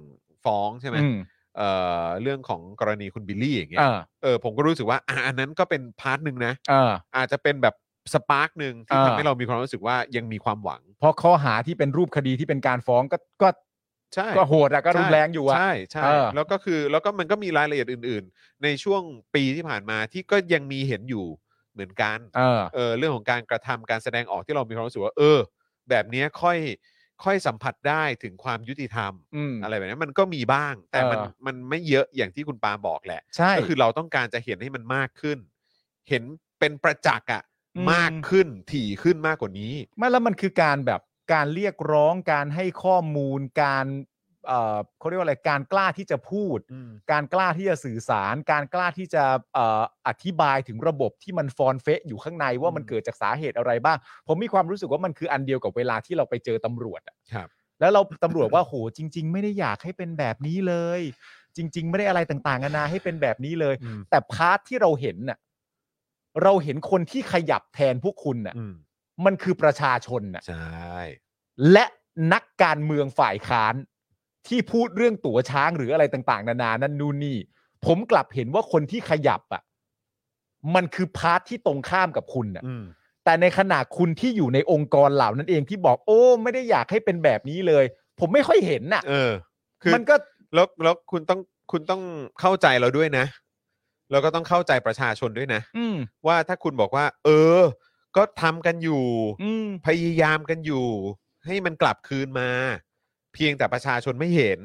Speaker 2: ฟ้องใช่ไหม
Speaker 4: อืม
Speaker 2: เออเรื่องของกรณีคุณบิลลี่อย่างเงี้ย
Speaker 4: เอ่า
Speaker 2: เออผมก็รู้สึกว่าอ่ะอันนั้นก็เป็นพาร์ทหนึ่งนะ
Speaker 4: อ่า
Speaker 2: อาจจะเป็นแบบสปาร์กหนึ่งที่
Speaker 4: เออ
Speaker 2: ทำให้เรามีความรู้สึกว่ายังมีความหวัง
Speaker 4: เพราะข้อหาที่เป็นรูปคดีที่เป็นการฟ้องก็ก็
Speaker 2: ใช่
Speaker 4: ก็โหดอะก็รุนแรงอยู่อะ
Speaker 2: ใช่ใช่
Speaker 4: เออ
Speaker 2: แล้วก็คือแล้วก็มันก็มีรายละเอียดอื่น ๆ ในช่วงปีที่ผ่านมาที่ก็ยังมีเห็นอยู่เหมือนกัน
Speaker 4: เออ
Speaker 2: เออเรื่องของการกระทำการแสดงออกที่เรามีความรู้สึกว่า เออ แบบเนี้ยค่อยค่อยสัมผัสได้ถึงความยุติธรรม
Speaker 4: อืม
Speaker 2: อะไรแบบนี้มันก็มีบ้าง แต่มัน
Speaker 4: เออ
Speaker 2: มันไม่เยอะอย่างที่คุณปาบอกแหละ
Speaker 4: ใช่
Speaker 2: ก็คือเราต้องการจะเห็นให้มันมากขึ้น เห็นเป็นประจักษ์อะ
Speaker 4: อืม
Speaker 2: มากขึ้นถี่ขึ้นมากกว่านี้
Speaker 4: ไม่แล้วมันคือการแบบการเรียกร้องการให้ข้อมูลการเอ่อเขาเรียกว่าอะไรการกล้าที่จะพูด
Speaker 2: อืม
Speaker 4: การกล้าที่จะสื่อสาร การกล้าที่จะเอ่ออธิบายถึงระบบที่มันฟอนเฟะอยู่ข้างในว่ามัน
Speaker 2: อืม
Speaker 4: เกิดจากสาเหตุอะไรบ้าง ผมมีความรู้สึกว่ามันคืออันเดียวกับเวลาที่เราไปเจอตำรวจอะ
Speaker 2: ครับ
Speaker 4: แล้วเราตำรวจ ว่าโหจริง ๆ ไม่ได้อยากให้เป็นแบบนี้เลย จริง ๆ ไม่ได้อะไรต่างๆนานาให้เป็นแบบนี้เลย
Speaker 2: อืม
Speaker 4: แต่พาร์ทที่เราเห็นน่ะเราเห็นคนที่ขยับแทนพวกคุณน่ะ
Speaker 2: อืม
Speaker 4: มันคือประชาชนน่ะ
Speaker 2: ใช่
Speaker 4: และ นักการเมืองฝ่ายค้าน ที่พูดเรื่องตั๋วช้างหรืออะไรต่าง ๆ นานานั่นนู่นนี่ ผมกลับเห็นว่าคนที่ขยับอ่ะมันคือพาร์ทที่ตรงข้ามกับคุณอ่ะ
Speaker 2: อืม
Speaker 4: แต่ในขณะคุณที่อยู่ในองค์กรเหล่านั้นเองที่บอกโอ้ไม่ได้อยากให้เป็นแบบนี้เลย ผมไม่ค่อยเห็นน่ะ
Speaker 2: เออ คือ
Speaker 4: มันก็
Speaker 2: แล้วแล้วคุณต้องคุณต้องเข้าใจเราด้วยนะ แล้วก็ต้องเข้าใจประชาชนด้วยนะ
Speaker 4: อืม
Speaker 2: ว่าถ้าคุณบอกว่า เออ ก็ทำกันอยู่
Speaker 4: อืม
Speaker 2: พยายามกันอยู่ ให้มันกลับคืนมา เพียงแต่ประชาชนไม่เห็น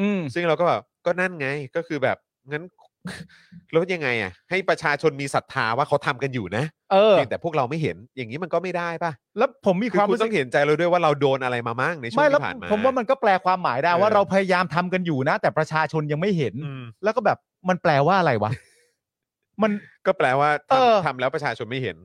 Speaker 4: อืม
Speaker 2: ซึ่งเราก็แบบก็นั่นไงก็คือแบบงั้น แล้วยังไงอ่ะ ให้ประชาชนมีศรัทธาว่าเขาทำกันอยู่นะ
Speaker 4: เออ
Speaker 2: เพียงแต่พวกเราไม่เห็น อย่างนี้มันก็ไม่ได้ป่ะ
Speaker 4: แล้วผมมี
Speaker 2: คือ
Speaker 4: ความ
Speaker 2: คุณ
Speaker 4: รู้
Speaker 2: ต้
Speaker 4: สึ
Speaker 2: อก งเห็นใจเราด้วยว่าเราโดนอะไรมาบ้างในช่ว
Speaker 4: ไม่
Speaker 2: ง
Speaker 4: แล้ว
Speaker 2: ที่ผ่านมา
Speaker 4: ผมว่ามันก็แปลความหมายได้
Speaker 2: เออ
Speaker 4: ว่าเราพยายามทำกันอยู่นะ แต่ประชาชนยังไม่เห็น
Speaker 2: อืม
Speaker 4: แล้วก็แบบมันแปลว่าอะไรวะ มัน
Speaker 2: ก็แปลว่า
Speaker 4: เออ
Speaker 2: ทำทำแล้วประชาชนไม่เห็น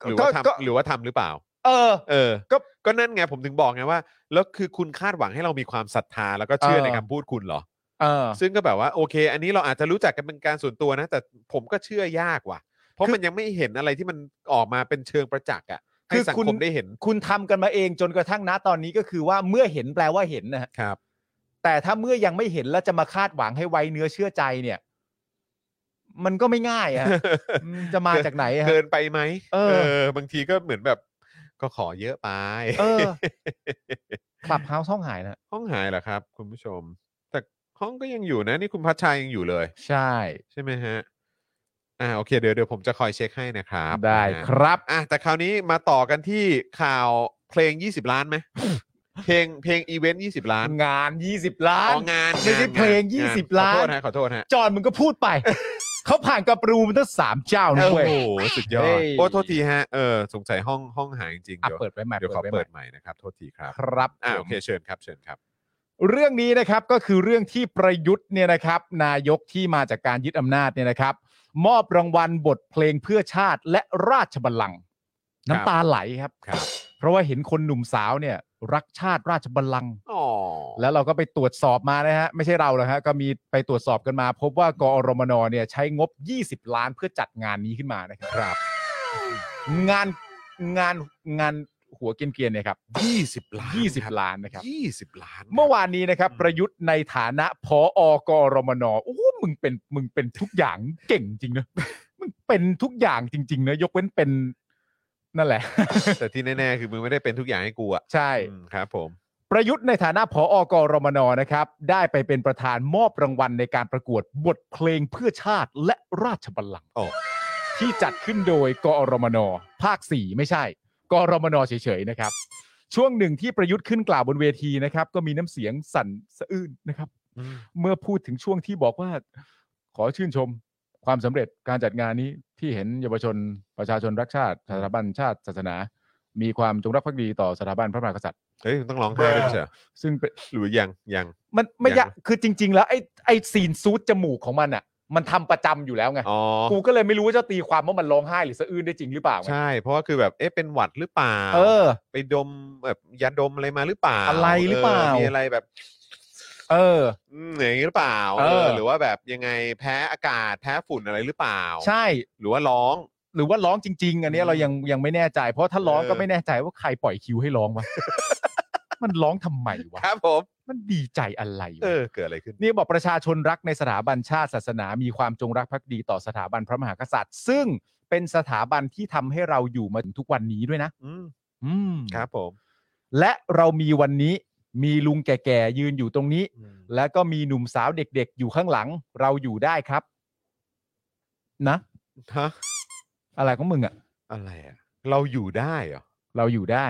Speaker 2: หรือว่า
Speaker 4: ก็ก็
Speaker 2: ทำหรือว่าทำหรือเปล่า
Speaker 4: เออ
Speaker 2: เออ
Speaker 4: ก็
Speaker 2: ก็ก็นั่นไงผมถึงบอกไงว่า แล้วคือคุณคาดหวังให้เรามีความศรัทธาแล้วก็เชื่อ
Speaker 4: เออ
Speaker 2: ในคำพูดคุณเหรอ
Speaker 4: เออ
Speaker 2: ซึ่งก็แบบว่าโอเค อันนี้เราอาจจะรู้จักกันเป็นการส่วนตัวนะ แต่ผมก็เชื่อยากว่ะ เพราะมันยังไม่เห็นอะไรที่มันออกมาเป็นเชิงประจักษ์อ่ะให้
Speaker 4: คือ
Speaker 2: สัง
Speaker 4: คุณ
Speaker 2: คมได้เห็น
Speaker 4: คุณทำกันมาเองจนกระทั่งนะตอนนี้ก็คือว่าเมื่อเห็นแปลว่าเห็นนะฮะ
Speaker 2: ครับ
Speaker 4: แต่ถ้าเมื่อยังไม่เห็นแล้วจะมาคาดหวังให้ไว้เนื้อเชื่อใจเนี่ย มันก็ไม่ง่ายอะ อืมจะมาจากไหนอะฮะ
Speaker 2: เกินไปไหม
Speaker 4: เออ
Speaker 2: บางทีก็เหมือนแบบ ก็ขอเยอะไป
Speaker 4: เออคลับเฮาส์ห้องหายนะ
Speaker 2: ห้องหายเหรอครับ คุณผู้ชม แต่ห้องก็ยังอยู่นะ นี่คุณพัชชายยังอยู่เลย
Speaker 4: ใช่
Speaker 2: ใช่ไหมฮะ อ่าโอเคเดี๋ยวเดี๋ยวผมจะคอยเช็คให้นะครับ
Speaker 4: ได้
Speaker 2: นะฮะ
Speaker 4: ครับ
Speaker 2: อ่ะแต่คราวนี้มาต่อกันที่ข่าวเพลง 20 ล้านไหม เพลงเพลงอีเวนต์20 ล้าน
Speaker 4: งาน 20 ล้าน
Speaker 2: อ๋องาน
Speaker 4: ไม่ใช่
Speaker 2: งาน
Speaker 4: เพลง
Speaker 2: งาน
Speaker 4: 20ล้าน
Speaker 2: ขอโทษฮะขอโทษฮะ
Speaker 4: จอนมึงก็พู ดไป เขาผ่านกับรูมันตั้งสามเจ้านะ
Speaker 2: โอ้
Speaker 4: เว้ย
Speaker 2: โหสุดยอด
Speaker 4: เฮ้ย
Speaker 2: โอ้โทษทีฮะเออสงสัยห้องห้องหายจริงๆ
Speaker 4: อ่ะ
Speaker 2: เดี๋ยว
Speaker 4: เปิดไว้ใหม่
Speaker 2: เดี๋ยวขอ
Speaker 4: ไว้ให
Speaker 2: เปิ
Speaker 4: ม่
Speaker 2: ดใหม่นะครับ โทษทีครับ
Speaker 4: ครับ
Speaker 2: อ่า
Speaker 4: ผม
Speaker 2: โอเคเชิญครับเชิญครับ
Speaker 4: เรื่องนี้นะครับก็คือเรื่องที่ประยุทธ์เนี่ยนะครับ นายกที่มาจากการยึดอำนาจเนี่ยนะครับ มอบรางวัลบทเพลงเพื่อชาติและราชบัลลังก์
Speaker 2: ครับ
Speaker 4: น้ำตาไหลครับ
Speaker 2: ครับ
Speaker 4: เพราะว่าเห็นคนหนุ่มสาวเนี่ย รักชาติราชบัลลังก์
Speaker 2: อ๋อ
Speaker 4: แล้วเราก็ไปตรวจสอบมานะฮะไม่ใช่เราหรอกฮะก็มีไปตรวจสอบกันมา พบว่ากอรมนเนี่ยใช้งบ 20 ล้านเพื่อจัดงานนี้ขึ้นมานะครับ
Speaker 2: ครับ
Speaker 4: งานงานงานหัวเกรียนๆเนี่ยครับ
Speaker 2: 20 ล้านครับ
Speaker 4: 20 ล้านนะครับ
Speaker 2: ยี่สิบล้าน
Speaker 4: เมื่อวานนี้นะครับ
Speaker 2: อืม
Speaker 4: ประยุทธ์ในฐานะพออกอรมนโอ้โหมึงเป็นมึงเป็นทุกอย่างเก่งจริงนะ มึงเป็นทุกอย่างจริง ๆ นะ ยกเว้นเป็นนั่นแหละ
Speaker 2: แต่ที่แน่ๆคือมึงไม่ได้เป็นทุกอย่างให้กูอ่ะ
Speaker 4: ใช่
Speaker 2: อืมครับ ผม
Speaker 4: ประยุทธ์ในฐานะพออกอรมนนะครับ ได้ไปเป็นประธานมอบรางวัลในการประกวดบทเพลงเพื่อชาติและราชบัลลังก์
Speaker 2: โอ้
Speaker 4: ที่จัดขึ้นโดยกอรมนภาค 4 ไม่ใช่ กอรมนเฉยๆนะครับ ช่วงหนึ่งที่ประยุทธ์ขึ้นกล่าวบนเวทีนะครับ ก็มีน้ำเสียงสั่นสะอื้นนะครับ
Speaker 2: อืม
Speaker 4: เมื่อพูดถึงช่วงที่บอกว่า ขอชื่นชมความสำเร็จการจัดงานนี้ที่เห็นเยาวชนประชาชนรักชาติ สถาบันชาติศาสนา มีความจงรักภักดีต่อสถาบันพระมหากษัตริย์
Speaker 2: เฮ้ยมึงต้องร้องไห้ด้วยไม่ใช่เหรอ
Speaker 4: ซึ่งเป็น
Speaker 2: หรือยังยัง
Speaker 4: มันไม่
Speaker 2: ยั
Speaker 4: ยาง ก
Speaker 2: นะ
Speaker 4: คือจริง ๆ แล้ว ไอ้ไอ้ซีนซูดจมูกของมันอ่ะ มันทำประจำอยู่แล้วไง
Speaker 2: อ๋อ
Speaker 4: กูก็เลยไม่รู้ว่าจะตีความว่ามันร้องไห้หรือสะอื้นได้จริงหรือเปล่าไง
Speaker 2: ใช่ เพราะว่าคือแบบ เอ๊ะ เป็นหวัดหรือเปล่า
Speaker 4: เออ
Speaker 2: ไปดมแบบยาดมอะไรมาหรือเปล่า
Speaker 4: อะไรหรือเปล่า
Speaker 2: มีอะไรแบบ
Speaker 4: เออ
Speaker 2: อืมอย่างนี้หรือเปล่า
Speaker 4: เออ
Speaker 2: หรือว่าแบบยังไงแพ้อากาศแพ้ฝุ่นอะไรหรือเปล่า
Speaker 4: ใช่
Speaker 2: หรือว่าร้อง
Speaker 4: หรือว่าร้องจริง ๆ อันเนี้ยเรายังยังไม่แน่ใจ เพราะถ้าร้อง
Speaker 2: เออ
Speaker 4: ก็ไม่แน่ใจว่าใครปล่อยคิวให้ร้อง วะ มันร้องทำไมวะ
Speaker 2: ครับผม
Speaker 4: มันดีใจอะไรวะ
Speaker 2: เออ เกิดอะไรขึ้น
Speaker 4: นี่บอกประชาชนรักในสถาบันชาติศาสนา มีความจงรักภักดีต่อสถาบันพระมหากษัตริย์ ซึ่งเป็นสถาบันที่ทำให้เราอยู่มาถึงทุกวันนี้ด้วยนะ
Speaker 2: อืม
Speaker 4: อืม
Speaker 2: ครับผม
Speaker 4: และเรามีวันนี้มีลุงแก่ๆยืนอยู่ตรงนี้
Speaker 2: อืม
Speaker 4: แล้วก็มีหนุ่มสาวเด็กๆ อยู่ข้างหลัง เราอยู่ได้ครับ นะ
Speaker 2: ฮะ
Speaker 4: อะไรของมึงอะ
Speaker 2: อะไรอ่ะ เราอยู่ได้เหรอ
Speaker 4: เราอยู่ได้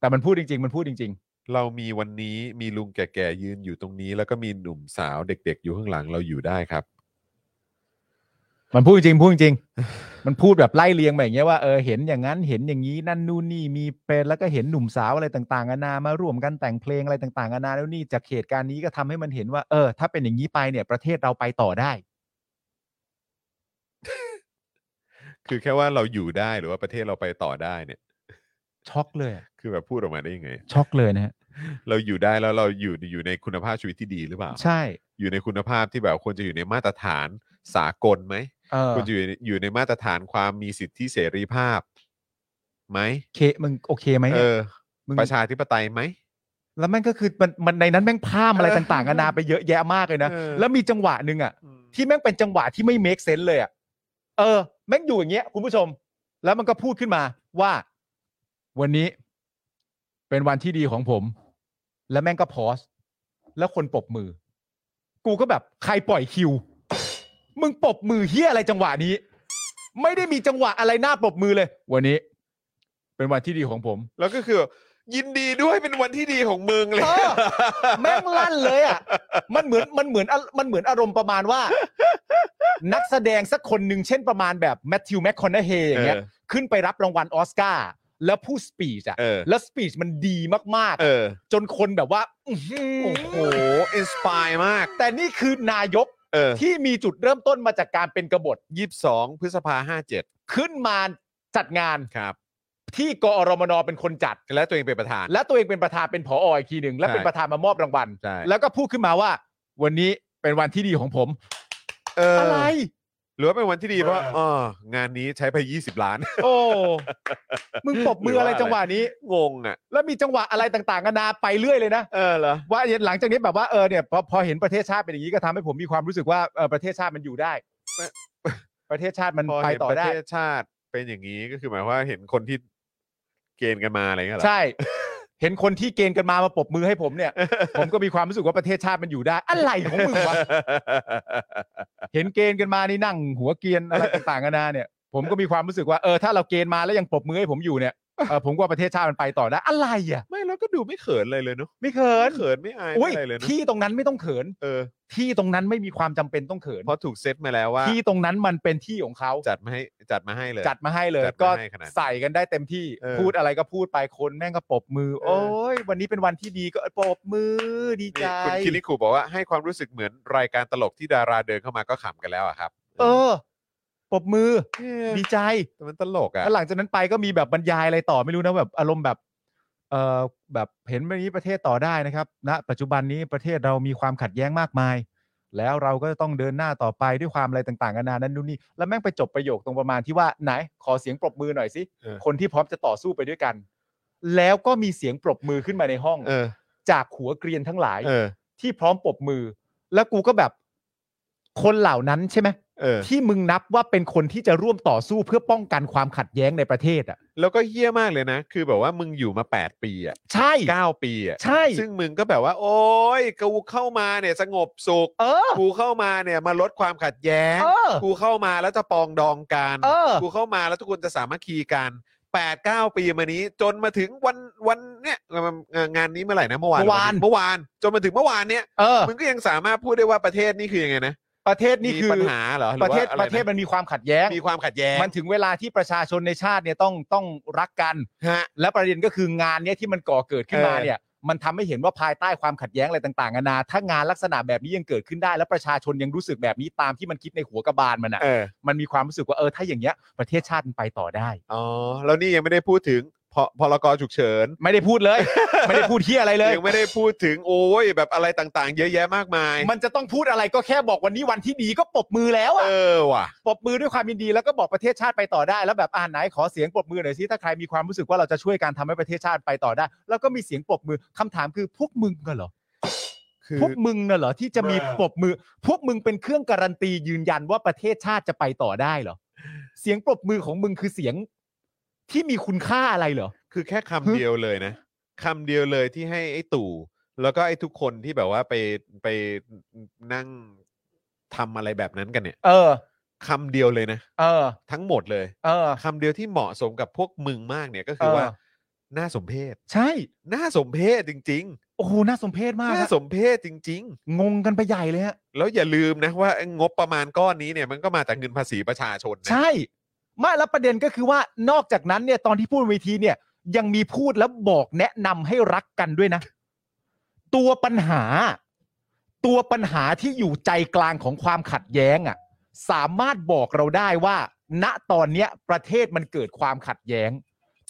Speaker 4: แต่มันพูดจริง ๆ มันพูดจริง
Speaker 2: เรามีวันนี้มีลุงแก่ๆยืนอยู่ตรงนี้ แล้วก็มีหนุ่มสาวเด็ก ๆ อยู่ข้างหลังเราอยู่ได้ครับ
Speaker 4: ๆ มันพูดจริงพูดจริง มันพูดแบบไล่เรียงแบบอย่างเงี้ยว่าเออเห็นอย่างนั้นเห็นอย่างนี้นั่นนู่นนี่มีเป็นแล้วก็เห็นหนุ่มสาวอะไรต่างๆนานามาร่วมกันแต่งเพลงอะไรต่างๆนานาแล้วนี่จากเหตุการณ์นี้ก็ทำให้มันเห็นว่าเออ ถ้าเป็นอย่างนี้ไปเนี่ยประเทศเราไปต่อได้
Speaker 2: คือแค่ว่าเราอยู่ได้หรือว่าประเทศเราไปต่อได้เนี่ย
Speaker 4: ช็อกเลยอะ
Speaker 2: คือแบบพูดออกมาได้ยังไง
Speaker 4: ช็อกเลยนะฮะ
Speaker 2: เราอยู่ได้แล้วเราอยู่อยู่ในคุณภาพชีวิตที่ดีหรือเปล่า
Speaker 4: ใช่
Speaker 2: อยู่ในคุณภาพที่แบบควรจะอยู่ในมาตรฐานสากลไหม
Speaker 4: เออ
Speaker 2: ควรจะอยู่ในอยู่ในมาตรฐานความมีสิทธิเสรีภาพไหม
Speaker 4: เคมึงโอเคไหม
Speaker 2: เอ
Speaker 4: เนี่ย
Speaker 2: อ
Speaker 4: มึง
Speaker 2: ประชาธิปไตยไหม
Speaker 4: แล้วแม่งก็คือมันมันในนั้นแม่งภาพอะไรต่างๆกันานาไปเยอะแยะมากเลยนะ
Speaker 2: เออ
Speaker 4: แล้วมีจังหวะหนึ่งอ่ะ ที่แม่งเป็นจังหวะที่ไม่ make sense เลยอ่ะ เออ แม่งอยู่อย่างเงี้ยคุณผู้ชม แล้วมันก็พูดขึ้นมาว่า วันนี้ เป็นวันที่ดีของผม แล้วแม่งก็พอสแล้วคนปรบมือ กูก็แบบใครปล่อยคิว มึงปรบมือเฮียอะไรจังหวะนี้ ไม่ได้มีจังหวะอะไรน่าปรบมือเลย วันนี้ เป็นวันที่ดีของผม
Speaker 2: แล้วก็คือ ยินดีด้วยเป็นวันที่ดีของมึงเลย
Speaker 4: เออ แม่งลั่นเลยอ่ะ มันเหมือนมันเหมือนอะมันเหมือนอารมณ์ประมาณว่า นักแสดงสักคนหนึ่งเช่นประมาณแบบแมทธิวแมคคอนเนเฮอย่างเงี้ย
Speaker 2: เออ
Speaker 4: ขึ้นไปรับรางวัลออสการ์แล้วผู้สปีชอ่ะ
Speaker 2: เออ
Speaker 4: แล้วสปีชมันดีมาก
Speaker 2: เออ
Speaker 4: ๆ จนคนแบบว่าอื้อหื
Speaker 2: โอ้โห
Speaker 4: อ
Speaker 2: อินสปายมาก
Speaker 4: แต่นี่คือนายก
Speaker 2: เออ
Speaker 4: ที่มีจุดเริ่มต้นมาจากการเป็นกบฏ
Speaker 2: ยี่สิบสองพฤษภาห้าเจ็ด
Speaker 4: ขึ้นมาจัดงาน
Speaker 2: ครับ
Speaker 4: ที่กอรมนเป็นคนจัด
Speaker 2: และตัวเองเป็นประธาน
Speaker 4: และตัวเองเป็นประธานเป็นผอออีกทีหนึ่งและ
Speaker 2: ใช่
Speaker 4: เป็นประธานมามอบรางวัล
Speaker 2: ใช่
Speaker 4: แล้วก็พูดขึ้นมาว่า วันนี้เป็นวันที่ดีของผม
Speaker 2: เออ
Speaker 4: อะไร
Speaker 2: หรือว่าเป็นวันที่ดีเพราะว่าอ๋องานนี้ใช้ไป 20 ล้าน
Speaker 4: โอ้ มึงปรบ
Speaker 2: ห
Speaker 4: มื
Speaker 2: รือ อว่า
Speaker 4: อะไรจังหวะนี้
Speaker 2: งงอ่ะ
Speaker 4: แล้วมีจังหวะอะไรต่างๆกันานาไปเรื่อยเลยนะ
Speaker 2: เออเหรอ
Speaker 4: ว่าหลังจากนี้แบบว่าเออเนี่ยพอพอเห็นประเทศชาติเป็นอย่างนี้ก็ทำให้ผมมีความรู้สึกว่าเออประเทศชาติมันอยู่ได้
Speaker 2: เออ
Speaker 4: ประเทศชาติมัน
Speaker 2: พอ
Speaker 4: ไป
Speaker 2: เห็น
Speaker 4: ต่อ
Speaker 2: ประ
Speaker 4: ได้
Speaker 2: เทศชาติเป็นอย่างนี้ก็คือหมายว่าเห็นคนที่เกณฑ์กันมาอะไรเงี้ยเหรอ
Speaker 4: ใช่ เห็นคนที่เกณฑ์กันมามาปรบมือให้ผมเนี่ย ผมก็มีความรู้สึกว่าประเทศชาติมันอยู่ได้ อะไรของมึงวะ เห็นเกณฑ์กันมานี่นั่ง หัวเกรียนอะไรต่างๆกันานาเนี่ย ผมก็มีความรู้สึกว่าเออถ้าเราเกณฑ์มาแล้วยังปรบมือให้ผมอยู่เนี่ยเออผมก็ว่าประเทศชาติมันไปต่อได้อะไรอ่ะ
Speaker 2: ไม่แล้วก็ดูไม่เขินเลยเลยเนาะ
Speaker 4: ไม่เขิน
Speaker 2: ไม่เขินไม่อาย
Speaker 4: อุ้ย
Speaker 2: ไม่อะไรเลยเนาะ
Speaker 4: ที่ตรงนั้นไม่ต้องเขิน
Speaker 2: เออ
Speaker 4: ที่ตรงนั้นไม่มีความจำเป็นต้องเขิน
Speaker 2: เพราะถูกเซตมาแล้วว่า
Speaker 4: ที่ตรงนั้นมันเป็นที่ของเขา
Speaker 2: จัดมาให้จัดมาให้เลย
Speaker 4: จัดมาให้เลย
Speaker 2: จัด
Speaker 4: ก็
Speaker 2: มาให้ขนาดนั้น
Speaker 4: ใส่กันได้เต็มที่
Speaker 2: เออ
Speaker 4: พูดอะไรก็พูดไปคนแม่งก็ปรบมือ
Speaker 2: เออ
Speaker 4: โอ้ยวันนี้เป็นวันที่ดีก็ปรบมือดีใจ
Speaker 2: นี่คุณคิริคุบอกว่าให้ความรู้สึกเหมือนรายการตลกที่ดาราเดินเข้ามาก็ขำกันแล้วอะครับ
Speaker 4: เออปรบมือ
Speaker 2: เออ
Speaker 4: ดีใจ
Speaker 2: แต่มันตลกอ่ะ
Speaker 4: แล้วหลังจากนั้นไปก็มีแบบบรรยายอะไรต่อไม่รู้นะแบบอารมณ์แบบ เออแบบเห็นแบบนี้ประเทศต่อได้นะครับณปัจจุบันนี้ประเทศเรามีความขัดแย้งมากมาย แล้วเราก็จะต้องเดินหน้าต่อไปด้วยความอะไรต่างๆนานานั้นนู่นนี่แล้วแม่งไปจบประโยคตรงประมาณที่ว่าไหน ขอเสียงปรบมือหน่อยสิ
Speaker 2: เออ
Speaker 4: คนที่พร้อมจะต่อสู้ไปด้วยกัน แล้วก็มีเสียงปรบมือขึ้นมาในห้อง
Speaker 2: เออ
Speaker 4: จากหัวเกรียนทั้งหลาย
Speaker 2: เออ
Speaker 4: ที่พร้อมปรบมือ แล้วกูก็แบบ คนเหล่านั้นใช่ไหม
Speaker 2: เออ
Speaker 4: ที่มึงนับว่าเป็นคนที่จะร่วมต่อสู้เพื่อป้องกันความขัดแย้งในประเทศอ่ะ
Speaker 2: แล้วก็เฮี้ยมากเลยนะ คือแบบว่ามึงอยู่มา 8 ปีอ่ะ
Speaker 4: ใช่
Speaker 2: 9ปีอ่ะ
Speaker 4: ใช่
Speaker 2: ซึ่งมึงก็แบบว่า โอ๊ยกูเข้ามาเนี่ยสงบสุข
Speaker 4: เออ
Speaker 2: กูเข้ามาเนี่ยมาลดความขัดแย้ง
Speaker 4: เออ
Speaker 2: กูเข้ามาแล้วจะปองดองกัน
Speaker 4: เออ
Speaker 2: กูเข้ามาแล้วทุกคนจะสามัคคีกัน 8 9 ปีมานี้ จนมาถึงวันวันเนี่ยงานนี้เมื่อไหร่นะเมื่อวาน
Speaker 4: เมื่อวาน
Speaker 2: เมื่อวานจนมาถึงเมื่อวานเนี่ย
Speaker 4: เออ
Speaker 2: มึงก็ยังสามารถพูดได้ว่าประเทศนี่คือยังไงนะ
Speaker 4: ประเทศนี่คือ
Speaker 2: มีปัญหาเหรอห
Speaker 4: ป
Speaker 2: อ
Speaker 4: ระเทศ
Speaker 2: ว่าอไน
Speaker 4: ประเทศมันมีความขัดแย้ง
Speaker 2: มีความขัดแย้ง
Speaker 4: มันถึงเวลาที่ประชาชนในชาติเนี่ยต้องต้องรักกัน
Speaker 2: ฮะ
Speaker 4: และประเด็นก็คืองานเนี่ยที่มันก่อเกิดขึ้นมา
Speaker 2: เออ
Speaker 4: เนี่ย มันทำให้เห็นว่าภายใต้ความขัดแย้งอะไรต่างๆนานาถ้างานลักษณะแบบนี้ยังเกิดขึ้นได้ และประชาชนยังรู้สึกแบบนี้ตามที่มันคิดในหัวกระบาลมันอ่ะ
Speaker 2: เออ
Speaker 4: มันมีความรู้สึกว่าเออถ้าอย่างเงี้ยประเทศชาติมันไปต่อได้
Speaker 2: อ๋อแล้วนี่ยังไม่ได้พูดถึงพพรกฉุกเฉิน
Speaker 4: ไม่ได้พูดเลย ไม่ได้พูดเที่ยอะไรเลย
Speaker 2: ยังไม่ได้พูดถึงโอ้ยแบบอะไรต่างๆ เยอะแยะมากมาย
Speaker 4: มันจะต้องพูดอะไรก็แค่บอกวันนี้วันที่ดีก็ปรบมือแล้ว
Speaker 2: เออ
Speaker 4: อะ
Speaker 2: ว่ะ
Speaker 4: ปรบมือด้วยความยินดีแล้วก็บอกประเทศชาติไปต่อได้ แล้วแบบอ่านไหนขอเสียงปรบมือหน่อยสิถ้าใครมีความรู้สึกว่าเราจะช่วยการทำให้ประเทศชาติไปต่อได้ แล้วก็มีเสียงปรบมือคำถามคือพวกมึงกันเหรอ
Speaker 2: คือ
Speaker 4: พวกมึงน่ะเหรอที่จะมีปรบมือ พวกมึงเป็นเครื่องการันตียืนยันว่าประเทศชาติจะไปต่อได้เหรอ เสียงปรบมือของมึงคือเสียงที่มีคุณค่าอะไรเหรอ
Speaker 2: คือแค่คำเดียวเลยนะคำเดียวเลยที่ให้ไอ้ตู่ แล้วก็ไอ้ทุกคนที่แบบว่าไปไปนั่งทำอะไรแบบนั้นกันเนี่ย
Speaker 4: เออ
Speaker 2: คำเดียวเลยนะ
Speaker 4: เออ
Speaker 2: ทั้งหมดเลย
Speaker 4: เออ
Speaker 2: คำเดียวที่เหมาะสมกับพวกมึงมากเนี่ยก็คือ
Speaker 4: เออ
Speaker 2: ว่าน่าสมเพช
Speaker 4: ใช่
Speaker 2: น่าสมเพชจริง
Speaker 4: โอ้โหน่าสมเพช
Speaker 2: ๆ
Speaker 4: มาก
Speaker 2: น่า
Speaker 4: ฮะ
Speaker 2: สมเพชจริง ๆ
Speaker 4: งงกันไปใหญ่เลยฮะ
Speaker 2: แล้วอย่าลืมนะว่าไอ้งบประมาณก้อนนี้เนี่ยมันก็มาจากเงินภาษีประชาชนนะ
Speaker 4: ใช่ไม่แล้วประเด็นก็คือว่านอกจากนั้นเนี่ยตอนที่พูดบนเวทีเนี่ยยังมีพูดแล้วบอกแนะนำให้รักกันด้วยนะ ตัวปัญหา ตัวปัญหาที่อยู่ใจกลางของความขัดแย้งอะ่ะสามารถบอกเราได้ว่า ณตอนเนี้ยประเทศมันเกิดความขัดแย้ง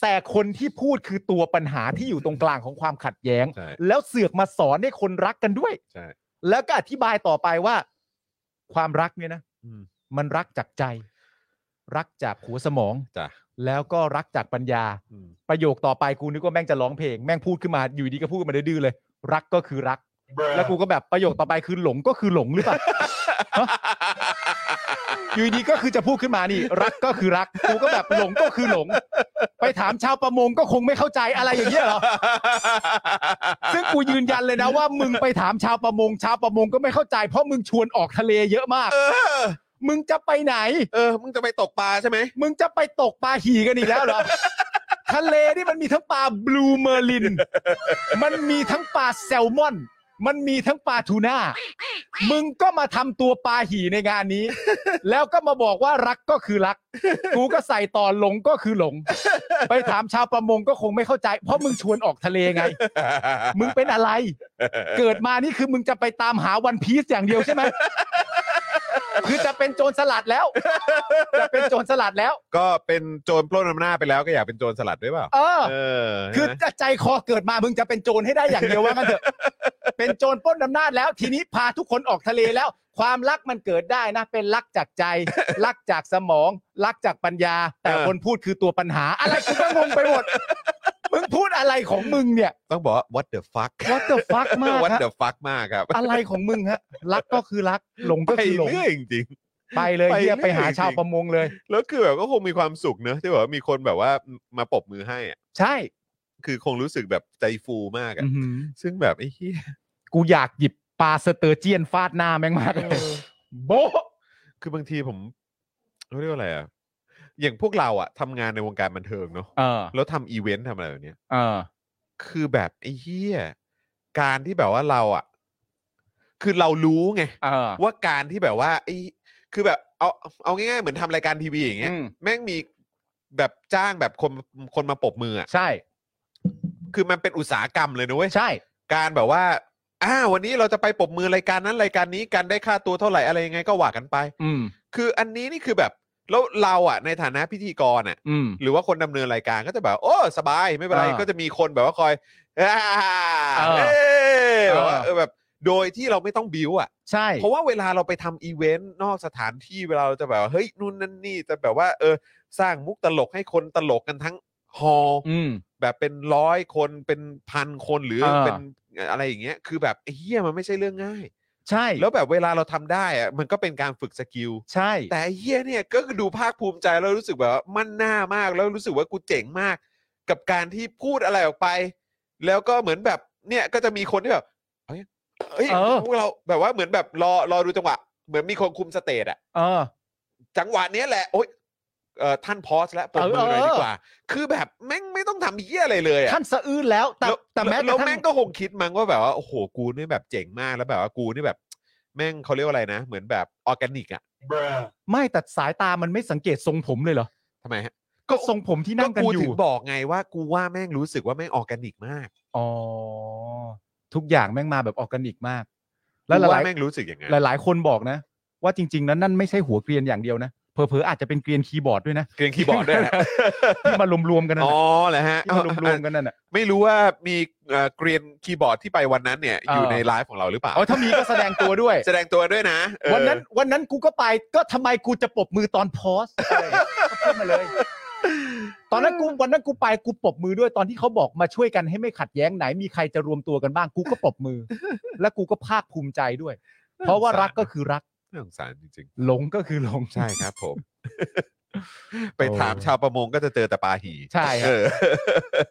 Speaker 4: แต่คนที่พูดคือตัวปัญหาที่อยู่ตรงกลางของความขัดแย้ง
Speaker 2: ใช่
Speaker 4: แล้วเสือกมาสอนให้คนรักกันด้วย
Speaker 2: ใช่
Speaker 4: แล้วก็อธิบายต่อไปว่า ความรักเนี่ยนะ
Speaker 2: อืม
Speaker 4: มันรักจากใจ รักจากหัวสมอง
Speaker 2: จ้ะ
Speaker 4: แล้วก็รักจากปัญญา
Speaker 2: อืม
Speaker 4: ประโยคต่อไปกูนึกว่าแม่งจะร้องเพลงแม่งพูดขึ้นมาอยู่ดีก็พูดขึ้นมาดื้อๆเลย รักก็คือรัก แล้วกูก็แบบประโยคต่อไปคือหลงก็คือหลงหรือ เปล่า อยู่ดีก็คือจะพูดขึ้นมานี่ รักก็คือรักกูก็แบบหลงก็คือหลง ไปถามชาวประมงก็คงไม่เข้าใจอะไรอย่างเงี้ยเหรอ ซึ่งกูยืนยันเลยนะว่ามึงไปถามชาวประมง ชาวประมงก็ไม่เข้าใจ เพราะมึงชวนออกทะเลเยอะมาก
Speaker 2: เออ
Speaker 4: มึงจะไปไหน
Speaker 2: เออ มึงจะไปตกปลาใช่ไหม
Speaker 4: มึงจะไปตกปลาหี่กันอีกแล้วเหรอ ทะเลนี่มันมีทั้งปลาบลูเมอร์ลิน มันมีทั้งปลาแซลมอน มันมีทั้งปลาทูน่า มึงก็มาทำตัวปลาหี่ในงานนี้ แล้วก็มาบอกว่ารักก็คือรัก กูก็ใส่ต่อหลงก็คือหลง ไปถามชาวประมงก็คงไม่เข้าใจ เพราะมึงชวนออกทะเลไง มึงเป็นอะไร เกิดมานี่คือมึงจะไปตามหาวันพีซอย่างเดียวใช่ไหม คือจะเป็นโจรสลัดแล้ว จะเป็นโจรสลัดแล้ว
Speaker 2: ก็เป็นโจรปล้นอำนาจไปแล้วก็อยากเป็นโจรสลัดด้วยเปล่า
Speaker 4: เออ
Speaker 2: เออ
Speaker 4: คือ
Speaker 2: ใช่ไหม
Speaker 4: จะใจคอเกิดมามึงจะเป็นโจรให้ได้อย่างเดียวว่างั้นเถอะ เป็นโจรปล้นอำนาจแล้ว ทีนี้พาทุกคนออกทะเลแล้ว ความรักมันเกิดได้นะ เป็นรักจากใจ รักจากสมอง รักจากปัญญา แต่คนพูดคือตัวปัญหา อะไรกูก็งงไปหม ด มึงพูดอะไรของมึงเนี่ย
Speaker 2: ต้องบอกว่า what the fuck
Speaker 4: what the fuck มาก
Speaker 2: what
Speaker 4: ฮะ
Speaker 2: the fuck มากครับ
Speaker 4: อะไรของมึงฮะ รักก็คือรัก หลง
Speaker 2: ไป
Speaker 4: ก็คือหลง
Speaker 2: เรื่อยจริง
Speaker 4: ไปเลย
Speaker 2: ไป
Speaker 4: เฮีย
Speaker 2: เรื่อย
Speaker 4: ไปหา
Speaker 2: จริง
Speaker 4: ชาวประมงเลย
Speaker 2: ๆแล้วคือแบบก็คงมีความสุขเนอะที่แบบว่ามีคนแบบว่ามาปรบมือให้อะ
Speaker 4: ใช่
Speaker 2: คือคงรู้สึกแบบใจฟูมากอะ
Speaker 4: อื้อหือ
Speaker 2: ซึ่งแบบไอ้เหี้ย
Speaker 4: กูอยากหยิบปลาสเตอร์เจียนฟาดหน้าแม่งมากเลยโบ๊ะ
Speaker 2: คือบางทีผมเขาเรียกว่าอะไรอะอย่างพวกเราอะทำงานในวงการบันเทิงเนอะ
Speaker 4: เออ
Speaker 2: แล้วทำอีเวนต์ทำอะไรแบบเนี้ย
Speaker 4: เออ
Speaker 2: คือแบบไอ้เหี้ยการที่แบบว่าเราอะคือเรารู้ไง
Speaker 4: เออ
Speaker 2: ว่าการที่แบบว่าไอ้คือแบบเอาเอาง่ายๆเหมือนทำรายการทีวีอย่างเงี้ย
Speaker 4: อืม
Speaker 2: แม่งมีแบบจ้างแบบคนคนมาปรบมืออะ
Speaker 4: ใช่
Speaker 2: คือมันเป็นอุตสาหกรรมเลยนะเว้ย
Speaker 4: ใช่
Speaker 2: การแบบว่าอ่าวันนี้เราจะไปปรบมือรายการนั้นรายการนี้การได้ค่าตัวเท่าไหร่อะไรยังไงก็ว่ากันไป
Speaker 4: อืม
Speaker 2: คืออันนี้นี่คือแบบแล้วเราอ่ะในฐานะพิธีกรอ่ะ
Speaker 4: อืม
Speaker 2: หรือว่าคนดำเนินรายการก็จะแบบ โอ้ สบายไม่เป็นไร
Speaker 4: อ่า
Speaker 2: ก็จะมีคนแบบว่าคอย อ่า
Speaker 4: เออ
Speaker 2: เอ้ยแบบว่า
Speaker 4: เออ
Speaker 2: เออแบบโดยที่เราไม่ต้องบิวอ่ะ
Speaker 4: ใช่
Speaker 2: เพราะว่าเวลาเราไปทำอีเวนต์นอกสถานที่เวลาเราจะแบบว่าเฮ้ยนู่นนั่นนี่จะแบบว่า เออ สร้างมุกตลกให้คนตลกกันทั้งฮอลล์
Speaker 4: อืม
Speaker 2: แบบเป็นร้อยคนเป็นพันคนหรือ
Speaker 4: เออ
Speaker 2: เป็นอะไรอย่างเงี้ยคือแบบเฮียมันไม่ใช่เรื่องง่าย
Speaker 4: ใช่
Speaker 2: แล้วแบบเวลาเราทำได้อะมันก็เป็นการฝึกสกิล
Speaker 4: ใช่
Speaker 2: แต่ไอ้เฮียเนี่ยก็คือดูภาคภูมิใจแล้วรู้สึกแบบว่ามั่นหน้ามากแล้วรู้สึกว่ากูเจ๋งมาก กับการที่พูดอะไรออกไป แล้วก็เหมือนแบบเนี่ยก็จะมีคนที่แบบเฮ้ยเฮ้ย
Speaker 4: เออ
Speaker 2: พวกเราแบบว่าเหมือนแบบรอรอดูจังหวะ เหมือนมีคนคุมสเตจอะ
Speaker 4: เออ
Speaker 2: จังหวะเนี้ยแหละโอ๊ยเออท่านพอสแล้วปรบมือหน่อยดีกว่า คือแบบแม่งไม่ต้องทำเฮียอะไรเลยอะ
Speaker 4: ท่านสะอื้นแล้ว แต่
Speaker 2: ล้ว
Speaker 4: แต่แม้ก
Speaker 2: ล้ว
Speaker 4: ระทั่
Speaker 2: แม่
Speaker 4: ง
Speaker 2: งก็คงคิดมั้งว่าแบบว่าโอ้โหกูนี่แบบเจ๋งมากแล้วแบบว่ากูนี่แบบ แม่งเขาเรียกว่าอะไรนะ เหมือนแบบออร์แกนิกอะ
Speaker 4: ไม่แต่สายตามันไม่สังเกตทรงผมเลยเหรอ
Speaker 2: ทำไมฮะ
Speaker 4: ก็ทรงผมที่นั่งกัน
Speaker 2: กู
Speaker 4: อ
Speaker 2: ถึ
Speaker 4: ยู่
Speaker 2: งบอกไงว่ากูว่าแม่งรู้สึกว่าแม่งออร์แกนิกมาก
Speaker 4: อ๋อ ทุกอย่างแม่งมาแบบออร์แกนิกมาก แล้วห
Speaker 2: กูว่า
Speaker 4: ลาย
Speaker 2: แม่งรู้สึกอย่างนั้น
Speaker 4: หลายหลาย ๆ คนบอกนะ ว่าจริง ๆ นั้นนั่นไม่ใช่หัวเกรียนอย่างเดียวนะ เผลอๆอาจจะเป็นเกรียนคีย์บอร์ดด้วยนะ
Speaker 2: เกรียนคีย์บอร์ดด้วยนะ
Speaker 4: ที่มารวมๆกันนั่น
Speaker 2: อ๋อ
Speaker 4: น่ะ
Speaker 2: เหรอฮะ
Speaker 4: ที่มารวมๆกันนั่นน่ะ
Speaker 2: ไม่รู้ว่ามีเอ่อเกรียนคีย์บอร์ดที่ไปวันนั้นเนี่ย
Speaker 4: เออ
Speaker 2: อ
Speaker 4: อ
Speaker 2: ยู่ในไลฟ์ของเราหรือเปล่า
Speaker 4: อ๋อถ้ามีก็แสดงตัวด้วย
Speaker 2: แสดงตัวด้วยนะเออ
Speaker 4: วันนั้นวันนั้นกูก็ไปก็ทำไมกูจะปรบมือตอนโพสต์ก็พูดมาเลย ตอนนั้นกูวันนั้นกูไปกูปรบมือด้วยตอนที่เขาบอกมาช่วยกันให้ไม่ขัดแย้งไหนมีใครจะรวมตัวกันบ้างกูก็ปรบมือ และกูก็ภาคภูมิใจด้วย เพราะว่ารักก็คือรัก
Speaker 2: น่าสงสารจริง
Speaker 4: หลงก็คือหลง
Speaker 2: ๆ ใช่ครับผม ไปถามชาวประมงก็จะเจอแต่ปลาหี
Speaker 4: ใช่ครับ
Speaker 2: เออ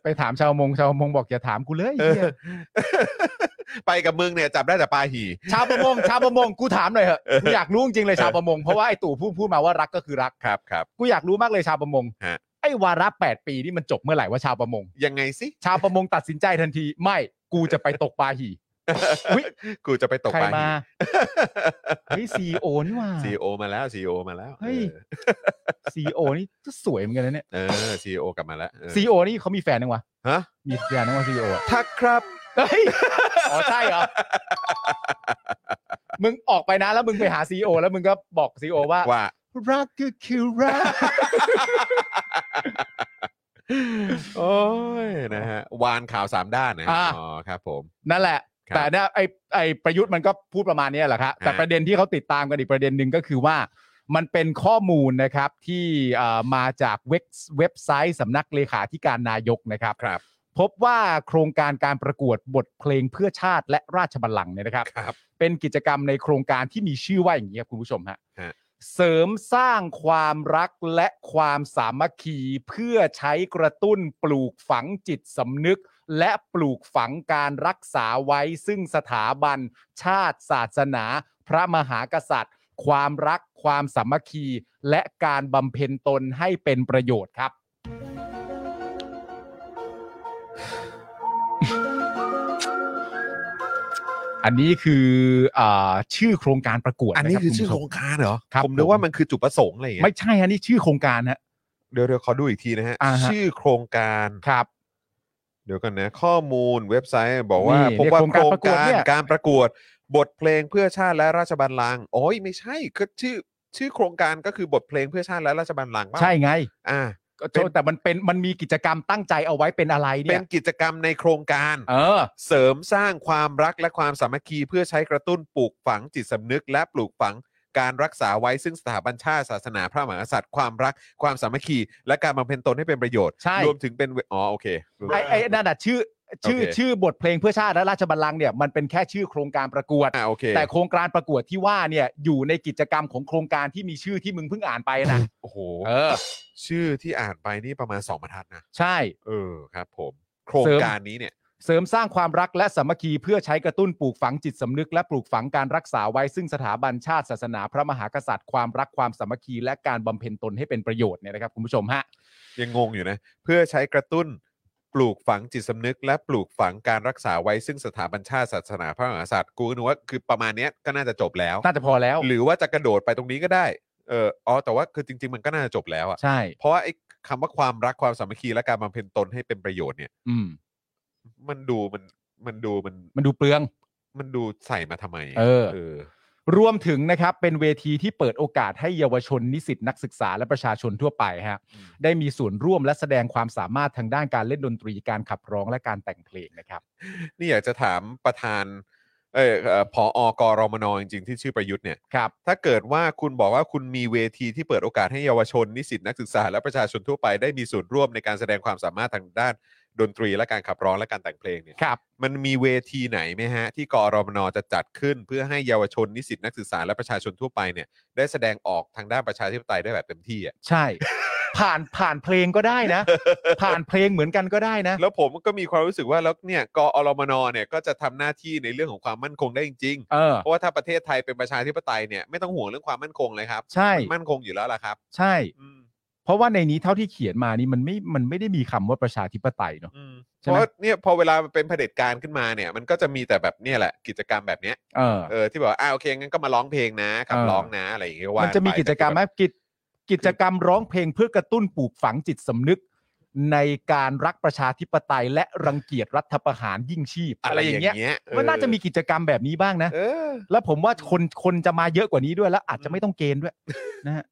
Speaker 4: ไปถามชาวมงชาวมงบอกอย่าถามกูเลยไอ้เหี้ย
Speaker 2: ไปกับมึงเนี่ยจับได้แต่ปลาหี
Speaker 4: ชาวประมงชาวประมงกูถามหน่อยเหอะกูอยากรู้จริงๆเลยชาวประมงเพราะว่าไอ้ตู่พูดพูดมาว่ารักก็คือรัก
Speaker 2: ครับครับ
Speaker 4: กูอยากรู้มากเลยชาวประมง
Speaker 2: ฮะ
Speaker 4: ไอ้วาระแปดปีนี่มันจบเมื่อไหร่ว่าชาวประมง
Speaker 2: ยังไงสิ
Speaker 4: ชาวประมงตัดสินใจทันที ไม่กูจะไปตกปลาหี่ อุ๊ย
Speaker 2: กูจะไปตก
Speaker 4: ใคร
Speaker 2: ปลาหี
Speaker 4: มาเฮ้ยซีโอนี่หว่า
Speaker 2: ซีโอมาแล้วซีโอมาแล้ว
Speaker 4: เฮ้ย ซีโอนี่ก็สวยเหมือนกันนะเนี่ย
Speaker 2: เออซีโอกลับมาแล้วเออ
Speaker 4: ซีโอนี่เขามีแฟนยังวะ
Speaker 2: ฮะ
Speaker 4: มีแฟนยังวะซีโอ
Speaker 2: ทักครับ
Speaker 4: เฮ้ยอ๋อใช่เหรอมึงออกไปนะแล้วมึงไปหาซีโอแล้วมึงก็บอกซีโอว่า
Speaker 2: ว่า
Speaker 4: รักก็คือรัก
Speaker 2: โอ้ยนะฮะ วานข่าวสามด้านนะฮะ
Speaker 4: ะ
Speaker 2: อ๋อครับผม
Speaker 4: นั่นแหละ
Speaker 2: ครับ
Speaker 4: แต่เนี่ยไอไอประยุทธ์มันก็พูดประมาณเนี้ยแหละครับแต่
Speaker 2: ฮะ
Speaker 4: ประเด็นที่เขาติดตามกันอีกประเด็นหนึ่งก็คือว่า มันเป็นข้อมูลนะครับที่เอ่อมาจากเว็บเว็บไซต์สำนักเลขาธิการนายกนะครับ
Speaker 2: ครับ
Speaker 4: พบว่าโครงการการประกวดบทเพลงเพื่อชาติและราชบัลลังก์เนี่ยนะครับ
Speaker 2: ครับ
Speaker 4: เป็นกิจกรรมในโครงการที่มีชื่อว่าอย่างนี้ครับคุณผู้ชมฮะ
Speaker 2: ฮะ
Speaker 4: เสริมสร้างความรักและความสามัคคีเพื่อใช้กระตุ้นปลูกฝังจิตสำนึก และปลูกฝังการรักษาไว้ซึ่งสถาบัน ชาติศาสนา พระมหากษัตริย์ ความรัก ความสามัคคี และการบำเพ็ญตนให้เป็นประโยชน์ครับ อันนี้คืออาชื่อโครงการประกวด
Speaker 2: อันนี้
Speaker 4: ะรับ
Speaker 2: คือชื่อ
Speaker 4: ณ
Speaker 2: โคร
Speaker 4: ผู้ชม
Speaker 2: งการเหรอ
Speaker 4: ครับ
Speaker 2: ผมนึก
Speaker 4: ผม
Speaker 2: ว่ามันคือจุดประสงค์อะไรอย่างเงี้
Speaker 4: ไม่
Speaker 2: ย
Speaker 4: ใช่ฮะนี่ชื่อโครงการฮะ
Speaker 2: เดี๋ยวเดี๋ยวขอดูอีกทีนะฮะ
Speaker 4: อ่าฮะ
Speaker 2: ชื่อโครงการ
Speaker 4: ครับ
Speaker 2: เดี๋ยวกันนะ ข้อมูลเว็บไซต์บอกว่า
Speaker 4: นี่
Speaker 2: พบว่า
Speaker 4: เนี่ย
Speaker 2: โคร
Speaker 4: โครง ง
Speaker 2: การ
Speaker 4: การประกวดเนี่ย
Speaker 2: การประกวดบทเพลงเพื่อชาติและราชบัลลังก์โอ้ยไม่ใช่ก็ชื่อชื่อโครงการก็คือบทเพลงเพื่อชาติและราชบัลลังก์ป่ะ
Speaker 4: ใช่ไง
Speaker 2: อ่า
Speaker 4: ก็
Speaker 2: เป็น
Speaker 4: แต่มันเป็นมันมีกิจกรรมตั้งใจเอาไว้เป็นอะไร
Speaker 2: เป็
Speaker 4: เนี่
Speaker 2: น
Speaker 4: ย
Speaker 2: กิจกรรมในโครงการ
Speaker 4: เออ
Speaker 2: เสริมสร้างความรักและความสามัคคีเพื่อใช้กระตุ้นปลูกฝังจิตสำนึก และปลูกฝังการรักษาไว้ซึ่งสถาบันชาติศาสนาพระมหากษัตริย์ความรักความสามัคคี และการบำเพ็ญตนให้เป็นประโยชน์
Speaker 4: ใช่
Speaker 2: รวมถึงเป็นเวอ๋อโอเค
Speaker 4: ไอ้ไอ้นั่นน่ะชื่อชื่อ
Speaker 2: โอเค
Speaker 4: ชื่อบทเพลงเพื่อชาติและราชบัลลังก์เนี่ยมันเป็นแค่ชื่อโครงการประกวด
Speaker 2: อ่าโอเค
Speaker 4: แต่โครงการประกวดที่ว่าเนี่ยอยู่ในกิจกรรมของโครงการที่มีชื่อที่มึงเพิ่งอ่านไปนะ
Speaker 2: โอ้โห
Speaker 4: เออ
Speaker 2: ชื่อที่อ่านไปนี่ประมาณ 2บรรทัดนะ
Speaker 4: ใช่
Speaker 2: เออครับผม โครง
Speaker 4: เสริม
Speaker 2: การนี้เนี่ย
Speaker 4: เสริมสร้างความรักและสามัคคีเพื่อใช้กระตุ้นปลูกฝังจิตสำนึก และปลูกฝังการรักษาไว้ซึ่งสถาบันชาติศาสนา พระมหากษัตริย์ความรักความสามัคคีและการบำเพ็ญตนให้เป็นประโยชน์เนี่ยนะครับคุณผู้ชมฮะ
Speaker 2: ยังงงอยู่นะ เพื่อใช้กระตุ้นปลูกฝังจิตสำนึก และปลูกฝังการรักษาไว้ซึ่งสถาบันชาติศาสนาพระมหากษัตริย์กูก็นึกว่าคือประมาณเนี้ยก็น่าจะจบแล้ว
Speaker 4: น่าจะพอแล้ว
Speaker 2: หรือว่าจะกระโดดไปตรงนี้ก็ได้ เอออ๋อ แต่ว่าคือจริง ๆ มันก็น่าจะจบแล้วอะ
Speaker 4: ใช่
Speaker 2: เพราะว่าไอ้คำว่าความรักความสามัคคีและการบำเพ็ญตนให้เป็นประโยชน์เนี่ย
Speaker 4: อืม
Speaker 2: มันดูมันมันดูมัน
Speaker 4: มันดูเปลือง
Speaker 2: มันดูใส่มาทำไมะ
Speaker 4: เออ
Speaker 2: เออ
Speaker 4: รวมถึงนะครับเป็นเวทีที่เปิดโอกาสให้เยาวชนนิสิตนักศึกษาและประชาชนทั่วไปฮะได้มีส่วนร่วมและแสดงความสามารถทางด้านการเล่นดนตรีการขับร้องและการแต่งเพลงนะครับ
Speaker 2: นี่อยากจะถามประธาน เออเอ่อผออกรมนจริงๆที่ชื่อประยุทธ์เนี่ย
Speaker 4: ครับ
Speaker 2: ถ้าเกิดว่าคุณบอกว่าคุณมีเวทีที่เปิดโอกาสให้เยาวชน นิสิตนักศึกษา และประชาชนทั่วไปได้มีส่วนร่วมในการแสดงความสามารถทางด้านดนตรีและการขับร้องและการแต่งเพลงเนี่ย
Speaker 4: ครับ
Speaker 2: มันมีเวทีไหนไหมฮะ ที่กอรมนจะจัดขึ้น เพื่อให้เยาวชนนิสิตนักศึกษาและประชาชนทั่วไปเนี่ยได้แสดงออกทางด้านประชาธิปไตยได้แบบเต็มที่ อ่ะ
Speaker 4: ใช่ ผ่านผ่านเพลงก็ได้นะ ผ่านเพลงเหมือนกันก็ได้นะ
Speaker 2: แล้วผมก็มีความรู้สึกว่าแล้วเนี่ยกอรมนเนี่ยก็จะทำหน้าที่ในเรื่องของความมั่นคงได้จริง
Speaker 4: เออ
Speaker 2: ๆเพราะว่าถ้าประเทศไทยเป็นประชาธิปไตยเนี่ยไม่ต้องห่วงเรื่องความมั่นคงเลยครับ
Speaker 4: ใช่
Speaker 2: มันมั่นคงอยู่แล้วล่ะครับ
Speaker 4: ใช่
Speaker 2: อืม
Speaker 4: เพราะว่าในนี้เท่าที่เขียนมานี่มันไม่มันไม่ได้มีคำว่าประชาธิปไตยเนอะ
Speaker 2: อืม
Speaker 4: ใช่
Speaker 2: เพ
Speaker 4: ไหม
Speaker 2: ราะเนี่ยพอเวลามันเป็นเผด็จการขึ้นมาเนี่ย มันก็จะมีแต่แบบเนี่ยแหละกิจกรรมแบบเนี้ย
Speaker 4: เออ
Speaker 2: เออที่บอกว่าอ่าโอเคงั้นก็มาร้องเพลงนะขับ
Speaker 4: เออ
Speaker 2: ร้องนะอะไรอย่างเงี้ยว่า
Speaker 4: มั
Speaker 2: มัน
Speaker 4: จะมีกิจกรรมไหมกิจกิจกรรมร้องเพลงเพื่อกระตุ้นปลูกฝังจิตสำนึก ในการรักประชาธิปไตย และรังเกียจรัฐประหารยิ่งชีพ
Speaker 2: อะ
Speaker 4: อะไร ไรอย่
Speaker 2: อา
Speaker 4: ย่าง งเงี้ย
Speaker 2: เงี้ยเออ
Speaker 4: มันน่าจะมีกิจกรรมแบบนี้บ้างนะ
Speaker 2: เออ
Speaker 4: แล้วผมว่าคนคนจะมาเยอะกว่านี้ด้วยแล้วอาจจะไม่ต้องเกณฑ์ด้วย นะฮะ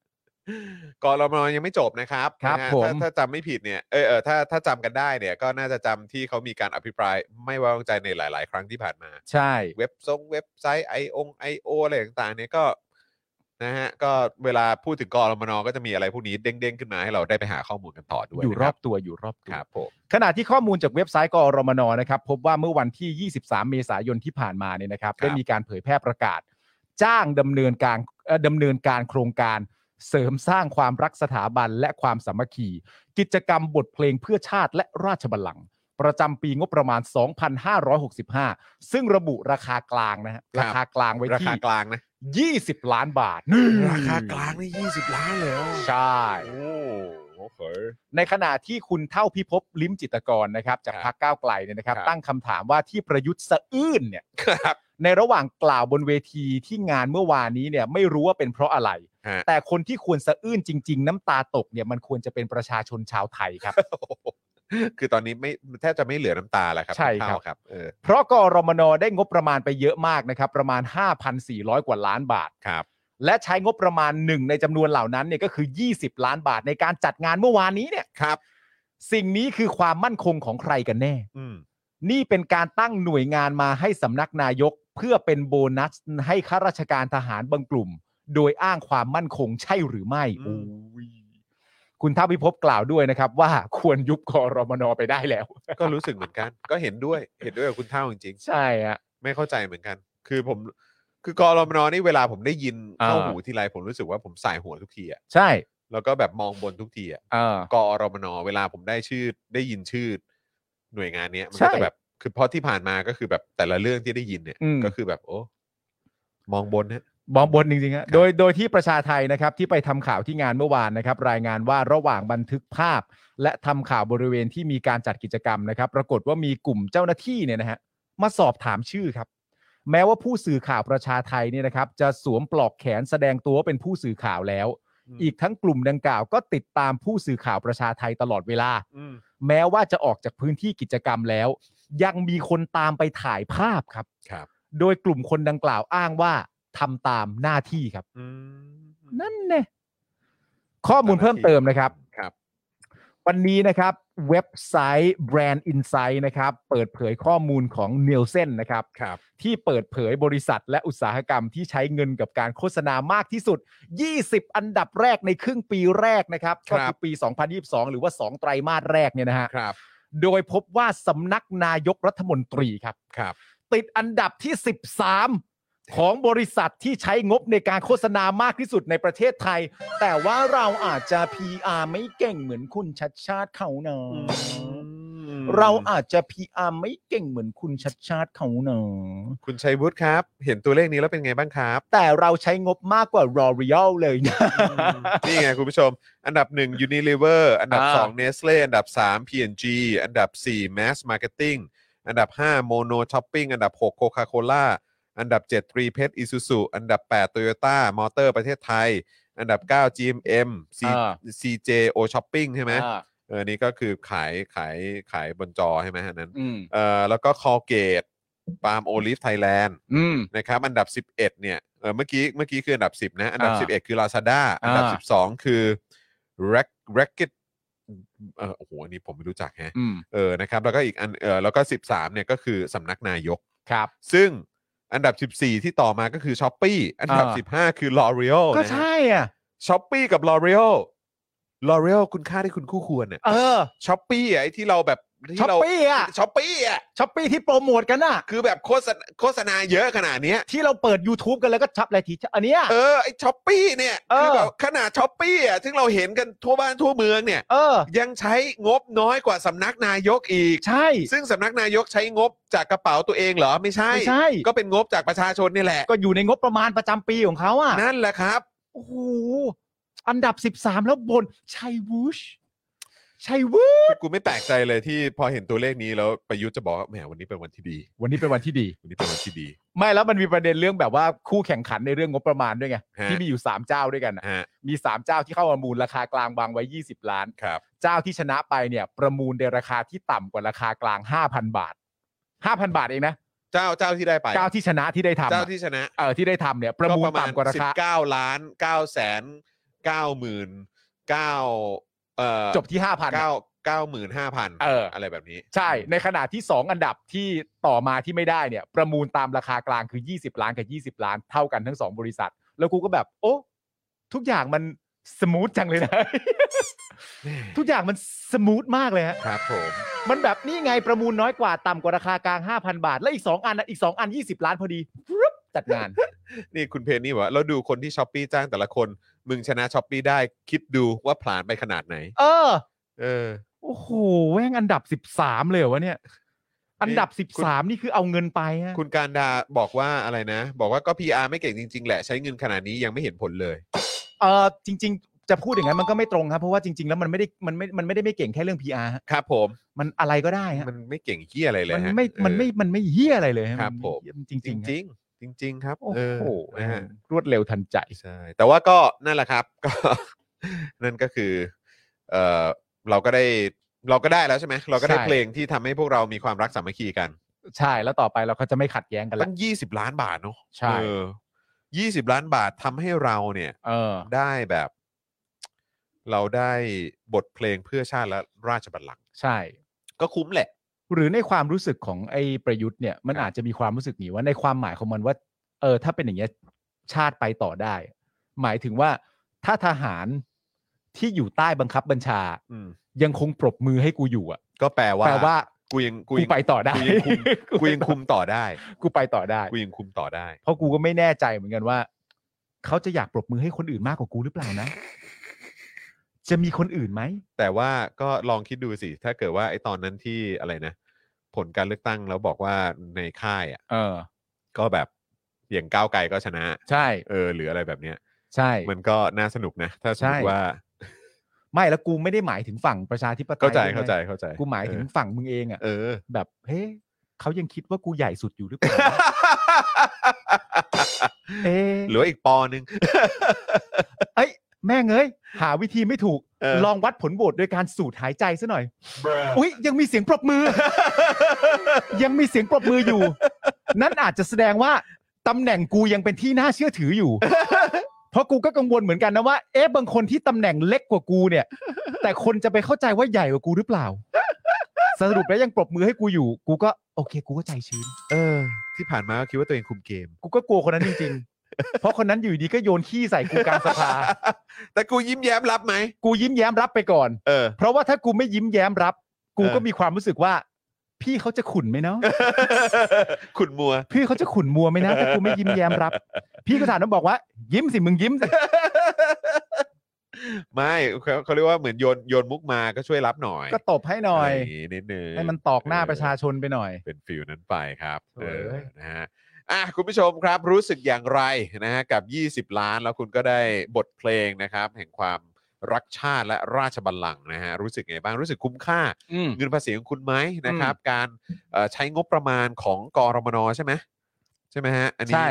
Speaker 2: กรมนยังไม่จบนะครับ
Speaker 4: ครับ
Speaker 2: นะฮะ
Speaker 4: ผม
Speaker 2: ถ้าถ้าจำไม่ผิดเนี่ยเออเออถ้าถ้าจำกันได้เนี่ยก็น่าจะจำที่เขามีการอภิปรายไม่ไว้วางใจในหลาย ๆ ครั้งที่ผ่านมา
Speaker 4: ใช่
Speaker 2: เว็บทรงเว็บไซต์ไอองไอโออะไรต่างๆเนี่ยก็นะฮะก็เวลาพูดถึงกรมนก็จะมีอะไรพวกนี้เด้งๆขึ้นมาให้เราได้ไปหาข้อมูลกันต่อด้วย
Speaker 4: อยู่
Speaker 2: นะ
Speaker 4: ร
Speaker 2: ค
Speaker 4: อ
Speaker 2: รั
Speaker 4: บบตัวอยู่รอบตั
Speaker 2: คว รับผม
Speaker 4: ขณะที่ข้อมูลจากเว็บไซต์กอรมนนะครับพบว่าเมื่อวันที่ 23 เมษายนที่ผ่านมาเนี่ยนะครับได้มีการเผยแพร่ประกาศ จ้างดำเนินการเอ่อดำเนินการโครงการ เสริมสร้างความรักสถาบันและความสามัคคี กิจกรรมบทเพลงเพื่อชาติและราชบัลลังก์ประจำปีงบประมาณ 2,565 ซึ่งระบุราคากลางนะฮะราคากลางไว้
Speaker 2: รา
Speaker 4: ที
Speaker 2: คากลางนะ
Speaker 4: ่ 20 ล้านบาท
Speaker 2: ราคากลางนี่ยี่สิบล้านเลยเหรอ
Speaker 4: ใช่
Speaker 2: โอ้โอเค
Speaker 4: ในขณะที่คุณเท่าพิภพลิ้มจิตรกรนะครับ จาก
Speaker 2: ครับ
Speaker 4: พรรคก้าวไกลเนี่ยนะครับ
Speaker 2: ครับ
Speaker 4: ตั้งคำถามว่าที่ประยุทธ์สะอื้นเนี่ย
Speaker 2: ครับ
Speaker 4: ในระหว่างกล่าวบนเวทีที่งานเมื่อวานนี้เนี่ยไม่รู้ว่าเป็นเพราะอะไร
Speaker 2: ฮะ
Speaker 4: แต่คนที่ควรสะอื้นจริง ๆ น้ำตาตกเนี่ยมันควรจะเป็นประชาชนชาวไทยครับ
Speaker 2: โอ้โหคือตอนนี้ไม่แทบจะไม่เหลือน้ำตาแล้วครับ
Speaker 4: ใช่ครับ
Speaker 2: เท่าครับเออ
Speaker 4: เพราะกอรมนได้งบประมาณไปเยอะมากนะครับ ประมาณ 5,400 กว่าล้านบาท
Speaker 2: ครับ
Speaker 4: และใช้งบประมาณหนึ่งในจำนวนเหล่านั้นเนี่ยก็คือ 20 ล้านบาทในการจัดงานเมื่อวานนี้เนี่ย
Speaker 2: ครับ
Speaker 4: สิ่งนี้คือความมั่นคงของใครกันแน่
Speaker 2: อืม
Speaker 4: นี่เป็นการตั้งหน่วยงานมาให้สำนักนายก เพื่อเป็นโบนัสให้ข้าราชการทหารบางกลุ่ม โดยอ้างความมั่นคงใช่หรือไม่
Speaker 2: อืม
Speaker 4: อุ้ยคุณท้าวิภพกล่าวด้วยนะครับ ว่าควรยุบกรมนไปได้แล้ว
Speaker 2: ก็รู้สึกเหมือนกัน ก็เห็นด้วยเห็นด้วยกับคุณเท่าจริง
Speaker 4: ใช่ฮะ
Speaker 2: ๆไม่เข้าใจเหมือนกัน คือผมคือกรมนนี่เวลาผมได้ยิน
Speaker 4: อ่า
Speaker 2: เข้าหูทีไรผมรู้สึกว่าผมสายหัวทุกทีอะ
Speaker 4: ใช่
Speaker 2: แล้วก็แบบมองบนทุกทีอะ
Speaker 4: เออ
Speaker 2: กรมนเวลาผมได้ชื่อได้ยินชื่อ หน่วยงานเนี้ยมัน
Speaker 4: ใช่
Speaker 2: ก็จะแบบคือเพราะที่ผ่านมาก็คือแบบแต่ละเรื่องที่ได้ยินเนี่ย
Speaker 4: อืม
Speaker 2: ก็คือแบบโอ้มองบนนะ
Speaker 4: บอมบนจริงๆฮะโดยโดยที่ประชาไทยนะครับที่ไปทำข่าวที่งานเมื่อวานนะครับ รายงานว่าระหว่างบันทึกภาพ และทำข่าวบริเวณที่มีการจัดกิจกรรมนะครับ ปรากฏว่ามีกลุ่มเจ้าหน้าที่เนี่ยนะฮะมาสอบถามชื่อครับ แม้ว่าผู้สื่อข่าวประชาไทยเนี่ยนะครับ จะสวมปลอกแขนแสดงตัวว่าเป็นผู้สื่อข่าวแล้ว
Speaker 2: อืม
Speaker 4: อีกทั้งกลุ่มดังกล่าวก็ติดตามผู้สื่อข่าวประชาไทยตลอดเวลา
Speaker 2: อืม
Speaker 4: แม้ว่าจะออกจากพื้นที่กิจกรรมแล้ว ยังมีคนตามไปถ่ายภาพครับ
Speaker 2: ครับ
Speaker 4: โดยกลุ่มคนดังกล่าวอ้างว่าทำตามหน้าที่ครับ
Speaker 2: อืม
Speaker 4: นั่นแน่ข้อมูลเพิ่มเติมนะครับ
Speaker 2: ครับ
Speaker 4: วันนี้นะครับเว็บไซต์ Brand Insight นะครับ เปิดเผยข้อมูลของ n i e l s e n นะครับ
Speaker 2: ครับ
Speaker 4: ที่เปิดเผยบริษัทและอุตสาหกรรมที่ใช้เงินกับการโฆษณามากที่สุด 20 อันดับแรกในครึ่งปีแรกนะครับ
Speaker 2: ครั
Speaker 4: ก็
Speaker 2: บ
Speaker 4: คือปี 2022 หรือว่า 2 ไตรมาสแรกเนี่ยนะฮะ
Speaker 2: ครับ
Speaker 4: โดยพบว่าสำนักนายกรัฐมนตรีครับ
Speaker 2: ครับ
Speaker 4: ติดอันดับที่ 13 ของบริษัทที่ใช้งบในการโฆษณามากที่สุดในประเทศไทย แต่ว่าเราอาจจะ PR ไม่เก่งเหมือนคุณชัดชาติเขาเนาะเราอาจจะ PR ไม่เก่งเหมือนคุณชัดชาติเขาเนาะ
Speaker 2: คุณชัยวุฒิครับ เห็นตัวเลขนี้แล้วเป็นไงบ้างครับ
Speaker 4: แต่เราใช้งบมากกว่า L'Oreal เลยนะ
Speaker 2: นี่ไงคุณผู้ชม อันดับ 1 Unilever อันดับ
Speaker 4: อ่า
Speaker 2: 2 Nestle อันดับ 3 P&G อันดับ 4 Mass Marketing อันดับ 5 Mono Shopping อันดับ 6 Coca-Cola อันดับ 7 3 p e t Isuzu อันดับ 8 Toyota Motor ประเทศไทย อันดับ 9 GMM C-
Speaker 4: อ่า
Speaker 2: CJ O Shopping ใช่ไหมเออนี่ก็คือขายขายขายบนจอใช่ไหมอันนั้น
Speaker 4: อืม
Speaker 2: เอ่อแล้วก็คอเกตปาล์มโอลิฟไทยแลนด์
Speaker 4: อืม
Speaker 2: นะครับอันดับ 11เนี่ยเอ่อเมื่อกี้เมื่อกี้คืออันดับ 10 นะ อันดับ
Speaker 4: อ่า
Speaker 2: 11 คือ Lazada อันดับ
Speaker 4: อ่า
Speaker 2: 12 คือ Rack Racket เออโอ้โหอันนี้ผมไม่รู้จักแฮะ
Speaker 4: อืม
Speaker 2: เออนะครับแล้วก็อีกอันเออแล้วก็ 13เนี่ยก็คือสำนักนายก
Speaker 4: ครับ
Speaker 2: ซึ่งอันดับ 14 ที่ต่อมาก็คือ s h อ p e e อันดับ
Speaker 4: อ่า
Speaker 2: 15 คือ L'Oreal
Speaker 4: ก็ใช่อ่ะ
Speaker 2: ช้อปปี้กับ L'Oreal L'Oreal คุณค่าที่คุณคู่ควรเนี่ย
Speaker 4: เออ
Speaker 2: ช้อปปี้ไอ้ที่เราแบบที่
Speaker 4: ช้อป
Speaker 2: เรา
Speaker 4: ปี้อ่ะ
Speaker 2: ช้อปปี้อ่ะ
Speaker 4: ช้อปปี้ที่โปรโมทกันอ่ะ
Speaker 2: คือแบบโฆษณาโฆษณาเยอะขนาดเนี้ย
Speaker 4: ที่เราเปิด YouTube กันแล้วก็ชับอะไรทีอันเนี้ย
Speaker 2: เออไอช้อปปี้เนี่ย
Speaker 4: เออ
Speaker 2: คือแบบขนาดช้อปปี้อ่ะซึ่งเราเห็นกันทั่วบ้านทั่วเมืองเนี่ย
Speaker 4: เออ
Speaker 2: ยังใช้งบน้อยกว่าสำนักนายกอีก
Speaker 4: ใช่
Speaker 2: ซึ่งสำนักนายกใช้งบจากกระเป๋าตัวเองเหรอไม่ใช่
Speaker 4: ไม่ใช่
Speaker 2: ก็เป็นงบจากประชาชนนี่แหละ
Speaker 4: ก็อยู่ในงบประมาณประจำปีของเขาอ่ะ
Speaker 2: นั่นแหละครับ
Speaker 4: โอ้โหอันดับ 13 แล้วบนชัยวูชชัยวูช
Speaker 2: กูไม่แปลกใจเลยที่พอเห็นตัวเลขนี้แล้วประยุทธ์จะบอกว่าแหมวันนี้เป็นวันที่ดี
Speaker 4: วันนี้เป็นวันที่ดี
Speaker 2: วันนี้เป็นวันที่ดี
Speaker 4: ไม่แล้วมันมีประเด็นเรื่องแบบว่าคู่แข่งขันในเรื่องงบประมาณด้วยไง
Speaker 2: ฮะ
Speaker 4: ที่มีอยู่ 3 เจ้าด้วยกันอะ
Speaker 2: ฮะ
Speaker 4: มี3เจ้าที่เข้าประมูลราคากลางวางไว้ 20 ล้าน
Speaker 2: ครับ
Speaker 4: เจ้าที่ชนะไปเนี่ย ประมูลในราคาที่ต่ำกว่าราคากลาง 5,000 บาท 5,000 บาทเองนะ
Speaker 2: เจ้าเจ้าที่ได้ไป
Speaker 4: เจ้าที่ชนะที่ได้ทำ
Speaker 2: เจ้า
Speaker 4: อะ
Speaker 2: ที่ชนะ
Speaker 4: เออที่ได้ทำเนี่ย ประมูลต่ำกว่าราคา
Speaker 2: สิบเก้าล้านเก้าแสนเก้าหมื่นเก้าเอ่อ
Speaker 4: จบที่ 5,000อะ
Speaker 2: เก้าเก้าหมื่นห้าพัน
Speaker 4: เอออ
Speaker 2: อะไรแบบนี้
Speaker 4: ใช่ ในขณะที่ 2 อันดับที่ต่อมาที่ไม่ได้เนี่ย ประมูลตามราคากลางคือ 20 ล้านกับ 20 ล้านเท่ากันทั้ง 2 บริษัท แล้วกูก็แบบ โอ้ทุกอย่างมันสมูทจังเลยนะ ทุกอย่างมันสมูทมากเลยฮะ
Speaker 2: ครับผม
Speaker 4: มันแบบนี่ไงประมูลน้อยกว่าต่ำกว่าราคากลาง 5,000 บาท และอีก 2 อันนะอีก 2 อัน 20 ล้านพอดีฟรึบจัดงาน
Speaker 2: นี่คุณเพนนี่บอกว่าแล้วดูคนที่ช้อปปี้จ้างแต่ละคน มึงชนะช้อปปี้ได้คิดดูว่าผลานไปขนาดไหน
Speaker 4: เออ
Speaker 2: เออ
Speaker 4: โอ้โหแว่งอันดับ 13 เลยเหรอวะเนี่ย อันดับ
Speaker 2: นี่คุณ
Speaker 4: 13 นี่คือเอาเงินไปฮะ
Speaker 2: คุณการดาบอกว่าอะไรนะ บอกว่าก็ PR ไม่เก่งจริง ๆ แหละใช้เงินขนาดนี้ยังไม่เห็นผลเลย
Speaker 4: เออจริง ๆ จะพูดอย่างนั้นมันก็ไม่ตรงครับเพราะว่าจริง ๆ แล้วมันไม่ได้มันไม่มันไม่ได้ไม่เก่งแค่เรื่อง PR ฮะ
Speaker 2: ครับผม
Speaker 4: มันอะไรก็ได้ฮะ
Speaker 2: มันไม่เก่งเฮียอะไรเลย
Speaker 4: มัน
Speaker 2: ฮะ
Speaker 4: ไม่
Speaker 2: เออ
Speaker 4: มันไม่ มันไม่เฮี้ยอะไรเลยฮะ
Speaker 2: ครับผม
Speaker 4: นจ
Speaker 2: จ
Speaker 4: ริ
Speaker 2: ริ
Speaker 4: ง
Speaker 2: ง
Speaker 4: ๆ
Speaker 2: จ
Speaker 4: ฮะ
Speaker 2: ริงจริง ๆ ครับ
Speaker 4: โอ้
Speaker 2: เออ
Speaker 4: โห
Speaker 2: นะฮะ
Speaker 4: รวดเร็วทันใจ
Speaker 2: ใช่แต่ว่าก็นั่นแหละครับ ก็ นั่นก็คือเออเราก็ได้เราก็ได้แล้วใช่ไหมเราก็ได้
Speaker 4: ใช่
Speaker 2: เพลงที่ทำให้พวกเรามีความรักสามัคคีกัน
Speaker 4: ใช่ แล้วต่อไปเราก็จะไม่ขัดแย้งกันละ
Speaker 2: ตั้งยี่สิบล้านบาทเนาะ
Speaker 4: ใช่
Speaker 2: เออยี่สิบล้านบาททำให้เราเนี่ย
Speaker 4: เออ
Speaker 2: ได้แบบ เราได้บทเพลงเพื่อชาติและราชบัลลังก์
Speaker 4: ใช่
Speaker 2: ก็คุ้มแหละ
Speaker 4: หรือในความรู้สึกของไอ้ประยุทธ์เนี่ย มัน
Speaker 2: ครับ
Speaker 4: อาจจะมีความรู้สึกหนีว่าในความหมายของมันว่า เออ ถ้าเป็นอย่างเงี้ย ชาติไปต่อได้ หมายถึงว่าถ้าทหารที่อยู่ใต้บังคับบัญชา
Speaker 2: อืม
Speaker 4: ยังคงปรบมือให้กูอยู่อ่ะ
Speaker 2: ก็แปลว่า
Speaker 4: แปลว่า
Speaker 2: กูยัง
Speaker 4: กู
Speaker 2: กูยัง
Speaker 4: ไปต่อได้
Speaker 2: กูยังคุมกูยังคุมต่อ ได้
Speaker 4: กูไปต่อได้
Speaker 2: กูยังคุมต่อได้
Speaker 4: เพราะกูก็ไม่แน่ใจเหมือนกันว่า เขาจะอยากปรบมือให้คนอื่นมากกว่ากูหรือเปล่านะ จะมีคนอื่นไหม
Speaker 2: แต่ว่าก็ลองคิดดูสิ ถ้าเกิดว่าไอ้ตอนนั้นที่อะไรนะ ผลการเลือกตั้งแล้วบอกว่าในค่ายอ่ะ
Speaker 4: เออ
Speaker 2: ก็แบบอย่างก้าวไกลก็ชนะ
Speaker 4: ใช่
Speaker 2: เออหรืออะไรแบบเนี้ย
Speaker 4: ใช่
Speaker 2: มันก็น่าสนุกนะ ถ้าสมม
Speaker 4: ใช่
Speaker 2: ติว่า
Speaker 4: ไม่แล้วกูไม่ได้หมายถึงฝั่งประชาธิปไตย
Speaker 2: เข้าใจ
Speaker 4: ด้วยนะ
Speaker 2: เข้าใจเข้าใจ
Speaker 4: กูหมายถึงฝั่งมึงเองอ่ะ
Speaker 2: เออ
Speaker 4: แบบเฮ้ยเขายังคิดว่ากูใหญ่สุดอยู่หรือเปล่า เอ๊ะ
Speaker 2: หรือว่าอีกปอนึง
Speaker 4: เอ้ยแม่งเอ้ยหาวิธีไม่ถูก
Speaker 2: เออ
Speaker 4: ลองวัดผลโหวตโดยการสูดหายใจซะหน่อย อุ๊ย ยังมีเสียงปรบมื อ ยังมีเสียงปรบมืออยู่ นั่นอาจจะแสดงว่าตำแหน่งกูยังเป็นที่น่าเชื่อถืออยู่ เพราะกูก็กังวลเหมือนกันนะว่า เอ๊ะบางคนที่ตำแหน่งเล็กกว่ากูเนี่ย แต่คนจะไปเข้าใจว่าใหญ่กว่ากูหรือเปล่า สรุปแล้วยังปรบมือให้กูอยู่ กูก็โอเค กูก็ใจชื้น
Speaker 2: เออ ที่ผ่านมาก็คิดว่าตัวเองคุมเกม
Speaker 4: กูก็กลัวคนนั้นจริงๆ เพราะคนนั้นอยู่ดีก็โยนขี้ใส่กูกลางสภา
Speaker 2: แต่กูยิ้มแย้มรับไหม
Speaker 4: กูยิ้มแย้มรับไปก่อน
Speaker 2: เออ
Speaker 4: เพราะว่าถ้ากูไม่ยิ้มแย้มรับ กู
Speaker 2: เออ
Speaker 4: ก็มีความรู้สึกว่า พี่เขาจะขุนไหมเนาะ
Speaker 2: ขุนมัว
Speaker 4: พี่เขาจะขุนมัวไหมนะถ้ากูไม่ยิ้มแย้มรับ พี่ก็ถามน้องบอกว่า ยิ้มสิมึงยิ้มสิ
Speaker 2: ไม่เขาเขาเรียกว่าเหมือนโยนโยนมุกมาก็ช่วยรับหน่อย
Speaker 4: ก็ตบให้หน่อย
Speaker 2: ะไรางงี้นิดนึง
Speaker 4: ให้มันตอกหน้าประชาชนไปหน่อย
Speaker 2: เป็นฟิลนั้นไปครับ เออ
Speaker 4: เอ้ย
Speaker 2: นะฮะ อ่ะ คุณผู้ชมครับ รู้สึกอย่างไรนะฮะ กับ 20 ล้าน แล้วคุณก็ได้บทเพลงนะครับ แห่งความรักชาติและราชบัลลังก์นะฮะ รู้สึกไงบ้าง รู้สึกคุ้มค่า
Speaker 4: อืม
Speaker 2: เงินภาษีของคุณไหมนะครับ การเอ่อใช้งบประมาณของกรมนใช่ไหมใช่ไหมฮะ อันนี้
Speaker 4: ใช่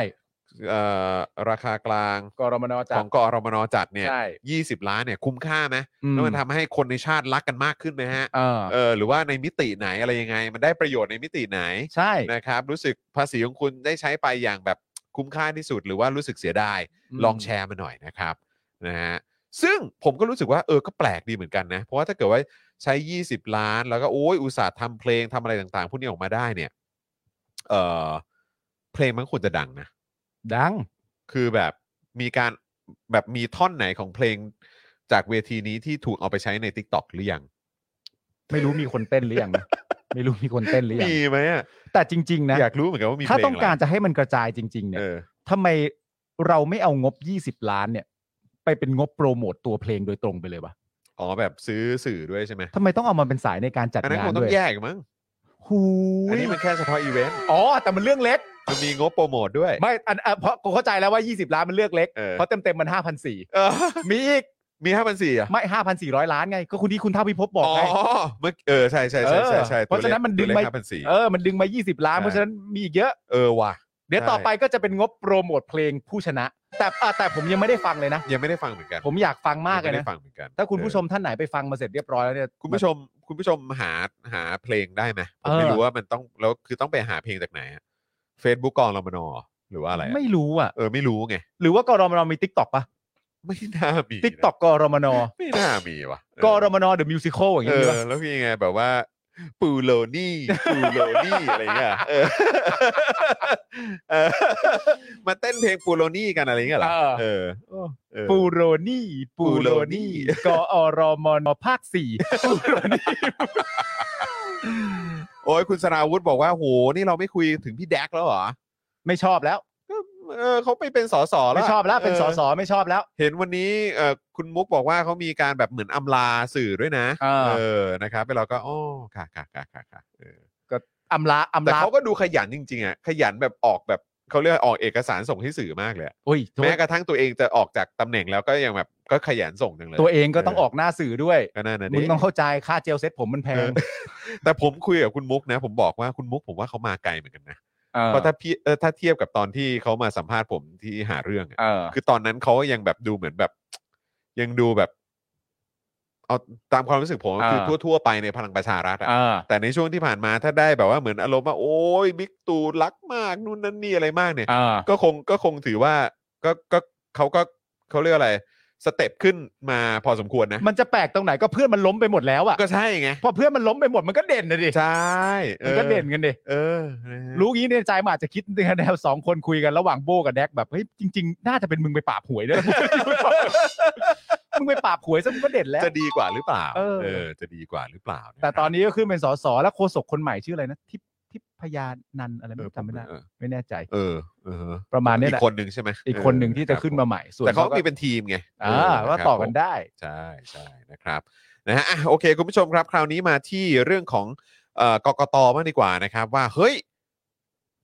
Speaker 2: เอ่อราคากลาง
Speaker 4: กรมน
Speaker 2: ข
Speaker 4: จัด
Speaker 2: องกรมนจัดเนี่ย
Speaker 4: ใช่
Speaker 2: 20 ล้านเนี่ยคุ้มค่าไหม
Speaker 4: อื
Speaker 2: แล้วมันทำให้คนในชาติรักกันมากขึ้นไหมฮะ
Speaker 4: เออ
Speaker 2: เออ หรือว่าในมิติไหนอะไรยังไง มันได้ประโยชน์ในมิติไหน
Speaker 4: ใช่
Speaker 2: นะครับรู้สึกภาษีของคุณได้ใช้ไปอย่างแบบคุ้มค่าที่สุด หรือว่ารู้สึกเสียดายลองแชร์มาหน่อยนะครับนะฮะซึ่งผมก็รู้สึกว่าเออก็แปลกดีเหมือนกันนะ เพราะว่าถ้าเกิดว่าใช้ 20 ล้าน แล้วก็โอ้ยอุตส่าห์ทำเพลงทำอะไรต่างๆ พวกนี้ออกมาได้เนี่ยเออเพลงมันควรจะดังนะ
Speaker 4: ดัง
Speaker 2: คือแบบมีการแบบมีท่อนไหนของเพลงจากเวทีนี้ที่ถูกเอาไปใช้ใน t ิ k t o k หรือยัง
Speaker 4: ไม่รู้มีคนเต้นหรือยังนะไม่รู้มีคนเต้นหรือยัง
Speaker 2: มีไหมอะ
Speaker 4: แต่จริง ๆ นะ
Speaker 2: อยากรู้เหมือนกันว่ามี
Speaker 4: ถ้า
Speaker 2: เพลง
Speaker 4: ต้องการจะให้มันกระจายจริง ๆ เนี่ย
Speaker 2: เออ
Speaker 4: ทำไมเราไม่เอางบ 20 ล้านเนี่ย ไปเป็นงบโปรโมตตัวเพลงโดยตรงไปเลยวะ
Speaker 2: อ๋อแบบซื้อสื่อด้วยใช่ไหม
Speaker 4: ทำไมต้องเอามาเป็นสายในการจัด
Speaker 2: อันนั้น
Speaker 4: งา
Speaker 2: คน งต้
Speaker 4: ด้
Speaker 2: อ
Speaker 4: วย
Speaker 2: งแยกมั้ง
Speaker 4: หู
Speaker 2: อัน
Speaker 4: ย
Speaker 2: นี้มันแค่เฉพาะอีเวนต์
Speaker 4: อ๋อแต่มันเรื่องเล็ก
Speaker 2: มันมีงบโปรโมทด้วย
Speaker 4: ไม่อันอ่ะเพราะกูเข้าใจแล้วว่า 20 ล้านมันเลือกเล็ก
Speaker 2: เออ
Speaker 4: เพราะเต็มเต็มๆมัน 5,400
Speaker 2: เออ
Speaker 4: มีอีก
Speaker 2: มีห้าพันสี่อ่ะ
Speaker 4: ไม่ 5,400 ล้านไง ก็คุณที่คุณเท่าพิภพบอก
Speaker 2: อ๋อ
Speaker 4: ไง
Speaker 2: เมื่อเออใช่ใช่ใช่ใช่ใช่
Speaker 4: เออเพราะฉะนั้นมันดึงไป
Speaker 2: ไปห้าพันสี่
Speaker 4: เออ มันดึงมา 20 ล้าน
Speaker 2: ใช่
Speaker 4: เพราะฉะนั้นมีอีกเยอะ
Speaker 2: เออว่ะ
Speaker 4: เดี๋ยว
Speaker 2: ใช่
Speaker 4: ต่อไปก็จะเป็นงบโปรโมทเพลงผู้ชนะ แต่อ่ะแต่ผมยังไม่ได้ฟังเลยนะ
Speaker 2: ยังไม่ได้ฟังเหมือนกัน
Speaker 4: ผมอยากฟังมากเล
Speaker 2: ยัง
Speaker 4: ย
Speaker 2: ไม่
Speaker 4: นะ
Speaker 2: ได้ฟังเหมือนกัน
Speaker 4: ถ้าคุณผู้ชม
Speaker 2: เอ
Speaker 4: ท่านไหนไปฟังมาเสร็จเรียบร้อยแล้วเนี่ย
Speaker 2: อคุณผู้ชมคุณผู้ชมหาหาเพลงได้ไหมผม
Speaker 4: เออ
Speaker 2: ไม่รู้ว่ามันต้องแล้วคือต้องไปหาเพลงจากไหนเฟซบุ๊กกองรามนอหรือว่าอะไรอะ
Speaker 4: ไม่รู้อ่ะ
Speaker 2: เออไม่รู้ไง
Speaker 4: หรือว่ากรมนมี t ิ k t o k ปะ
Speaker 2: ไม่น่ามีนะ
Speaker 4: t ิ k t o k กรมน
Speaker 2: ไม่น่ามีว่ะเออก
Speaker 4: รมนเดอะมิวสิคลอย่าง
Speaker 2: เอ
Speaker 4: เงี้ย
Speaker 2: อ
Speaker 4: ปะ
Speaker 2: แล้วพี่ไงแบบว่า ปูโลนี่ปูโลนี่อะไรเงี้ยเออ เออมาเต้นเพลงปูโลนี่กันอะไรเงี้ยเหรอเออเออ
Speaker 4: ปูโรนี่ปูโรนี่กอรมนภาคสี่ปูโรนี่
Speaker 2: โอ้ยคุณสราวุธบอกว่าโหนี่เราไม่คุยถึงพี่แดกแล้วเหรอ
Speaker 4: ไม่ชอบแล้ว
Speaker 2: เออเขาไปเป็นสสแล้ว
Speaker 4: ไม่ชอบแล้วเป็นสส
Speaker 2: ออ
Speaker 4: ไม่ชอบแล้ว
Speaker 2: เห็นวันนี้เออคุณมุกบอกว่าเขามีการแบบเหมือนอำลาสื่อด้วยนะ
Speaker 4: เอ
Speaker 2: อ
Speaker 4: อ
Speaker 2: นะครับไปเราก็อ๋อค่ะค่ะค่ะค่ะค่ะเออ
Speaker 4: อำลาอำ
Speaker 2: แต่
Speaker 4: ลา
Speaker 2: เขาก็ดูขยันจริงๆอ่ะขยันแบบออกแบบเขาเรียกว่าออกเอกสารส่งให้สื่อมากเลยอะ
Speaker 4: โอ้ยตัว
Speaker 2: แม้กระทั่งตัวเองจะออกจากตำแหน่งแล้วก็ยังแบบก็ขยันส่งจังเลย
Speaker 4: ตัวเองก็ต้องออกหน้าสื่อด้วย
Speaker 2: ก็น่านะ
Speaker 4: มึ
Speaker 2: เด็
Speaker 4: งต้องเข้าใจค่าเจลเซ็ตผมมันแพง
Speaker 2: แต่ผมคุยกับคุณมุกนะ ผมบอกว่าคุณมุกผมว่าเขามาไกลเหมือนกันนะเพราะถ้าพี่เอ่อถ้าเทียบกับตอนที่เขามาสัมภาษณ์ผมที่หาเรื่องอะ
Speaker 4: เออ
Speaker 2: คือตอนนั้นเขายังแบบดูเหมือนแบบ ยังดูแบบ เอาตามความรู้สึกผม
Speaker 4: อ่า
Speaker 2: คือทั่ว ๆ ไปในพลังประชารัฐอะ
Speaker 4: เออ
Speaker 2: แต่ในช่วงที่ผ่านมาถ้าได้แบบว่าเหมือนอารมณ์ว่าโอ้ยบิ๊กตู่รักมากนู่นนั่นนี่อะไรมากเนี่ย
Speaker 4: เออ
Speaker 2: ก็คงก็คงถือว่า ก็ก็เขาก็เขาเรียกอะไร สเต็ปขึ้นมาพอสมควรนะ
Speaker 4: มันจะแปลกตรงไหนก็เพื่อนมันล้มไปหมดแล้วอะ
Speaker 2: ก็ใช่ไง
Speaker 4: พอเพื่อนมันล้มไปหมดมันก็เด่นนะดิ
Speaker 2: ใช่ออ
Speaker 4: มันก็เด่นกันดิ
Speaker 2: เออนะฮะ
Speaker 4: รู้งี้ในใจมันอาจจะคิดในแนวสองคนคุยกันระหว่างโบกับแดกแบบเฮ้ยจริงๆ น่าจะเป็นมึงไปปราบหวยด้วย มึงไปปราบหวยซะมึงก็เด่นแล้ว
Speaker 2: จะดีกว่าหรือเปล่า
Speaker 4: เออ
Speaker 2: จะดีกว่าหรือเปล่าะครับ
Speaker 4: แต่ตอนนี้ก็ขึ้นเป็นสสแล้วโฆษกคนใหม่ชื่ออะไรนะทิพทิพยานันท์อะไร
Speaker 2: เอ
Speaker 4: ไม่
Speaker 2: อ
Speaker 4: รู้จำไม่ได้
Speaker 2: เออ
Speaker 4: ไม่แน่ใจ
Speaker 2: เออเออฮะ
Speaker 4: ประมาณเนี้ย
Speaker 2: อี
Speaker 4: แหละ
Speaker 2: กคนหนึ่งใช่ไหม
Speaker 4: อีกคนหนึ่งที่จะขึ้น
Speaker 2: เอ
Speaker 4: มา
Speaker 2: อ
Speaker 4: ใหม่
Speaker 2: ครับผมแต่เขาก็มีเป็นทีมไง
Speaker 4: อ่า
Speaker 2: เะ
Speaker 4: ว่า
Speaker 2: ครับ
Speaker 4: ต่อกัน
Speaker 2: ผม
Speaker 4: ได้
Speaker 2: ใช่ใช่นะครับนะฮะอ่ะโอเค คุณผู้ชมครับ คราวนี้มาที่เรื่องของเอ่อกกตมากดีกว่านะครับ ว่าเฮ้ย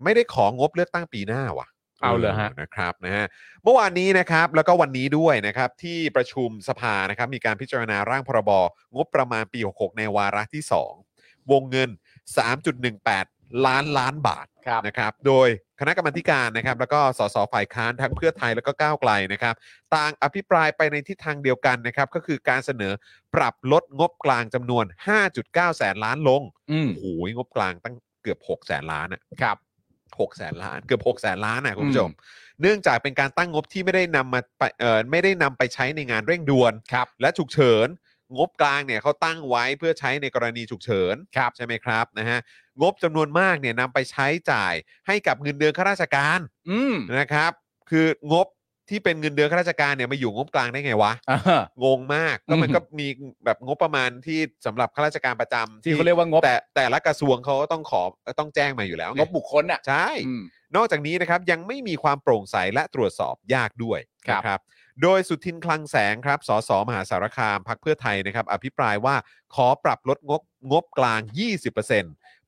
Speaker 2: ไม่ได้ของงบเลือกตั้งปีหน้าว่ะ
Speaker 4: เอาเหรอฮะ
Speaker 2: นะครับนะฮะเมื่อวานนี้นะครับ แล้วก็วันนี้ด้วยนะครับ ที่ประชุมสภานะครับ มีการพิจารณาร่างพรบงบประมาณปี 66 ในวาระที่ 2 วงเงิน 3.18 ล้านล้านบาท
Speaker 4: ครับ
Speaker 2: นะครับ โดยคณะกรรมาธิการนะครับ แล้วก็สสฝ่ายค้านทั้งเพื่อไทยแล้วก็ก้าวไกลนะครับ ต่างอภิปรายไปในทิศทางเดียวกันนะครับ ก็คือการเสนอปรับลดงบกลางจำนวน 5.9 แสนล้านลง
Speaker 4: อืม
Speaker 2: โอ้โหงบกลางตั้งเกือบ 6 แสนล้านอะ
Speaker 4: ครับ
Speaker 2: 6แสนล้าน เกือบ 6 แสนล้านนะคุณผู้ชม เนื่องจากเป็นการตั้งงบที่ไม่ได้นำมาไปเอ่อไม่ได้นำไปใช้ในงานเร่งด่วน
Speaker 4: ครับ
Speaker 2: และฉุกเฉิน งบกลางเนี่ยเขาตั้งไว้เพื่อใช้ในกรณีฉุกเฉินใช่ไหมครับนะฮะงบจำนวนมากเนี่ยนำไปใช้จ่ายให้กับเงินเดือนข้าราชการ
Speaker 4: อืม
Speaker 2: นะครับ คืองบที่เป็นเงินเดือนข้าราชการเนี่ยมาอยู่งบกลางได้ไงวะ
Speaker 4: อ่า
Speaker 2: งงมากก็มัน
Speaker 4: อืม
Speaker 2: ก็มีแบบงบประมาณที่สำหรับข้าราชการประจำ
Speaker 4: ที่เขาเรียกว่างบ
Speaker 2: แต่แต่ละกระทรวงเขาก็ต้องขอต้องแจ้งมาอยู่แล้วไ
Speaker 4: งบบุคคลอ่ะ
Speaker 2: ใช่
Speaker 4: อืม
Speaker 2: นอกจากนี้นะครับยังไม่มีความโปร่งใสและตรวจสอบยากด้วย
Speaker 4: ครับ
Speaker 2: นะครับ โดยสุทินคลังแสงครับสสมหาสารคามพักเพื่อไทยนะครับ อภิปรายว่าขอปรับลดงบงบกลาง 20%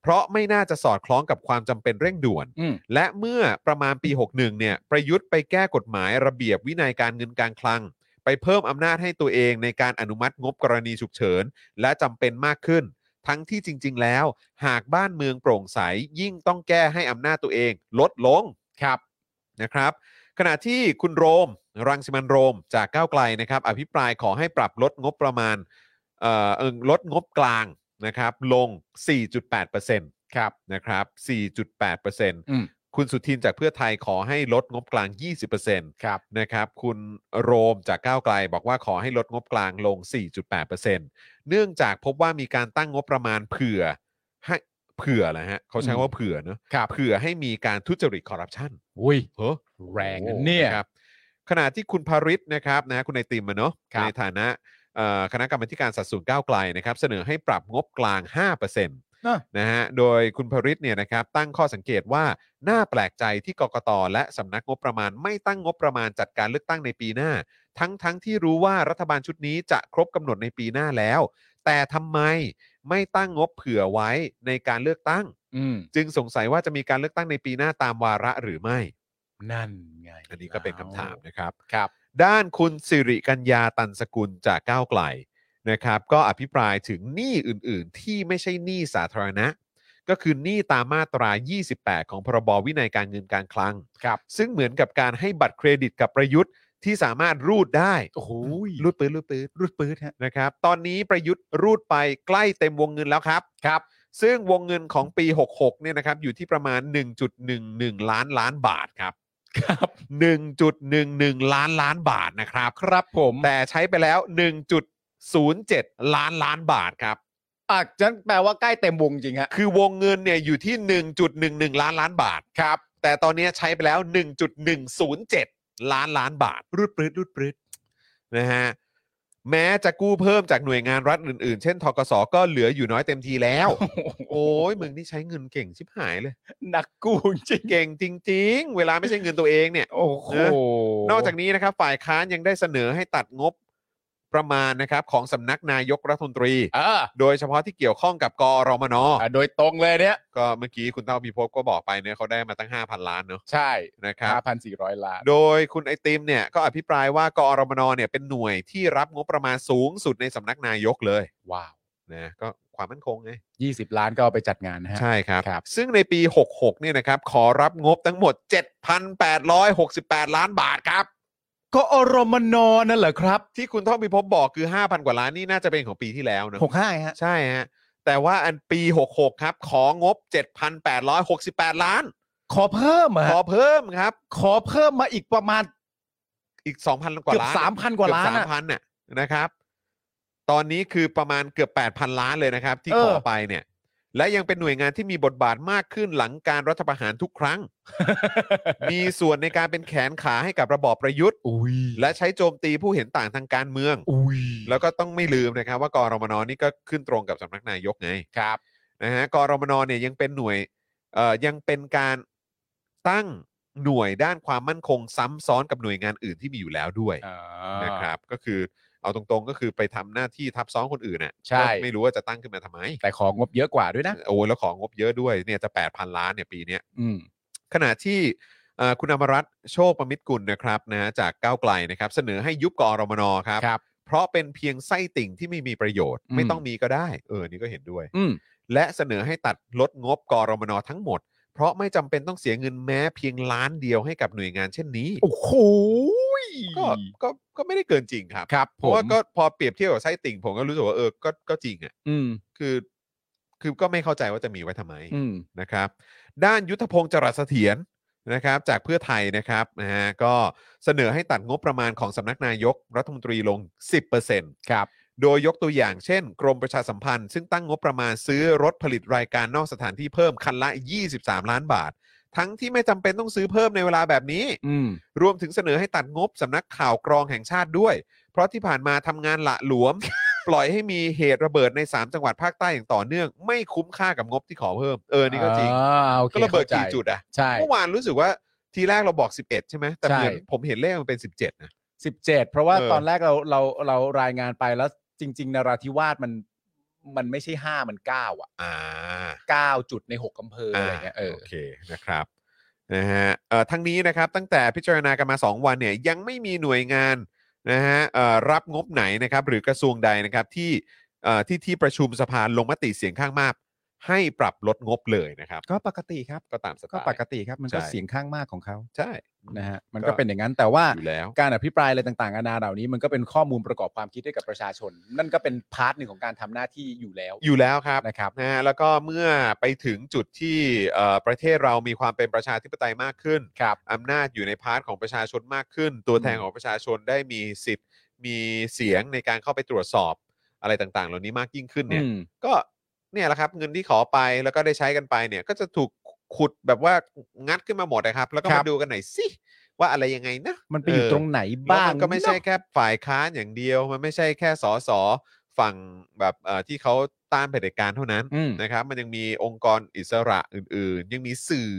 Speaker 2: เพราะไม่น่าจะสอดคล้องกับความจำเป็นเร่งด่วน
Speaker 4: อืม
Speaker 2: และเมื่อประมาณปี 61 เนี่ย ประยุทธ์ไปแก้กฎหมายระเบียบวินัยการเงินการคลัง ไปเพิ่มอำนาจให้ตัวเองในการอนุมัติงบกรณีฉุกเฉิน และจำเป็นมากขึ้น ทั้งที่จริง ๆ แล้ว หากบ้านเมืองโปร่งใส ยิ่งต้องแก้ให้อำนาจตัวเองลดลงครับนะครับ ขณะที่คุณโรม รังสิมันต์โรมจากก้าวไกลนะครับ อภิปรายขอให้ปรับลดงบประมาณเอ่อเอิ่งลดงบกลางนะครับ ลง 4.8%ครับนะครับ 4.8%
Speaker 4: อืม
Speaker 2: คุณสุทินจากเพื่อไทยขอให้ลดงบกลาง 20%
Speaker 4: ครับ
Speaker 2: นะครับ คุณโรมจากก้าวไกลบอกว่าขอให้ลดงบกลางลง 4.8%เนื่องจากพบว่ามีการตั้งงบประมาณเผื่อให้เผื่อแหละฮะเขาใช้ว่าเผื่อเนอะ
Speaker 4: ครับ
Speaker 2: เผื่อให้มีการทุจริตคอร์รัปชัน
Speaker 4: อุ้ย
Speaker 2: เฮ้อ
Speaker 4: แรงนะเนี่ย
Speaker 2: ครับขณะที่คุณพาริศนะครับนะคุณไอติมอะเนาะ
Speaker 4: ครับ
Speaker 2: ในฐานะเอ่อคณะกรรมาธิการสัดส่วนก้าวไกลนะครับ เสนอให้ปรับงบกลาง 5%นะฮะโดยคุณพาริศเนี่ยนะครับตั้งข้อสังเกตว่าน่าแปลกใจที่กกตและสำนักงบประมาณ ไม่ตั้งงบประมาณจัดการเลือกตั้งในปีหน้า ทั้งทั้งที่รู้ว่ารัฐบาลชุดนี้จะครบกำหนดในปีหน้าแล้ว แต่ทำไมไม่ตั้งงบเผื่อไว้ในการเลือกตั้ง
Speaker 4: อืม
Speaker 2: จึงสงสัยว่าจะมีการเลือกตั้งในปีหน้าตามวาระหรือไม่
Speaker 4: นั่นไง
Speaker 2: อันนี้ก็เป็นคำถามนะครับ
Speaker 4: ครับ
Speaker 2: ด้านคุณสิริกัญญาตันสกุลจากก้าวไกลนะครับ ก็อภิปรายถึงหนี้อื่น ๆ ที่ไม่ใช่หนี้สาธารณะ ก็คือหนี้ตามมาตรา 28 ของพรบวินัยการเงินการคลัง
Speaker 4: ครับ
Speaker 2: ซึ่งเหมือนกับการให้บัตรเครดิตกับประยุทธ์ที่สามารถรูดได้
Speaker 4: โอ้โห
Speaker 2: รูดปืดรูดปืด
Speaker 4: รุดปืดฮะ
Speaker 2: นะครับ ตอนนี้ประยุทธ์รูดไปใกล้เต็มวงเงินแล้วครับ
Speaker 4: ครับ
Speaker 2: ซึ่งวงเงินของปี 66 เนี่ยนะครับอยู่ที่ประมาณ 1.11 ล้านล้านบาทครับ
Speaker 4: ครับ
Speaker 2: 1.11 ล้านล้านบาทนะครับ
Speaker 4: ครับผม
Speaker 2: แต่ใช้ไปแล้ว 1.07 ล้านล้านบาทครับ
Speaker 4: อ่ะจันแปลว่าใกล้เต็มวงจริงฮะ
Speaker 2: คือวงเงินเนี่ยอยู่ที่ 1.11 ล้านล้านบาทครับ แต่ตอนนี้ใช้ไปแล้ว 1.107 ล้านล้านบาท รุดปรืดรุดปรืดนะฮะ แม้จะกู้เพิ่มจากหน่วยงานรัฐอื่นๆ เช่นทกสก็เหลืออยู่น้อยเต็มทีแล้ว โอ้ยมึงนี่ใช้เงินเก่งชิบหายเลย
Speaker 4: นักกู้จริง
Speaker 2: เก่งจริง ๆ เวลาไม่ใช่เงินตัวเองเนี่ย
Speaker 4: โอ้โห
Speaker 2: นอกจากนี้นะครับฝ่ายค้านยังได้เสนอให้ตัดงบประมาณนะครับของสำนักนายกรัฐมนตรี
Speaker 4: เออ
Speaker 2: โดยเฉพาะที่เกี่ยวข้องกับกอรมน
Speaker 4: อ่ะโดยตรงเลยเนี่ย
Speaker 2: ก็เมื่อกี้คุณเต้าพีพบก็บอกไปเนี่ยเขาได้มาตั้ง 5,000 ล้านเนอะ
Speaker 4: ใช่
Speaker 2: นะครับ
Speaker 4: 5,400 ล้าน
Speaker 2: โดยคุณไอติมเนี่ยก็อภิปรายว่ากอรมนเนี่ยเป็นหน่วยที่รับงบประมาณสูงสุดในสำนักนายกเลย
Speaker 4: ว้าว
Speaker 2: นะก็ความมั่นคงไง
Speaker 4: 20 ล้านก็เอาไปจัดงานนะฮะ
Speaker 2: ใช่ครับ
Speaker 4: ครับ
Speaker 2: ซึ่งในปี 66 เนี่ยนะครับขอรับงบทั้งหมด 7,868 ล้านบาทครับ
Speaker 4: ก็อรมนนั่นเหรอครับ
Speaker 2: ที่คุณท่องพิภพบอกคือ 5,000 กว่าล้านนี่น่าจะเป็นของปีที่แล้วเนอะ
Speaker 4: 65ฮะ
Speaker 2: ใช่ฮะ แต่ว่าอันปี 66 ครับ ของบ 7,868 ล้าน
Speaker 4: ขอเพิ่มเหรอ
Speaker 2: ขอ
Speaker 4: ฮะ
Speaker 2: เพิ่มครับ
Speaker 4: ขอเพิ่มมาอีกประมาณ
Speaker 2: อีก 2,000 กว่า
Speaker 4: เกือบ
Speaker 2: ล้าน
Speaker 4: สามพันกว่าล้าน
Speaker 2: เกือบ
Speaker 4: อะ
Speaker 2: 3,000เนี่ยนะครับ ตอนนี้คือประมาณเกือบ 8,000 ล้านเลยนะครับ ที่
Speaker 4: เอ
Speaker 2: ข
Speaker 4: อ
Speaker 2: อไปเนี่ย และยังเป็นหน่วยงานที่มีบทบาทมากขึ้นหลังการรัฐประหารทุกครั้ง มีส่วนในการเป็นแขนขาให้กับระบอบประยุทธ์
Speaker 4: อุ้ย
Speaker 2: และใช้โจมตีผู้เห็นต่างทางการเมือง
Speaker 4: อุ้ย
Speaker 2: แล้วก็ต้องไม่ลืมนะครับ ว่ากรมนนี่ก็ขึ้นตรงกับสำนักนายกไง
Speaker 4: ครับ
Speaker 2: นะฮะกรมนเนี่ยยังเป็นหน่วยเอ่อยังเป็นการตั้งหน่วยด้านความมั่นคงซ้ำซ้อนกับหน่วยงานอื่นที่มีอยู่แล้วด้วย
Speaker 4: อ่า
Speaker 2: นะครับ ก็คือเอาตรงๆก็คือไปทำหน้าที่ทับซ้อนคนอื่นน่ะ
Speaker 4: ใช่
Speaker 2: ก็ไม่รู้ว่าจะตั้งขึ้นมาทำไม
Speaker 4: แต่ของงบเยอะกว่าด้วยนะ
Speaker 2: โอ้แล้วของงบเยอะด้วยเนี่ยจะ 8,000 ล้านเนี่ยปีเนี้ย
Speaker 4: อืม
Speaker 2: ขณะที่เอ่อคุณอมรัตน์โชคประมิตรกุลนะครับนะฮะจากก้าวไกลนะครับ เสนอให้ยุบกอรมนครับ
Speaker 4: ครับ
Speaker 2: เพราะเป็นเพียงไส้ติ่งที่ไม่มีประโยชน์
Speaker 4: อืม
Speaker 2: ไม่ต้องมีก็ได้ เออนี่ก็เห็นด้วย
Speaker 4: อืม
Speaker 2: และเสนอให้ตัดลดงบกรมนทั้งหมด เพราะไม่จำเป็นต้องเสียเงินแม้เพียงล้านเดียวให้กับหน่วยงานเช่นนี้
Speaker 4: โอ้โห
Speaker 2: ก็ก็ก็ไม่ได้เกินจริงครับ
Speaker 4: ครับ
Speaker 2: เพ
Speaker 4: ผ
Speaker 2: ราะ
Speaker 4: ม
Speaker 2: ว่าก็พอเปรียบเทียบกับไส้ติ่งผมก็รู้สึกว่าเออก็ก็จริงอ่ะ
Speaker 4: อืม
Speaker 2: คือ คือก็ไม่เข้าใจว่าจะมีไว้ทำไม
Speaker 4: อืม
Speaker 2: นะครับ ด้านยุทธพงศ์จรัสเสถียรนะครับ จากเพื่อไทยนะครับนะฮะก็เสนอให้ตัดงบประมาณของสำนักนายกรัฐมนตรีลง 10%
Speaker 4: ครับ
Speaker 2: โดยยกตัวอย่างเช่น กรมประชาสัมพันธ์ซึ่งตั้งงบประมาณซื้อรถผลิตรายการนอกสถานที่เพิ่มคันละ 23 ล้านบาท ทั้งที่ไม่จำเป็นต้องซื้อเพิ่มในเวลาแบบนี้
Speaker 4: อืม
Speaker 2: รวมถึงเสนอให้ตัดงบสำนักข่าวกรองแห่งชาติด้วย เพราะที่ผ่านมาทำงานหละหล วม ปล่อยให้มีเหตุระเบิดใน 3 จังหวัดภาคใต้อย่างต่อเนื่อง ไม่คุ้มค่ากับงบที่ขอเพิ่ม เออ นี่ก็จริง
Speaker 4: อ่าโอค
Speaker 2: ก็ระเบิดกี่
Speaker 4: ข้าใ
Speaker 2: จุดอะ
Speaker 4: ใช่
Speaker 2: เมื่อวานรู้สึกว่าทีแรกเราบอก 11 ใช่ไหมแต่เหมือน
Speaker 4: ใช่
Speaker 2: ผมเห็นเลขมันเป็น 17นะ
Speaker 4: 17 เพราะว่า
Speaker 2: เออ
Speaker 4: ตอนแรกเราเราเรารายงานไปแล้วจริง ๆนราธิวาสมันมันไม่ใช่ 5 มัน 9 อ่ะ
Speaker 2: อ่า
Speaker 4: 9 จุดใน 6อำเภออะไรเงี้ยเออ
Speaker 2: โอเคนะครับนะฮะเอ่อทั้งนี้นะครับตั้งแต่พิจารณากันมา 2 วันเนี่ยยังไม่มีหน่วยงานนะฮะเอ่อรับงบไหนนะครับหรือกระทรวงใดนะครับที่เอ่อที่ที่ประชุมสภาลงมติเสียงข้างมาก ให้ปรับลดงบเลยนะครับ
Speaker 4: ก็ปกติครับ
Speaker 2: ก็ตามสไต
Speaker 4: ก็
Speaker 2: ล์
Speaker 4: ปกติครับ มันก็
Speaker 2: ใช่
Speaker 4: เสียงข้างมากของเขา
Speaker 2: ใช่
Speaker 4: นะฮะมันก็เป็นอย่างนั้นแต่ว่า
Speaker 2: อยู่แล้ว
Speaker 4: การอภิปรายอะไรต่างๆนานาเหล่านี้มันก็เป็นข้อมูลประกอบความคิดให้กับประชาชน นั่นก็เป็นพาร์ทหนึ่งของการทำหน้าที่อยู่แล้ว
Speaker 2: อยู่แล้วครับ
Speaker 4: นะครับ
Speaker 2: นะฮะแล้วก็เมื่อไปถึงจุดที่เอ่อประเทศเรามีความเป็นประชาธิปไตยมากขึ้น
Speaker 4: ครับ
Speaker 2: อำนาจอยู่ในพาร์ทของประชาชนมากขึ้น ตัวแทนของประชาชนได้มีสิทธิ์ มีเสียงในการเข้าไปตรวจสอบอะไรต่างๆ เหล่านี้มากยิ่งขึ้นเนี่ย
Speaker 4: อืม
Speaker 2: ก็เนี่ยแหละครับเงินที่ขอไปแล้วก็ได้ใช้กันไปเนี่ยก็จะถูกขุดแบบว่างัดขึ้นมาหมดนะครับ แล้วก็
Speaker 4: ครั
Speaker 2: มา
Speaker 4: บ
Speaker 2: ดูกันหน่อยสิว่าอะไรยังไงนะ
Speaker 4: มันไปอยู่
Speaker 2: เออ
Speaker 4: ตรงไหน
Speaker 2: แล้ว
Speaker 4: บ้าง
Speaker 2: มันก็ไม่ใช่
Speaker 4: เนอะ
Speaker 2: แค่ฝ่ายค้านอย่างเดียว มันไม่ใช่แค่สสฝั่งแบบเอ่อที่เขาต้านเผด็จการเท่านั้น
Speaker 4: อืม
Speaker 2: นะครับ มันยังมีองค์กรอิสระอื่น ๆ ยังมีสื่อ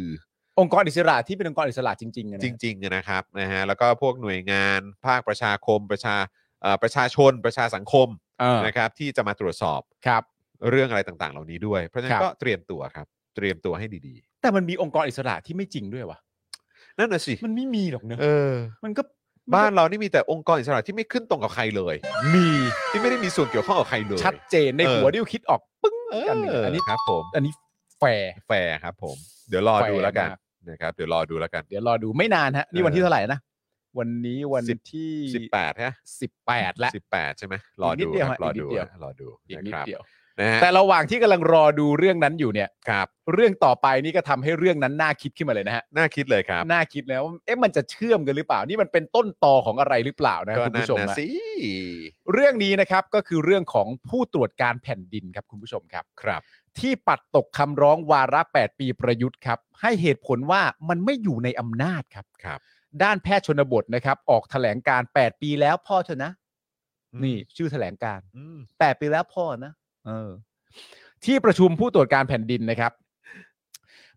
Speaker 4: องค์กรอิสระที่เป็นองค์กรอิสระจริงๆอะนะ
Speaker 2: จริงๆอะนะครับนะฮะแล้วก็พวกหน่วยงานภาคประชาคมประชาเอ่อประชาชนประชาสังคม
Speaker 4: เออ
Speaker 2: นะครับที่จะมาตรวจสอบ
Speaker 4: ครับ
Speaker 2: เรื่องอะไรต่างๆ เหล่านี้ด้วย เพราะฉะนั้
Speaker 4: ครั
Speaker 2: น
Speaker 4: บ
Speaker 2: ก็เตรียมตัวครับ เตรียมตัวให้ดี
Speaker 4: แต่มันมีองค์กรอิสระที่ไม่จริงด้วยวะ
Speaker 2: ๆ นั่นน่ะสิ
Speaker 4: มันไม่มีหรอกเนอะ
Speaker 2: เออ
Speaker 4: มันก็
Speaker 2: บ้านเรานี่มีแต่องค์กรอิสระที่ไม่ขึ้นตรงกับใครเลย
Speaker 4: มี
Speaker 2: ที่ไม่ได้มีส่วนเกี่ยวข้องกับใครเลย
Speaker 4: ชัดเจนใน
Speaker 2: เออ
Speaker 4: หัวเดียวคิดออกปึ้ง
Speaker 2: เอ
Speaker 4: กันหนึ่ง
Speaker 2: อ
Speaker 4: อันนี้
Speaker 2: ครับ ผม
Speaker 4: อันนี้แฟร์
Speaker 2: แฟร์ครับ ผม เดี๋ยวรอดู
Speaker 4: แฟร์
Speaker 2: แล้วกัน
Speaker 4: มาก
Speaker 2: นะครับเดี๋ยวรอดูแล้วกัน
Speaker 4: เดี๋ยวรอดูไม่นานฮะนี่วันที่เท่าไหร่นะวันนี้วัน
Speaker 2: สิบ
Speaker 4: ที่
Speaker 2: 18ฮะ
Speaker 4: สิบแปดแล้ว
Speaker 2: 18 ใช่ไหมรอ
Speaker 4: อีกนิด
Speaker 2: ดู
Speaker 4: เดียว
Speaker 2: ครับ
Speaker 4: ฮะ
Speaker 2: รอ
Speaker 4: อีก
Speaker 2: ดู
Speaker 4: นิดเดียว
Speaker 2: ฮะรอดู
Speaker 4: อีก
Speaker 2: นะ
Speaker 4: นิ
Speaker 2: ค
Speaker 4: ด
Speaker 2: รับ
Speaker 4: เดียว
Speaker 2: นะฮะ
Speaker 4: แต่ระหว่างที่กำลังรอดูเรื่องนั้นอยู่เนี่ย
Speaker 2: ครับ
Speaker 4: เรื่องต่อไปนี่ก็ทำให้เรื่องนั้นน่าคิดขึ้นมาเลยนะฮะ
Speaker 2: น่าคิดเลยครับ
Speaker 4: น่าคิดแล้วว่าเอ๊ะมันจะเชื่อมกันหรือเปล่า นี่มันเป็นต้นต่อของอะไรหรือเปล่านะ
Speaker 2: ก็
Speaker 4: คุณ
Speaker 2: นั่น
Speaker 4: ผู้ชม
Speaker 2: นะ
Speaker 4: อะ
Speaker 2: สิ
Speaker 4: เรื่องนี้นะครับก็คือเรื่องของผู้ตรวจการแผ่นดินครับคุณผู้ชมครับ
Speaker 2: ครับ
Speaker 4: ที่ปัดตกคำร้องวาระ 8 ปีประยุทธ์ครับ ให้เหตุผลว่ามันไม่อยู่ในอำนาจครับ
Speaker 2: ครับ
Speaker 4: ด้านแพทย์ชนบทนะครับ ออกแถลงการณ์8ปีแล้วพ่อเถอะนะ นี่ชื่อแถลงการณ์
Speaker 2: อืม
Speaker 4: แปดปีแล้วพ่อนะเออ ที่ประชุมผู้ตรวจการแผ่นดินนะครับ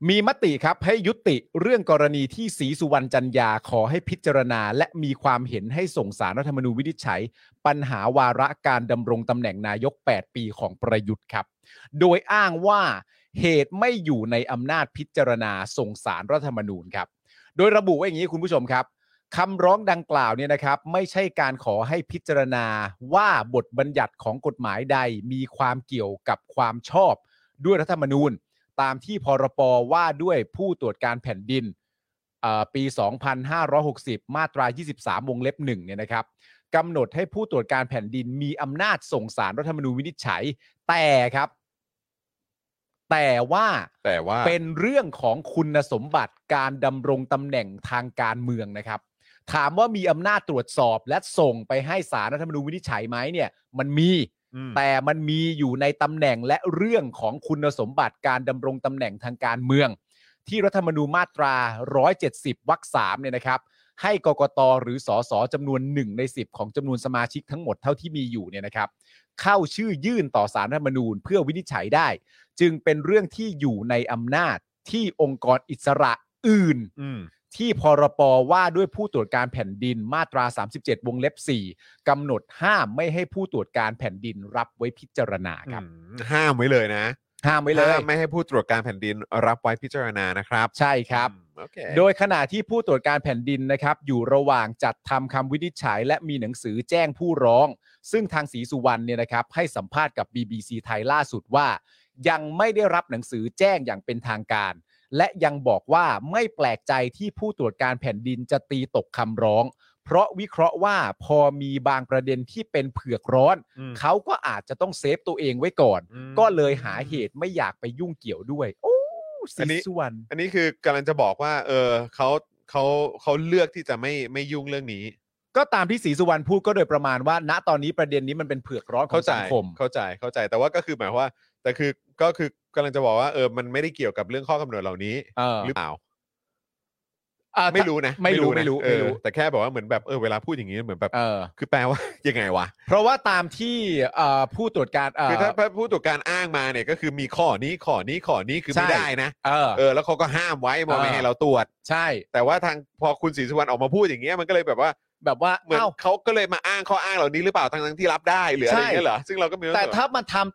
Speaker 4: มีมติครับให้ยุติเรื่องกรณีที่ศรีสุวรรณจันยาขอให้พิจารณา และมีความเห็นให้ส่งสารรัฐธรรมนูญวินิจฉัย ปัญหาวาระการดำรงตำแหน่งนายก 8 ปีของประยุทธ์ครับ โดยอ้างว่าเหตุไม่อยู่ในอำนาจพิจารณาส่งสารรัฐธรรมนูญครับ โดยระบุไว้อย่างนี้คุณผู้ชมครับคำร้องดังกล่าวเนี่ยนะครับ ไม่ใช่การขอให้พิจารณาว่าบทบัญญัติของกฎหมายใดมีความเกี่ยวกับความชอบ ด้วยรัฐธรรมนูญ ตามที่พรปว่าด้วยผู้ตรวจการแผ่นดินเอ่อปี 2560 มาตรา 23 วงเล็บ1เนี่ยนะครับกำหนดให้ผู้ตรวจการแผ่นดินมีอำนาจส่งสารรัฐธรรมนูญวินิจฉัย แต่ครับ แต่ว่า
Speaker 2: แต่ว่า
Speaker 4: เป็นเรื่องของคุณสมบัติการดำรงตำแหน่งทางการเมืองนะครับ ถามว่ามีอำนาจตรวจสอบและส่งไปให้สารรัฐธรรมนูญวินิจฉัยไหมเนี่ย มันมี แต่มันมีอยู่ในตำแหน่งและเรื่องของคุณสมบัติการดำรงตำแหน่งทางการเมือง ที่รัฐธรรมนูญมาตรา 170 วรรคสามเนี่ยนะครับ ให้กกตหรือสสจำนวน 1 ใน 10 ของจำนวนสมาชิกทั้งหมดเท่าที่มีอยู่เนี่ยนะครับ เข้าชื่อยื่นต่อสารรัฐธรรมนูญเพื่อวินิจฉัยได้ จึงเป็นเรื่องที่อยู่ในอำนาจที่องค์กรอิสระอื่น
Speaker 2: อืม
Speaker 4: ที่พรปว่าด้วยผู้ตรวจการแผ่นดินมาตรา 37 วงเล็บ 4กำหนดห้ามไม่ให้ผู้ตรวจการแผ่นดินรับไว้พิจารณาครับ
Speaker 2: อืมห้ามไว้เลยนะ
Speaker 4: ห้ามไว้เลย
Speaker 2: ห้ามไม่ให้ผู้ตรวจการแผ่นดินรับไว้พิจารณานะครับ
Speaker 4: ใช่ครับ
Speaker 2: อืมโอเค
Speaker 4: โดยขณะที่ผู้ตรวจการแผ่นดินนะครับ อยู่ระหว่างจัดทำคำวินิจฉัย และมีหนังสือแจ้งผู้ร้อง ซึ่งทางศรีสุวรรณเนี่ยนะครับ ให้สัมภาษณ์กับ BBC ไทยล่าสุดว่า ยังไม่ได้รับหนังสือแจ้งอย่างเป็นทางการ และยังบอกว่าไม่แปลกใจที่ผู้ตรวจการแผ่นดินจะตีตกคำร้อง เพราะวิเคราะห์ว่าพอมีบางประเด็นที่เป็นเผือกร้อน
Speaker 2: อืม
Speaker 4: เขาก็อาจจะต้องเซฟตัวเองไว้ก่อน
Speaker 2: อืม
Speaker 4: ก็เลยหาเหตุไม่อยากไปยุ่งเกี่ยวด้วย โอ้ศ
Speaker 2: อันนี้
Speaker 4: รีสุวรรณ
Speaker 2: อันนี้คือกำลังจะบอกว่า เออเขาเขาเขาเลือกที่จะไม่ไม่ยุ่งเรื่องนี้
Speaker 4: ก็ตามที่ศรีสุวรรณพูดก็โดยประมาณว่า ณตอนนี้ประเด็นนี้มันเป็นเผือกร้อนขอ
Speaker 2: เข้าง ใจ
Speaker 4: สังคม
Speaker 2: เข้าใจเข้าใจแต่ว่าก็คือหมายความว่า แต่คือก็คือกำลังจะบอกว่าเออมันไม่ได้เกี่ยวกับเรื่องข้อกำหนดเหล่านี้
Speaker 4: เออ
Speaker 2: หรือเปล่า
Speaker 4: อ่า
Speaker 2: ไม่รู้นะ
Speaker 4: ไม่รู้
Speaker 2: นะ
Speaker 4: ไม่รู้
Speaker 2: เออ
Speaker 4: ไม่รู้
Speaker 2: แต่แค่แบบว่าเหมือนแบบเออเวลาพูดอย่างนี้เหมือนแบบ
Speaker 4: เออ
Speaker 2: คือแปลว่า ยังไงวะ
Speaker 4: เพราะว่าตามที่เอ่อผู้ตรวจการเอ่อ
Speaker 2: คือถ้าผู้ตรวจการอ้างมาเนี่ยก็คือมีข้อนี้ข้อนี้ข้อนี้คือ
Speaker 4: ใช่
Speaker 2: ไม่ได้นะ
Speaker 4: เออ
Speaker 2: เออแล้วเขาก็ห้ามไว้บอกไม่
Speaker 4: เออ
Speaker 2: ให้เราตรวจ
Speaker 4: ใช่
Speaker 2: แต่ว่าทางพอคุณศรีสุวรรณออกมาพูดอย่างเงี้ยมันก็เลยแบบว่า
Speaker 4: แบบว่า
Speaker 2: เหมือน
Speaker 4: เอ้า
Speaker 2: เขาก็เลยมาอ้างข้ออ้างเหล่านี้หรือเปล่าทั้งๆที่รับได้หรืออะไรอย่างเงี้ยเหรอซึ่งเราก็ไมี
Speaker 4: แต่ถ้ามันทำ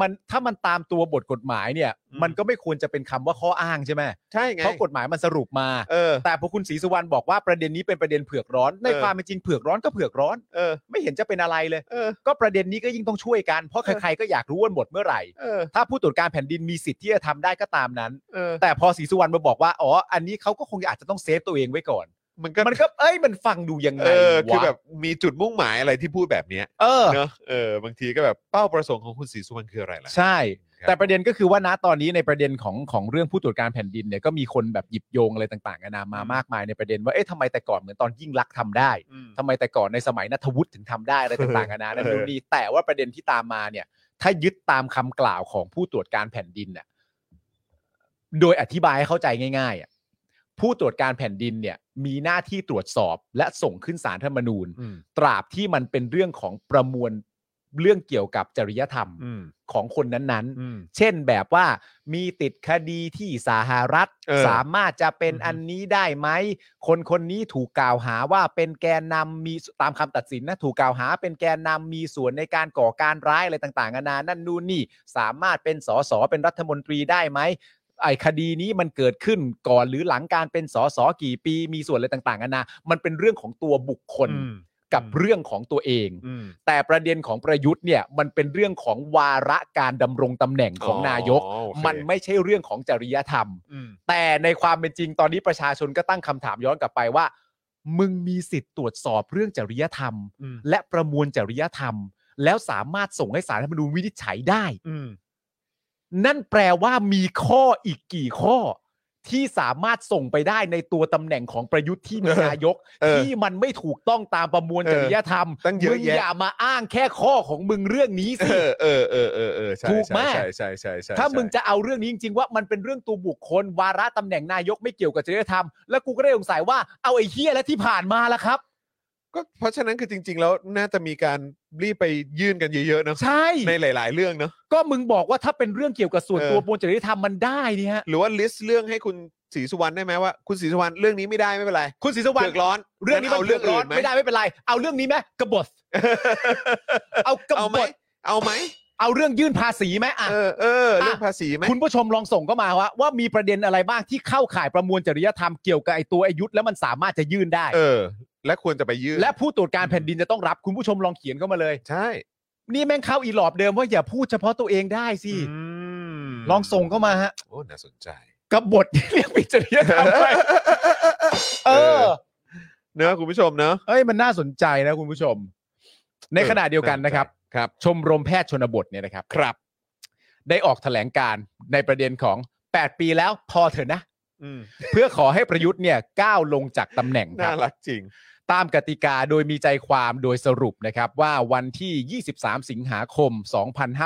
Speaker 4: มันถ้ามันตามตัวบทกฎหมายเนี่ย
Speaker 2: อืม
Speaker 4: มันก็ไม่ควรจะเป็นคำว่าข้ออ้างใช่ไหม
Speaker 2: ใช่ไง
Speaker 4: เพราะกฎหมายมันสรุปมา
Speaker 2: เออ
Speaker 4: แต่พอคุณศรีสุวรรณบอกว่าประเด็นนี้เป็นประเด็นเผือกร้อน ใน
Speaker 2: เออ
Speaker 4: ความเป็นจริงเผือกร้อนก็เผือกร้อน
Speaker 2: เออ
Speaker 4: ไม่เห็นจะเป็นอะไรเลย
Speaker 2: เออ
Speaker 4: ก็ประเด็นนี้ก็ยิ่งต้องช่วยกันเพราะใครๆก็อยากรู้ว่าหมดเมื่อไหร่
Speaker 2: เออ
Speaker 4: ถ้าผู้ตรวจการแผ่นดินมีสิทธิ์ที่จะทำได้ก็ตามนั้น
Speaker 2: เออ
Speaker 4: แต่พอศรีสุวรรณมาบอกว่า อ๋อ อันนี้เขาก็คงอาจจะต้องเซฟตัวเองไว้ก่อน
Speaker 2: มันก็
Speaker 4: มันก็เอ้ย มันฟังดูยังไง
Speaker 2: เออ
Speaker 4: วะ
Speaker 2: คือแบบมีจุดมุ่งหมายอะไรที่พูดแบบเนี้ย
Speaker 4: เออ
Speaker 2: เนอะเออบางทีก็แบบเป้าประสงค์ของคุณศรีสุวรรณคืออะไรล่ะ
Speaker 4: ใช่
Speaker 2: ครับ
Speaker 4: แต่ประเด็นก็คือว่าณตอนนี้ในประเด็นของของเรื่องผู้ตรวจการแผ่นดินเนี่ยก็มีคนแบบหยิบโยงอะไรต่างๆนานามามากมายในประเด็นว่า เอ๊ะทำไมแต่ก่อนเหมือนตอนยิ่งลักษณ์ทำได้
Speaker 2: อืม
Speaker 4: ทำไมแต่ก่อนในสมัยนัทวุฒิถึงทำได้อะไรต่างๆนานานั่นนู่นนี่แต่ว่าประเด็นที่ตามมาเนี่ย ถ้ายึดตามคำกล่าวของผู้ตรวจการแผ่นดินน่ะโดยอธิบายให้เข้าใจง่ายๆอ่ะผู้ตรวจการแผ่นดินเนี่ย มีหน้าที่ตรวจสอบและส่งขึ้นศาลธรรมนูญ
Speaker 2: อืม
Speaker 4: ตราบที่มันเป็นเรื่องของประมวลเรื่องเกี่ยวกับจริยธรรม
Speaker 2: อืม
Speaker 4: ของคนนั้นๆ
Speaker 2: อืม
Speaker 4: เช่นแบบว่ามีติดคดีที่สหรัฐ
Speaker 2: เออ
Speaker 4: สามารถจะเป็น
Speaker 2: อือฮึ
Speaker 4: อันนี้ได้ไหม คนคนนี้ถูกกล่าวหาว่าเป็นแกนนำมีตามคำตัดสินนะถูกกล่าวหาเป็นแกนนำมีส่วนในการก่อการร้ายอะไรต่างๆนานานั่นนู่นนี่ สามารถเป็นสสเป็นรัฐมนตรีได้ไหมไอ้คดีนี้มันเกิดขึ้นก่อนหรือหลังการเป็นสสกี่ปีมีส่วนอะไรต่างๆนานามันเป็นเรื่องของตัวบุคคล
Speaker 2: อืม
Speaker 4: กับเรื่องของตัวเอง
Speaker 2: อืม
Speaker 4: แต่ประเด็นของประยุทธ์เนี่ยมันเป็นเรื่องของวาระการดำรงตำแหน่งของนายก
Speaker 2: อ๋อโอเค
Speaker 4: มันไม่ใช่เรื่องของจริยธรรม
Speaker 2: อืม
Speaker 4: แต่ในความเป็นจริงตอนนี้ประชาชนก็ตั้งคำถามย้อนกลับไปว่า มึงมีสิทธิ์ตรวจสอบเรื่องจริยธรรม
Speaker 2: อืม
Speaker 4: และประมวลจริยธรรม แล้วสามารถส่งให้สารรัฐธรรมนูญวินิจฉัยได้
Speaker 2: อืม
Speaker 4: นั่นแปลว่ามีข้ออีกกี่ข้อ ที่สามารถส่งไปได้ในตัวตำแหน่งของประยุทธ์ที่มีนายก
Speaker 2: เออ
Speaker 4: ที่มันไม่ถูกต้องตามประมวลจริยธรรม
Speaker 2: เออตั้งเยอะ
Speaker 4: มึง
Speaker 2: แยะ
Speaker 4: อย่ามาอ้างแค่ข้อของมึงเรื่องนี้สิ
Speaker 2: เออเออเออเออเออใช่
Speaker 4: ถูกมาก
Speaker 2: ใช่ใช่ใช่ใช่
Speaker 4: ถ้า
Speaker 2: ใช่
Speaker 4: มึงจะเอาเรื่องนี้จริงๆว่ามันเป็นเรื่องตัวบุคคล วาระตำแหน่งนายกไม่เกี่ยวกับจริยธรรม แล้วกูก็ได้สงสัยว่าเอาไอ้เฮียแล้วที่ผ่านมาละครับ
Speaker 2: ก็เพราะฉะนั้นคือจริง ๆ แล้วน่าจะมีการรีบไปยื่นกันเยอะๆเนอะ
Speaker 4: ใช่
Speaker 2: ในหลาย ๆ เรื่องเนอะ
Speaker 4: ก็มึงบอกว่าถ้าเป็นเรื่องเกี่ยวกับส่วน
Speaker 2: เออ
Speaker 4: ตัวบนจริยธรรมมันได้นี่ฮะ
Speaker 2: หรือว่าลิสต์เรื่องให้คุณศรีสุวรรณได้ไหมว่าคุณศรีสุวรรณเรื่องนี้ไม่ได้ไม่เป็นไร
Speaker 4: คุณศรีสวัส
Speaker 2: เผือ
Speaker 4: ดิ์
Speaker 2: กร้อน
Speaker 4: เรื่องนี้มัน
Speaker 2: เอา
Speaker 4: เรื่
Speaker 2: เรื่อง ง
Speaker 4: อร้อ
Speaker 2: อื่
Speaker 4: น
Speaker 2: นไหม
Speaker 4: ไม่ได้ไม่เป็นไร เอาเรื่องนี้ไหมกบฏเอาก
Speaker 2: เอาไห
Speaker 4: บ
Speaker 2: ม
Speaker 4: ฏ
Speaker 2: เอาไหม
Speaker 4: เอาเรื่องยื่นภาษีไหมอ่ะ
Speaker 2: เออเออเรื่อง
Speaker 4: อ่ะ
Speaker 2: ภาษีไหม
Speaker 4: คุณผู้ชมลองส่งก็มาว่าว่ามีประเด็นอะไรบ้างที่เข้าข่ายประมวลจริยธรรมเกี่ยวกับไอ้ตัวอายุทธ์แล้วมันสามารถจะยื่นได้
Speaker 2: เออ และควรจะไปยื่น
Speaker 4: และผู้ตรวจการแผ่นดินจะต้องรับคุณผู้ชมลองเขียนเข้ามาเลย
Speaker 2: ใช่
Speaker 4: นี่แม่งเข้าอีหลอบเดิมว่าอย่าพูดเฉพาะตัวเองได้สิ
Speaker 2: อืม
Speaker 4: ลองส่งเข้ามาฮะ
Speaker 2: โอ้น่าสนใจ
Speaker 4: กบฏที่เรียกปิดจริยธรรม ไปเอ
Speaker 2: เอ
Speaker 4: อ
Speaker 2: อ เนอะคุณผู้ชมเนอะ
Speaker 4: เอ้ยมันน่าสนใจนะคุณผู้ชม ในขณะเดียวกันนะครับ
Speaker 2: ครับ
Speaker 4: ชมรมแพทย์ชนบทเนี่ยนะครับ ครับ ได้ออกแถลงการณ์ในประเด็นของ 8 ปีแล้วพอเถอะนะ
Speaker 2: อืม
Speaker 4: เพื่อขอให้ประยุทธ์เนี่ยก้าวลงจากตำแหน่งค
Speaker 2: น่า
Speaker 4: รับ
Speaker 2: รักจริง
Speaker 4: ตามกติกาโดยมีใจความโดยสรุปนะครับว่าวันที่ 23 สิงหาคม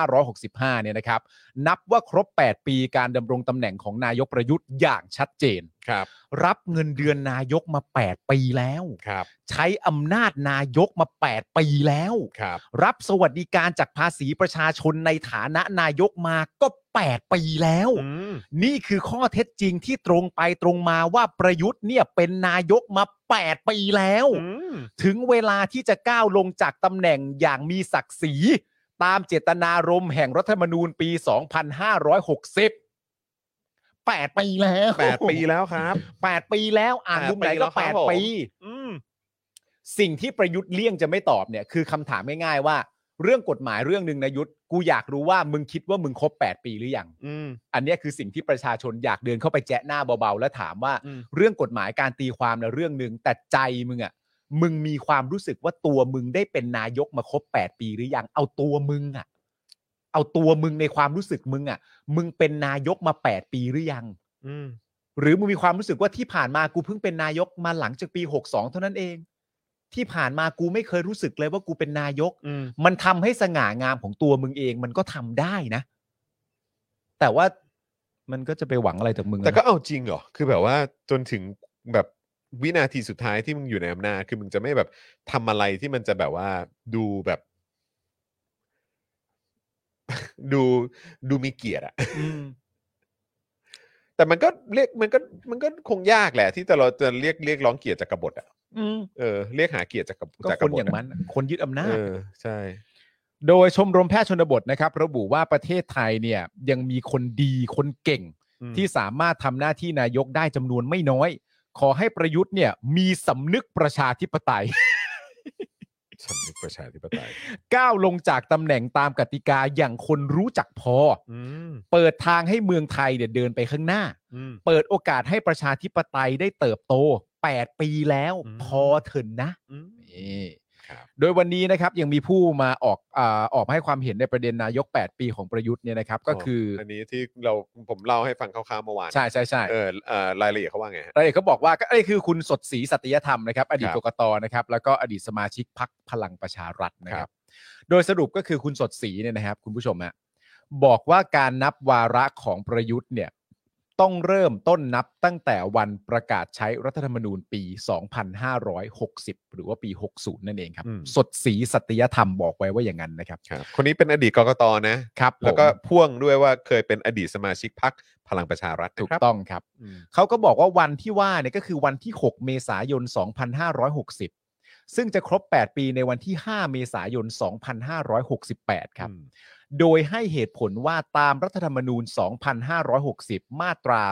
Speaker 4: 2565 เนี่ยนะครับ นับว่าครบ 8 ปีการดำรงตำแหน่งของนายกประยุทธ์อย่างชัดเจน
Speaker 2: ครับ
Speaker 4: รับเงินเดือนนายกมา 8 ปีแล้ว
Speaker 2: ครับ
Speaker 4: ใช้อำนาจนายกมา 8 ปีแล้ว
Speaker 2: ครับ
Speaker 4: รับสวัสดิการจากภาษีประชาชนในฐานะนายกมาก็ 8 ปีแล้ว
Speaker 2: อืม
Speaker 4: นี่คือข้อเท็จจริงที่ตรงไปตรงมาว่าประยุทธ์เนี่ยเป็นนายกมา 8 ปีแล้ว
Speaker 2: อืม
Speaker 4: ถึงเวลาที่จะก้าวลงจากตำแหน่งอย่างมีศักดิ์ศรี ตามเจตนารมณ์แห่งรัฐธรรมนูญปี 2560 8 ปีแล้ว
Speaker 2: แปดปีแล้วครับ
Speaker 4: 8ปีแล้วอ่านมุมไหนก็
Speaker 2: แปดปีแล้วครับผม
Speaker 4: 8 ปี
Speaker 2: อืม
Speaker 4: สิ่งที่ประยุทธ์เลี่ยงจะไม่ตอบเนี่ยคือคำถามง่ายๆว่า เรื่องกฎหมายเรื่องหนึ่งนะยุทธกูอยากรู้ว่ามึงคิดว่ามึงครบ 8 ปีหรือยัง
Speaker 2: อืม
Speaker 4: อันเนี้ยคือสิ่งที่ประชาชนอยากเดินเข้าไปแจ้หน้าเบาๆ แล้วถามว่า
Speaker 2: อืม
Speaker 4: เรื่องกฎหมายการตีความนะเรื่องหนึ่งแต่ใจมึงอะมึงมีความรู้สึกว่าตัวมึงได้เป็นนายกมาครบ 8 ปีหรือยังเอาตัวมึงอะเอาตัวมึงในความรู้สึกมึงอะมึงเป็นนายกมา 8 ปีหรือยัง
Speaker 2: อืม
Speaker 4: หรือมึงมีความรู้สึกว่าที่ผ่านมากูเพิ่งเป็นนายกมาหลังจากปี 62 เท่านั้นเอง ที่ผ่านมากูไม่เคยรู้สึกเลยว่ากูเป็นนายก
Speaker 2: อืม
Speaker 4: มันทำให้สง่างามของตัวมึงเองมันก็ทำได้นะ แต่ว่ามันก็จะไปหวังอะไรจากมึงอะ
Speaker 2: แต่ก็
Speaker 4: นะ
Speaker 2: เอาจริงเหรอ คือแบบว่าจนถึงแบบวินาทีสุดท้ายที่มึงอยู่ในอำนาจคือมึงจะไม่แบบทำอะไรที่มันจะแบบว่าดูแบบ ดูดูมีเกียรติอะ
Speaker 4: อืม
Speaker 2: แต่มันก็เรียกมันก็มันก็คงยากแหละ ที่แต่เราจะเรียกเรียกร้องเกียรติจากกบฏอ่ะ
Speaker 4: อืม
Speaker 2: เออเรียกหาเกียรติจากกบฏ
Speaker 4: ก็
Speaker 2: จาก
Speaker 4: ค
Speaker 2: ก
Speaker 4: น
Speaker 2: บฏ
Speaker 4: อย่างมันอะคนยึดอำนา
Speaker 2: เอ
Speaker 4: จ
Speaker 2: อใช่
Speaker 4: โดยชมรมแพทย์ชนบทนะครับ ระบุว่าประเทศไทยเนี่ยยังมีคนดีคนเก่ง
Speaker 2: อืม
Speaker 4: ที่สามารถทำหน้าที่นายกได้จำนวนไม่น้อย ขอให้ประยุทธ์เนี่ยมีสำนึกประชาธิปไตย
Speaker 2: สำนึกประชาธิปไตย
Speaker 4: ก้าวลงจากตำแหน่งตามกติกาอย่างคนรู้จักพอ
Speaker 2: อืม
Speaker 4: เปิดทางให้เมืองไทยเนี่ยเดินไปข้างหน้า
Speaker 2: อืม
Speaker 4: เปิดโอกาสให้ประชาธิปไตยได้เติบโต 8 ปีแล้ว
Speaker 2: อืม
Speaker 4: พอเถินนะ
Speaker 2: อืม
Speaker 4: นี่
Speaker 2: ครับ
Speaker 4: โดยวันนี้นะครับยังมีผู้มาออกอาออกมาให้ความเห็นในประเด็นนายก 8 ปีของประยุทธ์เนี่ยนะครับ ก็คืออ
Speaker 2: อันนี้ที่เราผมเล่าให้ฟังคร่าวๆเมื่อวาน
Speaker 4: ใช่ใช่ใช่
Speaker 2: เออเอ่อรายละเอียดเขาว่าไงฮะ
Speaker 4: รายละเอียดเขาบอกว่าก็เอ้ยคือคุณสดศรีสัตยธรรมนะครับ อดีต
Speaker 2: ครับ
Speaker 4: กกตนะครับแล้วก็อดีตสมาชิกพักพลังประชารัฐนะค
Speaker 2: ครั
Speaker 4: รับ
Speaker 2: บ
Speaker 4: โดยสรุปก็คือคุณสดศรีเนี่ยนะครับ คุณผู้ชมฮะบอกว่าการนับวาระของประยุทธ์เนี่ยต้องเริ่มต้นนับตั้งแต่วันประกาศใช้รัฐธรรมนูญปี 2560 หรือว่าปี 60 นั่นเองครับ สดศรีสัตยธรรมบอกไว้ว่าอย่างนั้นนะครับ
Speaker 2: ครับคนนี้เป็นอดีตกกตนะครับ
Speaker 4: ผม
Speaker 2: แล้วก็พ่วงด้วยว่าเคยเป็นอดีตสมาชิกพรรคพลังประชารัฐนะ
Speaker 4: ถูก
Speaker 2: ครับ
Speaker 4: ต้องครับ
Speaker 2: อืม
Speaker 4: เขาก็บอกว่าวันที่ว่าเนี่ยก็คือวันที่ 6 เมษายน 2560 ซึ่งจะครบ 8 ปีในวันที่ 5 เมษายน 2568 ครับ
Speaker 2: อืม
Speaker 4: โดยให้เหตุผลว่าตามรัฐธรรมนูญ 2560 มาตรา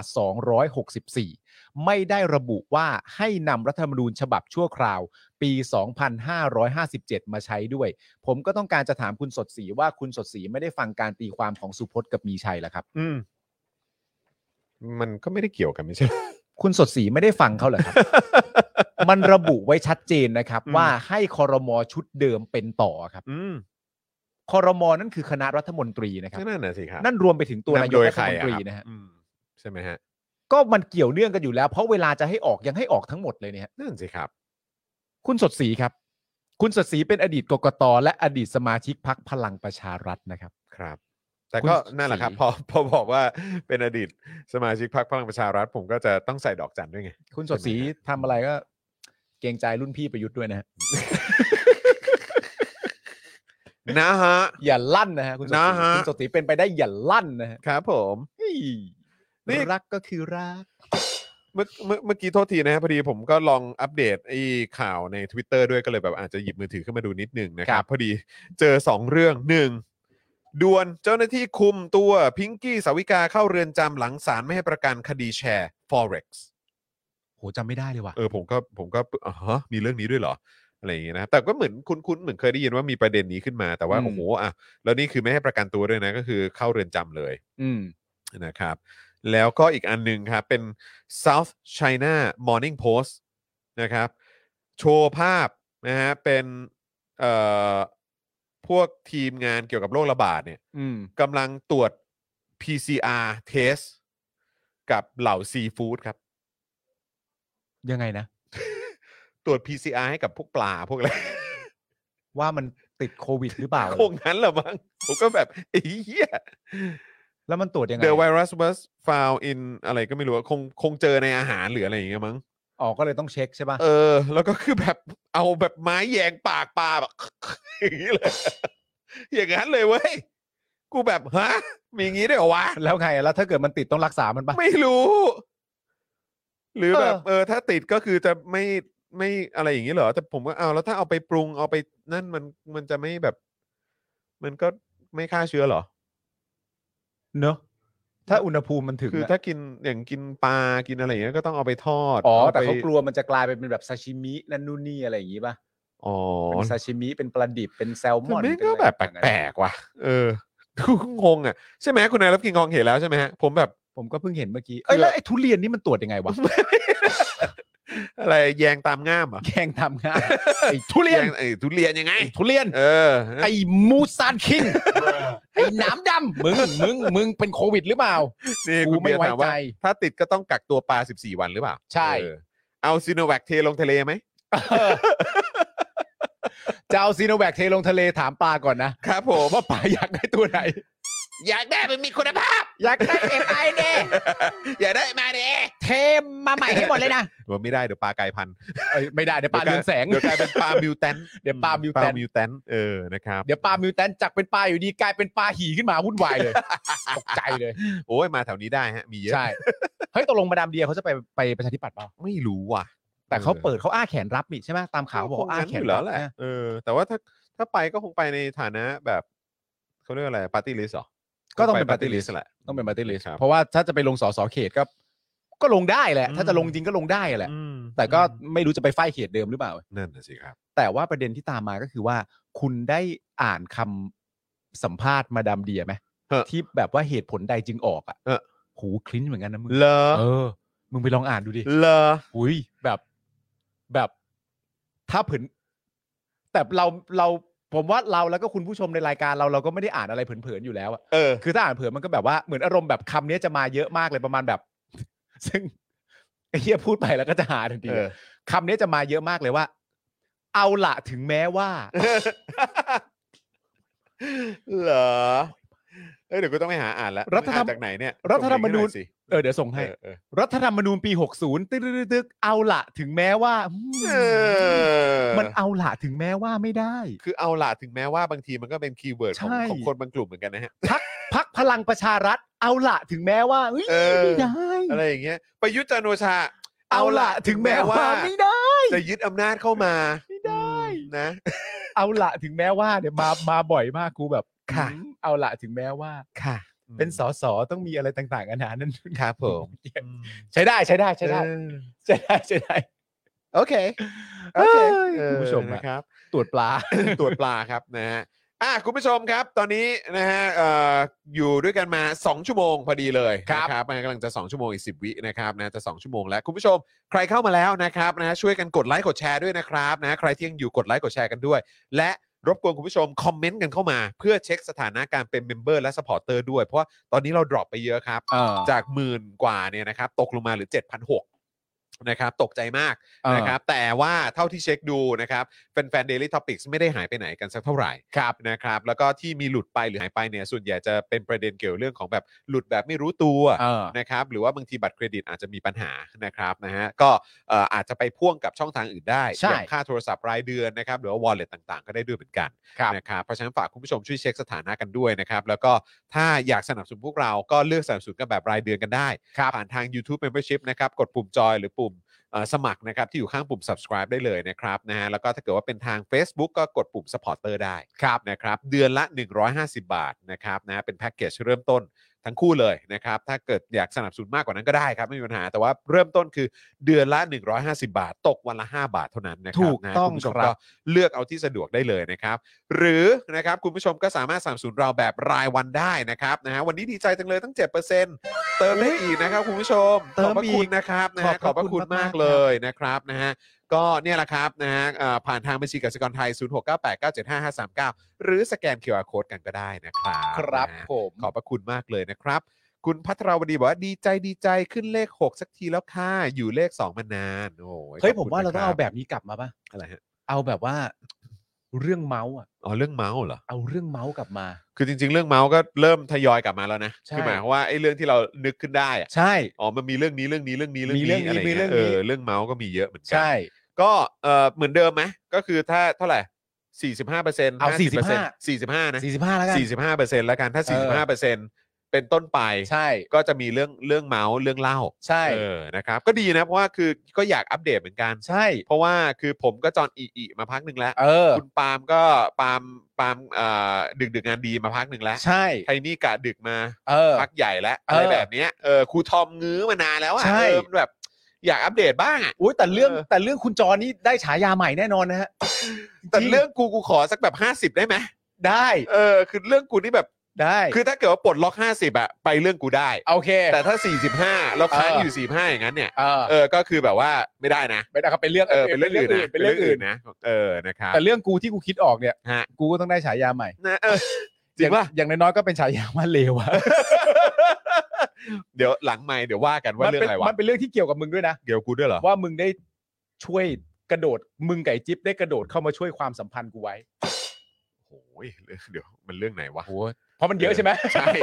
Speaker 4: 264 ไม่ได้ระบุว่าให้นำรัฐธรรมนูญฉบับชั่วคราว ปี 2557 มาใช้ด้วย ผมก็ต้องการจะถามคุณสดศรีว่าคุณสดศรีไม่ได้ฟังการตีความของสุพจน์กับมีชัยเหรอครับ
Speaker 2: อืมมันก็ไม่ได้เกี่ยวกันไม่ใช่เหรอ
Speaker 4: คุณสดศรีไม่ได้ฟังเขาเหรอครับ มันระบุไว้ชัดเจนนะครับ
Speaker 2: อืม
Speaker 4: ว่าให้คอรมอชุดเดิมเป็นต่อครับ
Speaker 2: อืม
Speaker 4: คอรมอนั่นคือคณะรัฐมนตรีนะครับ
Speaker 2: นั่นน่ะสิครับ
Speaker 4: นั่นรวมไปถึงตัวนาย
Speaker 2: ำโด
Speaker 4: ก
Speaker 2: ย
Speaker 4: รั
Speaker 2: ใค
Speaker 4: ฐมน
Speaker 2: อะ
Speaker 4: ต
Speaker 2: ค
Speaker 4: รี
Speaker 2: รับ
Speaker 4: นะฮะ
Speaker 2: อืมใช่ไหมฮะ
Speaker 4: ก็มันเกี่ยวเนื่องกันอยู่แล้ว เพราะเวลาจะให้ออกยังให้ออกทั้งหมดเลยเนี่ยฮะ
Speaker 2: นั่นสิครับ
Speaker 4: คุณสดศรีครับ คุณสดศรีเป็นอดีตกกตและอดีตสมาชิกพักพลังประชารัฐนะครับ
Speaker 2: ครับ แต่
Speaker 4: คุณ
Speaker 2: ก็นั่นแหละครับ
Speaker 4: ศรี
Speaker 2: พอ พอบอกว่าเป็นอดีตสมาชิกพรรคพลังประชารัฐ ผมก็จะต้องใส่ดอกจันด้วยไง
Speaker 4: คุณสดศรีทำอะไรก็เกรงใจรุ่นพี่ประยุทธ์ด้วยนะฮะ
Speaker 2: นะฮะ
Speaker 4: อย่าลั่นนะฮะคุณสดศรี
Speaker 2: นะฮะ
Speaker 4: คุณสดศรีเป็นไปได้อย่าลั่นนะฮะ
Speaker 2: ครับผม
Speaker 4: เฮ้ย
Speaker 2: นี่
Speaker 4: รักก็คือรัก
Speaker 2: เมื่อเมื่อเมื่อกี้โทษทีนะฮะพอดีผมก็ลองอัปเดตไอ้ข่าวใน Twitter ด้วยก็เลยแบบอาจจะหยิบมือถือขึ้นมาดูนิดหนึงนะค
Speaker 4: ครั
Speaker 2: รับ
Speaker 4: บ
Speaker 2: พอดีเจอ 2 เรื่องหนึ่งด่วนเจ้าหน้าที่คุมตัวพิงกี้สาวิกาเข้าเรือนจำหลังศาลไม่ให้ประกันคดีแชร์ forex
Speaker 4: โหจำไม่ได้เลยว่ะ
Speaker 2: เออผมก็ผมก็อ๋อฮะมีเรื่องนี้ด้วยเหรออะไรอย่างเงี้ยนะแต่ก็เหมือนคุ้นๆเหมือนเคยได้ยินว่ามีประเด็นนี้ขึ้นมาแต่ว่า
Speaker 4: อืม
Speaker 2: โอ้โหอ่ะแล้วนี่คือไม่ให้ประกันตัวด้วยนะก็คือเข้าเรือนจำเลย
Speaker 4: อืม
Speaker 2: นะครับแล้วก็อีกอันหนึ่งครับ เป็น South China Morning Post นะครับ โชว์ภาพนะฮะเป็นเอ่อพวกทีมงานเกี่ยวกับโรคระบาดเนี่ย
Speaker 4: อืม
Speaker 2: กำลังตรวจ PCR test กับเหล่าซีฟู้ดครับ
Speaker 4: ยังไงนะ
Speaker 2: ตรวจ PCR ให้กับพวกปลาพวกอะไร
Speaker 4: ว่ามันติดโควิดหรือเปล่า
Speaker 2: คงนั้นแหละมั้งผมก็แบบไอ้เหี้ย
Speaker 4: แล้วมันตรวจยังไง
Speaker 2: The virus was found in อะไรก็ไม่รู้อะคงคงเจอในอาหารหรืออะไรอย่างเงี้ยมั้ง
Speaker 4: อ๋อก็เลยต้องเช็คใช่ป่ะ
Speaker 2: เออ แล้วก็คือแบบเอาแบบไม้แยงปากปลาแบบ อย่างนี้เลย อย่างนั้นเลยเว้ย กูแบบฮะ มีอย่างนี้ด้วยเหรอวะ
Speaker 4: แล้วไงแล้วถ้าเกิดมันติดต้องรักษามันป่ะ
Speaker 2: ไม่รู้ หรือแบบ
Speaker 4: เออ
Speaker 2: เออ ถ้าติดก็คือจะไม่ไม่อะไรอย่างนี้เหรอ แต่ผมก็เอาแล้วถ้าเอาไปปรุงเอาไปนั่นมันมันจะไม่แบบ มันก็ไม่ฆ่าเชื้อเหรอ
Speaker 4: เนอะถ้าอุณหภูมิมันถึง
Speaker 2: คือ
Speaker 4: อะ
Speaker 2: ถ้ากินอย่างกินปลากินอะไรอย่างเงี้ยก็ต้องเอาไปทอด
Speaker 4: อ๋อ
Speaker 2: ไป
Speaker 4: แต่เขากลัวมันจะกลายไปเป็นแบบซาชิมินั่นนู่นนี่อะไรอย่างงี้ป่ะ
Speaker 2: อ๋อ
Speaker 4: เป็นซาชิมิเป็นปลาดิบเป็นแซลม
Speaker 2: มั
Speaker 4: อน น
Speaker 2: ไม่
Speaker 4: เป็น
Speaker 2: ก็
Speaker 4: อะไร
Speaker 2: แบบ
Speaker 4: ต่างๆนะ
Speaker 2: แปลกๆว่ะ เออ กูงงอ่ะใช่ไหมคุณนายรับกินกองเห็นแล้วใช่ไหมฮะผมแบบ
Speaker 4: ผมก็เพิ่งเห็นเมื่อกี้
Speaker 2: คือ
Speaker 4: เอ้ยแล้วไอ้ทุเรียนนี่มันตรวจยังไงวะ
Speaker 2: อะไรแยงตามง่ามเหรอ่ะ
Speaker 4: แกงทำงานไอ้ทุเรียน
Speaker 2: ไอ้ทุเรียนยังไง
Speaker 4: ไอ้ทุเรียน
Speaker 2: เออ
Speaker 4: ไอ้มูซานคิงไอ้หน้ำดำมึงมึงมึงเป็นโควิดหรือเปล่า
Speaker 2: นี่
Speaker 4: กู
Speaker 2: คุณ
Speaker 4: ไม่
Speaker 2: เบียร์ถาม
Speaker 4: ไว้
Speaker 2: ว่า
Speaker 4: ใจ
Speaker 2: ถ้าติดก็ต้องกักตัวปลา 14 วันหรือเปล่า
Speaker 4: ใช่
Speaker 2: เออเอาซีโนแวคเทลงทะเลไหม
Speaker 4: จะเอาซีโนแวคเทลงทะเลถามปลาก่อนนะครับ
Speaker 2: ผม
Speaker 4: ว่าปลาอยากได้ตัวไหน
Speaker 2: อยากได้มันมีคุณภาพ
Speaker 4: อยากได้เอ็มไอเน่
Speaker 2: อยากได้มาเด้
Speaker 4: เทมมาใหม่ให้หมดเลยนะ
Speaker 2: ว่าไม่ได้เดี๋ยวปลากลายพัน ธุ์
Speaker 4: ไม่ได้เดี๋ยวปลาเรืองแสง
Speaker 2: เดี๋ยวกลายเป็นปลามิวแตน
Speaker 4: เดี๋ยวปลามิวแตน
Speaker 2: ปลามิวแตนเออนะครับ
Speaker 4: เดี๋ยวปลามิวแตนจักเป็นปลาอยู่ดีกลายเป็นปลาหีขึ้นมาวุ่นวายเลยตกใจเลย
Speaker 2: โอ้ยมาแถวนี้ได้ฮะ มีเยอะ
Speaker 4: ใช่เฮ้ยตกลงมาดามเดียเขาจะไปไปประชาธิปัตย์เปล่า
Speaker 2: ไม่รู้ว่ะ
Speaker 4: แต่เขาเปิดเขาอ้าแขนรับนี่ใช่ไหมตามข่าวเขาบอก
Speaker 2: คง
Speaker 4: ว่าอ้า
Speaker 2: งั้น
Speaker 4: แข
Speaker 2: อน ยู่แล้
Speaker 4: รั
Speaker 2: ว
Speaker 4: บ
Speaker 2: แหละ
Speaker 4: นะ
Speaker 2: เออ แต่ว่าถ้าถ้าไปก็คงไปในฐานะแบบเขาเรียกอะไรปาร์ตี้ลิสต์หรอ
Speaker 4: ก็ต้องเป็นปฏิริ
Speaker 2: ลิ
Speaker 4: ษ
Speaker 2: แหละ
Speaker 4: ต้องเป็นมาติลิส
Speaker 2: ครับ
Speaker 4: เพราะว่าถ้าจะไปลงสสเขตก็ก็ลงได้แหละ
Speaker 2: อืม
Speaker 4: ถ้าจะลงจริงก็ลงได้แหละ
Speaker 2: อืม
Speaker 4: แต่ก็ไม่รู้จะไปไฟเขตเดิมหรือเปล่า
Speaker 2: นั่นน่ะสิครับ
Speaker 4: แต่ว่าประเด็นที่ตามมาก็คือว่า คุณได้อ่านคำสัมภาษณ์มาดามเดียไหม
Speaker 2: เออ
Speaker 4: ที่แบบว่าเหตุผลใดจึงออกอ่ะ
Speaker 2: เออ
Speaker 4: หูคลิ้นเหมือนกันนะมึง
Speaker 2: เลอ
Speaker 4: เออ มึงไปลองอ่านดูดิ
Speaker 2: เลอ
Speaker 4: หุยแบบแบบถ้าผืนแต่เราเราผมว่าเราแล้วก็คุณผู้ชมในรายการเราเราก็ไม่ได้อ่านอะไรเผินๆอยู่แล้วอะ
Speaker 2: เอ อ
Speaker 4: คือถ้าอ่านเผื่อมันก็แบบว่าเหมือนอารมณ์แบบคำเนี้ยจะมาเยอะมากเลยประมาณแบบ ซึ่งไอ้เหี้ยพูดไปแล้วก็จะหาทันที
Speaker 2: เออ
Speaker 4: คำเนี้ยจะมาเยอะมากเลยว่า เอาละถึงแม้ว่า
Speaker 2: เหรอ เอ้ยเดี๋ยวกูต้องไปหาอ่านแล้ว
Speaker 4: รัฐธรรม
Speaker 2: อ่านจากไหนเนี่ย
Speaker 4: รัฐธรรมนูญ
Speaker 2: ส่งลิงก์ให้หอยสิ
Speaker 4: เออเดี๋ยวส่งให้
Speaker 2: เออเออ
Speaker 4: รัฐธรรมนูญปี 60ตึกตึกตึกเอาละถึงแม้ว่าอืม
Speaker 2: เออ
Speaker 4: มันเอาละถึงแม้ว่าไม่ได้
Speaker 2: คือเอาล่ะถึงแม้ว่าบางทีมันก็เป็นคีย์เวิร์ดของ
Speaker 4: ใช่
Speaker 2: ของคนบางกลุ่มเหมือนกันนะฮะ
Speaker 4: พัก พักพลังประชารัฐ เอาละถึงแม้ว่าเอ้ย
Speaker 2: เออ
Speaker 4: ไม่ได้
Speaker 2: อะไรอย่างเงี้ยประยุทธ์จันทร์โอชา
Speaker 4: เอาละถึงแม้ว่าไม่ได้
Speaker 2: จะยึดอำนาจเข้ามา
Speaker 4: ไม่ได้
Speaker 2: นะ
Speaker 4: เอาละถึงแม้ว่าเนี่ยมามาบ่อยมากกูแบบ
Speaker 2: ค่ะ
Speaker 4: อืมเอาละถึงแม้ว่า
Speaker 2: ค่ะ
Speaker 4: เป็นสสต้องมีอะไรต่างๆกันานานั่น
Speaker 2: ครับผม
Speaker 4: ใช้ได้ใช้ได้ใช้ได้
Speaker 2: เออ
Speaker 4: ใช้ได้ใช้ได้
Speaker 2: โอเค โอเค
Speaker 4: เอ้ยคุณผู้ชมอะ
Speaker 2: นะครับ
Speaker 4: ตรวจปลา
Speaker 2: ตรวจปลาครับนะฮะอ่ะคุณผู้ชมครับ ตอนนี้นะฮะเอ่ออยู่ด้วยกันมา 2 ชั่วโมงพอดีเลย
Speaker 4: ครับ
Speaker 2: นะมันกำลังจะ 2 ชั่วโมงอีก 10 วินะครับนะจะ 2 ชั่วโมงแล้ว คุณผู้ชมใครเข้ามาแล้วนะครับนะช่วยกันกดไลค์กดแชร์ด้วยนะครับนะใครที่ยังอยู่กดไลค์กดแชร์กันด้วย และรบกวนคุณผู้ชมคอมเมนต์กันเข้ามา เพื่อเช็คสถานะการเป็นเมมเบอร์และสปอร์เตอร์ด้วย เพราะว่าตอนนี้เราดรอปไปเยอะครับ
Speaker 4: ะ
Speaker 2: จากหมื่นกว่าเนี่ยนะครับตกลงมาเหรือ 7,600นะครับตกใจมาก
Speaker 4: อ่าน
Speaker 2: นะครับแต่ว่าเท่าที่เช็คดูนะครับแฟนๆ Daily Topics ไม่ได้หายไปไหนกันสักเท่าไหร่
Speaker 4: ครับ
Speaker 2: นะครับแล้วก็ที่มีหลุดไปหรือหายไปเนี่ยส่วนใหญ่จะเป็นประเด็นเกี่ยวเรื่องของแบบหลุดแบบไม่รู้ตัว
Speaker 4: เออ
Speaker 2: นะครับหรือว่าบางทีบัตรเครดิตอาจจะมีปัญหานะครับนะฮะก็เอ่ออาจจะไปพ่วงกับช่องทางอื่นได้
Speaker 4: ใช่
Speaker 2: อย่างค่าโทรศัพท์รายเดือนนะครับหรือว่า wallet ต่างๆ ก็ได้ด้วยเหมือนกัน
Speaker 4: ครับ
Speaker 2: นะครับเพราะฉะนั้นฝากคุณผู้ชมช่วยเช็คสถานะกันด้วยนะครับแล้วก็ถ้าอยากสนับสนุนพวกเราก็เลือกสนับสนุนกันแบบรายเดือนกันได้
Speaker 4: ครับ
Speaker 2: ผ่านทาง YouTube Membership นะครับกดปุ่มจอยหรือปุ่มเอ่อสมัครนะครับที่อยู่ข้างปุ่ม subscribe ได้เลยนะครับนะฮะแล้วก็ถ้าเกิดว่าเป็นทาง Facebook ก็กดปุ่ม supporter ได้
Speaker 4: ครับ
Speaker 2: นะครับเดือนละ 150 บาทนะครับนะฮะเป็นแพ็กเกจเริ่มต้นทั้งคู่เลยนะครับถ้าเกิดอยากสนับสนุนมากกว่านั้นก็ได้ครับไม่มีปัญหาแต่ว่าเริ่มต้นคือเดือนละ 150 บาท ตกวันละ 5 บาทเท่านั้นนะครับ
Speaker 4: ถูก
Speaker 2: นะ
Speaker 4: ต้อง
Speaker 2: คุณผู้ชม
Speaker 4: ครับ
Speaker 2: ก็เลือกเอาที่สะดวกได้เลยนะครับ หรือนะครับคุณผู้ชมก็สามารถสนับสนุนเราแบบรายวันได้นะครับนะฮะวันนี้ดีใจจังเลยตั้ง 7%เติมได้อีกนะครับคุณผู้ชม
Speaker 4: เติ
Speaker 2: ขอบ
Speaker 4: ม
Speaker 2: พระ
Speaker 4: อีก
Speaker 2: คุณนะครับนะฮะข
Speaker 4: ข
Speaker 2: อ
Speaker 4: อ
Speaker 2: บบ พ
Speaker 4: พ
Speaker 2: ระ
Speaker 4: ระ
Speaker 2: คุ
Speaker 4: คุ
Speaker 2: ณมาม
Speaker 4: ณาก ก
Speaker 2: เลยนะครับนะฮะก็เนี่ยแหละครับนะฮะเอ่อผ่านทางบัญชีกสิกรไทย 0698975539 หรือสแกน QR Code กันก็ได้นะครับ
Speaker 4: ครับ
Speaker 2: นะฮะ
Speaker 4: ผม
Speaker 2: ขอบพระคุณมากเลยนะครับ คุณพัทรวดีบอกว่าดีใจดีใจขึ้นเลข 6 สักทีแล้วค่ะ อยู่เลข 2 มานาน โอ้
Speaker 4: เฮ้ย
Speaker 2: ข
Speaker 4: ผ
Speaker 2: บ
Speaker 4: ม
Speaker 2: คุณ
Speaker 4: ว่าเราต้องเอา
Speaker 2: นะค
Speaker 4: แบบนี้กลับมาป่ะ
Speaker 2: อะไรฮะ
Speaker 4: เอาแบบว่า เรื่องเมาส์อ่ะ
Speaker 2: อ๋อเรื่องเมาส์เหรอ
Speaker 4: เอาเรื่องเมาส์กลับมา
Speaker 2: คือจริง ๆ เรื่องเมาส์ก็เริ่มทยอยกลับมาแล้วนะ
Speaker 4: ใช่
Speaker 2: คือหมายความว่าไอ้เรื่องที่เรานึกขึ้นได้อะ
Speaker 4: ใช่
Speaker 2: อ๋อมันมีเรื่องนี้เรื่องนี้เรื่องนี้
Speaker 4: มีเรื่องนี้
Speaker 2: ะไ
Speaker 4: มีเรื่อง
Speaker 2: เอ
Speaker 4: นี้
Speaker 2: อเรื่องเมาส์ก็มีเยอะเหมือนกั
Speaker 4: ใช่
Speaker 2: ก็เออเหมือนเดิมไหมก็คือถ้าเท่าไหร่สี่สิบห้าเปอร์เซ็นต์
Speaker 4: เอา
Speaker 2: สี่สิบเปอร์เซ็นต์
Speaker 4: 45
Speaker 2: สี่สิบห้านะ
Speaker 4: สี่สิบห้าแล้วกัน
Speaker 2: สี่สิบห้าเปอร์เซ็นต์แล้วกันถ้า
Speaker 4: เอ
Speaker 2: สี่สิบห้าเปอร์เซ็นต์เป็นต้นไป
Speaker 4: ใช่
Speaker 2: ก็จะมีเรื่องเรื่องเมาส์เรื่องเล่า
Speaker 4: ใช่
Speaker 2: เออนะครับก็ดีนะเพราะว่าคือก็อยากอัปเดตเหมือนกัน
Speaker 4: ใช่
Speaker 2: เพราะว่าคือผมก็จอนอีอีมาพักหนึ่งแล้ว
Speaker 4: เออ
Speaker 2: คุณปาล์มก็ปาล์มปาล์มเอ่อดึกดึกงานดีมาพักหนึ่งแล้ว
Speaker 4: ใช่
Speaker 2: ไทนี่กะดึกมา
Speaker 4: เออ
Speaker 2: พักใหญ่แล้ว
Speaker 4: เอออ
Speaker 2: อะไรแบบเนี้ยเออครูทอมงื้อมานานแล้วอ่ะ
Speaker 4: ใช่
Speaker 2: เออมันแบบอยากอัปเดตบ้างอ่ะ
Speaker 4: อุ้ยแต่เรื่อง
Speaker 2: เออ
Speaker 4: แต่เรื่องคุณจอนี่ได้ฉายาใหม่แน่นอนนะฮะ
Speaker 2: แต่
Speaker 4: จ
Speaker 2: เรื่องกูกูขอสักแบบ 50 ได้ไหม
Speaker 4: ได้
Speaker 2: เออคือเรื่องกูนี่แบบ
Speaker 4: ได้
Speaker 2: คือถ้าเกิดว่าปลดล็อก 50อ่ะไปเรื่องกูได้
Speaker 4: โอเค
Speaker 2: แต่ถ้า 45แล้วค้าง
Speaker 4: เออ
Speaker 2: อ
Speaker 4: อ
Speaker 2: ยู่ 45 อย่างนั้นเนี่ย
Speaker 4: เออ
Speaker 2: เออก็คือแบบว่าไม่ได้นะ
Speaker 4: ไม่ได้ครับเป็นเรื่อง
Speaker 2: เออเป็นเรื่องอื่นนะ
Speaker 4: เป็นเรื่องอื่น
Speaker 2: นะเออนะครับ
Speaker 4: แต่เรื่องกูที่กูคิดออกเนี่ย
Speaker 2: ฮะ
Speaker 4: กูก็ต้องได้ฉายาใหม่
Speaker 2: นะเออจริงป่ะ
Speaker 4: อย่าอย่างน้อยๆก็เป็นฉายาว่าเลวอะ
Speaker 2: เดี๋ยวหลัง ไม่เดี๋ยวว่า กันว่าเรื่องอะไรวะ
Speaker 4: มันเป็นเรื่องที่เกี่ยวกับมึงด้วยนะ
Speaker 2: เกี่ยวกูด้วยเหรอ
Speaker 4: ว่ามึงได้ช่วยกระโดด มึงไก่จิ๊บได้กระโดดเข้ามาช่วยความสัมพันธ์กูไว้
Speaker 2: โอ้ยเรื่องเดี๋ยวมันเรื่องไหนวะ
Speaker 4: โหเพราะมันเยอะใช่ไหม
Speaker 2: ใช่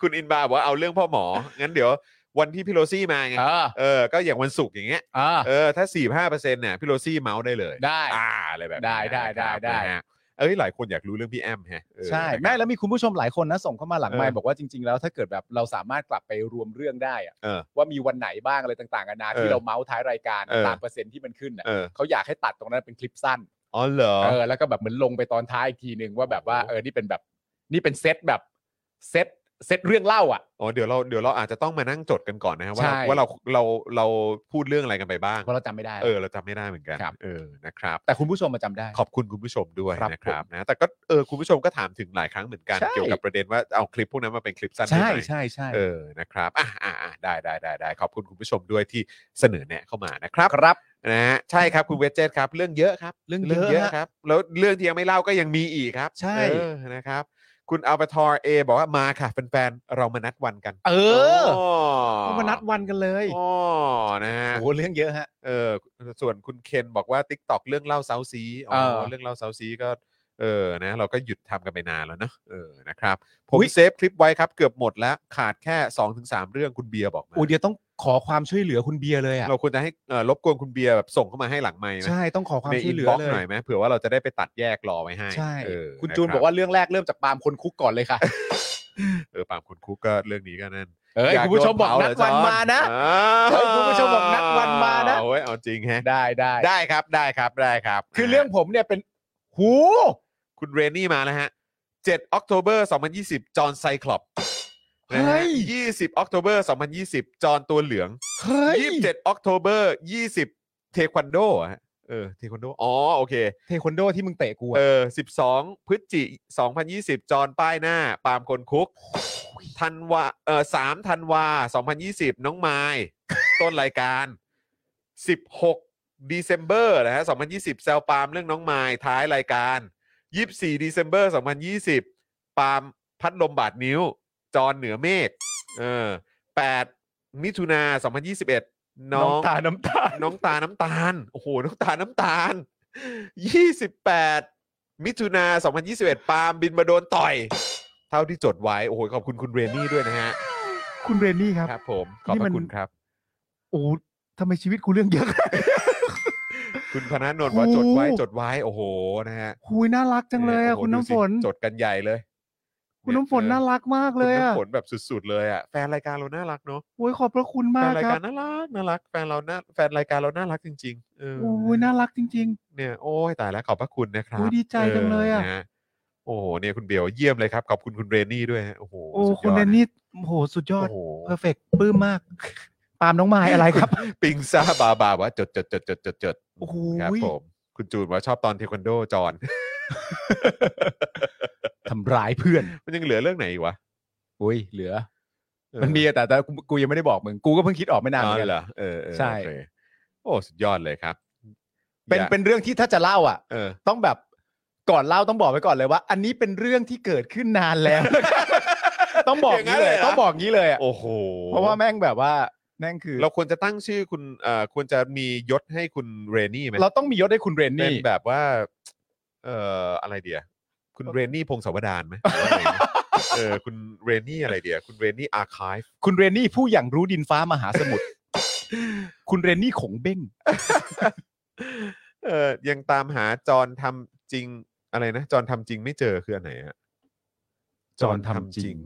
Speaker 2: คุณอินบาร์บอกว่าเอาเรื่องพ่อหมอ งั้นเดี๋ยววันที่พี่โรซี่มาไง
Speaker 4: เออ
Speaker 2: เออ ก็อย่างวันศุกร์อย่างเงี้ย
Speaker 4: เออ
Speaker 2: เออ ถ้าสี่ห้าเปอร์เซ็นต์เนี่ยพี่โรซี่เมาส์ได้เลย
Speaker 4: ได้
Speaker 2: อ่าอะไรแบบนี้
Speaker 4: ได้ได้ได้
Speaker 2: นะครับ
Speaker 4: ได้
Speaker 2: นะฮะเอ้ยหลายคนอยากรู้เรื่องพี่แอมแฮะเออ
Speaker 4: ใช่
Speaker 2: นะครับ
Speaker 4: แม่แล้วมีคุณผู้ชมหลายคนนะส่งเข้ามาหลัง
Speaker 2: เออ
Speaker 4: ไมค์บอกว่าจริง ๆ แล้วถ้าเกิดแบบเราสามารถกลับไปรวมเรื่องได้อะ
Speaker 2: เออ
Speaker 4: ว่ามีวันไหนบ้างอะไรต่างๆนานา
Speaker 2: เอ
Speaker 4: ที่
Speaker 2: อ
Speaker 4: เราเมาส์ท้ายรายการ
Speaker 2: เออ
Speaker 4: ตามเปอร์เซ็นต์ที่มันขึ้นอะ
Speaker 2: เออ
Speaker 4: เขาอยากให้ตัดตรงนั้นเป็นคลิปสั้น
Speaker 2: อ๋อเหรอ
Speaker 4: เออแล้วก็แบบเหมือนลงไปตอนท้ายอีกทีหนึ่งว่าแบบว่า
Speaker 2: โอ้โห
Speaker 4: เออนี่เป็นแบบนี่เป็นเซตแบบเซตเซตเรื่องเล่าอ่ะ
Speaker 2: อ๋อเดี๋ยวเราเดี๋ยวเราอาจจะต้องมานั่งจดกันก่อนนะฮะว่า
Speaker 4: ใช่
Speaker 2: ว่าเราเราเราพูดเรื่องอะไรกันไปบ้าง
Speaker 4: เพราะเราจำไม่ได้
Speaker 2: เออเราจำไม่ได้เหมือนกัน
Speaker 4: ครับ
Speaker 2: เออนะครับ
Speaker 4: แต่คุณผู้ชมมาจำได้
Speaker 2: ขอบคุณคุณผู้ชมด้วย
Speaker 4: ครับ
Speaker 2: นะครับนะแต่ก็เออคุณผู้ชมก็ถามถึงหลายครั้งเหมือนกัน
Speaker 4: ใช่
Speaker 2: เกี่ยวกับประเด็นว่าเอาคลิปพวกนั้นมาเป็นคลิปสั้นได้
Speaker 4: ใช่
Speaker 2: ไหม
Speaker 4: ใช่ใช่
Speaker 2: เออนะครับอ่ะอ่ะอ่ะได้ได้ได้ได้ขอบคุณคุณผู้ชมด้วยที่เสนอแนะเข้ามานะครับ
Speaker 4: ครับ
Speaker 2: นะฮะใช่ครับคุณเวจเจตครับเรื่องเยอะครับ
Speaker 4: เรื่องเยอะฮะ
Speaker 2: ครับ แล้วเรื่องที่ยังไม่เล่าก็ยังมีอีกครับ
Speaker 4: ใช่
Speaker 2: เออนะครับ คุณอัลบาทอร์เอบอกว่ามาค่ะแฟนๆเรามานัดวันกัน
Speaker 4: เออ
Speaker 2: โ
Speaker 4: เอามานัดวันกันเลย
Speaker 2: อ๋อนะฮะ
Speaker 4: โอ้โหเรื่องเยอะฮะ
Speaker 2: เออส่วนคุณเคนบอกว่า t ิ k t o k เรื่องเล่าเซาซีอ๋อ
Speaker 4: เออ
Speaker 2: เรื่องเล่าเซาซีก็เออนะเราก็หยุดทำกันไปนานแล้วเนอะเออนะครับ ผม
Speaker 4: อุ๊ย
Speaker 2: เซฟคลิปไว้ครับเกือบหมดแล้ว ขาดแค่ 2-3 เรื่องคุณเบียร์บอกมา
Speaker 4: โอ้เดี๋ยวต้องขอความช่วยเหลือคุณเบียร์เลยอ่ะ
Speaker 2: เราควรจะให้เอ่อรบกวนคุณเบียร์แบบส่งเข้ามาให้หลังไมค์ไหม
Speaker 4: ใช่ต้องขอความ
Speaker 2: ใน
Speaker 4: ช่
Speaker 2: อิน
Speaker 4: วยเหลือ
Speaker 2: บ็อก
Speaker 4: เล
Speaker 2: ซ์หน่อย ยไหมเผื่อว่าเราจะได้ไปตัดแยกรอไว้ให้
Speaker 4: ใช่
Speaker 2: เออ
Speaker 4: คุณจูน
Speaker 2: นะ
Speaker 4: บ
Speaker 2: รั
Speaker 4: อกว่าเรื่องแรกเริ่มจากปาล์มคนคุกก่อนเลยค่ะ
Speaker 2: เออปามคุณคุกก็เรื่องนี้ก็นั่น
Speaker 4: เฮ้ย
Speaker 2: อยา
Speaker 4: คุณผู้ชมบอก
Speaker 2: โเผ
Speaker 4: นั
Speaker 2: เหร
Speaker 4: ดวัน
Speaker 2: จอ
Speaker 4: มานะ
Speaker 2: อ่า
Speaker 4: เฮ้ยคุณผู้ชมบอกนัดวันมานะ
Speaker 2: เอาไว้เอาจริงแฮะ
Speaker 4: ได้ได้
Speaker 2: ได้ครับได้ครับได้ครับ
Speaker 4: คือเรื่องผมเนี่ยเป็นหู
Speaker 2: คุณเรนนี่มาแล้วฮะ 7 October 2020 จอห์นไซคลอป
Speaker 4: เฮ้
Speaker 2: นะฮะ
Speaker 4: ย
Speaker 2: 20 October 2020 จอห์นตัวเหลือง
Speaker 4: เฮ้ย
Speaker 2: 27 October 20 เทควันโดอะฮะเออ เทควันโด อ๋อ โอเค
Speaker 4: เทควันโดที่มึงเตะกู
Speaker 2: เอ
Speaker 4: อะ
Speaker 2: อ 12 พฤศจิ 2020 จอห์นป้ายหน้า ปาล์มคนคุก ธันวา เออ3ธันวา 2020 น้องไมล์ ต้นรายการ 16 d e c e m b e r นะฮะ 2020 แซวปาล์มเรื่องน้องไมล์ท้ายรายการ 24 d e c e m b e r 2020 ปาล์มพัดลมบาดนิ้ว จอห์นเหนือเมฆ เออ 8 มิถุนา 2021 น้อง
Speaker 4: ตาน้ำตา
Speaker 2: น้องตาน้ำตาล โอ้โห น้องตาน้ำตาล 28 มิถุนา 2021 ปาล์มบินมาโดนต่อย เท่าที่จดไว้ โอ้โห ขอบคุณคุณเรนนี่ด้วยนะฮะ
Speaker 3: คุณเรนนี่ครับ
Speaker 2: ครับผม ขอบพ
Speaker 3: นี่มั
Speaker 2: ระ
Speaker 3: น
Speaker 2: คุณครับ
Speaker 3: โอ้ทำไมชีวิตกูเรื่องเยอะ
Speaker 2: คุณธนาโนนว่า
Speaker 3: โอ้โห
Speaker 2: จดไว้ จดไว้ โอ้โห นะฮะ
Speaker 3: คุยน่ารักจังเลย
Speaker 2: เนี่ย
Speaker 3: อ่ะ
Speaker 2: โโห
Speaker 3: คุณ
Speaker 2: ดู
Speaker 3: น้ำ
Speaker 2: สิ
Speaker 3: ฝน
Speaker 2: จดกันใหญ่เลย
Speaker 3: คุณน้ำฝน
Speaker 2: เย
Speaker 3: น่ารักมากเลย
Speaker 2: คุณ
Speaker 3: อ่ะ
Speaker 2: น้ำฝนแบบสุด ๆ เลยอ่ะ แฟนรายการเราน่ารักเนาะ
Speaker 3: โอ้ยขอบพระคุณ
Speaker 2: แฟ
Speaker 3: มาก
Speaker 2: นราย
Speaker 3: ครั
Speaker 2: กา
Speaker 3: บ
Speaker 2: รน่ารัก น่ารัก แฟนเราน่า แฟนรายการเราน่ารักจริงๆเออ
Speaker 3: โอ้ยน่ารักจริง
Speaker 2: เนี่ยโอ้ยตายแล้วขอบพระคุณนะครับ
Speaker 3: โอ้ยดีใจจังเลยอะ
Speaker 2: นฮโอ้โหเนี่ยคุณเบลเยี่ยมเลยครับ ขอบคุณคุณเรนนี่ด้วยฮะโอ้โห
Speaker 3: ๆ โอ้
Speaker 2: สุ
Speaker 3: คุ
Speaker 2: ดยด
Speaker 3: ณเรนนี่โอ้โหสุดยอด
Speaker 2: โอ้โห
Speaker 3: เพอร์เฟกปลื้มมาก ปาล์มน้องไม้อะไรครับ
Speaker 2: ปิงซ่าบาบาว่าจดจดจดจดจดจด
Speaker 3: โอ้โห
Speaker 2: ครับผมคุณจูนว่าชอบตอนเทควันโดจอน
Speaker 4: ทำร้ายเพื่อน
Speaker 2: มันยังเหลือเรื่องไหนอีกวะ
Speaker 4: อุ้ยเหลือ
Speaker 2: เออ
Speaker 4: มันมีอะแต่แต่กูกูยังไม่ได้บอกมึงกูก็เพิ่งคิดออกไม่นาน
Speaker 2: อ๋
Speaker 4: เหมือน
Speaker 2: อ
Speaker 4: กัน
Speaker 2: เหรอเออเออ
Speaker 4: ใช่
Speaker 2: โอเคโอ้สุดยอดเลยครับ
Speaker 4: เป็น
Speaker 2: อย่า
Speaker 4: เป็นเรื่องที่ถ้าจะเล่าอ่ะ
Speaker 2: เออ
Speaker 4: ต้อง แบบก่อนเล่าต้องบอกไว้ก่อนเลยว่า อันนี้เป็นเรื่องที่เกิดขึ้นนานแล้ว ต้องบอก
Speaker 2: อย่างนั้
Speaker 4: งี้
Speaker 2: น
Speaker 4: เล
Speaker 2: เล
Speaker 4: ย
Speaker 2: ยเหรอ
Speaker 4: ต้องบอกงี้เลยอ่ะ
Speaker 2: โอ้โห
Speaker 4: เพราะว่าแม่งแบบว่าแม่งคือ
Speaker 2: เราควรจะตั้งชื่อคุณเอ่อควรจะมียศให้คุณเรนนี่ไหม
Speaker 4: เราต้องมียศให้คุณเรน
Speaker 2: เป็
Speaker 4: นี่
Speaker 2: นแบบว่า เอ่ออะไรเดียคุณเรนนี่พงศาวดารไหมหรือว่าอะไรนะเออคุณเรนนี่อะไรเดียคุณเรนนี่อาร์คาย
Speaker 4: คุณเรนนี่ผู้อย่างรู้ดินฟ้ามหาส มุทร คุณเรนนี่ขงเบ้ง
Speaker 2: เออยังตามหาจรทำจริงอะไรนะจรทำจริงไม่เจอคืออันไหนฮะ
Speaker 4: จรทำจริง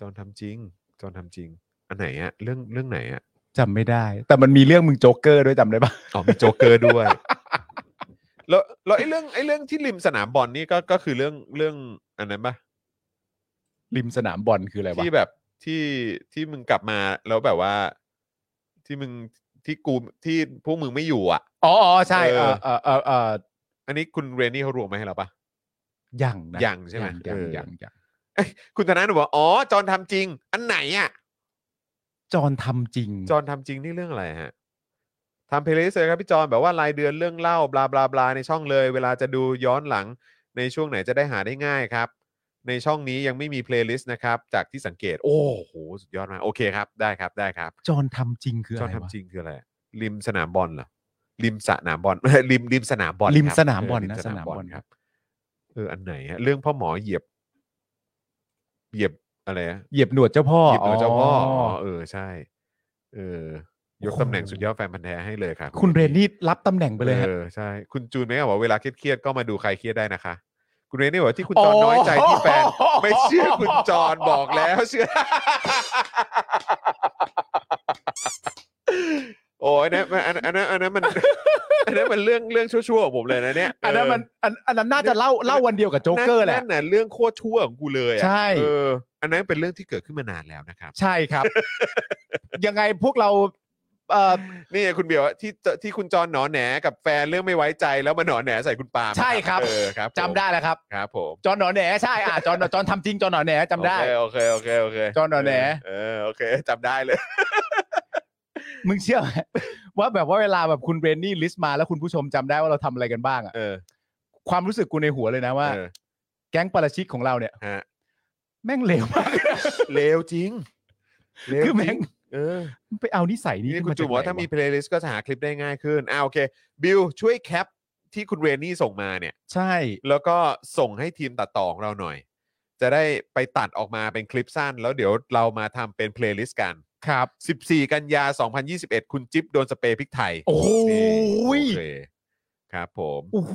Speaker 2: จรทำจริงจรทำจริง อันไหนอะเรื่องเรื่องไหนอะ
Speaker 4: จำไม่ได้ แต่มันมีเรื่องมึงโจ๊กเกอร์ด้วยจำได้ปะ
Speaker 2: อ๋อมีโจ๊กเกอร์ด้วย แล้วแล้วไอ้เรื่องไอ้เรื่องที่ริมสนามบอลนี่ก็ก็คือเรื่องเรื่องอันนั้นปะ
Speaker 4: ริมสนามบอลคืออะไรวะ
Speaker 2: ที่แบบที่ที่มึงกลับมาแล้วแบบว่า ที่มึงที่กูที่พวกมึงไม่อยู่อ่ะ
Speaker 4: อ๋ออ๋อใช่เอ
Speaker 2: เออ
Speaker 4: อเออเออเออ
Speaker 2: อันนี้คุณเรนนี่เขารวมมาให้เราปะ
Speaker 4: ยังนะ
Speaker 2: ยังใช่ไหม
Speaker 4: ยัง
Speaker 2: เออ
Speaker 4: ยังยัง
Speaker 2: เอ้ยคุณธนาหนูบอกอ๋อจอนทำจริง อันไหนอ่ะ
Speaker 4: จอนทำจริง
Speaker 2: จอนทำจริงนี่เรื่องอะไรฮะทำเพลย์ลิสต์เลยครับพี่จอนแบบว่ารายเดือนเรื่องเล่าบลาบลาบลาในช่องเลย เวลาจะดูย้อนหลังในช่วงไหนจะได้หาได้ง่ายครับ ในช่องนี้ยังไม่มีเพลย์ลิสต์นะครับ จากที่สังเกต โอ้โห สุดยอดมาก โอเคครับ ได้ครับได้ครับ
Speaker 4: จอนทำจริงคือ
Speaker 2: จอ
Speaker 4: อะ
Speaker 2: น
Speaker 4: ไร
Speaker 2: ทำ
Speaker 4: วะ
Speaker 2: จริงคืออะไรริมสนามบอลเหรอริมสนามบอล ริมริมสนามบอล
Speaker 4: ริม
Speaker 2: ครับ
Speaker 4: สนามบอล
Speaker 2: เริ
Speaker 4: นะสนามบอล
Speaker 2: ครับเอออันไหนฮะเรื่องพ่อหมอเหยียบ เหยียบอะไรอะ
Speaker 4: เหยียบหนวดเจ้าพ่อ
Speaker 2: หยิบเหนือเจ้าพ่ออ๋อ
Speaker 4: อ
Speaker 2: เออใช่ เออ ยก
Speaker 4: โอ้โห
Speaker 2: ตำแหน่งสุดยอดแฟนพันธ์แท้ให้เลยค่ะ
Speaker 4: คุณเรนนี่รับตำแหน่งไปเลยฮะ
Speaker 2: เออใช่ คุณจูนไม่ก็บอกเวลาเครียดๆก็มาดูใครเครียดได้นะคะ คุณเรนนี่บอกว่าที่คุณจอน
Speaker 4: อ๋อ
Speaker 2: น้อยใจที่แฟน ไม่เชื่อคุณจอนบอกแล้วเชื่อ โอ้ยอันนั้นอันอันนั้นอันนั้นมัน อันนั้นมันเรื่องเรื่องชั่วๆของผมเลยนะเนี่ย
Speaker 4: อันนั้นมันอันอันนั้นน่าจะเล่าเล่าวันเดียวกับโจ๊กเกอร์แหละ
Speaker 2: นั่นน่ะเรื่องโคตรชั่วของกูเลยอะ
Speaker 4: ใช่
Speaker 2: เออ อันนั้นเป็นเรื่องที่เกิดขึ้นมานานแล้วนะครับ
Speaker 4: ใช่ ครับ ยังไงพวกเราเอ่อ
Speaker 2: นี่ไงคุณเบียวที่ที่คุณจรหนอแหนกับแฟนเรื่องไม่ไว้ใจแล้วมาหนอแหนใส่คุณปาล์มอะ
Speaker 4: ใช่ครับ
Speaker 2: เออครับผม
Speaker 4: จำได้แล้วครับ
Speaker 2: ครับผม
Speaker 4: จอนหนอแหนใช่อ่ะจอนจอนทำจริงจอนหนอแหนจำได้
Speaker 2: โอเคโอเคโอเคโเค
Speaker 4: จรหนอแหน
Speaker 2: เออโอเคจำได้เลย
Speaker 4: มึงเชื่อไหมว่าแบบว่าเวลาแบบคุณเรนนี่ลิสต์มาแล้วคุณผู้ชมจำได้ว่าเราทำอะไรกันบ้างอ่ะ
Speaker 2: เออ
Speaker 4: ความรู้สึกกูในหัวเลยนะว่า
Speaker 2: เออ
Speaker 4: แก๊งปาราชิกของเราเนี่ย
Speaker 2: ฮะ
Speaker 4: แม่งเลวมาก
Speaker 2: เลวจริงเลว
Speaker 4: คื
Speaker 2: จ
Speaker 4: อ
Speaker 2: ริ
Speaker 4: แม่ง
Speaker 2: งเออ
Speaker 4: ไปเอานิสัยนี้
Speaker 2: นี่คุ
Speaker 4: ขึ้น
Speaker 2: ณ
Speaker 4: มา
Speaker 2: จุ๋มบอกว่าถ้ามีเพลย์ลิสต์ก็จะหาคลิปได้ง่ายขึ้นอ่าโอเค บิวช่วยแคปที่คุณเรนนี่ส่งมาเนี่ย
Speaker 4: ใช่
Speaker 2: แล้วก็ส่งให้ทีมตัดต่อของเราหน่อย จะได้ไปตัดออกมาเป็นคลิปสั้น แล้วเดี๋ยวเรามาทำเป็นเพลย์ลิสต์กัน
Speaker 4: ครับ
Speaker 2: 14 กันยา 2021 คุณจิ๊บโดนสเปรย์พริกไทย
Speaker 4: โอ้โห
Speaker 2: นี่โอเคครับผม
Speaker 4: โอ้โห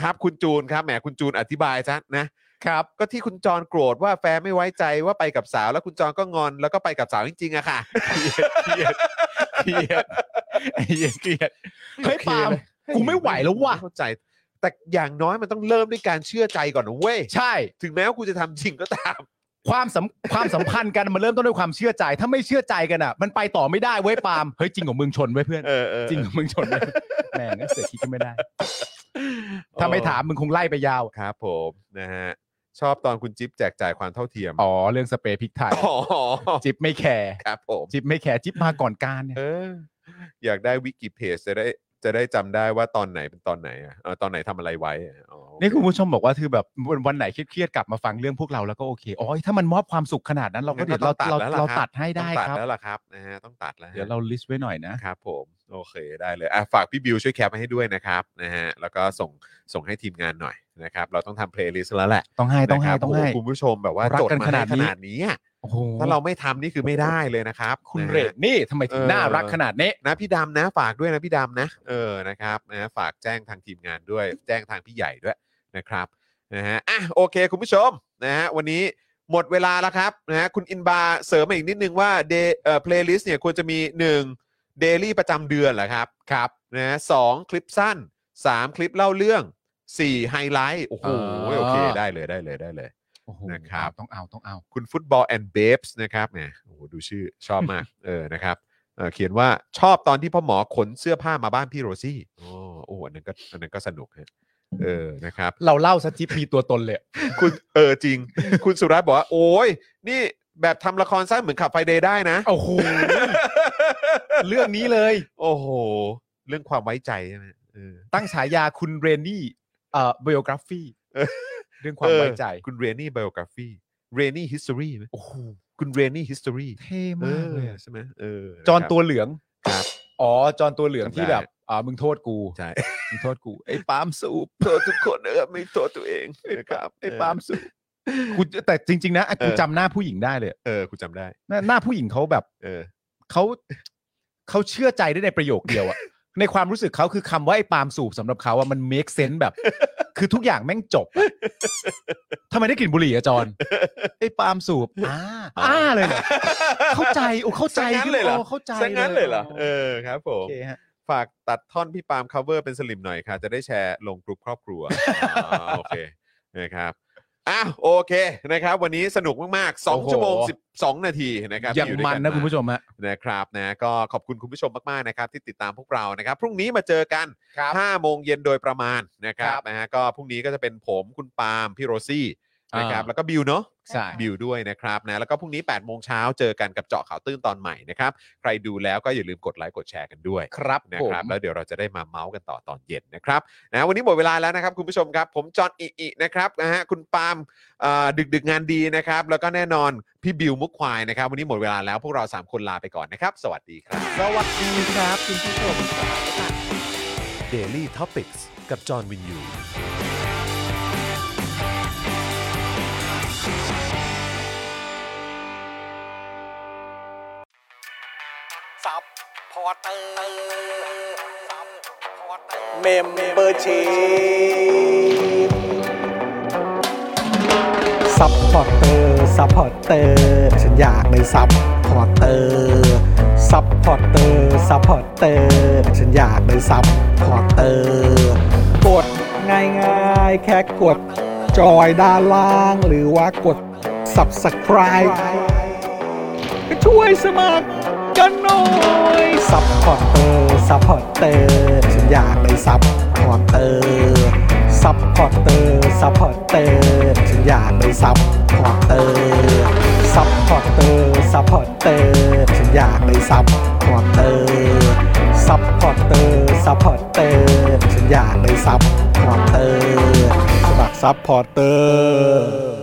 Speaker 2: ครับคุณจูนครับแหมคุณจูนอธิบายซะนะครับ ก็ที่คุณจรโกรธว่าแฟนไม่ไว้ใจว่าไปกับสาว แล้วคุณจรก็งอนแล้วก็ไปกับสาวจริงๆอะค่ะ
Speaker 4: เกลียดเกลียดเกลียดเฮ้ยปาล์ม
Speaker 2: เฮ้ย
Speaker 4: กูไม่ไหวแล้วว่ะ
Speaker 2: ไม่เข้าใจ แต่อย่างน้อยมันต้องเริ่มด้วยการเชื่อใจก่อนนะเว้ย
Speaker 4: ใช่
Speaker 2: ถึงแม้ว่ากูจะทำจริงก็ตาม
Speaker 4: ความสัมความสัมพันธ์กันมันเริ่มต้นด้วยความเชื่อใจ ถ้าไม่เชื่อใจกันอ่ะ มันไปต่อไม่ได้เว้ยปาล์มเฮ้ยจริงของมึงชนเว้ยเพื่อน
Speaker 2: เออเออ
Speaker 4: จริงของมึงชนเว้ยแหม่งนเสียคิดก็ไม่ได้ ถ้าไม่ถามมึงคงไล่ไปยาว
Speaker 2: ครับผมนะฮะชอบตอนคุณจิ๊บแจกจ่ายความเท่าเทียม
Speaker 4: อ๋อ เรื่องสเปรย์พริกไทย
Speaker 2: อ๋อ
Speaker 4: จิ๊บไม่แคร์
Speaker 2: ครับผม
Speaker 4: จิ๊บไม่แคร์จิ๊บมาก่อนการเนี่ย
Speaker 2: เอออยากได้วิกิเพจจะได้จะได้จำได้ว่าตอนไหนเป็นตอนไหนอ่ะเออตอนไหนทำอะไรไว้อ่ะอ๋อโอเ
Speaker 4: นี่คุณผู้ชมบอกว่าคือแบบวันวันไหนเครียดๆกลับมาฟังเรื่องพวกเราแล้วก็โอเคอ๋อถ้ามันมอบความสุขขนาดนั้นเราก็เดี๋ยวเรา
Speaker 2: งั้นก็
Speaker 4: เรา
Speaker 2: อ
Speaker 4: เรา
Speaker 2: ง
Speaker 4: ตัด
Speaker 2: แล้ว
Speaker 4: ให้
Speaker 2: ล่ะ
Speaker 4: ได้
Speaker 2: ครับ
Speaker 4: ค
Speaker 2: ต้
Speaker 4: รั
Speaker 2: องตัดแล้
Speaker 4: บ
Speaker 2: วล่ะครับนะฮะต้องตัดแล้วฮะ
Speaker 4: เดี๋ยวเราลิสต์ไว้หน่อยนะ
Speaker 2: ครับ ผมโอเคได้เลยอ่ะฝากพี่บิวช่วยแคปมาให้ด้วยนะครับนะฮะแล้วก็ส่งส่งให้ทีมงานหน่อยนะครับ เราต้องทำเพลย์ลิสต์แล้วแหละ
Speaker 4: ต้องให้ต้องให้
Speaker 2: นะครับ
Speaker 4: ต้องให้
Speaker 2: โโคุณผู้ชมแบบว่า
Speaker 4: รัก
Speaker 2: จด
Speaker 4: กัน
Speaker 2: มา
Speaker 4: ข
Speaker 2: ให้ข
Speaker 4: นาดนี้
Speaker 2: นาดนี้อ่ะ
Speaker 4: โอ้โห
Speaker 2: ถ้าเราไม่ทำนี่คือไม่ได้เลยนะครับ
Speaker 4: คุณ
Speaker 2: นะฮะ
Speaker 4: เรนนี่ทำไมถึง
Speaker 2: เออ
Speaker 4: น่ารักขนาดนี้
Speaker 2: นะพี่ดำนะฝากด้วยนะพี่ดำนะ เออนะครับนะฝากแจ้งทางทีมงานด้วย แจ้งทางพี่ใหญ่ด้วยนะครับนะฮะอ่ะโอเค คุณผู้ชมนะฮะวันนี้หมดเวลาแล้วครับนะฮะคุณอินบาร์เสริมมาอีกนิดนึงว่าเดเอ่อเพลย์ลิสต์เนี่ยควรจะมี 1 Daily ประจำเดือนเหรอครับครับนะฮะสองคลิปสั้น 3 คลิปเล่าเรื่อง 4 ไฮไลท์โอ้โห
Speaker 4: อ๋อ
Speaker 2: โอเคได้เลยได้เลยได้เลย
Speaker 4: โอ้โห
Speaker 2: นะครับ
Speaker 4: ต้องเอาต้องเอา
Speaker 2: คุณฟุตบอลแอนด์เบฟส์นะครับเนี่ยโอ้โหดูชื่อชอบม าก เออนะครับเอ่อเขียนว่าชอบตอนที่พ่อหมอขนเสื้อผ้ามาบ้านพี่โรซี่โอ้โอ้อันนั้นก็อันนั้นก็สนุกฮะเออนะครับ
Speaker 4: เราเล่าสจิปมีตัวตนเลย
Speaker 2: คุณเออจริง คุณสุรัตน์บอกว่า โอ้ย นี่แบบทำละครสั้นเหมือนขับไฟเดย์ได้นะ
Speaker 4: โอ้โห เรื่องนี้เลย
Speaker 2: โอ้โห เรื่องความไว้ใจใช่ไหมเออ
Speaker 4: ตั้งฉายาคุณเรนนี่เอ่อ biography
Speaker 2: เออ
Speaker 4: เรื่องความไว้ใจ
Speaker 2: เออคุณเรนนี่ไบโอกราฟี เรนนี่ฮิสตอรีไหม
Speaker 4: โอ้โห
Speaker 2: คุณเรนนี่ฮิสตอรี
Speaker 3: เท่
Speaker 2: เอ
Speaker 3: มาก
Speaker 2: อ
Speaker 3: เลยอะ
Speaker 2: ใช่ไหมเออ
Speaker 4: จอน
Speaker 2: ครับ
Speaker 4: ตัวเหลือง
Speaker 2: ครับ
Speaker 4: อ๋อจอนตัวเหลือง
Speaker 2: จำได้
Speaker 4: ที่แบบอ่ามึงโทษกู
Speaker 2: ใช่
Speaker 4: มึงโทษกูไอ้ปาล์มสูบ
Speaker 2: โทษทุกคนนะครับไม่โทษตัวเองนะครับ
Speaker 4: ไอ้ปาล์มสูบกูแต่จริง ๆ นะกูจำหน้าผู้หญิงได้เลย
Speaker 2: เออคุณจำได้
Speaker 4: หน้าหน้าผู้หญิงเขาแบบ
Speaker 2: เออ
Speaker 4: เขาเขาเชื่อใจได้ในประโยคเดียวอะ ในความรู้สึกเขาคือคำว่าไอ้ปาล์มสูบสำหรับเขาอะมัน make sense แบบ คือทุกอย่างแม่งจบอะ ทำไมได้กลิ่นบุหรี่อะจอนไอ้ปาล์มสู บอ่าอ่าเลยเหรอเข้าใจโอ้เข้าใจ
Speaker 2: ซะงั้นเลยเหรอ
Speaker 4: โเข้าใจ
Speaker 2: ซะงั้นเลยเหรอเออครับผ
Speaker 4: โอ
Speaker 2: ม
Speaker 4: เคฮะ
Speaker 2: ฝากตัดท่อนพี่ปาล์ม cover เป็นสลิมหน่อยค่ะ จะได้แชร์ลงกลุ่มครอบครัวอ๋อโอเคนะครับอ้าวโอเคนะครับ วันนี้สนุกมากๆ
Speaker 4: โอ้โห
Speaker 2: 2 ชั่วโมง 12 นาทีนะครับ
Speaker 4: อย่าง
Speaker 2: ที่ด้ว
Speaker 4: มันนะคุณผู้ชมฮะ
Speaker 2: นะครับนะก็ขอบคุณคุณผู้ชมมากๆนะครับ ที่ติดตามพวกเรานะครับ พรุ่งนี้มาเจอกัน
Speaker 4: ครับ
Speaker 2: 5 โมงเย็นโดยประมาณนะครับ
Speaker 4: ครับ
Speaker 2: นะฮะก็พรุ่งนี้ก็จะเป็นผมคุณปาล์มพี่โรซี่นะครับ
Speaker 4: อ่า
Speaker 2: แล้วก็บิวเนาะ
Speaker 4: ใช่
Speaker 2: บิวด้วยนะครับนะแล้วก็พรุ่งนี้ 8 โมงเช้าเจอกันกับเจาะข่าวตื้นตอนใหม่นะครับ ใครดูแล้วก็อย่าลืมกดไลค์กดแชร์กันด้วย
Speaker 4: ครับ
Speaker 2: นะ
Speaker 4: ผ
Speaker 2: ครับ
Speaker 4: ม
Speaker 2: แล้วเดี๋ยวเราจะได้มาเมาส์กันต่อตอนเย็นนะครับนะวันนี้หมดเวลาแล้วนะครับคุณผู้ชมครับ ผมจอห์นอิอินะครับนะฮะคุณปาล์มดึกดึกๆงานดีนะครับ แล้วก็แน่นอนพี่บิวมุกควายนะครับ วันนี้หมดเวลาแล้วพวกเราสามคนลาไปก่อนนะครับ สวัสดีครับ
Speaker 3: สวัสดีครับคุณผู้ชม
Speaker 1: Daily Topics กับจอห์นวินยู
Speaker 5: ซับพอร์เตอร์ซับพอร์เตอร์
Speaker 6: เมมเบอร์ชีซัพพอร์เตอร์ซัพพอร์เตอร์ฉันอยากเป็นซัพพอร์เตอร์ซัพพอร์เตอร์ซัพพอร์เตอร์ฉันอยากเป็นซัพพอร์เตอร์กดง่ายๆ แค่กดจอยด้านล่าง หรือว่ากด subscribe ก็ช่วยสมัครกันหน่อยซัพพอร์เตอร์ซัพพอร์เตอร์ฉันอยากเป็นซัพพอร์เตอร์ซัพพอร์เตอร์ซัพพอร์เตอร์ฉันอยากเป็นซัพพอร์เตอร์ซัพพอร์เตอร์ซัพพอร์เตอร์ฉันอยากเป็นซัพพอร์เตอร์ซัพพอร์เตอร์ซัพพอร์เตอร์ฉันอยากเป็นซัพพอร์เตอร์สมัครซัพพอร์เตอร์